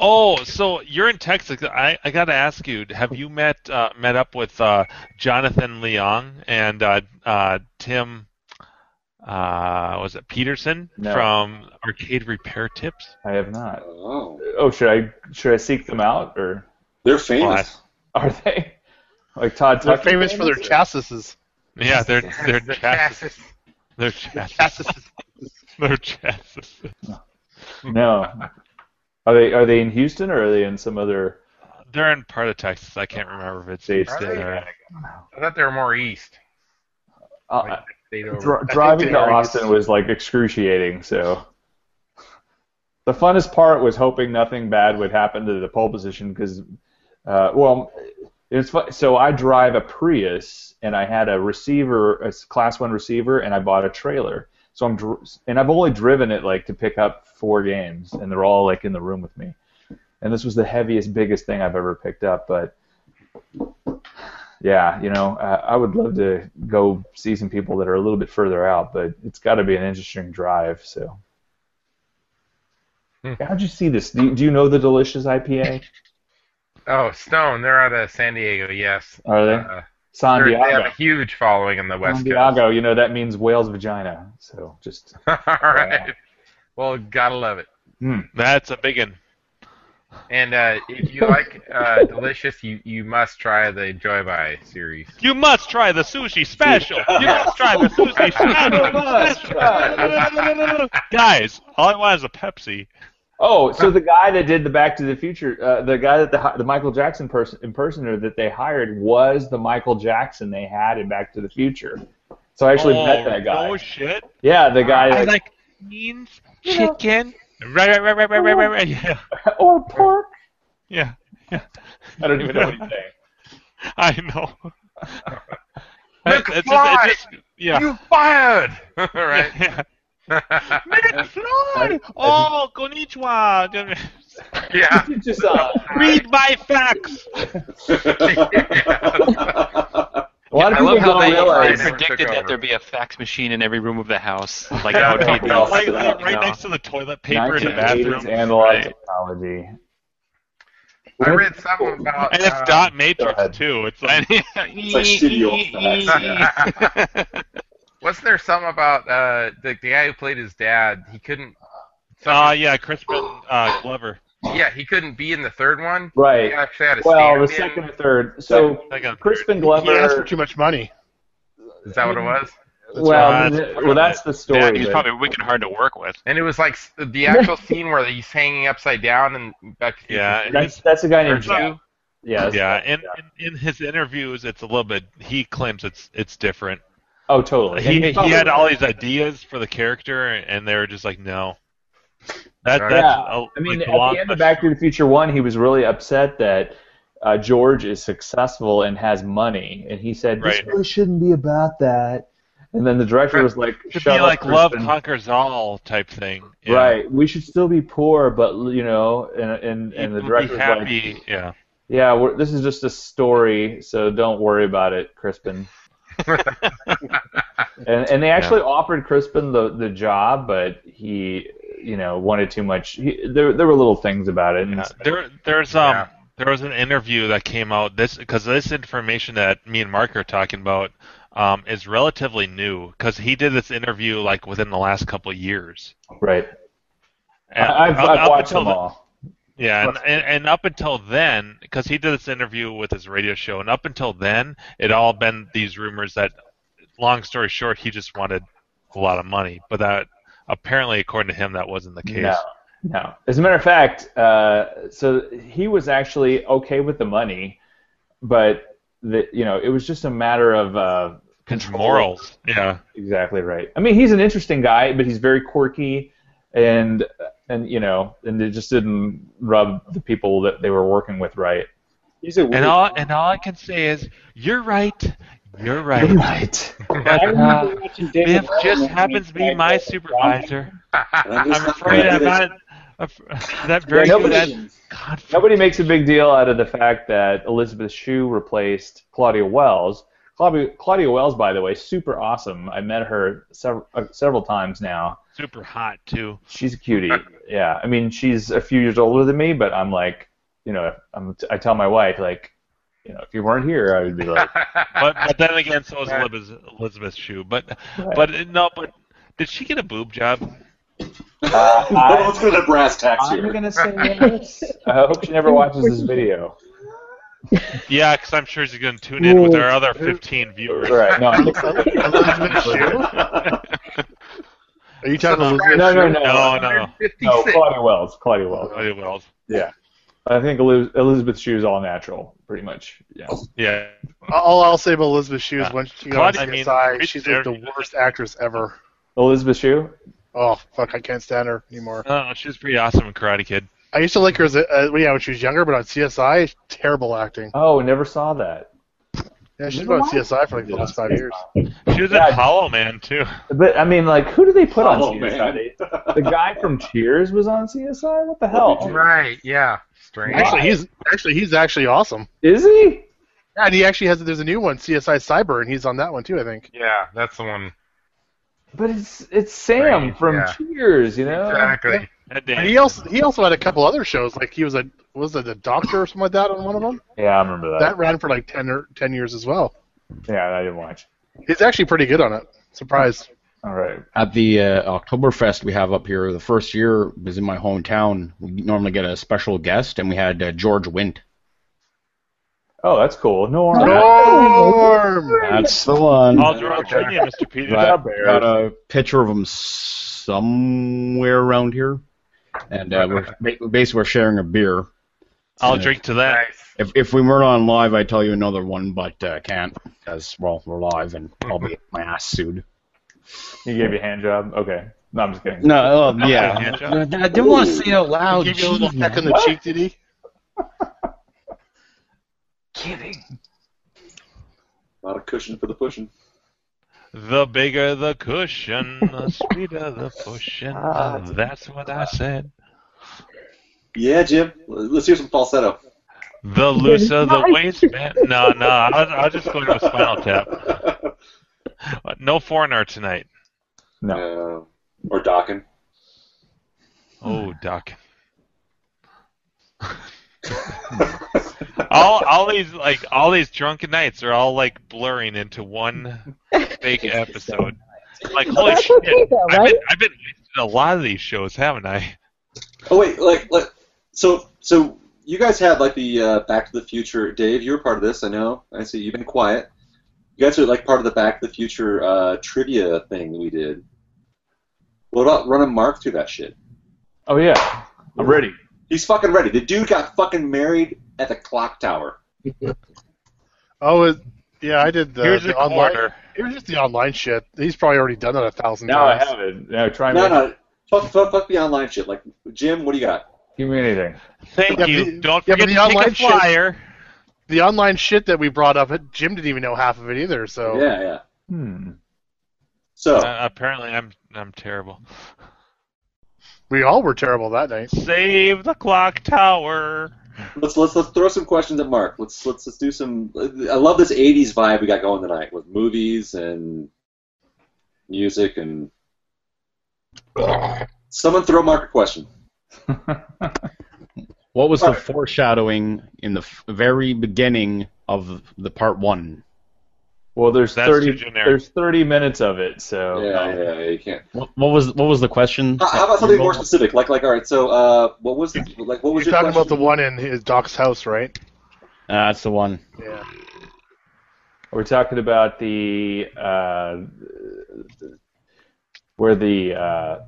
[SPEAKER 2] Oh, so you're in Texas. I, I got to ask you, have you met uh, met up with uh, Jonathan Leong and uh, uh, Tim? Uh, was it Peterson
[SPEAKER 5] No.
[SPEAKER 2] from Arcade Repair Tips?
[SPEAKER 5] I have not.
[SPEAKER 4] Oh,
[SPEAKER 5] Oh, should I should I seek them out or?
[SPEAKER 4] they're famous.
[SPEAKER 5] Are they? Like Todd
[SPEAKER 1] They're
[SPEAKER 5] Tucker.
[SPEAKER 1] famous for their
[SPEAKER 2] [laughs]
[SPEAKER 1] chassis.
[SPEAKER 2] Yeah,
[SPEAKER 5] [laughs]
[SPEAKER 2] they're they're
[SPEAKER 9] The
[SPEAKER 2] chassis.
[SPEAKER 9] chassis.
[SPEAKER 2] They're chassis. they're chassis.
[SPEAKER 5] No. Are they are they in Houston or are they in some other?
[SPEAKER 2] They're in part of Texas. I can't remember if it's
[SPEAKER 5] They-
[SPEAKER 2] Houston or
[SPEAKER 9] I thought they were more east.
[SPEAKER 5] Uh,
[SPEAKER 9] They don't- [laughs]
[SPEAKER 5] dri-
[SPEAKER 1] think
[SPEAKER 5] driving
[SPEAKER 1] they
[SPEAKER 5] to
[SPEAKER 1] are.
[SPEAKER 5] Austin was like excruciating. So the funnest part was hoping nothing bad would happen to the pole position because, uh, well, it's fu- so I drive a Prius and I had a receiver, a s- class one receiver, and I bought a trailer. So I'm dr- and I've only driven it like to pick up four games, and they're all like in the room with me. And this was the heaviest, biggest thing I've ever picked up, but yeah, you know, uh, I would love to go see some people that are a little bit further out, but it's got to be an interesting drive. So,
[SPEAKER 9] Hmm.
[SPEAKER 5] how'd you see this? Do you, do you know the Delicious IPA?
[SPEAKER 9] Oh, Stone. They're out of San Diego. Yes. [laughs]
[SPEAKER 5] Are they
[SPEAKER 9] Uh,
[SPEAKER 5] San
[SPEAKER 9] they're- they have
[SPEAKER 5] Diego?
[SPEAKER 9] a huge following in the West
[SPEAKER 5] San Diego. You know that means whale's vagina. So just
[SPEAKER 9] Coast. All right. Well, gotta love it.
[SPEAKER 5] hmm.
[SPEAKER 2] that's a big one.
[SPEAKER 9] And uh, if you like
[SPEAKER 5] [laughs]
[SPEAKER 9] uh, delicious, you, you must try the Joy By series.
[SPEAKER 2] You must try the sushi special.
[SPEAKER 5] [laughs]
[SPEAKER 2] You must try the sushi special. [laughs] Guys, all I want is a Pepsi.
[SPEAKER 5] oh, so the guy that did the Back to the Future, uh, the guy that the hi- the Michael Jackson person impersonator that they hired was the Michael Jackson they had in Back to the Future. So I actually met that guy.
[SPEAKER 2] Oh shit!
[SPEAKER 5] yeah, the guy.
[SPEAKER 2] I
[SPEAKER 5] that-
[SPEAKER 2] like beans, chicken. Right, right, right, right, right, right, right, right. Yeah,
[SPEAKER 5] [laughs] or pork.
[SPEAKER 2] yeah.
[SPEAKER 5] I don't even know what he's saying.
[SPEAKER 2] [laughs] I know.
[SPEAKER 5] [laughs]
[SPEAKER 2] It's just-
[SPEAKER 9] McFly!
[SPEAKER 2] it's just- yeah.
[SPEAKER 9] You
[SPEAKER 2] [laughs]
[SPEAKER 9] fired! All right.
[SPEAKER 5] [laughs]
[SPEAKER 2] Yeah.
[SPEAKER 9] yeah.
[SPEAKER 2] McFly! Oh, [laughs] konnichiwa!
[SPEAKER 9] yeah.
[SPEAKER 5] [laughs] Just,
[SPEAKER 2] [laughs]
[SPEAKER 5] uh,
[SPEAKER 2] Read my
[SPEAKER 5] [laughs]
[SPEAKER 2] facts!
[SPEAKER 5] a lot of
[SPEAKER 12] I
[SPEAKER 5] people
[SPEAKER 12] love how
[SPEAKER 5] don't
[SPEAKER 12] they,
[SPEAKER 5] realize.
[SPEAKER 12] they
[SPEAKER 9] never
[SPEAKER 12] predicted
[SPEAKER 9] took
[SPEAKER 12] that
[SPEAKER 9] over.
[SPEAKER 12] there'd be a fax machine in every room of the house. Like that
[SPEAKER 5] [laughs]
[SPEAKER 12] would be the
[SPEAKER 2] Right, right
[SPEAKER 12] you know.
[SPEAKER 2] next to the toilet paper in the
[SPEAKER 5] 1980s
[SPEAKER 2] bathroom.
[SPEAKER 5] analog
[SPEAKER 12] Right.
[SPEAKER 5] technology.
[SPEAKER 9] I read something about.
[SPEAKER 2] And it's
[SPEAKER 9] uh,
[SPEAKER 2] dot
[SPEAKER 5] go ahead.
[SPEAKER 2] matrix, too. It's like, E, [laughs]
[SPEAKER 4] It's like studio facts. Yeah.
[SPEAKER 9] Wasn't there some about uh, the, the guy who played his dad? He couldn't.
[SPEAKER 2] uh, yeah, Crispin uh, Glover.
[SPEAKER 9] Yeah, he couldn't be in the third one. He
[SPEAKER 5] Right.
[SPEAKER 9] actually had a
[SPEAKER 5] Well, the
[SPEAKER 9] stand-in.
[SPEAKER 5] second or third. So
[SPEAKER 2] Like a-
[SPEAKER 5] Crispin
[SPEAKER 1] He asked for
[SPEAKER 5] Glover.
[SPEAKER 1] too much money.
[SPEAKER 9] Is that what it was?
[SPEAKER 5] Well,
[SPEAKER 2] right.
[SPEAKER 5] th- well, that's the
[SPEAKER 12] Yeah,
[SPEAKER 5] story.
[SPEAKER 12] he's
[SPEAKER 5] but-
[SPEAKER 12] probably wicked hard to work with.
[SPEAKER 9] And it was like s- the
[SPEAKER 5] [laughs]
[SPEAKER 9] actual scene where he's hanging upside down and back to the
[SPEAKER 2] Yeah, and
[SPEAKER 5] That's that's a guy
[SPEAKER 2] Or
[SPEAKER 5] named
[SPEAKER 2] two.
[SPEAKER 5] Jack. Yeah. that's-
[SPEAKER 2] yeah, and in, in his interviews, it's a little bit. He claims it's it's different.
[SPEAKER 5] Oh, totally. And
[SPEAKER 2] He
[SPEAKER 5] he's
[SPEAKER 2] he
[SPEAKER 5] probably-
[SPEAKER 2] had all these ideas for the character, and they were just like, no. That
[SPEAKER 9] Right.
[SPEAKER 2] that's
[SPEAKER 5] Yeah,
[SPEAKER 2] a,
[SPEAKER 5] I mean,
[SPEAKER 2] like,
[SPEAKER 5] at
[SPEAKER 2] a long-
[SPEAKER 5] the end of Back to the Future One, he was really upset that uh, George is successful and has money, and he said this
[SPEAKER 2] Right.
[SPEAKER 5] really shouldn't be about that. And then the director was like,
[SPEAKER 2] should
[SPEAKER 5] "Shut
[SPEAKER 2] be
[SPEAKER 5] up,
[SPEAKER 2] like love
[SPEAKER 5] Crispin."
[SPEAKER 2] conquers all type thing. Yeah.
[SPEAKER 5] Right. We should still be poor, but you know, and and, and the
[SPEAKER 2] People
[SPEAKER 5] director's
[SPEAKER 2] be
[SPEAKER 5] like,
[SPEAKER 2] happy. yeah.
[SPEAKER 5] yeah, we're, this is just a story, so don't worry about it,
[SPEAKER 2] [laughs]
[SPEAKER 5] Crispin. and and they actually offered Crispin the the job, but he, you know, wanted too much. He, there there were little things about it. And
[SPEAKER 2] Yeah, There, there's um,
[SPEAKER 9] Yeah.
[SPEAKER 2] there was an interview that came out this because this information that me and Mark are talking about um, is relatively new because he did this interview like within the last couple of years.
[SPEAKER 5] Right. I,
[SPEAKER 2] And
[SPEAKER 5] I've,
[SPEAKER 2] up-
[SPEAKER 5] I've
[SPEAKER 2] up
[SPEAKER 5] watched
[SPEAKER 2] until
[SPEAKER 5] them
[SPEAKER 2] the-
[SPEAKER 5] all.
[SPEAKER 2] Yeah, and, and, and up until then, because he did this interview with his radio show, and up until then, it all been these rumors that, long story short, he just wanted a lot of money, but that apparently, according to him, that wasn't the case.
[SPEAKER 5] No, no. As a matter of fact, uh, so he was actually okay with the money, but that you know it was just a matter of uh, control.
[SPEAKER 2] morals. Yeah.
[SPEAKER 5] Exactly right. I mean, he's an interesting guy, but he's very quirky, and and you know, and it just didn't rub the people that they were working with right.
[SPEAKER 10] He's a
[SPEAKER 2] And all and all I can say is you're right. You're right.
[SPEAKER 5] You're right.
[SPEAKER 2] [laughs]
[SPEAKER 10] I remember watching David
[SPEAKER 2] Biff
[SPEAKER 10] Letterman
[SPEAKER 2] just
[SPEAKER 10] when he
[SPEAKER 2] happens to be
[SPEAKER 10] tried
[SPEAKER 2] my
[SPEAKER 10] to-
[SPEAKER 2] supervisor. I'm
[SPEAKER 4] just-
[SPEAKER 2] afraid I'm not. af- [laughs] That very good.
[SPEAKER 5] nobody-
[SPEAKER 2] that-
[SPEAKER 5] Nobody makes a big deal out of the fact that Elizabeth Shue replaced Claudia Wells. Claudia, Claudia Wells, by the way, super awesome. I met her several uh, several times now.
[SPEAKER 2] super hot too.
[SPEAKER 5] She's a cutie. Yeah, I mean, she's a few years older than me, but I'm like, you know, I'm, I tell my wife like, you know, if you weren't here, I would
[SPEAKER 2] [laughs]
[SPEAKER 5] be like,
[SPEAKER 2] But but then again, so is Elizabeth, Elizabeth Shue. But but no, but did she get a boob job?
[SPEAKER 4] Uh, Well, let's go to the brass tacks
[SPEAKER 5] I'm
[SPEAKER 4] here.
[SPEAKER 5] gonna say yes. I hope she never watches this video.
[SPEAKER 2] Yeah, because I'm sure she's going to tune in with our other 15 viewers.
[SPEAKER 5] Right? No,
[SPEAKER 2] [laughs]
[SPEAKER 1] Elizabeth Shue? Are you talking Elizabeth
[SPEAKER 5] no, no, no,
[SPEAKER 1] Shue?
[SPEAKER 2] No, no.
[SPEAKER 5] no. Claudia Wells. Claudia Wells.
[SPEAKER 2] Claudia Wells.
[SPEAKER 5] Yeah. I think Eliz- Elizabeth Shue is all natural, pretty much. Yeah.
[SPEAKER 2] Yeah.
[SPEAKER 1] All I'll say about Elizabeth Shue is when she got on
[SPEAKER 2] Claudia- I mean,
[SPEAKER 1] CSI, she's like
[SPEAKER 2] there-
[SPEAKER 1] the worst actress ever.
[SPEAKER 5] Elizabeth Shue?
[SPEAKER 1] Oh fuck, I can't stand her anymore.
[SPEAKER 2] Uh, she was pretty awesome in Karate Kid.
[SPEAKER 1] I used to like her as a, uh, yeah, when she was younger, but on CSI, terrible acting.
[SPEAKER 5] Oh, I never saw that.
[SPEAKER 1] Yeah, she's been on CSI for like the last five years.
[SPEAKER 2] She was in
[SPEAKER 5] Yeah.
[SPEAKER 2] Hollow Man too.
[SPEAKER 5] But I mean, like, who do they put on
[SPEAKER 4] Oh,
[SPEAKER 5] CSI?
[SPEAKER 4] man.
[SPEAKER 5] They- The guy from Cheers was on CSI. What the hell?
[SPEAKER 9] Right, yeah. Strange.
[SPEAKER 1] Actually, he's actually he's actually awesome.
[SPEAKER 5] Is he?
[SPEAKER 1] Yeah, and he actually has there's a new one, CSI Cyber, and he's on that one too, I think.
[SPEAKER 9] Yeah, that's the one.
[SPEAKER 5] But it's it's Sam
[SPEAKER 9] Right,
[SPEAKER 5] from
[SPEAKER 9] yeah.
[SPEAKER 5] Cheers, you know.
[SPEAKER 9] Exactly.
[SPEAKER 2] That
[SPEAKER 1] And
[SPEAKER 2] damn-
[SPEAKER 1] he also he also had a couple other shows, like he was a was it a doctor or something like that on one of them.
[SPEAKER 5] Yeah, I remember that.
[SPEAKER 1] That ran for like ten or ten years as well.
[SPEAKER 5] Yeah, I didn't watch.
[SPEAKER 1] He's actually pretty good on it. Surprised.
[SPEAKER 5] All right.
[SPEAKER 6] At the uh, Oktoberfest we have up here, the first year was in my hometown. We normally get a special guest, and we had uh, George Wint.
[SPEAKER 5] Oh, that's cool. No,
[SPEAKER 1] Norm.
[SPEAKER 6] That's the one.
[SPEAKER 2] I'll draw a trivia, Mr. Peters.
[SPEAKER 6] got, got a picture of him somewhere around here, and uh, we're ba- basically we're sharing a beer.
[SPEAKER 2] I'll drink to that.
[SPEAKER 9] Nice.
[SPEAKER 6] If if we weren't on live, I'd tell you another one, but uh, can't because well we're live and I'll be my ass sued.
[SPEAKER 5] He gave you a hand job. Okay. No, I'm just kidding.
[SPEAKER 6] No, uh,
[SPEAKER 2] I'll
[SPEAKER 6] yeah,
[SPEAKER 2] hand you
[SPEAKER 6] I didn't want to say it out loud.
[SPEAKER 1] Give you a little
[SPEAKER 6] gee,
[SPEAKER 1] peck on the cheek, did he?
[SPEAKER 4] Not a cushion for the pushing.
[SPEAKER 2] The bigger the cushion, the sweeter the cushion.
[SPEAKER 8] Ah,
[SPEAKER 12] Ah,
[SPEAKER 2] That's what I
[SPEAKER 8] [laughs]
[SPEAKER 2] said.
[SPEAKER 4] Yeah, Jim. Let's hear some falsetto.
[SPEAKER 2] The looser the waistband. No, no, I'll, I'll just go to Spinal Tap. No foreigner tonight.
[SPEAKER 5] No.
[SPEAKER 4] Uh, or Dockin.
[SPEAKER 2] Oh, Doc. all all these like all these drunken nights are all like blurring into one big episode. Like holy
[SPEAKER 3] That's
[SPEAKER 2] shit!
[SPEAKER 3] okay, though,
[SPEAKER 2] I've
[SPEAKER 3] right?
[SPEAKER 2] been I've been wasting a lot of these shows, haven't I?
[SPEAKER 4] Oh wait, like, like so so you guys had like the uh, Back to the Future. Dave, you were part of this. I know. I see. You've been quiet. You guys are like part of the Back to the Future uh, trivia thing that we did. What about running Mark through that shit?
[SPEAKER 5] Oh yeah. I'm ready.
[SPEAKER 4] He's fucking ready. The dude got fucking married at the clock tower.
[SPEAKER 1] Oh, it, yeah, I did the,
[SPEAKER 2] Here's
[SPEAKER 1] the
[SPEAKER 2] a
[SPEAKER 1] online.
[SPEAKER 2] corner.
[SPEAKER 1] Here's just the online shit. He's probably already done it a thousand
[SPEAKER 5] No, I
[SPEAKER 1] times.
[SPEAKER 5] haven't. No, try
[SPEAKER 4] No,
[SPEAKER 5] me.
[SPEAKER 4] no, fuck, fuck, fuck the online shit. Like Jim, what do you got?
[SPEAKER 5] Give me anything.
[SPEAKER 2] Thank
[SPEAKER 1] Yeah,
[SPEAKER 2] you.
[SPEAKER 1] but-
[SPEAKER 2] Don't
[SPEAKER 1] yeah, but
[SPEAKER 2] forget
[SPEAKER 1] the
[SPEAKER 2] to
[SPEAKER 1] online
[SPEAKER 2] take a
[SPEAKER 1] shit-
[SPEAKER 2] flyer.
[SPEAKER 1] The online shit that we brought up, Jim didn't even know half of it either. So
[SPEAKER 4] Yeah, yeah.
[SPEAKER 5] Hmm.
[SPEAKER 4] So
[SPEAKER 2] Uh, apparently, I'm I'm terrible.
[SPEAKER 1] we all were terrible that night.
[SPEAKER 2] Save the clock tower.
[SPEAKER 4] let's let's let's throw some questions at Mark. Let's let's let's do some. I love this '80s vibe we got going tonight with movies and music and. Someone throw Mark a question.
[SPEAKER 6] What was the
[SPEAKER 4] Alright.
[SPEAKER 6] foreshadowing in the f- very beginning of the part one?
[SPEAKER 5] Well, there's
[SPEAKER 2] That's too
[SPEAKER 5] thirty.
[SPEAKER 2] generic.
[SPEAKER 5] There's thirty minutes of it, so
[SPEAKER 4] yeah, yeah, yeah, you can't.
[SPEAKER 6] What, what was what was the question?
[SPEAKER 4] How,
[SPEAKER 5] Uh,
[SPEAKER 4] how about something more specific? Like, like, all right. So, uh, what was the, like, what was
[SPEAKER 1] You're
[SPEAKER 4] your
[SPEAKER 1] talking about the
[SPEAKER 4] question?
[SPEAKER 1] one in his Doc's house, right?
[SPEAKER 6] Ah, that's the one.
[SPEAKER 1] Yeah.
[SPEAKER 5] we're talking about the uh, where the uh,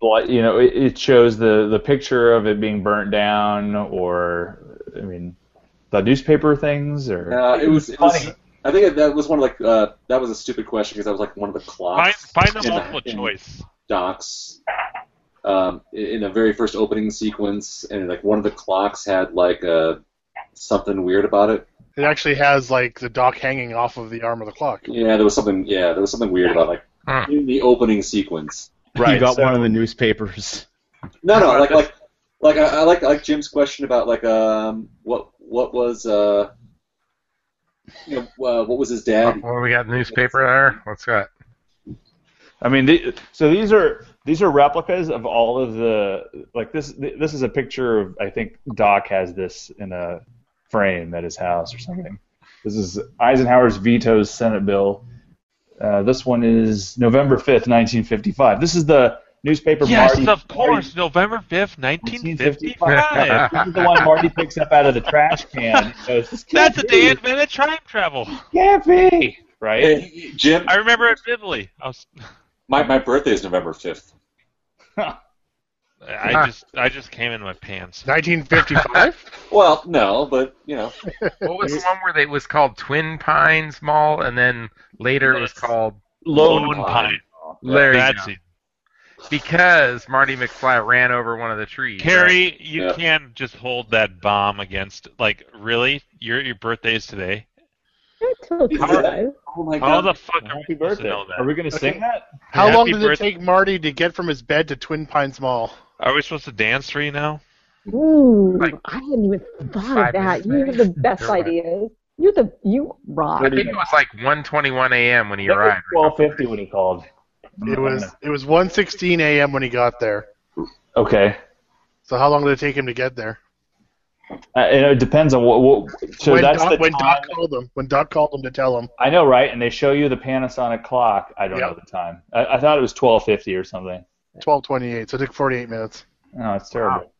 [SPEAKER 5] bl- you know it, it shows the the picture of it being burnt down, or I mean, the newspaper things or
[SPEAKER 4] Uh, it was. It was I think that was one of like uh, that was a stupid question because that was like one of the clocks.
[SPEAKER 2] Find- find the
[SPEAKER 4] in
[SPEAKER 2] multiple
[SPEAKER 4] in
[SPEAKER 2] choice.
[SPEAKER 4] Docs. Um, i- in the very first opening sequence, and like one of the clocks had like uh, something weird about it.
[SPEAKER 1] It actually has like the dock hanging off of the arm of the clock.
[SPEAKER 4] Yeah, there was something. Yeah, there was something weird about like in the opening sequence.
[SPEAKER 6] Hmm. You got one of the newspapers. [laughs]
[SPEAKER 4] No, no, like like like I, I like like Jim's question about like um what what was uh you know uh, what was his dad?
[SPEAKER 9] Well, we got newspaper there. What's that?
[SPEAKER 5] I mean, the, so these are these are replicas of all of the like this. This is a picture of I think Doc has this in a frame at his house or something. This is Eisenhower's vetoes Senate bill. Uh, this one is November fifth, nineteen fifty-five. This is the newspaper.
[SPEAKER 2] Yes,
[SPEAKER 5] Marty-
[SPEAKER 2] of course. November 5th, 1955.
[SPEAKER 5] this is the one [laughs] Marty picks up out of the trash
[SPEAKER 12] [laughs]
[SPEAKER 5] can. and goes, "This can't
[SPEAKER 2] That's a
[SPEAKER 5] be,
[SPEAKER 2] day invented time travel.
[SPEAKER 5] Can't be right.
[SPEAKER 4] Jim,
[SPEAKER 2] I remember it vividly. I was.
[SPEAKER 4] my my birthday is
[SPEAKER 2] [laughs]
[SPEAKER 4] November fifth.
[SPEAKER 2] I just I just came in my pants.
[SPEAKER 1] 1955.
[SPEAKER 4] [laughs] well, no, but you know.
[SPEAKER 9] What was the one where they, it was called Twin Pines Mall, and then later it was called
[SPEAKER 2] Lone Lone Pine. Pine.
[SPEAKER 9] There you
[SPEAKER 2] That's
[SPEAKER 9] go.
[SPEAKER 2] it.
[SPEAKER 9] Because Marty McFly ran over one of the trees.
[SPEAKER 2] Carrie,
[SPEAKER 9] right?
[SPEAKER 2] you can just hold that bomb against like really? Your your birthday is today.
[SPEAKER 4] Oh my
[SPEAKER 2] How
[SPEAKER 1] God.
[SPEAKER 2] the fuck are we supposed to know that?
[SPEAKER 5] Are we gonna
[SPEAKER 1] sing
[SPEAKER 5] that?
[SPEAKER 1] How
[SPEAKER 2] Happy
[SPEAKER 1] long did it
[SPEAKER 2] birthday.
[SPEAKER 1] take Marty to get from his bed to Twin Pines Mall?
[SPEAKER 2] Are we supposed to dance for you now?
[SPEAKER 3] Ooh, I hadn't even thought
[SPEAKER 2] five
[SPEAKER 3] of that.
[SPEAKER 2] minutes,
[SPEAKER 3] You have the best
[SPEAKER 9] Sure.
[SPEAKER 3] ideas. You're the you rock.
[SPEAKER 9] I think it was like 1:21 a.m. when he
[SPEAKER 5] That was
[SPEAKER 9] arrived.
[SPEAKER 5] 12:50 when he called.
[SPEAKER 1] It was it was 1:16 a.m. when he got there.
[SPEAKER 5] Okay.
[SPEAKER 1] So how long did it take him to get there?
[SPEAKER 5] Uh, and it depends on what. what so
[SPEAKER 1] when
[SPEAKER 5] that's
[SPEAKER 1] Doc,
[SPEAKER 5] the
[SPEAKER 1] when
[SPEAKER 5] time.
[SPEAKER 1] Doc called him. When Doc called him to tell him.
[SPEAKER 5] I know, right? And they show you the Panasonic clock. I don't
[SPEAKER 1] Yep.
[SPEAKER 5] know the time. I, I thought it was 12:50 or something.
[SPEAKER 1] 12:28. So it took 48 minutes.
[SPEAKER 5] Oh, it's terrible.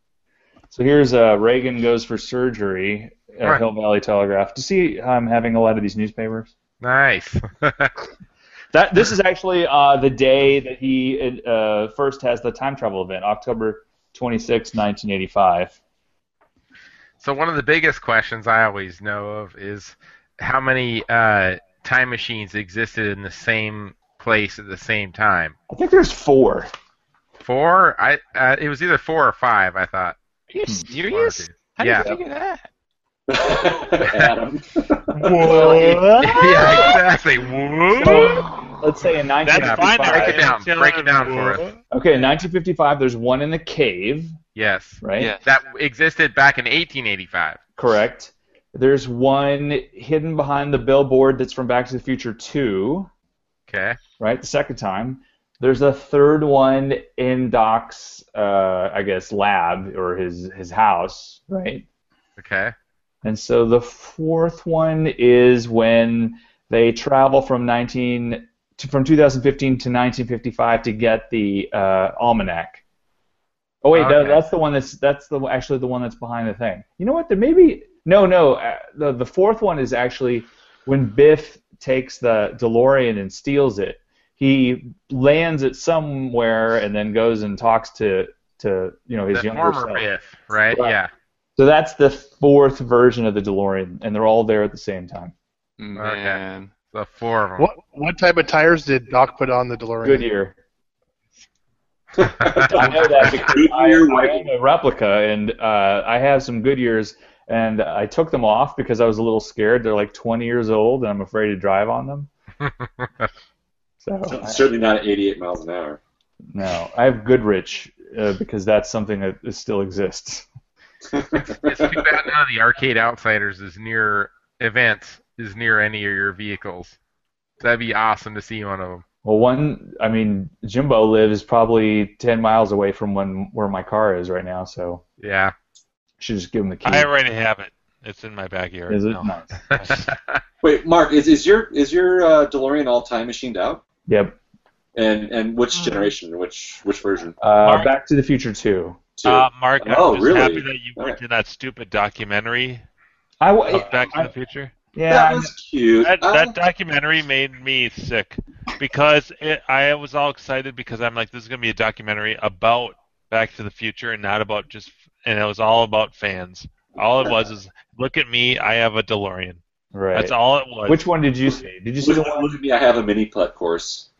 [SPEAKER 5] So here's uh, Reagan goes for surgery at
[SPEAKER 1] Right.
[SPEAKER 5] Hill Valley Telegraph. Do you see how I'm having a lot of these newspapers?
[SPEAKER 9] Nice.
[SPEAKER 5] That this is actually uh, the day that he uh, first has the time travel event, October 26, 1985.
[SPEAKER 9] So one of the biggest questions I always know of is how many uh, time machines existed in the same place at the same time.
[SPEAKER 5] I think there's four.
[SPEAKER 9] Four? I uh, it was either four or five. I thought.
[SPEAKER 12] Are you
[SPEAKER 2] Hmm.
[SPEAKER 12] serious? How
[SPEAKER 9] Yeah.
[SPEAKER 12] do you figure that?
[SPEAKER 5] [laughs]
[SPEAKER 4] Adam.
[SPEAKER 9] yeah, exactly.
[SPEAKER 5] So, let's say in 1955.
[SPEAKER 9] Break it down. Break it down for us.
[SPEAKER 5] Okay, in 1955, there's one in the cave,
[SPEAKER 9] Yes.
[SPEAKER 5] Right? Yes.
[SPEAKER 9] That existed back in 1885.
[SPEAKER 5] correct? There's one hidden behind the billboard that's from Back to the Future 2,
[SPEAKER 9] Okay.
[SPEAKER 5] right? The second time. There's a third one in Doc's, uh, I guess, lab or his his house, right?
[SPEAKER 9] Okay.
[SPEAKER 5] And so the fourth one is when they travel from 19 to, from 2015 to 1955 to get the uh, almanac. Oh wait, no,
[SPEAKER 9] Okay.
[SPEAKER 5] that's the one that's that's the actually the one that's behind the thing. You know what? There maybe no, no. Uh, the the fourth one is actually when Biff takes the DeLorean and steals it. He lands it somewhere and then goes and talks to to you know his
[SPEAKER 9] the
[SPEAKER 5] younger
[SPEAKER 9] former
[SPEAKER 5] self.
[SPEAKER 9] Biff, right?
[SPEAKER 5] Right.
[SPEAKER 9] Yeah.
[SPEAKER 5] So that's the fourth version of the DeLorean, and they're all there at the same time.
[SPEAKER 12] Man.
[SPEAKER 9] The four of them.
[SPEAKER 1] What what type of tires did Doc put on the DeLorean?
[SPEAKER 5] Goodyear.
[SPEAKER 9] [laughs]
[SPEAKER 5] I know that because I, I own a replica, and uh, I have some Goodyears, and I took them off because I was a little scared. They're like 20 years old, and I'm afraid to drive
[SPEAKER 9] [laughs]
[SPEAKER 5] on them. [laughs] so I-
[SPEAKER 4] Certainly not at 88 miles an hour.
[SPEAKER 5] no, I have Goodrich uh, because that's something that is- still exists.
[SPEAKER 9] It's too bad none of the Arcade Outsiders is near events is near any of your vehicles. That'd be awesome to see one of them.
[SPEAKER 5] Well, one, I mean, Jimbo lives probably 10 miles away from when where my car is right now, so
[SPEAKER 9] Yeah.
[SPEAKER 5] should just give him the key.
[SPEAKER 2] I already have it. It's in my backyard.
[SPEAKER 5] Is it
[SPEAKER 2] No.
[SPEAKER 5] nice?
[SPEAKER 2] [laughs]
[SPEAKER 4] Wait, Mark, is, is your is your uh, DeLorean all time machined out?
[SPEAKER 5] Yep.
[SPEAKER 4] And and
[SPEAKER 2] Mm.
[SPEAKER 4] which generation? Which which version?
[SPEAKER 5] Uh, Back to the Future 2.
[SPEAKER 4] Two.
[SPEAKER 2] Uh, Mark, I'm
[SPEAKER 4] Oh,
[SPEAKER 2] just
[SPEAKER 4] really?
[SPEAKER 2] happy that you worked in that stupid documentary.
[SPEAKER 5] I
[SPEAKER 4] w-
[SPEAKER 2] of Back to the Future.
[SPEAKER 5] Yeah, That I'm-
[SPEAKER 4] was cute.
[SPEAKER 2] That,
[SPEAKER 4] I-
[SPEAKER 2] that documentary made me sick because it, I was all excited because I'm like, this is gonna be a documentary about Back to the Future and not about just, and it was all about fans. All it was is, look at me, I have a DeLorean.
[SPEAKER 5] Right.
[SPEAKER 2] That's all it was.
[SPEAKER 5] Which one did you see? Did you see the one?
[SPEAKER 4] Look at me, I have a mini
[SPEAKER 2] [laughs]
[SPEAKER 4] putt course.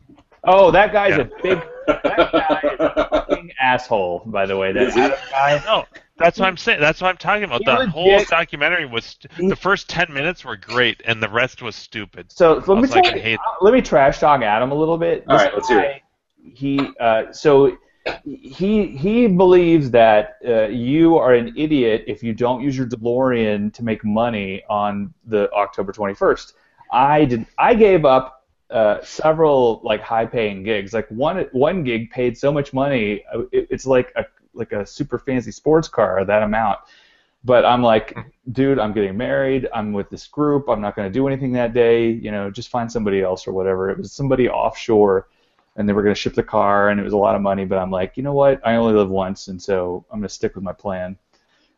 [SPEAKER 5] Oh, that guy's a big that guy
[SPEAKER 4] [laughs]
[SPEAKER 5] is a fucking asshole. By the way, that
[SPEAKER 4] Is he?
[SPEAKER 5] Adam guy.
[SPEAKER 2] No, that's what I'm saying. That's what I'm talking about.
[SPEAKER 5] He
[SPEAKER 2] The
[SPEAKER 5] legit-
[SPEAKER 2] whole documentary was st- the first ten minutes were great, and the rest was stupid.
[SPEAKER 5] So let
[SPEAKER 2] I
[SPEAKER 5] me
[SPEAKER 2] was like,
[SPEAKER 5] tell
[SPEAKER 2] I
[SPEAKER 5] you-
[SPEAKER 2] hate.
[SPEAKER 5] uh, let me trash talk Adam a little bit.
[SPEAKER 4] All
[SPEAKER 5] This
[SPEAKER 4] right, let's hear it.
[SPEAKER 5] guy, He uh, so he he believes that uh, you are an idiot if you don't use your DeLorean to make money on the October 21st. I did. I gave up uh, several like high-paying gigs. Like one one gig paid so much money, uh, it, it's like a like a super fancy sports car that amount. But I'm like, dude, I'm getting married. I'm with this group. I'm not going to do anything that day. You know, just find somebody else or whatever. It was somebody offshore, and they were going to ship the car, and it was a lot of money. But I'm like, you know what? I only live once, and so I'm going to stick with my plan.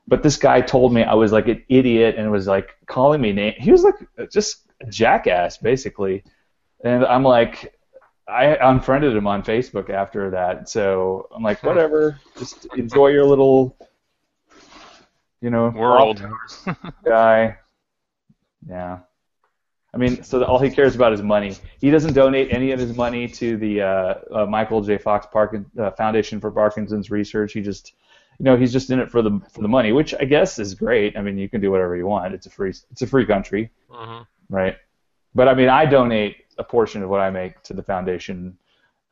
[SPEAKER 5] But this guy told me I was like an idiot and was like calling me name. He was like just a jackass basically, and I'm like, I unfriended him on Facebook after that. So I'm like, whatever, just enjoy your little, you know,
[SPEAKER 9] World.
[SPEAKER 5] [laughs] guy. Yeah. I mean, so all he cares about is money. He doesn't donate any of his money to the uh, uh, Michael J. Fox Parkin, uh, Foundation for Parkinson's Research. He just, you know, he's just in it for the for the money, which I guess is great. I mean, you can do whatever you want. It's a free it's a free country, right? But I mean, I donate a portion of what I make to the foundation,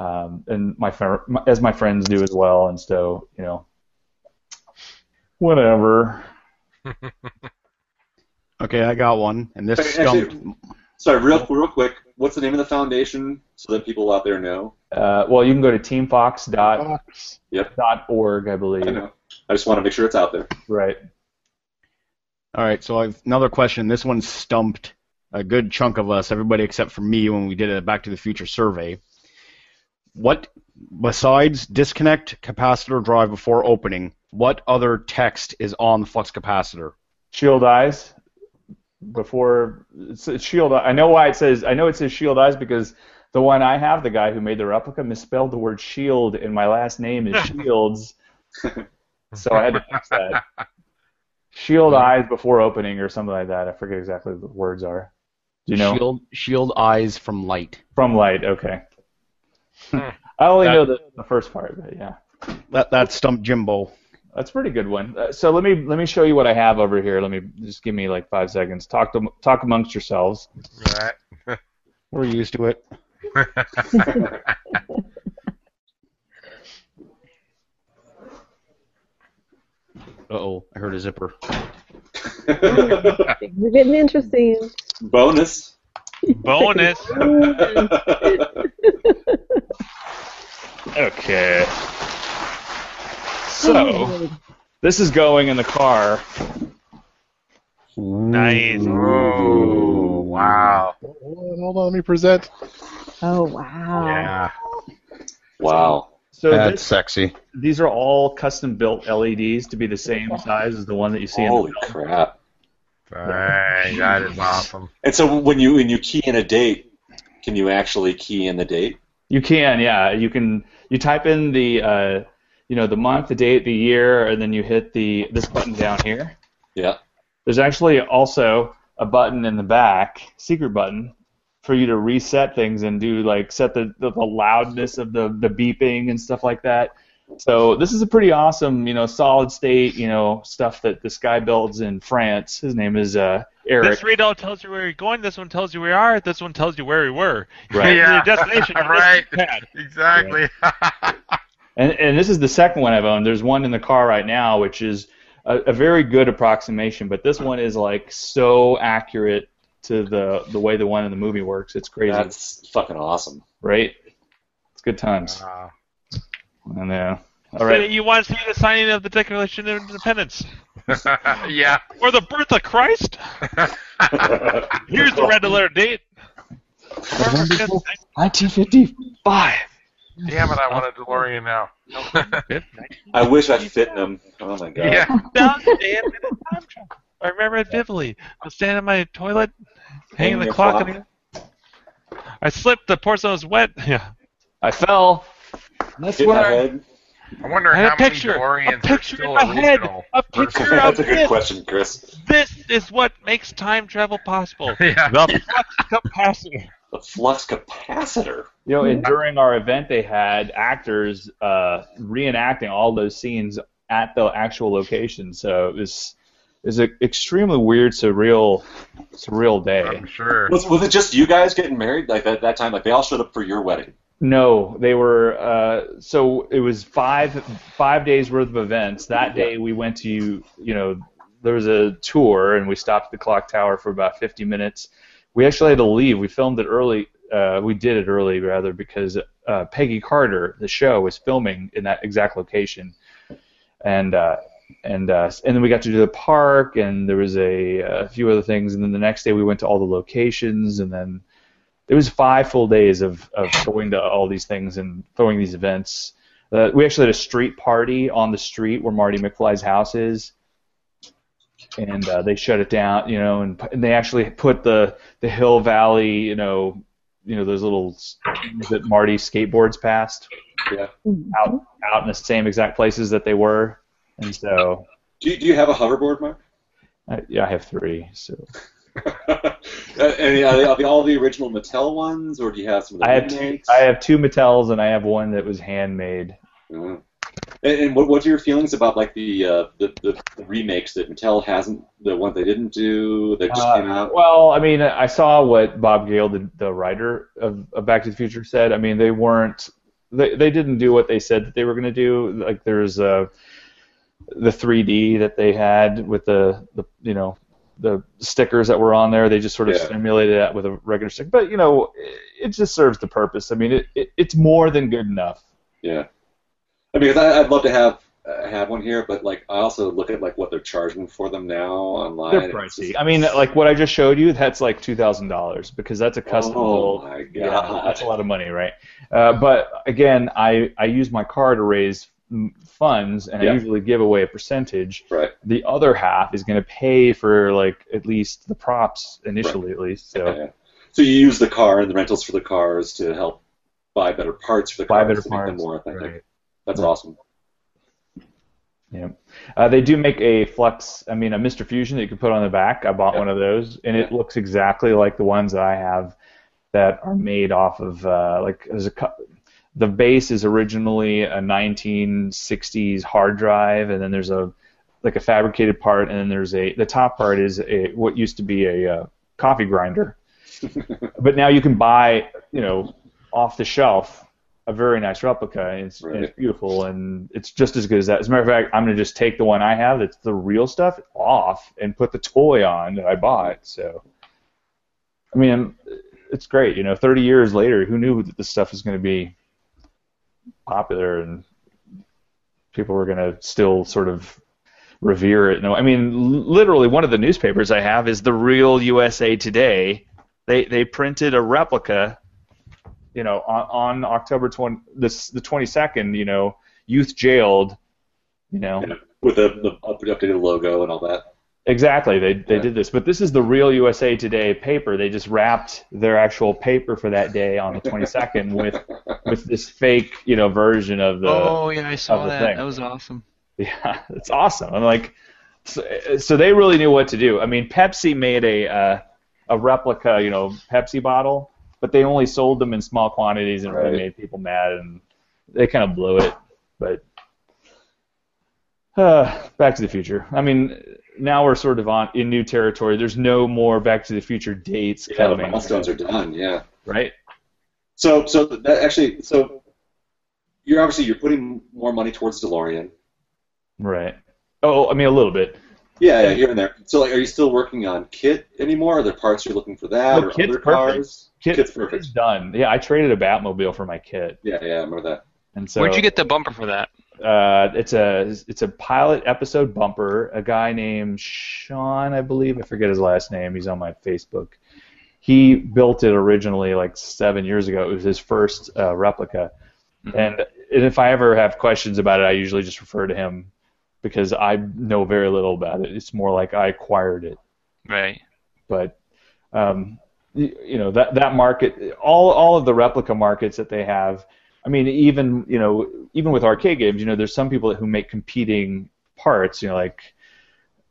[SPEAKER 5] um, and my, fr- my as my friends do as well. And so, you know, whatever.
[SPEAKER 6] Okay, I got one, and this
[SPEAKER 4] Wait, actually-
[SPEAKER 6] stumped.
[SPEAKER 4] Sorry, real real quick. What's the name of the foundation so that people out there know?
[SPEAKER 5] Uh, well, you can go to teamfox dot
[SPEAKER 1] Fox.
[SPEAKER 4] Yep.
[SPEAKER 5] dot org, I believe.
[SPEAKER 4] I know. I just want to make sure it's out there.
[SPEAKER 5] Right.
[SPEAKER 6] All right, so I've another question. This one stumped a good chunk of us, everybody except for me, when we did a Back to the Future survey. What, besides disconnect capacitor drive before opening, what other text is on the flux capacitor?
[SPEAKER 5] Shield eyes. Before it's it's shield, I know why it says. I know it says shield eyes because the one I have, the guy who made the replica, misspelled the word shield, and my last name is
[SPEAKER 4] [laughs]
[SPEAKER 5] Shields, so I had to fix that. Shield eyes before opening or something like that. I forget exactly what the words are. Do you know?
[SPEAKER 6] Shield, shield eyes from light.
[SPEAKER 5] From light. Okay. I only know the, the first part, but yeah.
[SPEAKER 6] That that stumped Jimbo.
[SPEAKER 5] That's a pretty good one. Uh, so let me let me show you what I have over here. Let me just give me like five seconds. Talk to, talk amongst yourselves.
[SPEAKER 9] Right. [laughs]
[SPEAKER 6] We're used to it. Uh oh, I heard
[SPEAKER 12] [laughs]
[SPEAKER 6] a zipper.
[SPEAKER 3] Things are getting interesting.
[SPEAKER 4] Bonus.
[SPEAKER 2] [laughs]
[SPEAKER 3] [laughs]
[SPEAKER 2] Bonus.
[SPEAKER 5] [laughs] Okay.
[SPEAKER 12] [laughs]
[SPEAKER 5] So this is going in the car.
[SPEAKER 2] nice.
[SPEAKER 9] Oh, wow.
[SPEAKER 1] Hold on, hold on, let me present.
[SPEAKER 3] Oh wow.
[SPEAKER 9] Yeah.
[SPEAKER 4] wow.
[SPEAKER 5] So
[SPEAKER 6] That's
[SPEAKER 5] this,
[SPEAKER 6] sexy.
[SPEAKER 5] these are all custom built LEDs to be the same size as the one that you see.
[SPEAKER 4] Holy
[SPEAKER 5] in the film.
[SPEAKER 4] crap!
[SPEAKER 9] Dang, that
[SPEAKER 4] [laughs]
[SPEAKER 9] is awesome.
[SPEAKER 4] And so when you when you key in a date, can you actually key in the date?
[SPEAKER 5] You can, yeah. You can. You type in the uh, you know the month, the date, the year, and then you hit the this button down here.
[SPEAKER 4] Yeah.
[SPEAKER 5] There's actually also a button in the back, secret button, for you to reset things and do like set the, the, the loudness of the, the beeping and stuff like that. So this is a pretty awesome, you know, solid state, you know, stuff that this guy builds in France. His name is uh, Eric.
[SPEAKER 2] This readout tells you where you're going. This one tells you where you are. This one tells you where we were.
[SPEAKER 5] Right.
[SPEAKER 2] Your
[SPEAKER 9] Yeah.
[SPEAKER 4] [laughs]
[SPEAKER 2] destination. your
[SPEAKER 9] Right.
[SPEAKER 2] pad.
[SPEAKER 9] Exactly.
[SPEAKER 5] And, and this is the second one I've owned. There's one in the car right now, which is a, a very good approximation, but this one is like so accurate to the the way the one in the movie works. It's crazy,
[SPEAKER 4] That's fucking awesome.
[SPEAKER 5] right? It's good times.
[SPEAKER 9] Wow.
[SPEAKER 5] I know. All
[SPEAKER 2] So [laughs]
[SPEAKER 5] right.
[SPEAKER 2] You want to see the signing of the Declaration of
[SPEAKER 4] [laughs]
[SPEAKER 2] Independence
[SPEAKER 9] yeah.
[SPEAKER 2] or the birth of Christ? Here's the red letter date. November 5th,
[SPEAKER 5] 1955.
[SPEAKER 9] Damn it, I want a DeLorean now. [laughs]
[SPEAKER 4] I wish I fit in them. Oh my god. [laughs]
[SPEAKER 9] yeah. [laughs]
[SPEAKER 2] down and did a time travel. I remember it vividly. I was standing in my toilet, hanging the
[SPEAKER 4] your
[SPEAKER 2] clock.
[SPEAKER 4] clock.
[SPEAKER 2] on the- I slipped. The porcelain was wet. [laughs] Yeah.
[SPEAKER 5] I fell. That's
[SPEAKER 4] Hit
[SPEAKER 5] when
[SPEAKER 4] my
[SPEAKER 5] I,
[SPEAKER 4] head.
[SPEAKER 9] I wonder
[SPEAKER 2] I had a
[SPEAKER 9] how many
[SPEAKER 2] picture, a
[SPEAKER 9] DeLoreans are
[SPEAKER 2] picture in
[SPEAKER 9] still
[SPEAKER 2] my head,
[SPEAKER 9] original.
[SPEAKER 2] a
[SPEAKER 9] versus-
[SPEAKER 2] picture of That's a good this. question,
[SPEAKER 4] Chris.
[SPEAKER 2] This is what makes time travel possible.
[SPEAKER 9] [laughs] Yeah.
[SPEAKER 2] The flux capacitor.
[SPEAKER 4] The flux capacitor.
[SPEAKER 5] You know, and during our event, they had actors uh, reenacting all those scenes at the actual location. So it was it was an extremely weird, surreal, surreal day.
[SPEAKER 9] Sure.
[SPEAKER 4] Was, was it just you guys getting married like that, that time? Like they all showed up for your wedding.
[SPEAKER 5] No, they were. Uh, so it was five five days worth of events. That day we went to you know there was a tour and we stopped at the clock tower for about 50 minutes. We actually had to leave. We filmed it early. Uh, we did it early rather because uh, Peggy Carter, the show, was filming in that exact location, and uh, and uh, and then we got to do the park and there was a, a few other things and then the next day we went to all the locations and then it was five full days of, of going to all these things and throwing these events. Uh, we actually had a street party on the street where Marty McFly's house is, and uh, they shut it down. You know, and, p- and they actually put the the Hill Valley, you know, you know those little s- things that Marty skateboards past
[SPEAKER 4] Yeah.
[SPEAKER 5] out out in the same exact places that they were, and so
[SPEAKER 4] Do you, do you have a hoverboard, Mark?
[SPEAKER 5] I, yeah, I have three. So
[SPEAKER 4] Uh, and are they, are they all the original Mattel ones, or do you have some of the
[SPEAKER 5] I have two,
[SPEAKER 4] remakes?
[SPEAKER 5] I have two Mattels and I have one that was handmade.
[SPEAKER 4] Mm. And, and what what are your feelings about like the, uh, the the the remakes that Mattel hasn't, the ones they didn't do that just
[SPEAKER 5] Uh,
[SPEAKER 4] came out?
[SPEAKER 5] Well, I mean, I saw what Bob Gale, the, the writer of, of Back to the Future, said. I mean, they weren't, they, they didn't do what they said that they were going to do. Like there's uh, the 3D that they had with the, the you know the stickers that were on there. They just sort of
[SPEAKER 4] Yeah.
[SPEAKER 5] simulated that with a regular stick. But you know, it, it just serves the purpose. I mean, it, it it's more than good enough.
[SPEAKER 4] Yeah. I mean, 'cause I, I'd love to have uh, have one here, but like I also look at like what they're charging for them now online.
[SPEAKER 5] They're
[SPEAKER 4] It's just-
[SPEAKER 5] pricey. I mean, like what I just showed you, that's like two thousand dollars because that's a custom
[SPEAKER 4] Oh
[SPEAKER 5] build.
[SPEAKER 4] my god.
[SPEAKER 5] Yeah, that's a lot of money, right? Uh, but again, I, I use my car to raise mm, funds, and
[SPEAKER 4] Yeah.
[SPEAKER 5] I usually give away a percentage.
[SPEAKER 4] Right.
[SPEAKER 5] The other half is going to pay for like at least the props initially, at least. So
[SPEAKER 4] Yeah. So you use the car and the rentals for the cars to help buy better parts for the
[SPEAKER 5] buy
[SPEAKER 4] cars
[SPEAKER 5] better
[SPEAKER 4] to make them
[SPEAKER 5] parts.
[SPEAKER 4] more authentic.
[SPEAKER 5] Right.
[SPEAKER 4] That's awesome.
[SPEAKER 5] Yeah. Uh, they do make a flex. I mean, a Mr. Fusion that you can put on the back. I bought
[SPEAKER 4] Yeah.
[SPEAKER 5] one of those, and it
[SPEAKER 4] Yeah.
[SPEAKER 5] looks exactly like the ones that I have that are made off of uh, like there's a cou- the base is originally a 1960s hard drive, and then there's a like a fabricated part, and then there's a the top part is a what used to be a uh,
[SPEAKER 4] [laughs]
[SPEAKER 5] coffee grinder, but now you can buy you know off the shelf a very nice replica, and it's, and it's
[SPEAKER 4] Right.
[SPEAKER 5] beautiful, and it's just as good as that. As a matter of fact, I'm gonna just take the one I have that's the real stuff off and put the toy on that I bought. So, I mean, it's great. You know, 30 years later, who knew that this stuff was gonna be popular and people were gonna still sort of revere it. No, I mean, l- literally, one of the newspapers I have is the real USA Today. They they printed a replica you know, on, on October 20, this, the 22nd, you know, youth jailed, you know.
[SPEAKER 4] Yeah. With the, the up- updated logo and all that.
[SPEAKER 5] Exactly, they, they
[SPEAKER 4] Yeah.
[SPEAKER 5] did this. But this is the real USA Today paper. They just wrapped their actual paper for that day on the 22nd with, with this fake, you know, version of the.
[SPEAKER 12] oh yeah, I saw
[SPEAKER 5] the
[SPEAKER 12] that.
[SPEAKER 5] thing.
[SPEAKER 12] That was awesome.
[SPEAKER 5] [laughs] Yeah, it's awesome. I'm like, so, so they really knew what to do. I mean, Pepsi made a uh, a replica, you know, Pepsi bottle, but they only sold them in small quantities and really
[SPEAKER 4] Right.
[SPEAKER 5] made people mad, and they kind of blew it. But uh, Back to the Future. I mean, now we're sort of on in new territory. There's no more Back to the Future dates
[SPEAKER 4] Yeah, the
[SPEAKER 5] coming,
[SPEAKER 4] milestones are done. Yeah.
[SPEAKER 5] right?
[SPEAKER 4] So so that actually so you're obviously you're putting more money towards DeLorean.
[SPEAKER 5] Right. Oh, I mean, a little bit.
[SPEAKER 4] Yeah, yeah, here and there. So like, are you still working on Kit anymore? Are there parts you're looking for that
[SPEAKER 5] No,
[SPEAKER 4] or
[SPEAKER 5] Kit's
[SPEAKER 4] other
[SPEAKER 5] perfect.
[SPEAKER 4] cars?
[SPEAKER 5] Kit,
[SPEAKER 4] Kit's perfect.
[SPEAKER 5] Kit's done. Yeah, I traded a Batmobile for my kit,
[SPEAKER 4] Yeah, yeah, I remember that.
[SPEAKER 5] and so
[SPEAKER 12] Where'd you get the bumper for that?
[SPEAKER 5] uh, it's a it's a pilot episode bumper. A guy named Sean, I believe, I forget his last name. He's on my Facebook. He built it originally like seven years ago. It was his first uh, replica, and and if I ever have questions about it, I usually just refer to him because I know very little about it. It's more like I acquired it
[SPEAKER 12] Right.
[SPEAKER 5] but um, you, you know that that market, all all of the replica markets that they have. I mean, even you know, even with arcade games, you know, there's some people who make competing parts. You know, like,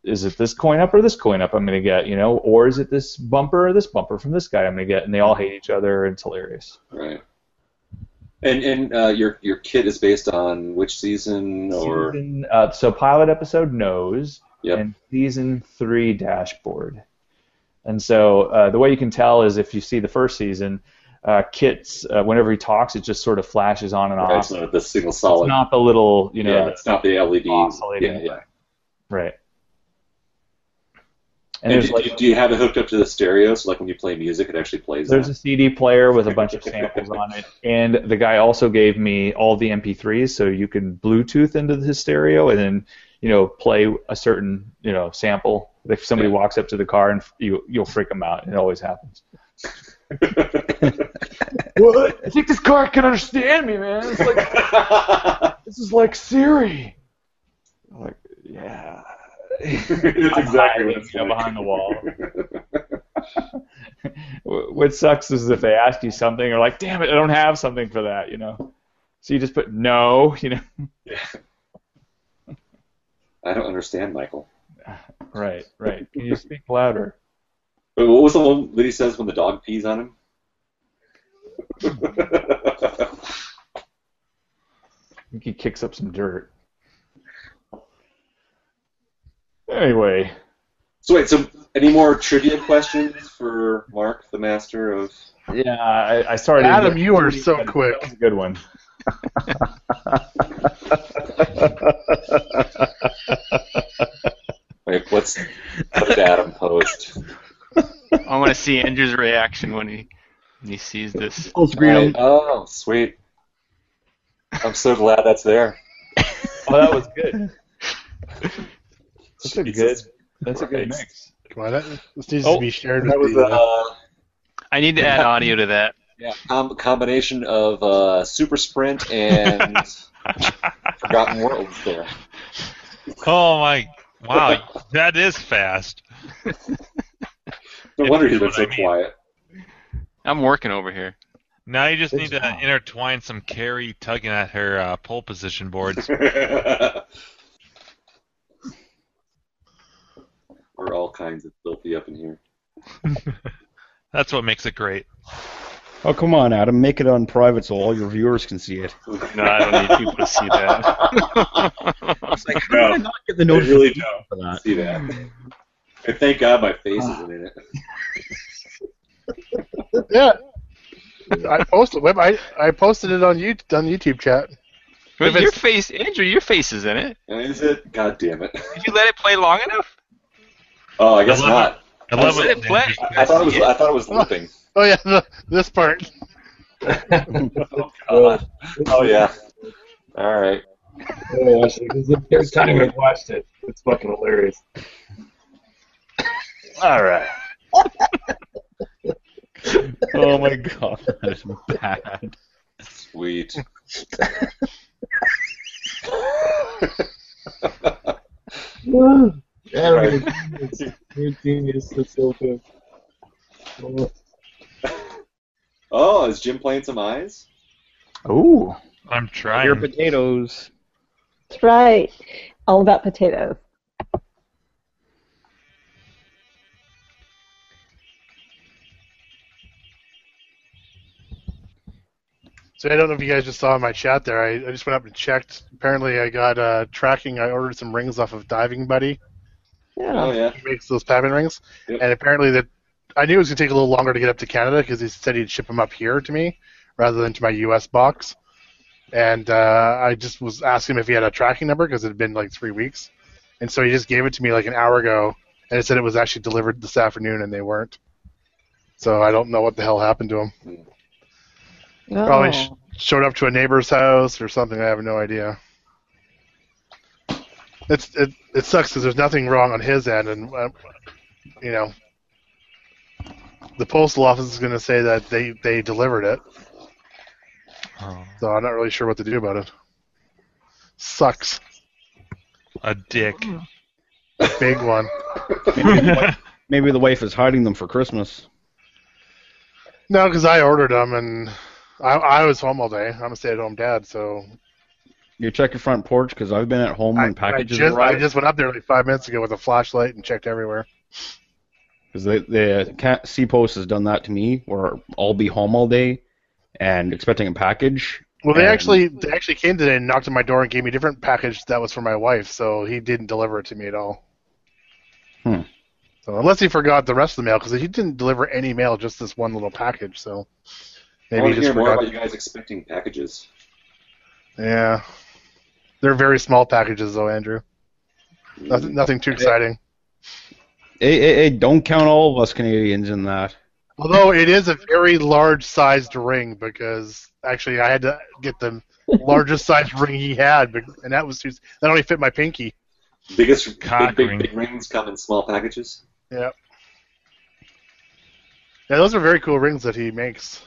[SPEAKER 5] is it this coin up or this coin up I'm going to get? You know, or is it this bumper or this bumper from this guy I'm going to get? And they all hate each other. and It's hilarious.
[SPEAKER 4] Right. And and uh, your your kit is based on which season or
[SPEAKER 5] Season, uh, so pilot episode knows
[SPEAKER 4] Yep.
[SPEAKER 5] and season three dashboard. And so uh, the way you can tell is if you see the first season, uh, Kit's uh, whenever he talks, it just sort of flashes on and
[SPEAKER 4] Right,
[SPEAKER 5] off.
[SPEAKER 4] it's not the single solid.
[SPEAKER 5] It's not the little, you know,
[SPEAKER 4] yeah, it's not the LED.
[SPEAKER 5] oscillating
[SPEAKER 4] Yeah, yeah.
[SPEAKER 5] right.
[SPEAKER 4] And,
[SPEAKER 5] And there's
[SPEAKER 4] do,
[SPEAKER 5] like
[SPEAKER 4] do you, do you have it hooked up to the stereo so like when you play music it actually plays
[SPEAKER 5] there's
[SPEAKER 4] that?
[SPEAKER 5] a CD player with a bunch of samples on it, and the guy also gave me all the MP3s, so you can Bluetooth into the stereo and then you know play a certain you know sample. If somebody walks up to the car and f- you you'll freak them out. It always happens.
[SPEAKER 11] What? I think this car can understand me, man. It's like this is like Siri.
[SPEAKER 5] I'm like, yeah.
[SPEAKER 4] That's exactly what [laughs] it's like.
[SPEAKER 5] behind the wall. Wh- what sucks is if they ask you something, you're like, damn it, I don't have something for that, you know. So you just put no, [laughs] you know.
[SPEAKER 4] I don't understand, Michael.
[SPEAKER 5] [sighs] Right, right.
[SPEAKER 4] [laughs]
[SPEAKER 5] Can you speak louder?
[SPEAKER 4] Wait, what was the one that he says when the dog pees on him?
[SPEAKER 5] I think he kicks up some dirt. Anyway,
[SPEAKER 4] so wait, so any more trivia questions for Mark, the master of?
[SPEAKER 5] yeah, I, I started.
[SPEAKER 1] Adam, you are so quick.
[SPEAKER 5] That's a good one.
[SPEAKER 4] Wait, what's what did Adam post?
[SPEAKER 12] [laughs] I want to see Andrew's reaction when he when he sees this.
[SPEAKER 6] Full
[SPEAKER 4] I- oh, sweet! I'm so glad that's there.
[SPEAKER 5] Oh, that was good. That's a good.
[SPEAKER 4] Jesus
[SPEAKER 5] That's a good
[SPEAKER 4] Christ.
[SPEAKER 5] mix.
[SPEAKER 1] Come on, that, this needs
[SPEAKER 4] Oh,
[SPEAKER 1] to be shared
[SPEAKER 4] That
[SPEAKER 1] with the.
[SPEAKER 4] was a
[SPEAKER 1] Uh,
[SPEAKER 4] uh,
[SPEAKER 12] I need to add audio to that.
[SPEAKER 4] yeah, com- combination of uh, Super Sprint
[SPEAKER 12] [laughs]
[SPEAKER 4] and Forgotten Worlds. There,
[SPEAKER 2] Oh my! Wow, that is fast.
[SPEAKER 4] no
[SPEAKER 2] If
[SPEAKER 4] wonder
[SPEAKER 2] you
[SPEAKER 4] he's
[SPEAKER 2] know what
[SPEAKER 4] been so
[SPEAKER 2] I mean.
[SPEAKER 4] quiet.
[SPEAKER 12] I'm working over
[SPEAKER 4] [laughs]
[SPEAKER 12] here.
[SPEAKER 2] Now you just
[SPEAKER 5] It's
[SPEAKER 2] need to
[SPEAKER 5] not.
[SPEAKER 2] intertwine some Carrie tugging at her uh, pole position
[SPEAKER 8] [laughs]
[SPEAKER 2] boards.
[SPEAKER 4] We're all kinds of filthy up
[SPEAKER 12] [laughs]
[SPEAKER 4] in here.
[SPEAKER 2] That's what makes it great.
[SPEAKER 6] Oh, come on, Adam. Make it on private so all your viewers can see it.
[SPEAKER 12] No, I don't need people to see that.
[SPEAKER 6] It's like, how
[SPEAKER 4] No.
[SPEAKER 6] did I not get the
[SPEAKER 4] I
[SPEAKER 6] notification
[SPEAKER 4] really don't
[SPEAKER 6] for that?
[SPEAKER 4] see that. And thank God my face isn't in it.
[SPEAKER 1] uh,
[SPEAKER 11] uh,
[SPEAKER 1] [laughs] yeah. I posted. Web, I, I posted it on YouTube on YouTube chat.
[SPEAKER 12] But
[SPEAKER 1] it's-
[SPEAKER 12] your face, Andrew, your face is in it.
[SPEAKER 4] And Is it? God damn it.
[SPEAKER 12] Did you let it play long enough?
[SPEAKER 4] Oh, I guess
[SPEAKER 2] I love
[SPEAKER 4] not.
[SPEAKER 2] I love
[SPEAKER 12] Let
[SPEAKER 2] it.
[SPEAKER 12] it play.
[SPEAKER 4] I thought it was. I thought it was looping.
[SPEAKER 1] Oh yeah, the, this
[SPEAKER 11] [laughs]
[SPEAKER 1] part.
[SPEAKER 4] God. Oh yeah. All right.
[SPEAKER 11] Oh, actually, this is the first time I've watched it. It's fucking hilarious.
[SPEAKER 5] All right.
[SPEAKER 6] [laughs] Oh my god, that's bad.
[SPEAKER 4] Sweet.
[SPEAKER 11] [laughs] Adam, you're a genius. You're a genius. That's so good. Oh,
[SPEAKER 4] Oh, is Jim playing some eyes?
[SPEAKER 5] Ooh.
[SPEAKER 2] I'm
[SPEAKER 6] Your
[SPEAKER 2] trying.
[SPEAKER 6] potatoes.
[SPEAKER 3] That's right. All about potatoes.
[SPEAKER 1] So I don't know if you guys just saw in my chat there. I, I just went up and checked. Apparently, I got uh, tracking. I ordered some rings off of Diving Buddy.
[SPEAKER 4] Oh yeah.
[SPEAKER 1] He makes those pavement rings,
[SPEAKER 4] Yep.
[SPEAKER 1] and apparently that I knew it was gonna take a little longer to get up to Canada because he said he'd ship them up here to me rather than to my U.S. box. And uh, I just was asking him if he had a tracking number because it had been like three weeks, and so he just gave it to me like an hour ago, and it said it was actually delivered this afternoon, and they weren't. So I don't know what the hell happened to him.
[SPEAKER 4] Hmm.
[SPEAKER 3] Oh.
[SPEAKER 1] Probably sh- showed up to a neighbor's house or something. I have no idea. It's it it sucks because there's nothing wrong on his end, and uh, you know, the postal office is going to say that they they delivered it,
[SPEAKER 2] Oh,
[SPEAKER 1] so I'm not really sure what to do about it. Sucks,
[SPEAKER 2] a dick.
[SPEAKER 1] big one.
[SPEAKER 6] Maybe the wife is hiding them for Christmas.
[SPEAKER 1] No, because I ordered them, and I, I was home all day. I'm a stay-at-home dad, so
[SPEAKER 6] You check your front porch because I've been at home when
[SPEAKER 1] I
[SPEAKER 6] packages
[SPEAKER 1] just, I
[SPEAKER 6] arrive
[SPEAKER 1] just went up there like five minutes ago with a flashlight and checked everywhere.
[SPEAKER 6] because the the cat C post has done that to me where I'll be home all day and expecting a package.
[SPEAKER 1] Well, they
[SPEAKER 6] and-
[SPEAKER 1] actually they actually came today and knocked on my door and gave me a different package that was for my wife, so he didn't deliver it to me at all.
[SPEAKER 6] Hmm.
[SPEAKER 1] So unless he forgot the rest of the mail, because he didn't deliver any mail, just this one little package. So
[SPEAKER 4] I
[SPEAKER 1] maybe he
[SPEAKER 4] want to
[SPEAKER 1] just
[SPEAKER 4] hear more
[SPEAKER 1] forgot.
[SPEAKER 4] about you guys expecting packages.
[SPEAKER 1] Yeah, they're very small packages though, Andrew.
[SPEAKER 4] Mm.
[SPEAKER 1] Nothing, nothing too exciting.
[SPEAKER 6] Hey, hey, hey, don't count all of us Canadians in that.
[SPEAKER 1] Although it is a very large sized ring because actually I had to get the largest sized ring he had, bec- and that was too, that only fit my pinky.
[SPEAKER 4] Biggest
[SPEAKER 1] Cock
[SPEAKER 4] big, big,
[SPEAKER 1] ring.
[SPEAKER 4] big rings come in small packages.
[SPEAKER 1] Yeah. Yeah, those are very cool rings that he makes.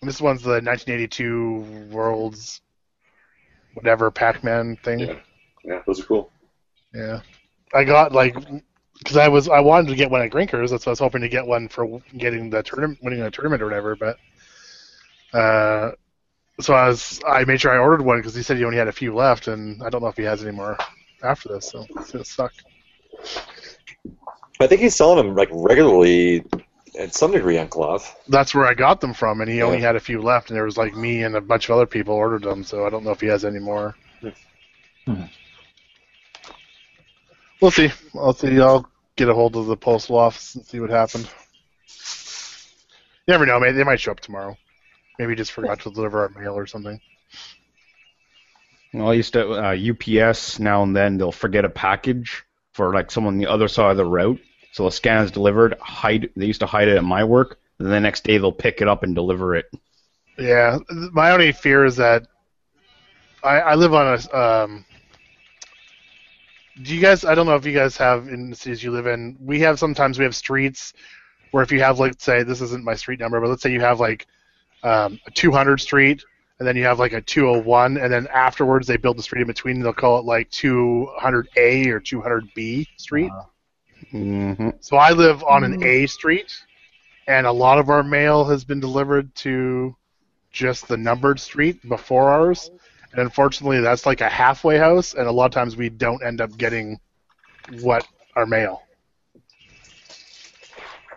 [SPEAKER 1] And this one's the 1982 Worlds, whatever Pac-Man thing. Yeah,
[SPEAKER 4] yeah those are cool.
[SPEAKER 1] Yeah, I got like because I was I wanted to get one at Grinkers, that's why I was hoping to get one for getting the tournament, winning the tournament or whatever. But uh, so I was I made sure I ordered one because he said he only had a few left, and I don't know if he has any more after this, so it's gonna suck.
[SPEAKER 4] I think he's selling them like regularly, at some degree on Clove.
[SPEAKER 1] that's where I got them from, and he only
[SPEAKER 4] Yeah.
[SPEAKER 1] had a few left, and there was like me and a bunch of other people ordered them, so I don't know if he has any more. We'll see. I'll see. I'll get a hold of the postal office and see what happened. You never know, man. They might show up tomorrow. Maybe he just forgot to deliver our mail or something.
[SPEAKER 6] Well, I used to uh, UPS now and then they'll forget a package for like someone the other side of the route. So the scan is delivered. Hide. They used to hide it at my work. Then the next day they'll pick it up and deliver it.
[SPEAKER 1] Yeah, th- my only fear is that I, I live on a. Um, do you guys? I don't know if you guys have in the cities you live in. We have sometimes we have streets where if you have like say this isn't my street number, but let's say you have like um, a 200 street, and then you have like a 201, and then afterwards they build the street in between. And they'll call it like 200A or 200B street.
[SPEAKER 6] Mm-hmm.
[SPEAKER 1] So I live on an A street, and a lot of our mail has been delivered to just the numbered street before ours. And unfortunately, that's like a halfway house, and a lot of times we don't end up getting what our mail.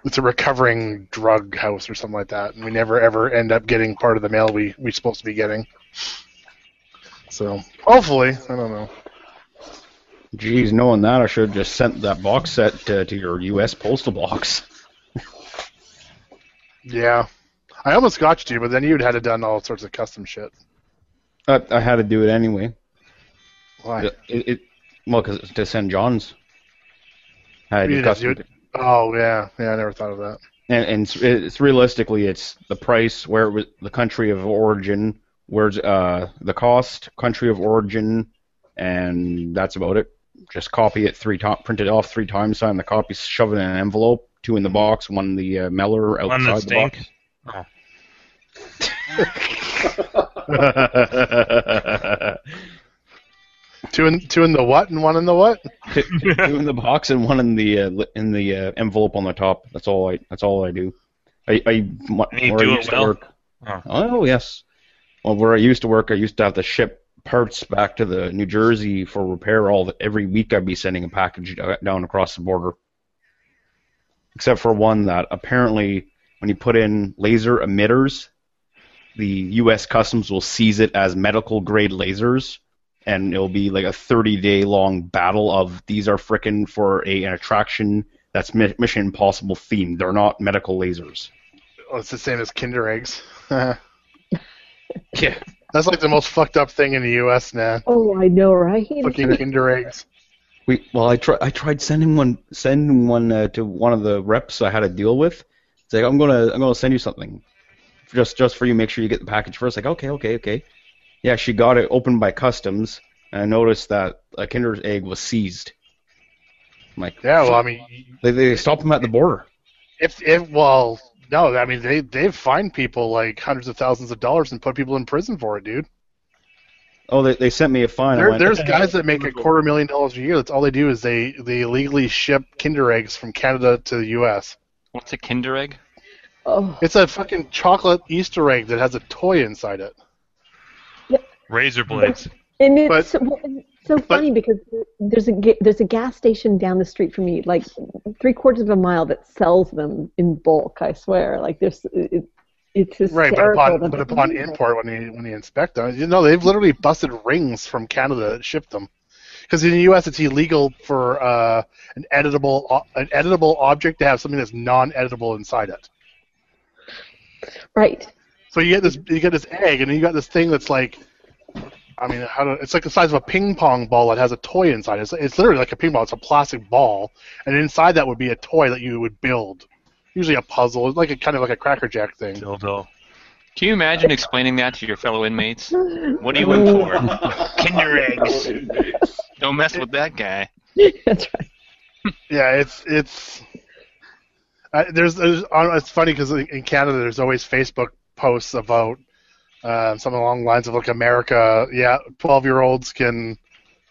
[SPEAKER 1] It's a recovering drug house or something like that, and we never ever end up getting part of the mail we we supposed to be getting. So hopefully, I don't know.
[SPEAKER 6] Geez, knowing that, I should have just sent that box set to, to your U.S. postal box. [laughs]
[SPEAKER 1] Yeah, I almost got you, but then you'd had to done all sorts of custom shit.
[SPEAKER 6] I, I had to do it anyway.
[SPEAKER 1] Why?
[SPEAKER 6] It, it, well, 'cause it's to send John's. I had to
[SPEAKER 1] You didn't have
[SPEAKER 6] custom-
[SPEAKER 1] to do it? Oh yeah, yeah. I never thought of that.
[SPEAKER 6] and, and it's, it's realistically it's the price where it was the country of origin where's uh the cost country of origin and that's about it just copy it three times print it off three times sign the copy shove it in an envelope two in the box one in the uh, mailer
[SPEAKER 2] One
[SPEAKER 6] outside
[SPEAKER 2] that
[SPEAKER 6] the box
[SPEAKER 2] stink.
[SPEAKER 1] [laughs] Two in two in the what and one in the what?
[SPEAKER 6] two, two in the box and one in the uh, li- in the uh, envelope on the top that's all I that's all I do I, I mu-
[SPEAKER 2] you
[SPEAKER 6] where I
[SPEAKER 2] do it
[SPEAKER 6] used
[SPEAKER 2] well?
[SPEAKER 6] to work
[SPEAKER 2] Oh.
[SPEAKER 6] Oh yes. Well, where I used to work, I used to have to ship parts back to the New Jersey for repair. All the, every week, I'd be sending a package d- down across the border. Except for one that apparently, when you put in laser emitters, the U.S. Customs will seize it as medical grade lasers, and it'll be like a 30 day long battle of these are frickin' for a, an attraction that's mi- Mission Impossible themed. They're not medical lasers.
[SPEAKER 1] Oh, it's the same as Kinder eggs. [laughs] That's
[SPEAKER 6] Yeah.
[SPEAKER 1] like the most fucked up thing in the U.S. now.
[SPEAKER 3] Oh, I know, right?
[SPEAKER 1] Fucking Kinder eggs.
[SPEAKER 6] We well, I tried. I tried sending one, sending one uh, to one of the reps I had to deal with. It's like I'm gonna, I'm gonna send you something, just, just for you. Make sure you get the package first. Like, okay, okay, okay. Yeah, she got it opened by customs, and I noticed that a Kinder's egg was seized. I'm like,
[SPEAKER 1] Yeah, well, I mean,
[SPEAKER 6] they, they stopped them at the border.
[SPEAKER 1] if if well, no, I mean they they fined people like hundreds of thousands of dollars and put people in prison for it, dude.
[SPEAKER 6] Oh, they, they sent me a fine. I
[SPEAKER 1] There,
[SPEAKER 6] went,
[SPEAKER 1] there's guys that make a quarter million dollars a year. That's all they do is they they illegally ship Kinder eggs from Canada to the U.S.
[SPEAKER 12] What's a Kinder egg?
[SPEAKER 1] It's a fucking chocolate Easter egg that has a toy inside it.
[SPEAKER 2] Razor blades.
[SPEAKER 3] And it's, well, it's so funny because there's a ga- there's a gas station down the street from me, like three quarters of a mile, that sells them in bulk. I swear, like there's it, it's
[SPEAKER 1] Right,
[SPEAKER 3] hysterical.
[SPEAKER 1] but upon
[SPEAKER 3] that
[SPEAKER 1] but
[SPEAKER 3] they
[SPEAKER 1] upon
[SPEAKER 3] do that.
[SPEAKER 1] import when they when they inspect them, you know they've literally busted rings from Canada that shipped them. Because in the U.S. it's illegal for uh, an editable o- an editable object to have something that's non-editable inside it.
[SPEAKER 3] Right.
[SPEAKER 1] So you get this you get this egg and then you got this thing that's like, I mean, how do, it's like the size of a ping pong ball that has a toy inside. It's it's literally like a ping pong. It's a plastic ball, and inside that would be a toy that you would build, usually a puzzle, like a kind of like a cracker jack thing.
[SPEAKER 2] Dildo.
[SPEAKER 12] Can you imagine explaining that to your fellow inmates? What are you in for? Kinder eggs. Don't mess with that guy.
[SPEAKER 3] [laughs] That's right.
[SPEAKER 1] Yeah, it's it's. I there's, there's I- it's funny because in Canada there's always Facebook posts about uh, something along the lines of like America. Yeah, twelve year olds can,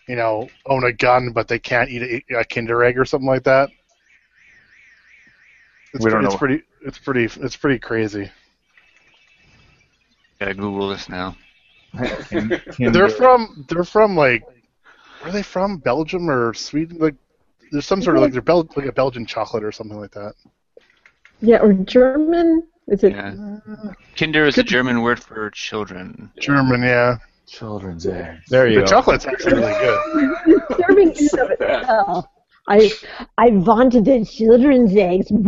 [SPEAKER 1] you know, own a gun, but they can't eat a, a Kinder egg or something like that. It's,
[SPEAKER 12] We don't
[SPEAKER 1] pre-
[SPEAKER 12] know.
[SPEAKER 1] it's pretty. It's pretty. It's pretty crazy.
[SPEAKER 12] Gotta Google this now.
[SPEAKER 1] they're from. They're from like. Where are they from? Belgium or Sweden? Like, there's some sort of like they're Bel- like a Belgian chocolate or something like that.
[SPEAKER 3] Yeah, or German? Is it?
[SPEAKER 12] Yeah. Kinder is a German word for children.
[SPEAKER 1] Uh,
[SPEAKER 3] [laughs]
[SPEAKER 1] German, yeah.
[SPEAKER 5] Children's egg. There
[SPEAKER 1] the chocolate's actually really good.
[SPEAKER 3] Disturbing in and of itself. I I vaunted the children's eggs, [laughs]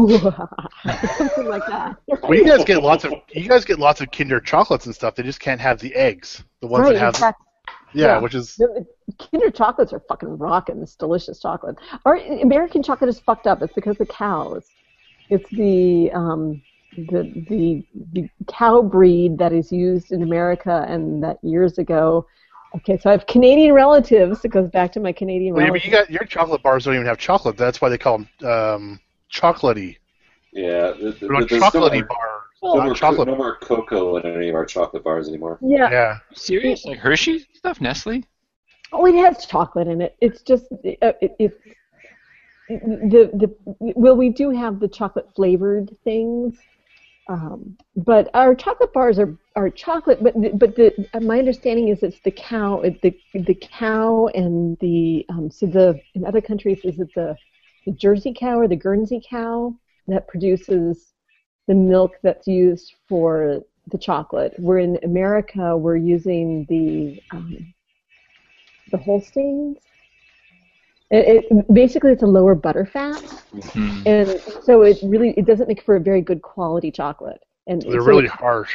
[SPEAKER 3] something like
[SPEAKER 12] [laughs]
[SPEAKER 3] that.
[SPEAKER 1] Well, you guys get lots of you guys get lots of Kinder chocolates and stuff. They just can't have the eggs. The ones that have
[SPEAKER 3] exactly.
[SPEAKER 1] yeah, which is
[SPEAKER 3] No, Kinder chocolates are fucking rocking. It's delicious chocolate. Our American chocolate is fucked up. It's because the cows. It's the um, the the the cow breed that is used in America, and that years ago. Okay, so I have Canadian relatives. It goes back to my Canadian
[SPEAKER 1] well, yeah,
[SPEAKER 3] relatives.
[SPEAKER 1] but you got your chocolate bars don't even have chocolate. That's why they call them um, chocolatey.
[SPEAKER 4] Yeah, the, the,
[SPEAKER 1] They're like
[SPEAKER 4] there's no
[SPEAKER 1] chocolatey
[SPEAKER 4] more-
[SPEAKER 1] bars.
[SPEAKER 4] No
[SPEAKER 1] not
[SPEAKER 4] more, co-
[SPEAKER 1] chocolate.
[SPEAKER 4] no more cocoa in any of our chocolate bars anymore.
[SPEAKER 3] Yeah.
[SPEAKER 1] Yeah.
[SPEAKER 12] Serious? Like Hershey stuff, Nestle?
[SPEAKER 3] Oh, it has chocolate in it. It's just uh, it, it's the the well, we do have the chocolate flavored things, um, but our chocolate bars are are chocolate. But the- but the uh, my understanding is it's the cow it- the the cow and the um, so the in other countries is it the the Jersey cow or the Guernsey cow that produces the milk that's used for the chocolate. We're in America. We're using the um, the Holsteins. It, it basically it's a lower butterfat,
[SPEAKER 1] Mm-hmm.
[SPEAKER 3] and so it really it doesn't make for a very good quality chocolate. And
[SPEAKER 1] They're
[SPEAKER 3] so-
[SPEAKER 1] really harsh.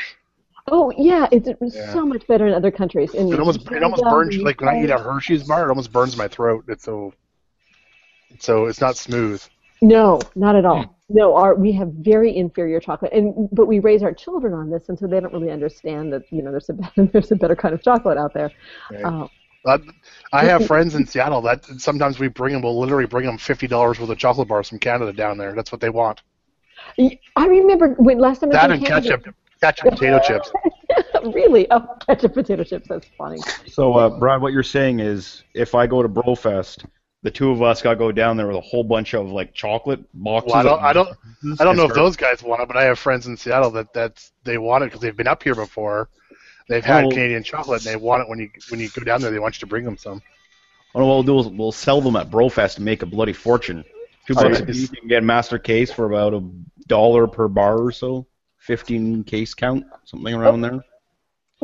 [SPEAKER 3] Oh yeah, it's
[SPEAKER 1] Yeah.
[SPEAKER 3] so much better in other countries. In
[SPEAKER 1] It almost it almost
[SPEAKER 3] Canada,
[SPEAKER 1] burns
[SPEAKER 3] the
[SPEAKER 1] like when I eat a
[SPEAKER 3] UK.
[SPEAKER 1] Hershey's bar, it almost burns my throat. It's so so it's not smooth.
[SPEAKER 3] No, not at
[SPEAKER 1] Hmm.
[SPEAKER 3] all. No, our we have very inferior chocolate, and but we raise our children on this, and so they don't really understand that you know there's a [laughs] there's a better kind of chocolate out there. Uh,
[SPEAKER 1] I, I have friends in Seattle that sometimes we bring them. We'll literally bring them fifty dollars worth of chocolate bars from Canada down there. That's what they want.
[SPEAKER 3] I remember when last time I
[SPEAKER 1] That
[SPEAKER 3] was in
[SPEAKER 1] and
[SPEAKER 3] Canada,
[SPEAKER 1] ketchup, ketchup, and potato chips.
[SPEAKER 3] [laughs] really? Oh, ketchup potato chips. That's funny.
[SPEAKER 6] So, uh, Brad, what you're saying is, if I go to Brofest, the two of us got to go down there with a whole bunch of like chocolate boxes.
[SPEAKER 1] Well, I don't,
[SPEAKER 6] of-
[SPEAKER 1] I don't, I don't know if
[SPEAKER 6] Pittsburgh.
[SPEAKER 1] those guys want it, but I have friends in Seattle that that's they want it because they've been up here before. They've had
[SPEAKER 6] Well-
[SPEAKER 1] Canadian chocolate, and they want it when you when you go down there. They want you to bring them some.
[SPEAKER 6] What we'll do is we'll sell them at Brofest and make a bloody fortune. Two
[SPEAKER 1] Oh,
[SPEAKER 6] bucks
[SPEAKER 1] yeah.
[SPEAKER 6] a piece, you can get a master case for about a dollar per bar or so. Fifteen case count, something
[SPEAKER 1] Oh.
[SPEAKER 6] around there.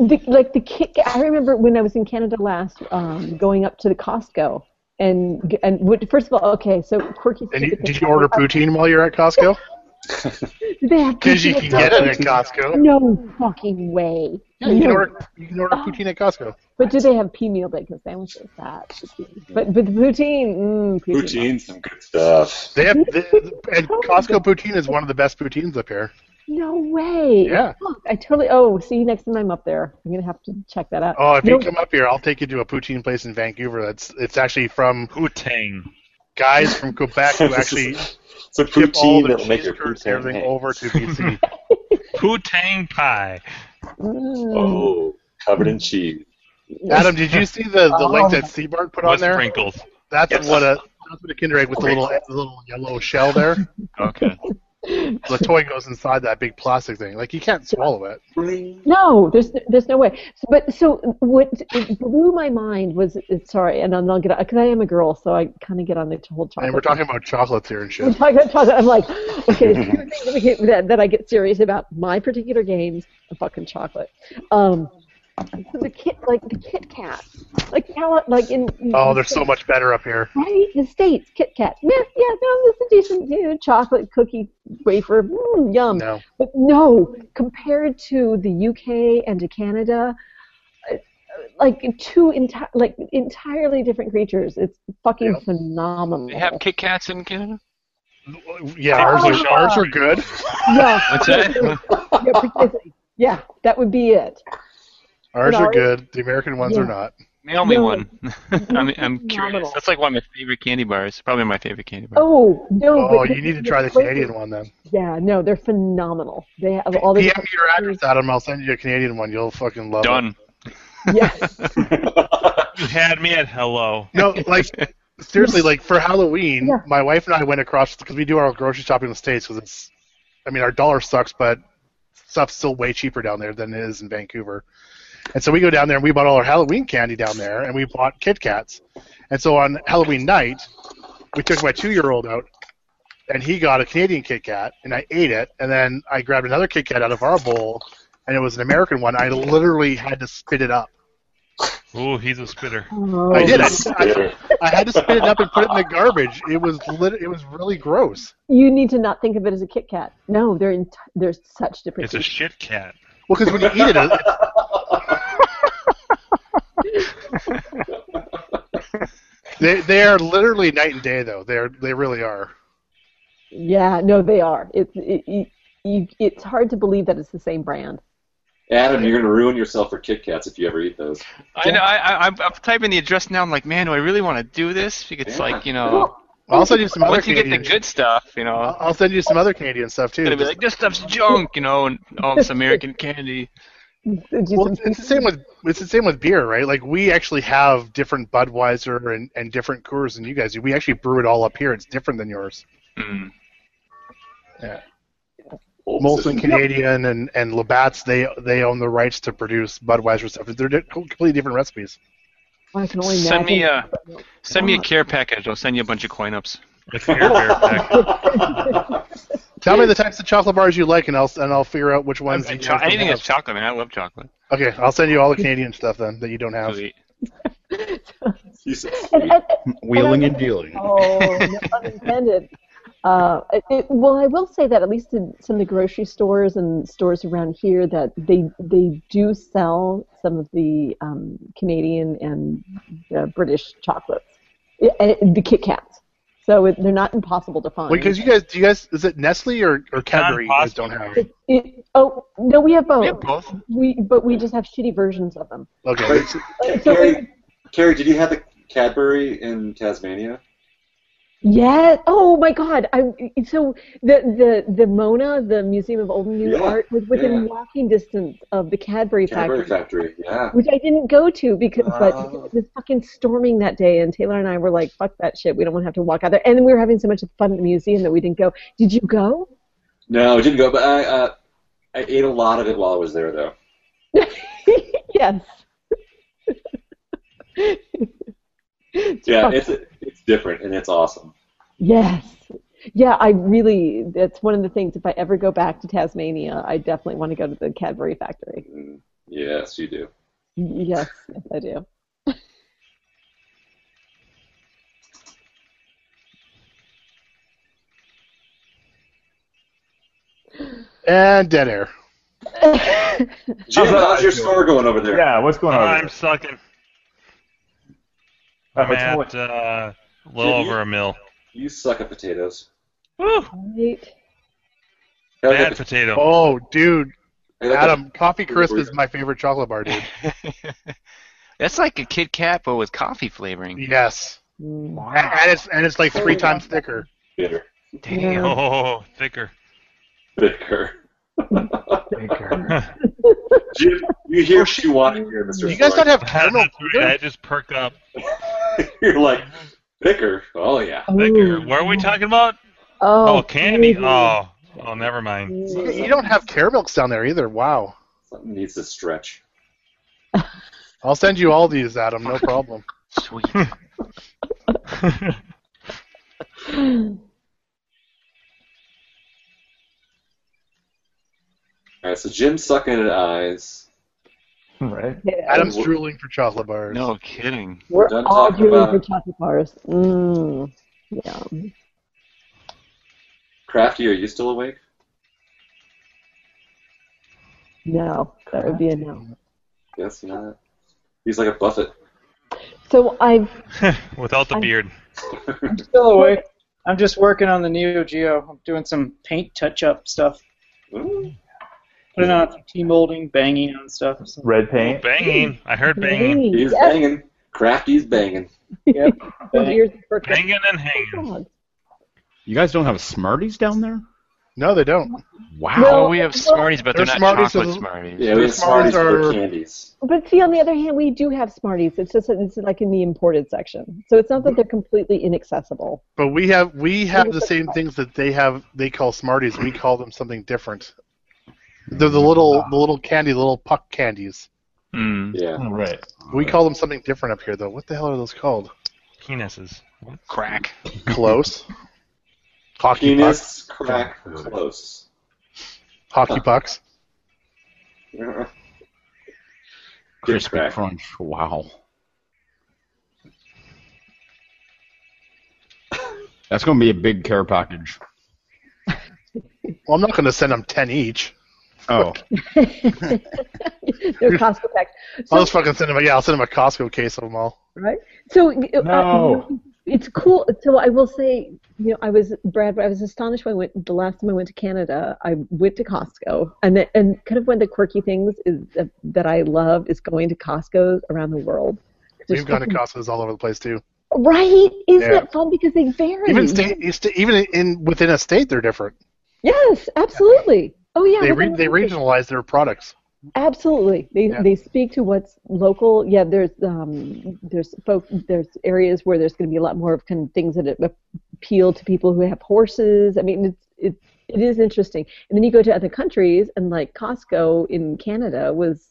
[SPEAKER 3] The, like the kick. I remember when I was in Canada last, um, going up to the Costco and g- and would- first of all, okay, so quirky.
[SPEAKER 1] And you,
[SPEAKER 3] [laughs]
[SPEAKER 1] did you order poutine while you're at Costco?
[SPEAKER 3] They have
[SPEAKER 1] Because you
[SPEAKER 3] poutine
[SPEAKER 1] can get it at
[SPEAKER 3] chocolate.
[SPEAKER 1] Costco.
[SPEAKER 3] No fucking way.
[SPEAKER 1] Yeah, you can
[SPEAKER 3] No.
[SPEAKER 1] order you can order poutine at Costco.
[SPEAKER 3] But do they have pea meal bacon sandwiches? That. But but the poutine. Mm, poutine.
[SPEAKER 4] Poutine's some good stuff.
[SPEAKER 1] They have they, and Costco poutine is one of the best poutines up here.
[SPEAKER 3] No way.
[SPEAKER 1] Yeah.
[SPEAKER 3] Fuck, I totally. Oh, see, next time I'm up there, I'm gonna have to check that out.
[SPEAKER 1] Oh, if you
[SPEAKER 3] No,
[SPEAKER 1] come up here, I'll take you to a poutine place in Vancouver. That's it's actually from
[SPEAKER 2] Poutine.
[SPEAKER 1] guys from Quebec
[SPEAKER 4] [laughs]
[SPEAKER 1] who actually
[SPEAKER 4] It's a
[SPEAKER 1] ship all
[SPEAKER 4] poutine
[SPEAKER 1] their
[SPEAKER 4] that'll make
[SPEAKER 1] cheese
[SPEAKER 4] your
[SPEAKER 1] curds
[SPEAKER 4] poutine
[SPEAKER 1] and everything
[SPEAKER 4] hang.
[SPEAKER 1] over to
[SPEAKER 4] [laughs]
[SPEAKER 1] BC.
[SPEAKER 2] Poutang pie.
[SPEAKER 3] mm,
[SPEAKER 4] Oh, covered in cheese.
[SPEAKER 1] Adam, did you see the,
[SPEAKER 8] Oh.
[SPEAKER 1] the link
[SPEAKER 3] Oh.
[SPEAKER 1] that Seabart put on
[SPEAKER 2] With
[SPEAKER 1] there?
[SPEAKER 2] sprinkles.
[SPEAKER 1] That's
[SPEAKER 4] Yes.
[SPEAKER 1] what a that's what a Kinder Egg with the little the little yellow shell there.
[SPEAKER 12] Okay.
[SPEAKER 1] [laughs] the toy goes inside that big plastic thing. Like you can't swallow it.
[SPEAKER 3] No, there's there's no way. So- But so what blew my mind was sorry, and I'm not gonna because I am a girl, so I kind of get on the whole chocolate.
[SPEAKER 1] And we're talking about chocolates here and
[SPEAKER 3] We're
[SPEAKER 1] shit.
[SPEAKER 3] talking about chocolate. I'm like, okay, [laughs] the two things that, we get, that, that I get serious about my particular games and fucking chocolate. Um, so the kit, like the Kit Kat, like how, like in. in
[SPEAKER 1] Oh,
[SPEAKER 3] the
[SPEAKER 1] they're so
[SPEAKER 3] States,
[SPEAKER 1] much better up here.
[SPEAKER 3] Right, the states, Kit Kat. Yeah, yeah, no, this is decent, you know, chocolate cookie wafer, mm, yum.
[SPEAKER 1] No.
[SPEAKER 3] But no, compared to the UK and to Canada, uh, like two enti- like entirely different creatures. It's fucking phenomenal.
[SPEAKER 12] They have Kit Kats in Canada?
[SPEAKER 1] Yeah, ours are ours are good.
[SPEAKER 3] Yeah.
[SPEAKER 12] What's that?
[SPEAKER 3] [laughs] yeah, precisely. Yeah, that would be it.
[SPEAKER 1] Ours
[SPEAKER 3] But
[SPEAKER 1] are
[SPEAKER 3] ours-
[SPEAKER 1] good. The American ones
[SPEAKER 3] Yeah.
[SPEAKER 1] are not.
[SPEAKER 12] Mail me
[SPEAKER 3] No.
[SPEAKER 12] [laughs] one. I'm, I'm
[SPEAKER 3] Phenomenal.
[SPEAKER 12] curious. That's like one of my favorite candy bars. Probably my favorite candy bar.
[SPEAKER 3] Oh no!
[SPEAKER 1] Oh,
[SPEAKER 3] but
[SPEAKER 1] you need to try the Canadian one then.
[SPEAKER 3] Yeah, no, they're phenomenal. They have all the
[SPEAKER 1] PM me your address, Adam. I'll send you a Canadian one. You'll fucking love it.
[SPEAKER 12] Done.
[SPEAKER 3] yes.
[SPEAKER 2] You had me at hello.
[SPEAKER 1] No, like seriously, like for Halloween,
[SPEAKER 3] Yeah.
[SPEAKER 1] my wife and I went across because we do our grocery shopping in the states because it's, I mean, our dollar sucks, but stuff's still way cheaper down there than it is in Vancouver. And so we go down there and we bought all our Halloween candy down there, and we bought Kit Kats. And so on Halloween night, we took my two-year-old out, and he got a Canadian Kit Kat, and I ate it, and then I grabbed another Kit Kat out of our bowl, and it was an American one. I literally had to spit it up.
[SPEAKER 2] Ooh, he's a spitter.
[SPEAKER 3] Oh,
[SPEAKER 1] I did. I, I, I had to spit it up and put it in the garbage. It was lit- It was really gross.
[SPEAKER 3] You need to not think of it as a Kit Kat. No, they're in they're such
[SPEAKER 1] [laughs]
[SPEAKER 3] different.
[SPEAKER 2] It's a shit cat.
[SPEAKER 1] Well, because when you eat it, it, they they are literally night and day though. They're they really are.
[SPEAKER 3] yeah, no, they are. It's it, it, you, it's hard to believe that it's the same brand.
[SPEAKER 4] Adam, you're gonna ruin yourself for Kit Kats if you ever eat those.
[SPEAKER 3] Oh,
[SPEAKER 12] I know. I, I, I'm, I'm typing the address now. I'm like, man, do I really want to do this? Because it's
[SPEAKER 4] Yeah.
[SPEAKER 12] like, you know,
[SPEAKER 3] Well,
[SPEAKER 1] I'll send you some other
[SPEAKER 12] once you get
[SPEAKER 1] Canadian.
[SPEAKER 12] the good stuff, you know,
[SPEAKER 1] I'll I'll send you some other Canadian stuff too.
[SPEAKER 12] it's gonna be like, this stuff's junk, you know, and all this Oh, American candy.
[SPEAKER 3] it's
[SPEAKER 1] well, it's the same with it's the same with beer, right? Like we actually have different Budweiser and, and different Coors than you guys do. We actually brew it all up here. It's different than yours.
[SPEAKER 12] Mm.
[SPEAKER 1] Molson Canadian and, and Labatt's they they own the rights to produce Budweiser stuff. They're di- completely different recipes.
[SPEAKER 3] I can only
[SPEAKER 12] Send me
[SPEAKER 3] imagine.
[SPEAKER 12] a send me a care package. I'll send you a bunch of coin ups.
[SPEAKER 2] It's your
[SPEAKER 1] [laughs]
[SPEAKER 2] bear pack.
[SPEAKER 1] Tell me the types of chocolate bars you like, and I'll and I'll figure out which ones. you
[SPEAKER 12] Cho-
[SPEAKER 1] guys don't
[SPEAKER 12] anything
[SPEAKER 1] have.
[SPEAKER 12] that's chocolate, man. I love chocolate.
[SPEAKER 1] okay, I'll send you all the Canadian stuff then that you don't have.
[SPEAKER 12] Sweet.
[SPEAKER 4] Jesus.
[SPEAKER 3] And- and-
[SPEAKER 6] Wheeling and dealing.
[SPEAKER 3] Oh, no pun intended. Uh, it- it, well, I will say that at least in some of the grocery stores and stores around here, that they they do sell some of the um, Canadian and uh, British chocolates, I- and the Kit Kats. So it, they're not impossible to find.
[SPEAKER 1] Wait, because you guys, do you guys, is it Nestle or, or Cadbury? You guys don't
[SPEAKER 2] possible.
[SPEAKER 1] have.
[SPEAKER 3] It- it- oh no, we have both.
[SPEAKER 12] We have both.
[SPEAKER 3] We but we just have shitty versions of them.
[SPEAKER 1] Okay,
[SPEAKER 4] Wait,
[SPEAKER 3] Like, so we-
[SPEAKER 4] Carrie, Carrie, did you have the Cadbury in Tasmania?
[SPEAKER 3] Yeah. Oh my God. I so the the the Mona, the Museum of Old and New
[SPEAKER 4] Yeah,
[SPEAKER 3] Art, was within
[SPEAKER 4] yeah.
[SPEAKER 3] walking distance of the Cadbury,
[SPEAKER 4] Cadbury
[SPEAKER 3] factory,
[SPEAKER 4] factory. Yeah.
[SPEAKER 3] which I didn't go to because but
[SPEAKER 4] Oh.
[SPEAKER 3] it was fucking storming that day, and Taylor and I were like, "Fuck that shit. We don't want to have to walk out there." And we were having so much fun at the museum that we didn't go. Did you go? [laughs]
[SPEAKER 4] No, I didn't go, but I uh, I ate a lot of it while I was
[SPEAKER 3] [laughs]
[SPEAKER 4] there, though.
[SPEAKER 3] yes.
[SPEAKER 4] Yeah, it's it's different and it's awesome.
[SPEAKER 3] Yes. Yeah, I really, that's one of the things. If I ever go back to Tasmania, I definitely want to go to the Cadbury factory.
[SPEAKER 4] Mm, Yes, you do.
[SPEAKER 3] Yes, yes, I do.
[SPEAKER 1] and dead air.
[SPEAKER 4] [laughs] Jim, how's your score going over there?
[SPEAKER 5] Yeah, what's going on? over
[SPEAKER 2] I'm
[SPEAKER 5] there?
[SPEAKER 2] sucking.
[SPEAKER 5] Uh,
[SPEAKER 2] I'm
[SPEAKER 5] it's
[SPEAKER 2] at
[SPEAKER 5] only-
[SPEAKER 2] uh, a little
[SPEAKER 4] Did you-
[SPEAKER 2] over a mil.
[SPEAKER 4] You suck at potatoes.
[SPEAKER 3] Right.
[SPEAKER 4] How's
[SPEAKER 2] Bad
[SPEAKER 4] that-
[SPEAKER 2] potato.
[SPEAKER 1] Oh, dude,
[SPEAKER 4] how's that-
[SPEAKER 1] Adam, Coffee Crisp is my favorite chocolate
[SPEAKER 12] [laughs]
[SPEAKER 1] bar, dude.
[SPEAKER 12] That's like a Kit Kat, but with coffee flavoring.
[SPEAKER 1] Yes,
[SPEAKER 3] Mm.
[SPEAKER 1] A- and it's and it's like three times thicker.
[SPEAKER 4] bitter.
[SPEAKER 12] Damn.
[SPEAKER 2] [laughs] Oh, thicker.
[SPEAKER 4] Bitter.
[SPEAKER 2] you
[SPEAKER 4] Jim, [laughs] you hear what you want to hear, Mr.
[SPEAKER 1] Do you guys not
[SPEAKER 4] Floyd.
[SPEAKER 1] have caramel
[SPEAKER 2] I
[SPEAKER 1] Cougar?
[SPEAKER 2] just perked up.
[SPEAKER 4] You're like, bitter. Oh, yeah.
[SPEAKER 2] Thicker. What are we talking about?
[SPEAKER 3] Oh,
[SPEAKER 2] Oh, candy.
[SPEAKER 3] maybe.
[SPEAKER 2] Oh, Oh, never mind.
[SPEAKER 1] You you don't have Care Milks down there either. Wow.
[SPEAKER 4] Something needs to stretch.
[SPEAKER 1] [laughs] I'll send you all these, Adam. No problem. [laughs]
[SPEAKER 12] Sweet. [laughs]
[SPEAKER 4] All right, so Jim's sucking at eyes.
[SPEAKER 5] Right.
[SPEAKER 1] Adam's drooling for chocolate bars.
[SPEAKER 12] No kidding.
[SPEAKER 3] We're
[SPEAKER 4] done
[SPEAKER 3] all
[SPEAKER 4] talking
[SPEAKER 3] doing
[SPEAKER 4] about-
[SPEAKER 3] for chocolate bars. Mmm. Yum.
[SPEAKER 4] Crafty, are you still awake?
[SPEAKER 3] No, that would be a no.
[SPEAKER 4] Yes, not. He's like a Buffett.
[SPEAKER 3] So I've
[SPEAKER 2] Without the
[SPEAKER 3] I'm-
[SPEAKER 2] beard.
[SPEAKER 10] Still awake. I'm just working on the Neo Geo. I'm doing some paint touch-up stuff.
[SPEAKER 4] Ooh.
[SPEAKER 10] Putting on some T-molding, banging on stuff. So,
[SPEAKER 5] Red paint.
[SPEAKER 2] Banging. I heard banging.
[SPEAKER 4] He's
[SPEAKER 3] Yes.
[SPEAKER 4] banging. Crafty's banging.
[SPEAKER 3] [laughs]
[SPEAKER 10] yep.
[SPEAKER 3] Your ears Oh, perk up.
[SPEAKER 2] Hanging and hanging.
[SPEAKER 6] You guys don't have Smarties down there?
[SPEAKER 1] No, they don't.
[SPEAKER 12] Wow.
[SPEAKER 3] Well,
[SPEAKER 12] we have
[SPEAKER 3] well,
[SPEAKER 12] Smarties, but they're
[SPEAKER 1] their
[SPEAKER 12] not
[SPEAKER 1] Smarties
[SPEAKER 12] chocolate
[SPEAKER 1] is-
[SPEAKER 12] Smarties.
[SPEAKER 4] Yeah, we have
[SPEAKER 1] Smarties
[SPEAKER 4] Smarties for
[SPEAKER 1] are-
[SPEAKER 4] candies.
[SPEAKER 3] But see, on the other hand, we do have Smarties. It's just that it's like in the imported section, so it's not that they're completely inaccessible. [laughs]
[SPEAKER 1] But we have we have the same things that they have. They call Smarties. We call them something different. They're the little the little candy, the little puck candies.
[SPEAKER 2] Hmm.
[SPEAKER 12] Mm.
[SPEAKER 4] Yeah.
[SPEAKER 5] Oh, right.
[SPEAKER 1] We call them something different up here, though. What the hell are those called?
[SPEAKER 2] Penises.
[SPEAKER 12] Crack.
[SPEAKER 1] Close. Hockey pucks.
[SPEAKER 4] Penis crack close. [laughs]
[SPEAKER 1] Hockey pucks.
[SPEAKER 4] Yeah.
[SPEAKER 6] Crispy
[SPEAKER 4] crack.
[SPEAKER 6] crunch. Wow. That's going to be a big care package.
[SPEAKER 1] Well, I'm not going to send them ten each.
[SPEAKER 6] Oh,
[SPEAKER 3] they're cost effective.
[SPEAKER 1] [laughs] I'll just fucking send them. Yeah, I'll send them a Costco case of them all.
[SPEAKER 3] right? So uh,
[SPEAKER 5] No.
[SPEAKER 3] you know, it's cool. So I will say, you know, I was Brad. I was astonished when I went the last time I went to Canada. I went to Costco, and that, and kind of one of the quirky things is that, that I love is going to Costco's around the world.
[SPEAKER 1] We've gone to Costco's all over the place too.
[SPEAKER 3] Right? Isn't
[SPEAKER 1] Yeah.
[SPEAKER 3] that fun? Because they vary.
[SPEAKER 1] Even state, even in within a state, they're different.
[SPEAKER 3] Yes, absolutely. Oh yeah.
[SPEAKER 1] They
[SPEAKER 3] within the
[SPEAKER 1] re, they
[SPEAKER 3] country.
[SPEAKER 1] regionalize their products.
[SPEAKER 3] Absolutely, they
[SPEAKER 1] Yeah.
[SPEAKER 3] they speak to what's local. Yeah, there's um there's folk there's areas where there's going to be a lot more of kind of things that appeal to people who have horses. I mean, it's it's it is interesting. And then you go to other countries, and like Costco in Canada was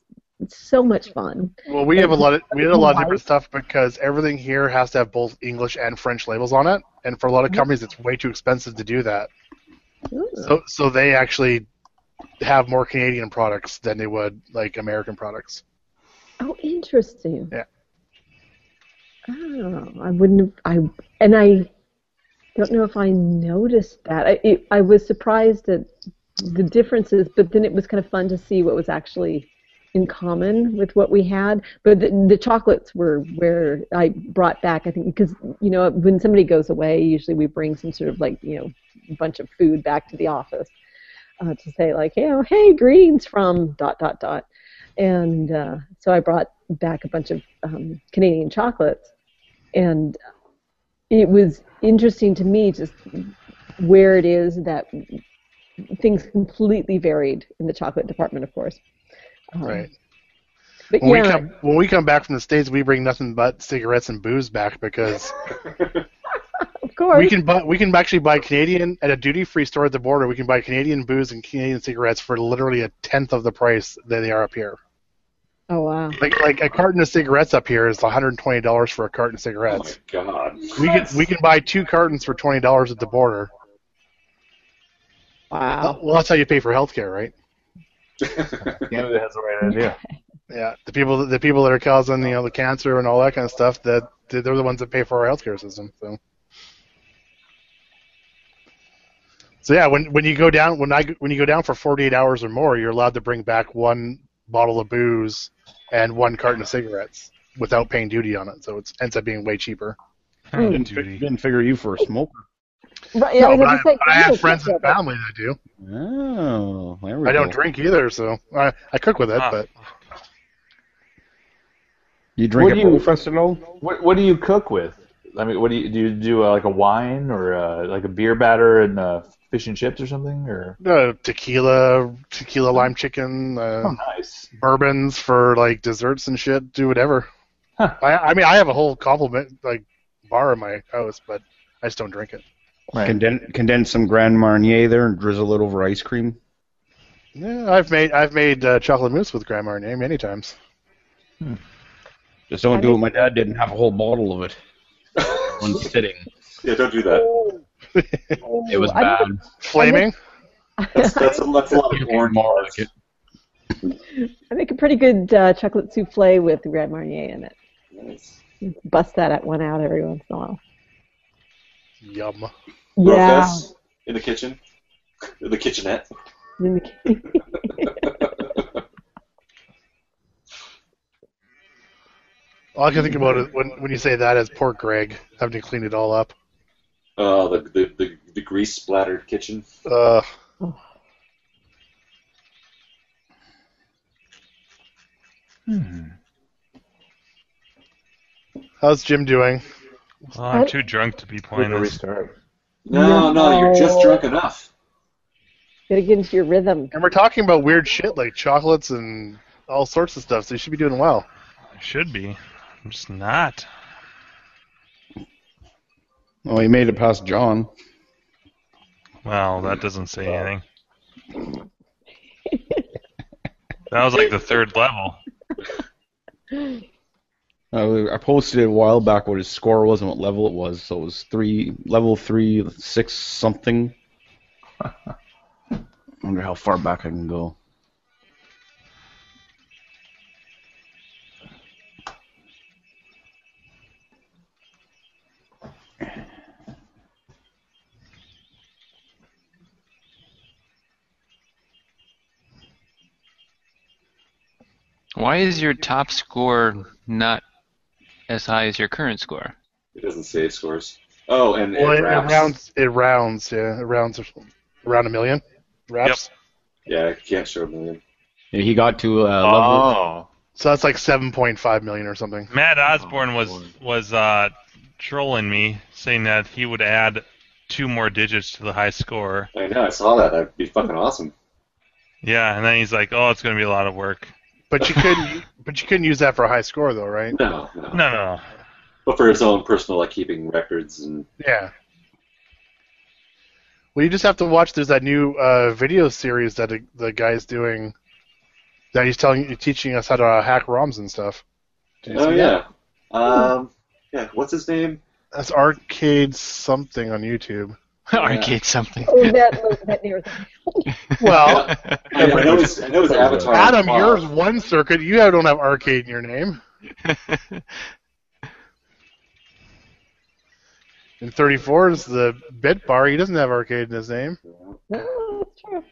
[SPEAKER 3] so much fun.
[SPEAKER 1] Well, we have a lot of we did a lot of different stuff because everything here has to have both English and French labels on it, and for a lot
[SPEAKER 3] Mm-hmm.
[SPEAKER 1] of companies, it's way too expensive to do that. So, so they actually have more Canadian products than they would like American products.
[SPEAKER 3] Oh, interesting.
[SPEAKER 1] Yeah.
[SPEAKER 3] Oh, I wouldn't. Have, I and I don't know if I noticed that. I it, I was surprised at the differences, but then it was kind of fun to see what was actually in common with what we had. But the, the chocolates were where I brought back. I think because you know when somebody goes away, usually we bring some sort of like you know bunch of food back to the office uh, to say like you know hey greens from dot dot dot and uh, so I brought back a bunch of um, Canadian chocolates, and it was interesting to me just where it is that things completely varied in the chocolate department, of course. Um,
[SPEAKER 1] Right.
[SPEAKER 3] But
[SPEAKER 1] When we
[SPEAKER 3] yeah,
[SPEAKER 1] come when we come back from the states, we bring nothing but cigarettes and booze
[SPEAKER 3] [laughs]
[SPEAKER 1] back because
[SPEAKER 3] of course.
[SPEAKER 1] we can buy we can actually buy Canadian at a duty free store at the border. We can buy Canadian booze and Canadian cigarettes for literally a tenth of the price that they are up here.
[SPEAKER 3] oh wow.
[SPEAKER 1] Like like a carton of cigarettes up here is 120 dollars for a carton of
[SPEAKER 4] Oh my
[SPEAKER 1] cigarettes.
[SPEAKER 4] god.
[SPEAKER 1] we can we can buy two cartons for twenty dollars at the border.
[SPEAKER 3] Wow.
[SPEAKER 1] Well, that's how you pay for healthcare, right?
[SPEAKER 4] [laughs]
[SPEAKER 5] Canada has the right
[SPEAKER 8] [laughs]
[SPEAKER 5] idea.
[SPEAKER 1] Yeah, the people the people that are causing you know the cancer and all that kind of stuff that they're the ones that pay for our healthcare system. So. So yeah, when when you go down when I when you go down for 48 hours or more, you're allowed to bring back one bottle of booze and one carton of cigarettes without paying duty on it. So it ends up being way cheaper.
[SPEAKER 2] Kind of
[SPEAKER 6] didn't,
[SPEAKER 2] duty.
[SPEAKER 6] Hmm. didn't figure you for a smoker.
[SPEAKER 3] Right, Uh, yeah, I was
[SPEAKER 1] but
[SPEAKER 3] gonna
[SPEAKER 1] I,
[SPEAKER 3] say,
[SPEAKER 1] but I have
[SPEAKER 3] Canada's
[SPEAKER 1] friends and
[SPEAKER 3] got that.
[SPEAKER 1] family that do.
[SPEAKER 6] Oh, there we
[SPEAKER 1] I don't
[SPEAKER 6] go.
[SPEAKER 1] drink either, so I, I cook with it.
[SPEAKER 2] Ah.
[SPEAKER 1] But
[SPEAKER 6] You drink
[SPEAKER 5] What do
[SPEAKER 6] it
[SPEAKER 5] you
[SPEAKER 6] professional?
[SPEAKER 5] what, what do you cook with? I mean, what do you do? You do uh, like a wine or uh, like a beer batter and uh, fish and chips or something? Or
[SPEAKER 1] uh, tequila, tequila lime chicken, uh,
[SPEAKER 5] oh, nice.
[SPEAKER 1] bourbons for like desserts and shit. Do whatever.
[SPEAKER 5] Huh.
[SPEAKER 1] I, I mean, I have a whole compliment like bar in my house, but I just don't drink it.
[SPEAKER 6] Conden- condense some Grand Marnier there and drizzle it over ice cream.
[SPEAKER 1] Yeah, I've made I've made uh, chocolate mousse with Grand Marnier many times.
[SPEAKER 6] Just don't do it. My dad didn't have a whole bottle of
[SPEAKER 4] [laughs]
[SPEAKER 6] it. One sitting.
[SPEAKER 4] Yeah, don't do that.
[SPEAKER 6] It was
[SPEAKER 3] I
[SPEAKER 6] bad.
[SPEAKER 3] didn't-
[SPEAKER 1] Flaming.
[SPEAKER 4] That's, that's, a, that's a
[SPEAKER 5] [laughs]
[SPEAKER 4] lot of orange bars.
[SPEAKER 3] I make a pretty good uh, chocolate souffle with Grand Marnier in it.
[SPEAKER 4] Nice.
[SPEAKER 3] Bust that at one out every once in a while. [laughs]
[SPEAKER 1] Yum.
[SPEAKER 4] Little
[SPEAKER 3] Yeah.
[SPEAKER 4] fest in the kitchen, in the kitchenette.
[SPEAKER 3] in the kitchen.
[SPEAKER 1] All I can think about is when when you say that is poor Greg having to clean it all up.
[SPEAKER 4] Oh, the the, the, the grease splattered kitchen.
[SPEAKER 1] Uh, How's Jim doing?
[SPEAKER 2] Well, I'm too drunk to be playing
[SPEAKER 5] We're
[SPEAKER 2] this.
[SPEAKER 5] restart.
[SPEAKER 4] No, no, you're just
[SPEAKER 3] No.
[SPEAKER 4] drunk enough.
[SPEAKER 3] Gotta get into your rhythm.
[SPEAKER 1] And we're talking about weird shit like chocolates and all sorts of stuff, so you should be doing well.
[SPEAKER 2] I should be. I'm just not.
[SPEAKER 6] Well, he made it past John.
[SPEAKER 2] Well, that doesn't say anything. that was like the third level.
[SPEAKER 6] Uh, I posted a while back what his score was and what level it was. So it was three, level three, six [laughs] something. Wonder how far back I can go.
[SPEAKER 12] Why is your top score not as high as your current score?
[SPEAKER 4] It doesn't save scores. Oh, and, and
[SPEAKER 1] Well, it, it
[SPEAKER 4] wraps.
[SPEAKER 1] rounds. It rounds. Yeah, it rounds around a million. Wraps.
[SPEAKER 4] Yeah, I can't show a million.
[SPEAKER 6] Yeah, he got to uh, level.
[SPEAKER 12] Oh.
[SPEAKER 1] So that's like seven point five million or something.
[SPEAKER 4] Oh,
[SPEAKER 2] Matt Osborne was was uh, trolling me, saying that he would add two more digits to the high score.
[SPEAKER 4] I know. I saw that. That'd be fucking awesome.
[SPEAKER 2] Yeah, and then he's like, "Oh, it's going to be a lot of work."
[SPEAKER 1] But you
[SPEAKER 4] [laughs]
[SPEAKER 1] couldn't. but you couldn't use that for a high score though, right?
[SPEAKER 4] No, no.
[SPEAKER 2] No, no,
[SPEAKER 4] But for his own personal, like keeping records and
[SPEAKER 1] Yeah. Well, you just have to watch. There's that new uh, video series that the- the guy's doing. That he's telling, teaching us how to uh, hack ROMs and stuff. Did you
[SPEAKER 4] oh
[SPEAKER 1] see
[SPEAKER 4] yeah, um, yeah. What's his name?
[SPEAKER 1] That's arcade something on YouTube.
[SPEAKER 12] [laughs] Arcade something.
[SPEAKER 3] Oh, that that near [laughs]
[SPEAKER 1] Well,
[SPEAKER 4] I, I know his, I know his avatar. on
[SPEAKER 1] Adam,
[SPEAKER 4] Cloud.
[SPEAKER 1] yours one circuit. You don't have arcade in your name. And 34 is the bit bar. He doesn't have arcade in his name.
[SPEAKER 3] No, that's true.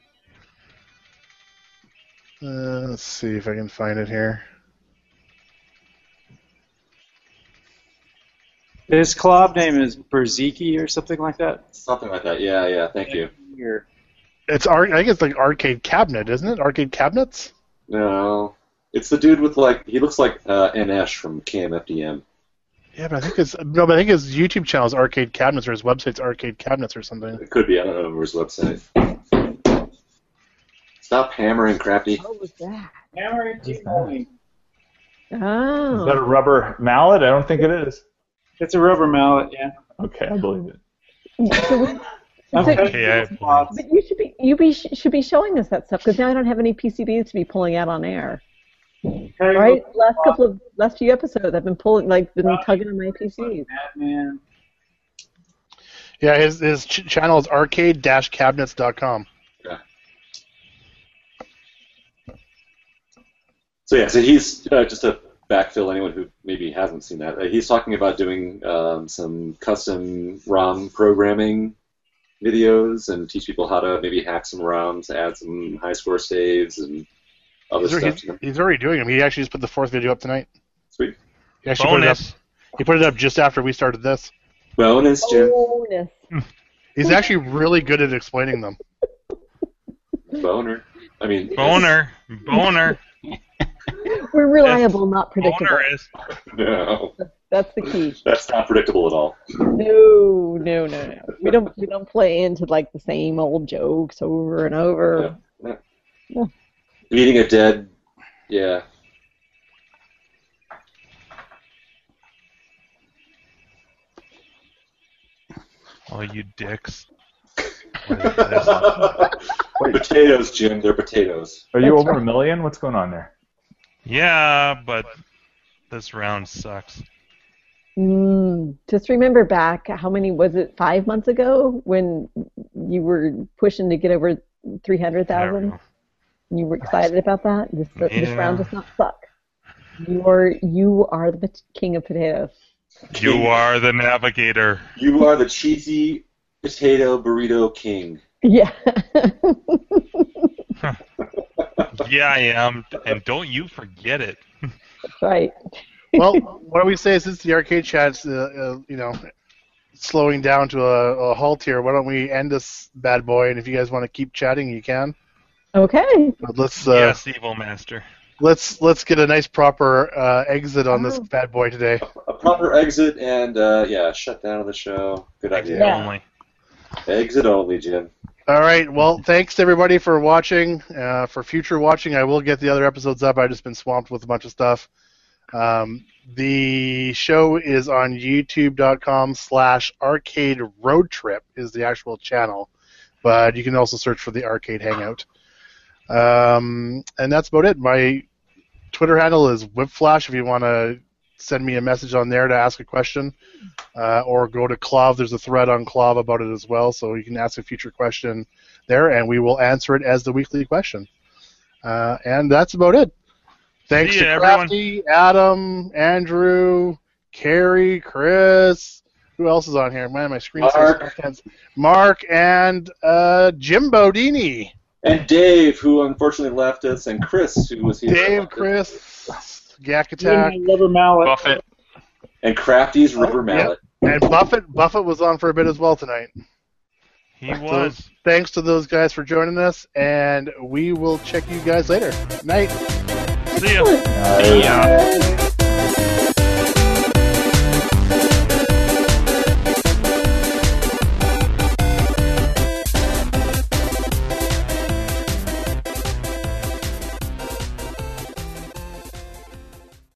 [SPEAKER 1] Uh, let's see if I can find it here.
[SPEAKER 10] His club name is Berziki or something like that.
[SPEAKER 4] Something like that. Yeah, yeah. Thank you.
[SPEAKER 10] Or-
[SPEAKER 1] It's ar- I think it's like arcade cabinet, isn't it? Arcade cabinets.
[SPEAKER 4] No, it's the dude with like he looks like uh, NH from KMFDM.
[SPEAKER 1] Yeah, but I think it's no, but I think his YouTube channel is arcade cabinets or his website's arcade cabinets or something.
[SPEAKER 4] It could be. I don't know his website. Stop hammering, crappy.
[SPEAKER 3] What was that?
[SPEAKER 10] It's
[SPEAKER 5] Is that a
[SPEAKER 3] Oh.
[SPEAKER 5] rubber mallet? I don't think it is.
[SPEAKER 10] a rubber mallet, yeah.
[SPEAKER 5] Okay, I believe it.
[SPEAKER 3] So
[SPEAKER 4] [laughs]
[SPEAKER 3] we-
[SPEAKER 10] I'm
[SPEAKER 3] so-
[SPEAKER 10] cutting
[SPEAKER 2] Okay,
[SPEAKER 10] these cloths.
[SPEAKER 3] but you should be you be should be showing us that stuff because now I don't have any PCBs to be pulling out on air.
[SPEAKER 10] Cutting
[SPEAKER 3] Right?
[SPEAKER 10] these
[SPEAKER 3] Last
[SPEAKER 10] cloths,
[SPEAKER 3] couple of last few episodes, I've been pulling like been tugging on my PCs.
[SPEAKER 10] Batman.
[SPEAKER 1] Yeah, his his ch- channel is arcade-cabinets.com.
[SPEAKER 4] So yeah, so he's uh, just to backfill anyone who maybe hasn't seen that. Uh, he's talking about doing um, some custom ROM programming videos and teach people how to maybe hack some ROMs, add some high score saves, and other
[SPEAKER 1] He's, al-
[SPEAKER 4] stuff.
[SPEAKER 1] he's,
[SPEAKER 4] To them.
[SPEAKER 1] he's already doing them. He actually just put the fourth video up tonight.
[SPEAKER 4] Sweet
[SPEAKER 1] He actually put it up.
[SPEAKER 2] Bonus.
[SPEAKER 1] He put it up just after we started this.
[SPEAKER 4] bonus, Jim.
[SPEAKER 3] Bonus.
[SPEAKER 1] He's actually really good at explaining them.
[SPEAKER 4] Boner. I mean, [laughs]
[SPEAKER 2] Boner. Boner.
[SPEAKER 3] [laughs] We're reliable, not predictable.
[SPEAKER 2] Boner is.
[SPEAKER 4] No,
[SPEAKER 3] That's the key.
[SPEAKER 4] that's not predictable at all.
[SPEAKER 3] No, no, no, no. We don't we don't play into like the same old jokes over and over.
[SPEAKER 4] Meeting a dead, yeah.
[SPEAKER 2] Oh, you
[SPEAKER 5] [laughs]
[SPEAKER 2] dicks.
[SPEAKER 4] potatoes, Jim. They're potatoes.
[SPEAKER 5] Are you over a million? What's going on there?
[SPEAKER 2] Yeah, but this round sucks.
[SPEAKER 3] Mm, just remember back, how many was it? Five months ago when you were pushing to get over three hundred thousand. You were excited about that. This this
[SPEAKER 2] Yeah.
[SPEAKER 3] round does not suck. You are you are the pot- king of potatoes. [laughs]
[SPEAKER 2] You are the navigator.
[SPEAKER 4] You are the cheesy potato burrito king.
[SPEAKER 3] Yeah.
[SPEAKER 2] Yeah, I am. And don't you forget it.
[SPEAKER 3] Right.
[SPEAKER 1] well, what do we say since the arcade chat's, uh, uh, you know, slowing down to a, a halt here, why don't we end this bad boy? And if you guys want to keep chatting, you can.
[SPEAKER 3] Okay.
[SPEAKER 1] But let's uh,
[SPEAKER 2] yes, evil master.
[SPEAKER 1] let's let's get a nice proper uh, exit on this bad boy today.
[SPEAKER 4] A proper exit and uh, yeah, shut down of the show. Good idea.
[SPEAKER 1] Yeah.
[SPEAKER 2] only.
[SPEAKER 4] Exit only, Jim.
[SPEAKER 1] All right. Well, thanks everybody for watching. Uh, for future watching, I will get the other episodes up. I've just been swamped with a bunch of stuff. Um, the show is on youtube.com slash arcade road trip is the actual channel, but you can also search for the arcade hangout. Um, and that's about it. My Twitter handle is whipflash if you want to send me a message on there to ask a question uh, or go to Clav. There's a thread on Clav about it as well, so you can ask a future question there, and we will answer it as the weekly question. Uh, and that's about it. Thanks
[SPEAKER 2] See ya,
[SPEAKER 1] to
[SPEAKER 2] everyone.
[SPEAKER 1] Crafty, Adam, Andrew, Carrie, Chris. Who else is on here? Man, my screen
[SPEAKER 4] Mark.
[SPEAKER 1] says contents. Mark and uh, Jim Bodini.
[SPEAKER 4] And Dave, who unfortunately left us, and Chris, who was here.
[SPEAKER 1] Dave, Chris, Yak Attack.
[SPEAKER 10] Liver mallet.
[SPEAKER 12] Buffett.
[SPEAKER 4] And Crafty's rubber mallet.
[SPEAKER 1] And Buffett Buffett was on for a bit as well tonight.
[SPEAKER 2] He
[SPEAKER 1] So
[SPEAKER 2] was.
[SPEAKER 1] thanks to those guys for joining us, and we will check you guys later. Night.
[SPEAKER 2] See ya.
[SPEAKER 5] Uh,
[SPEAKER 2] Yeah.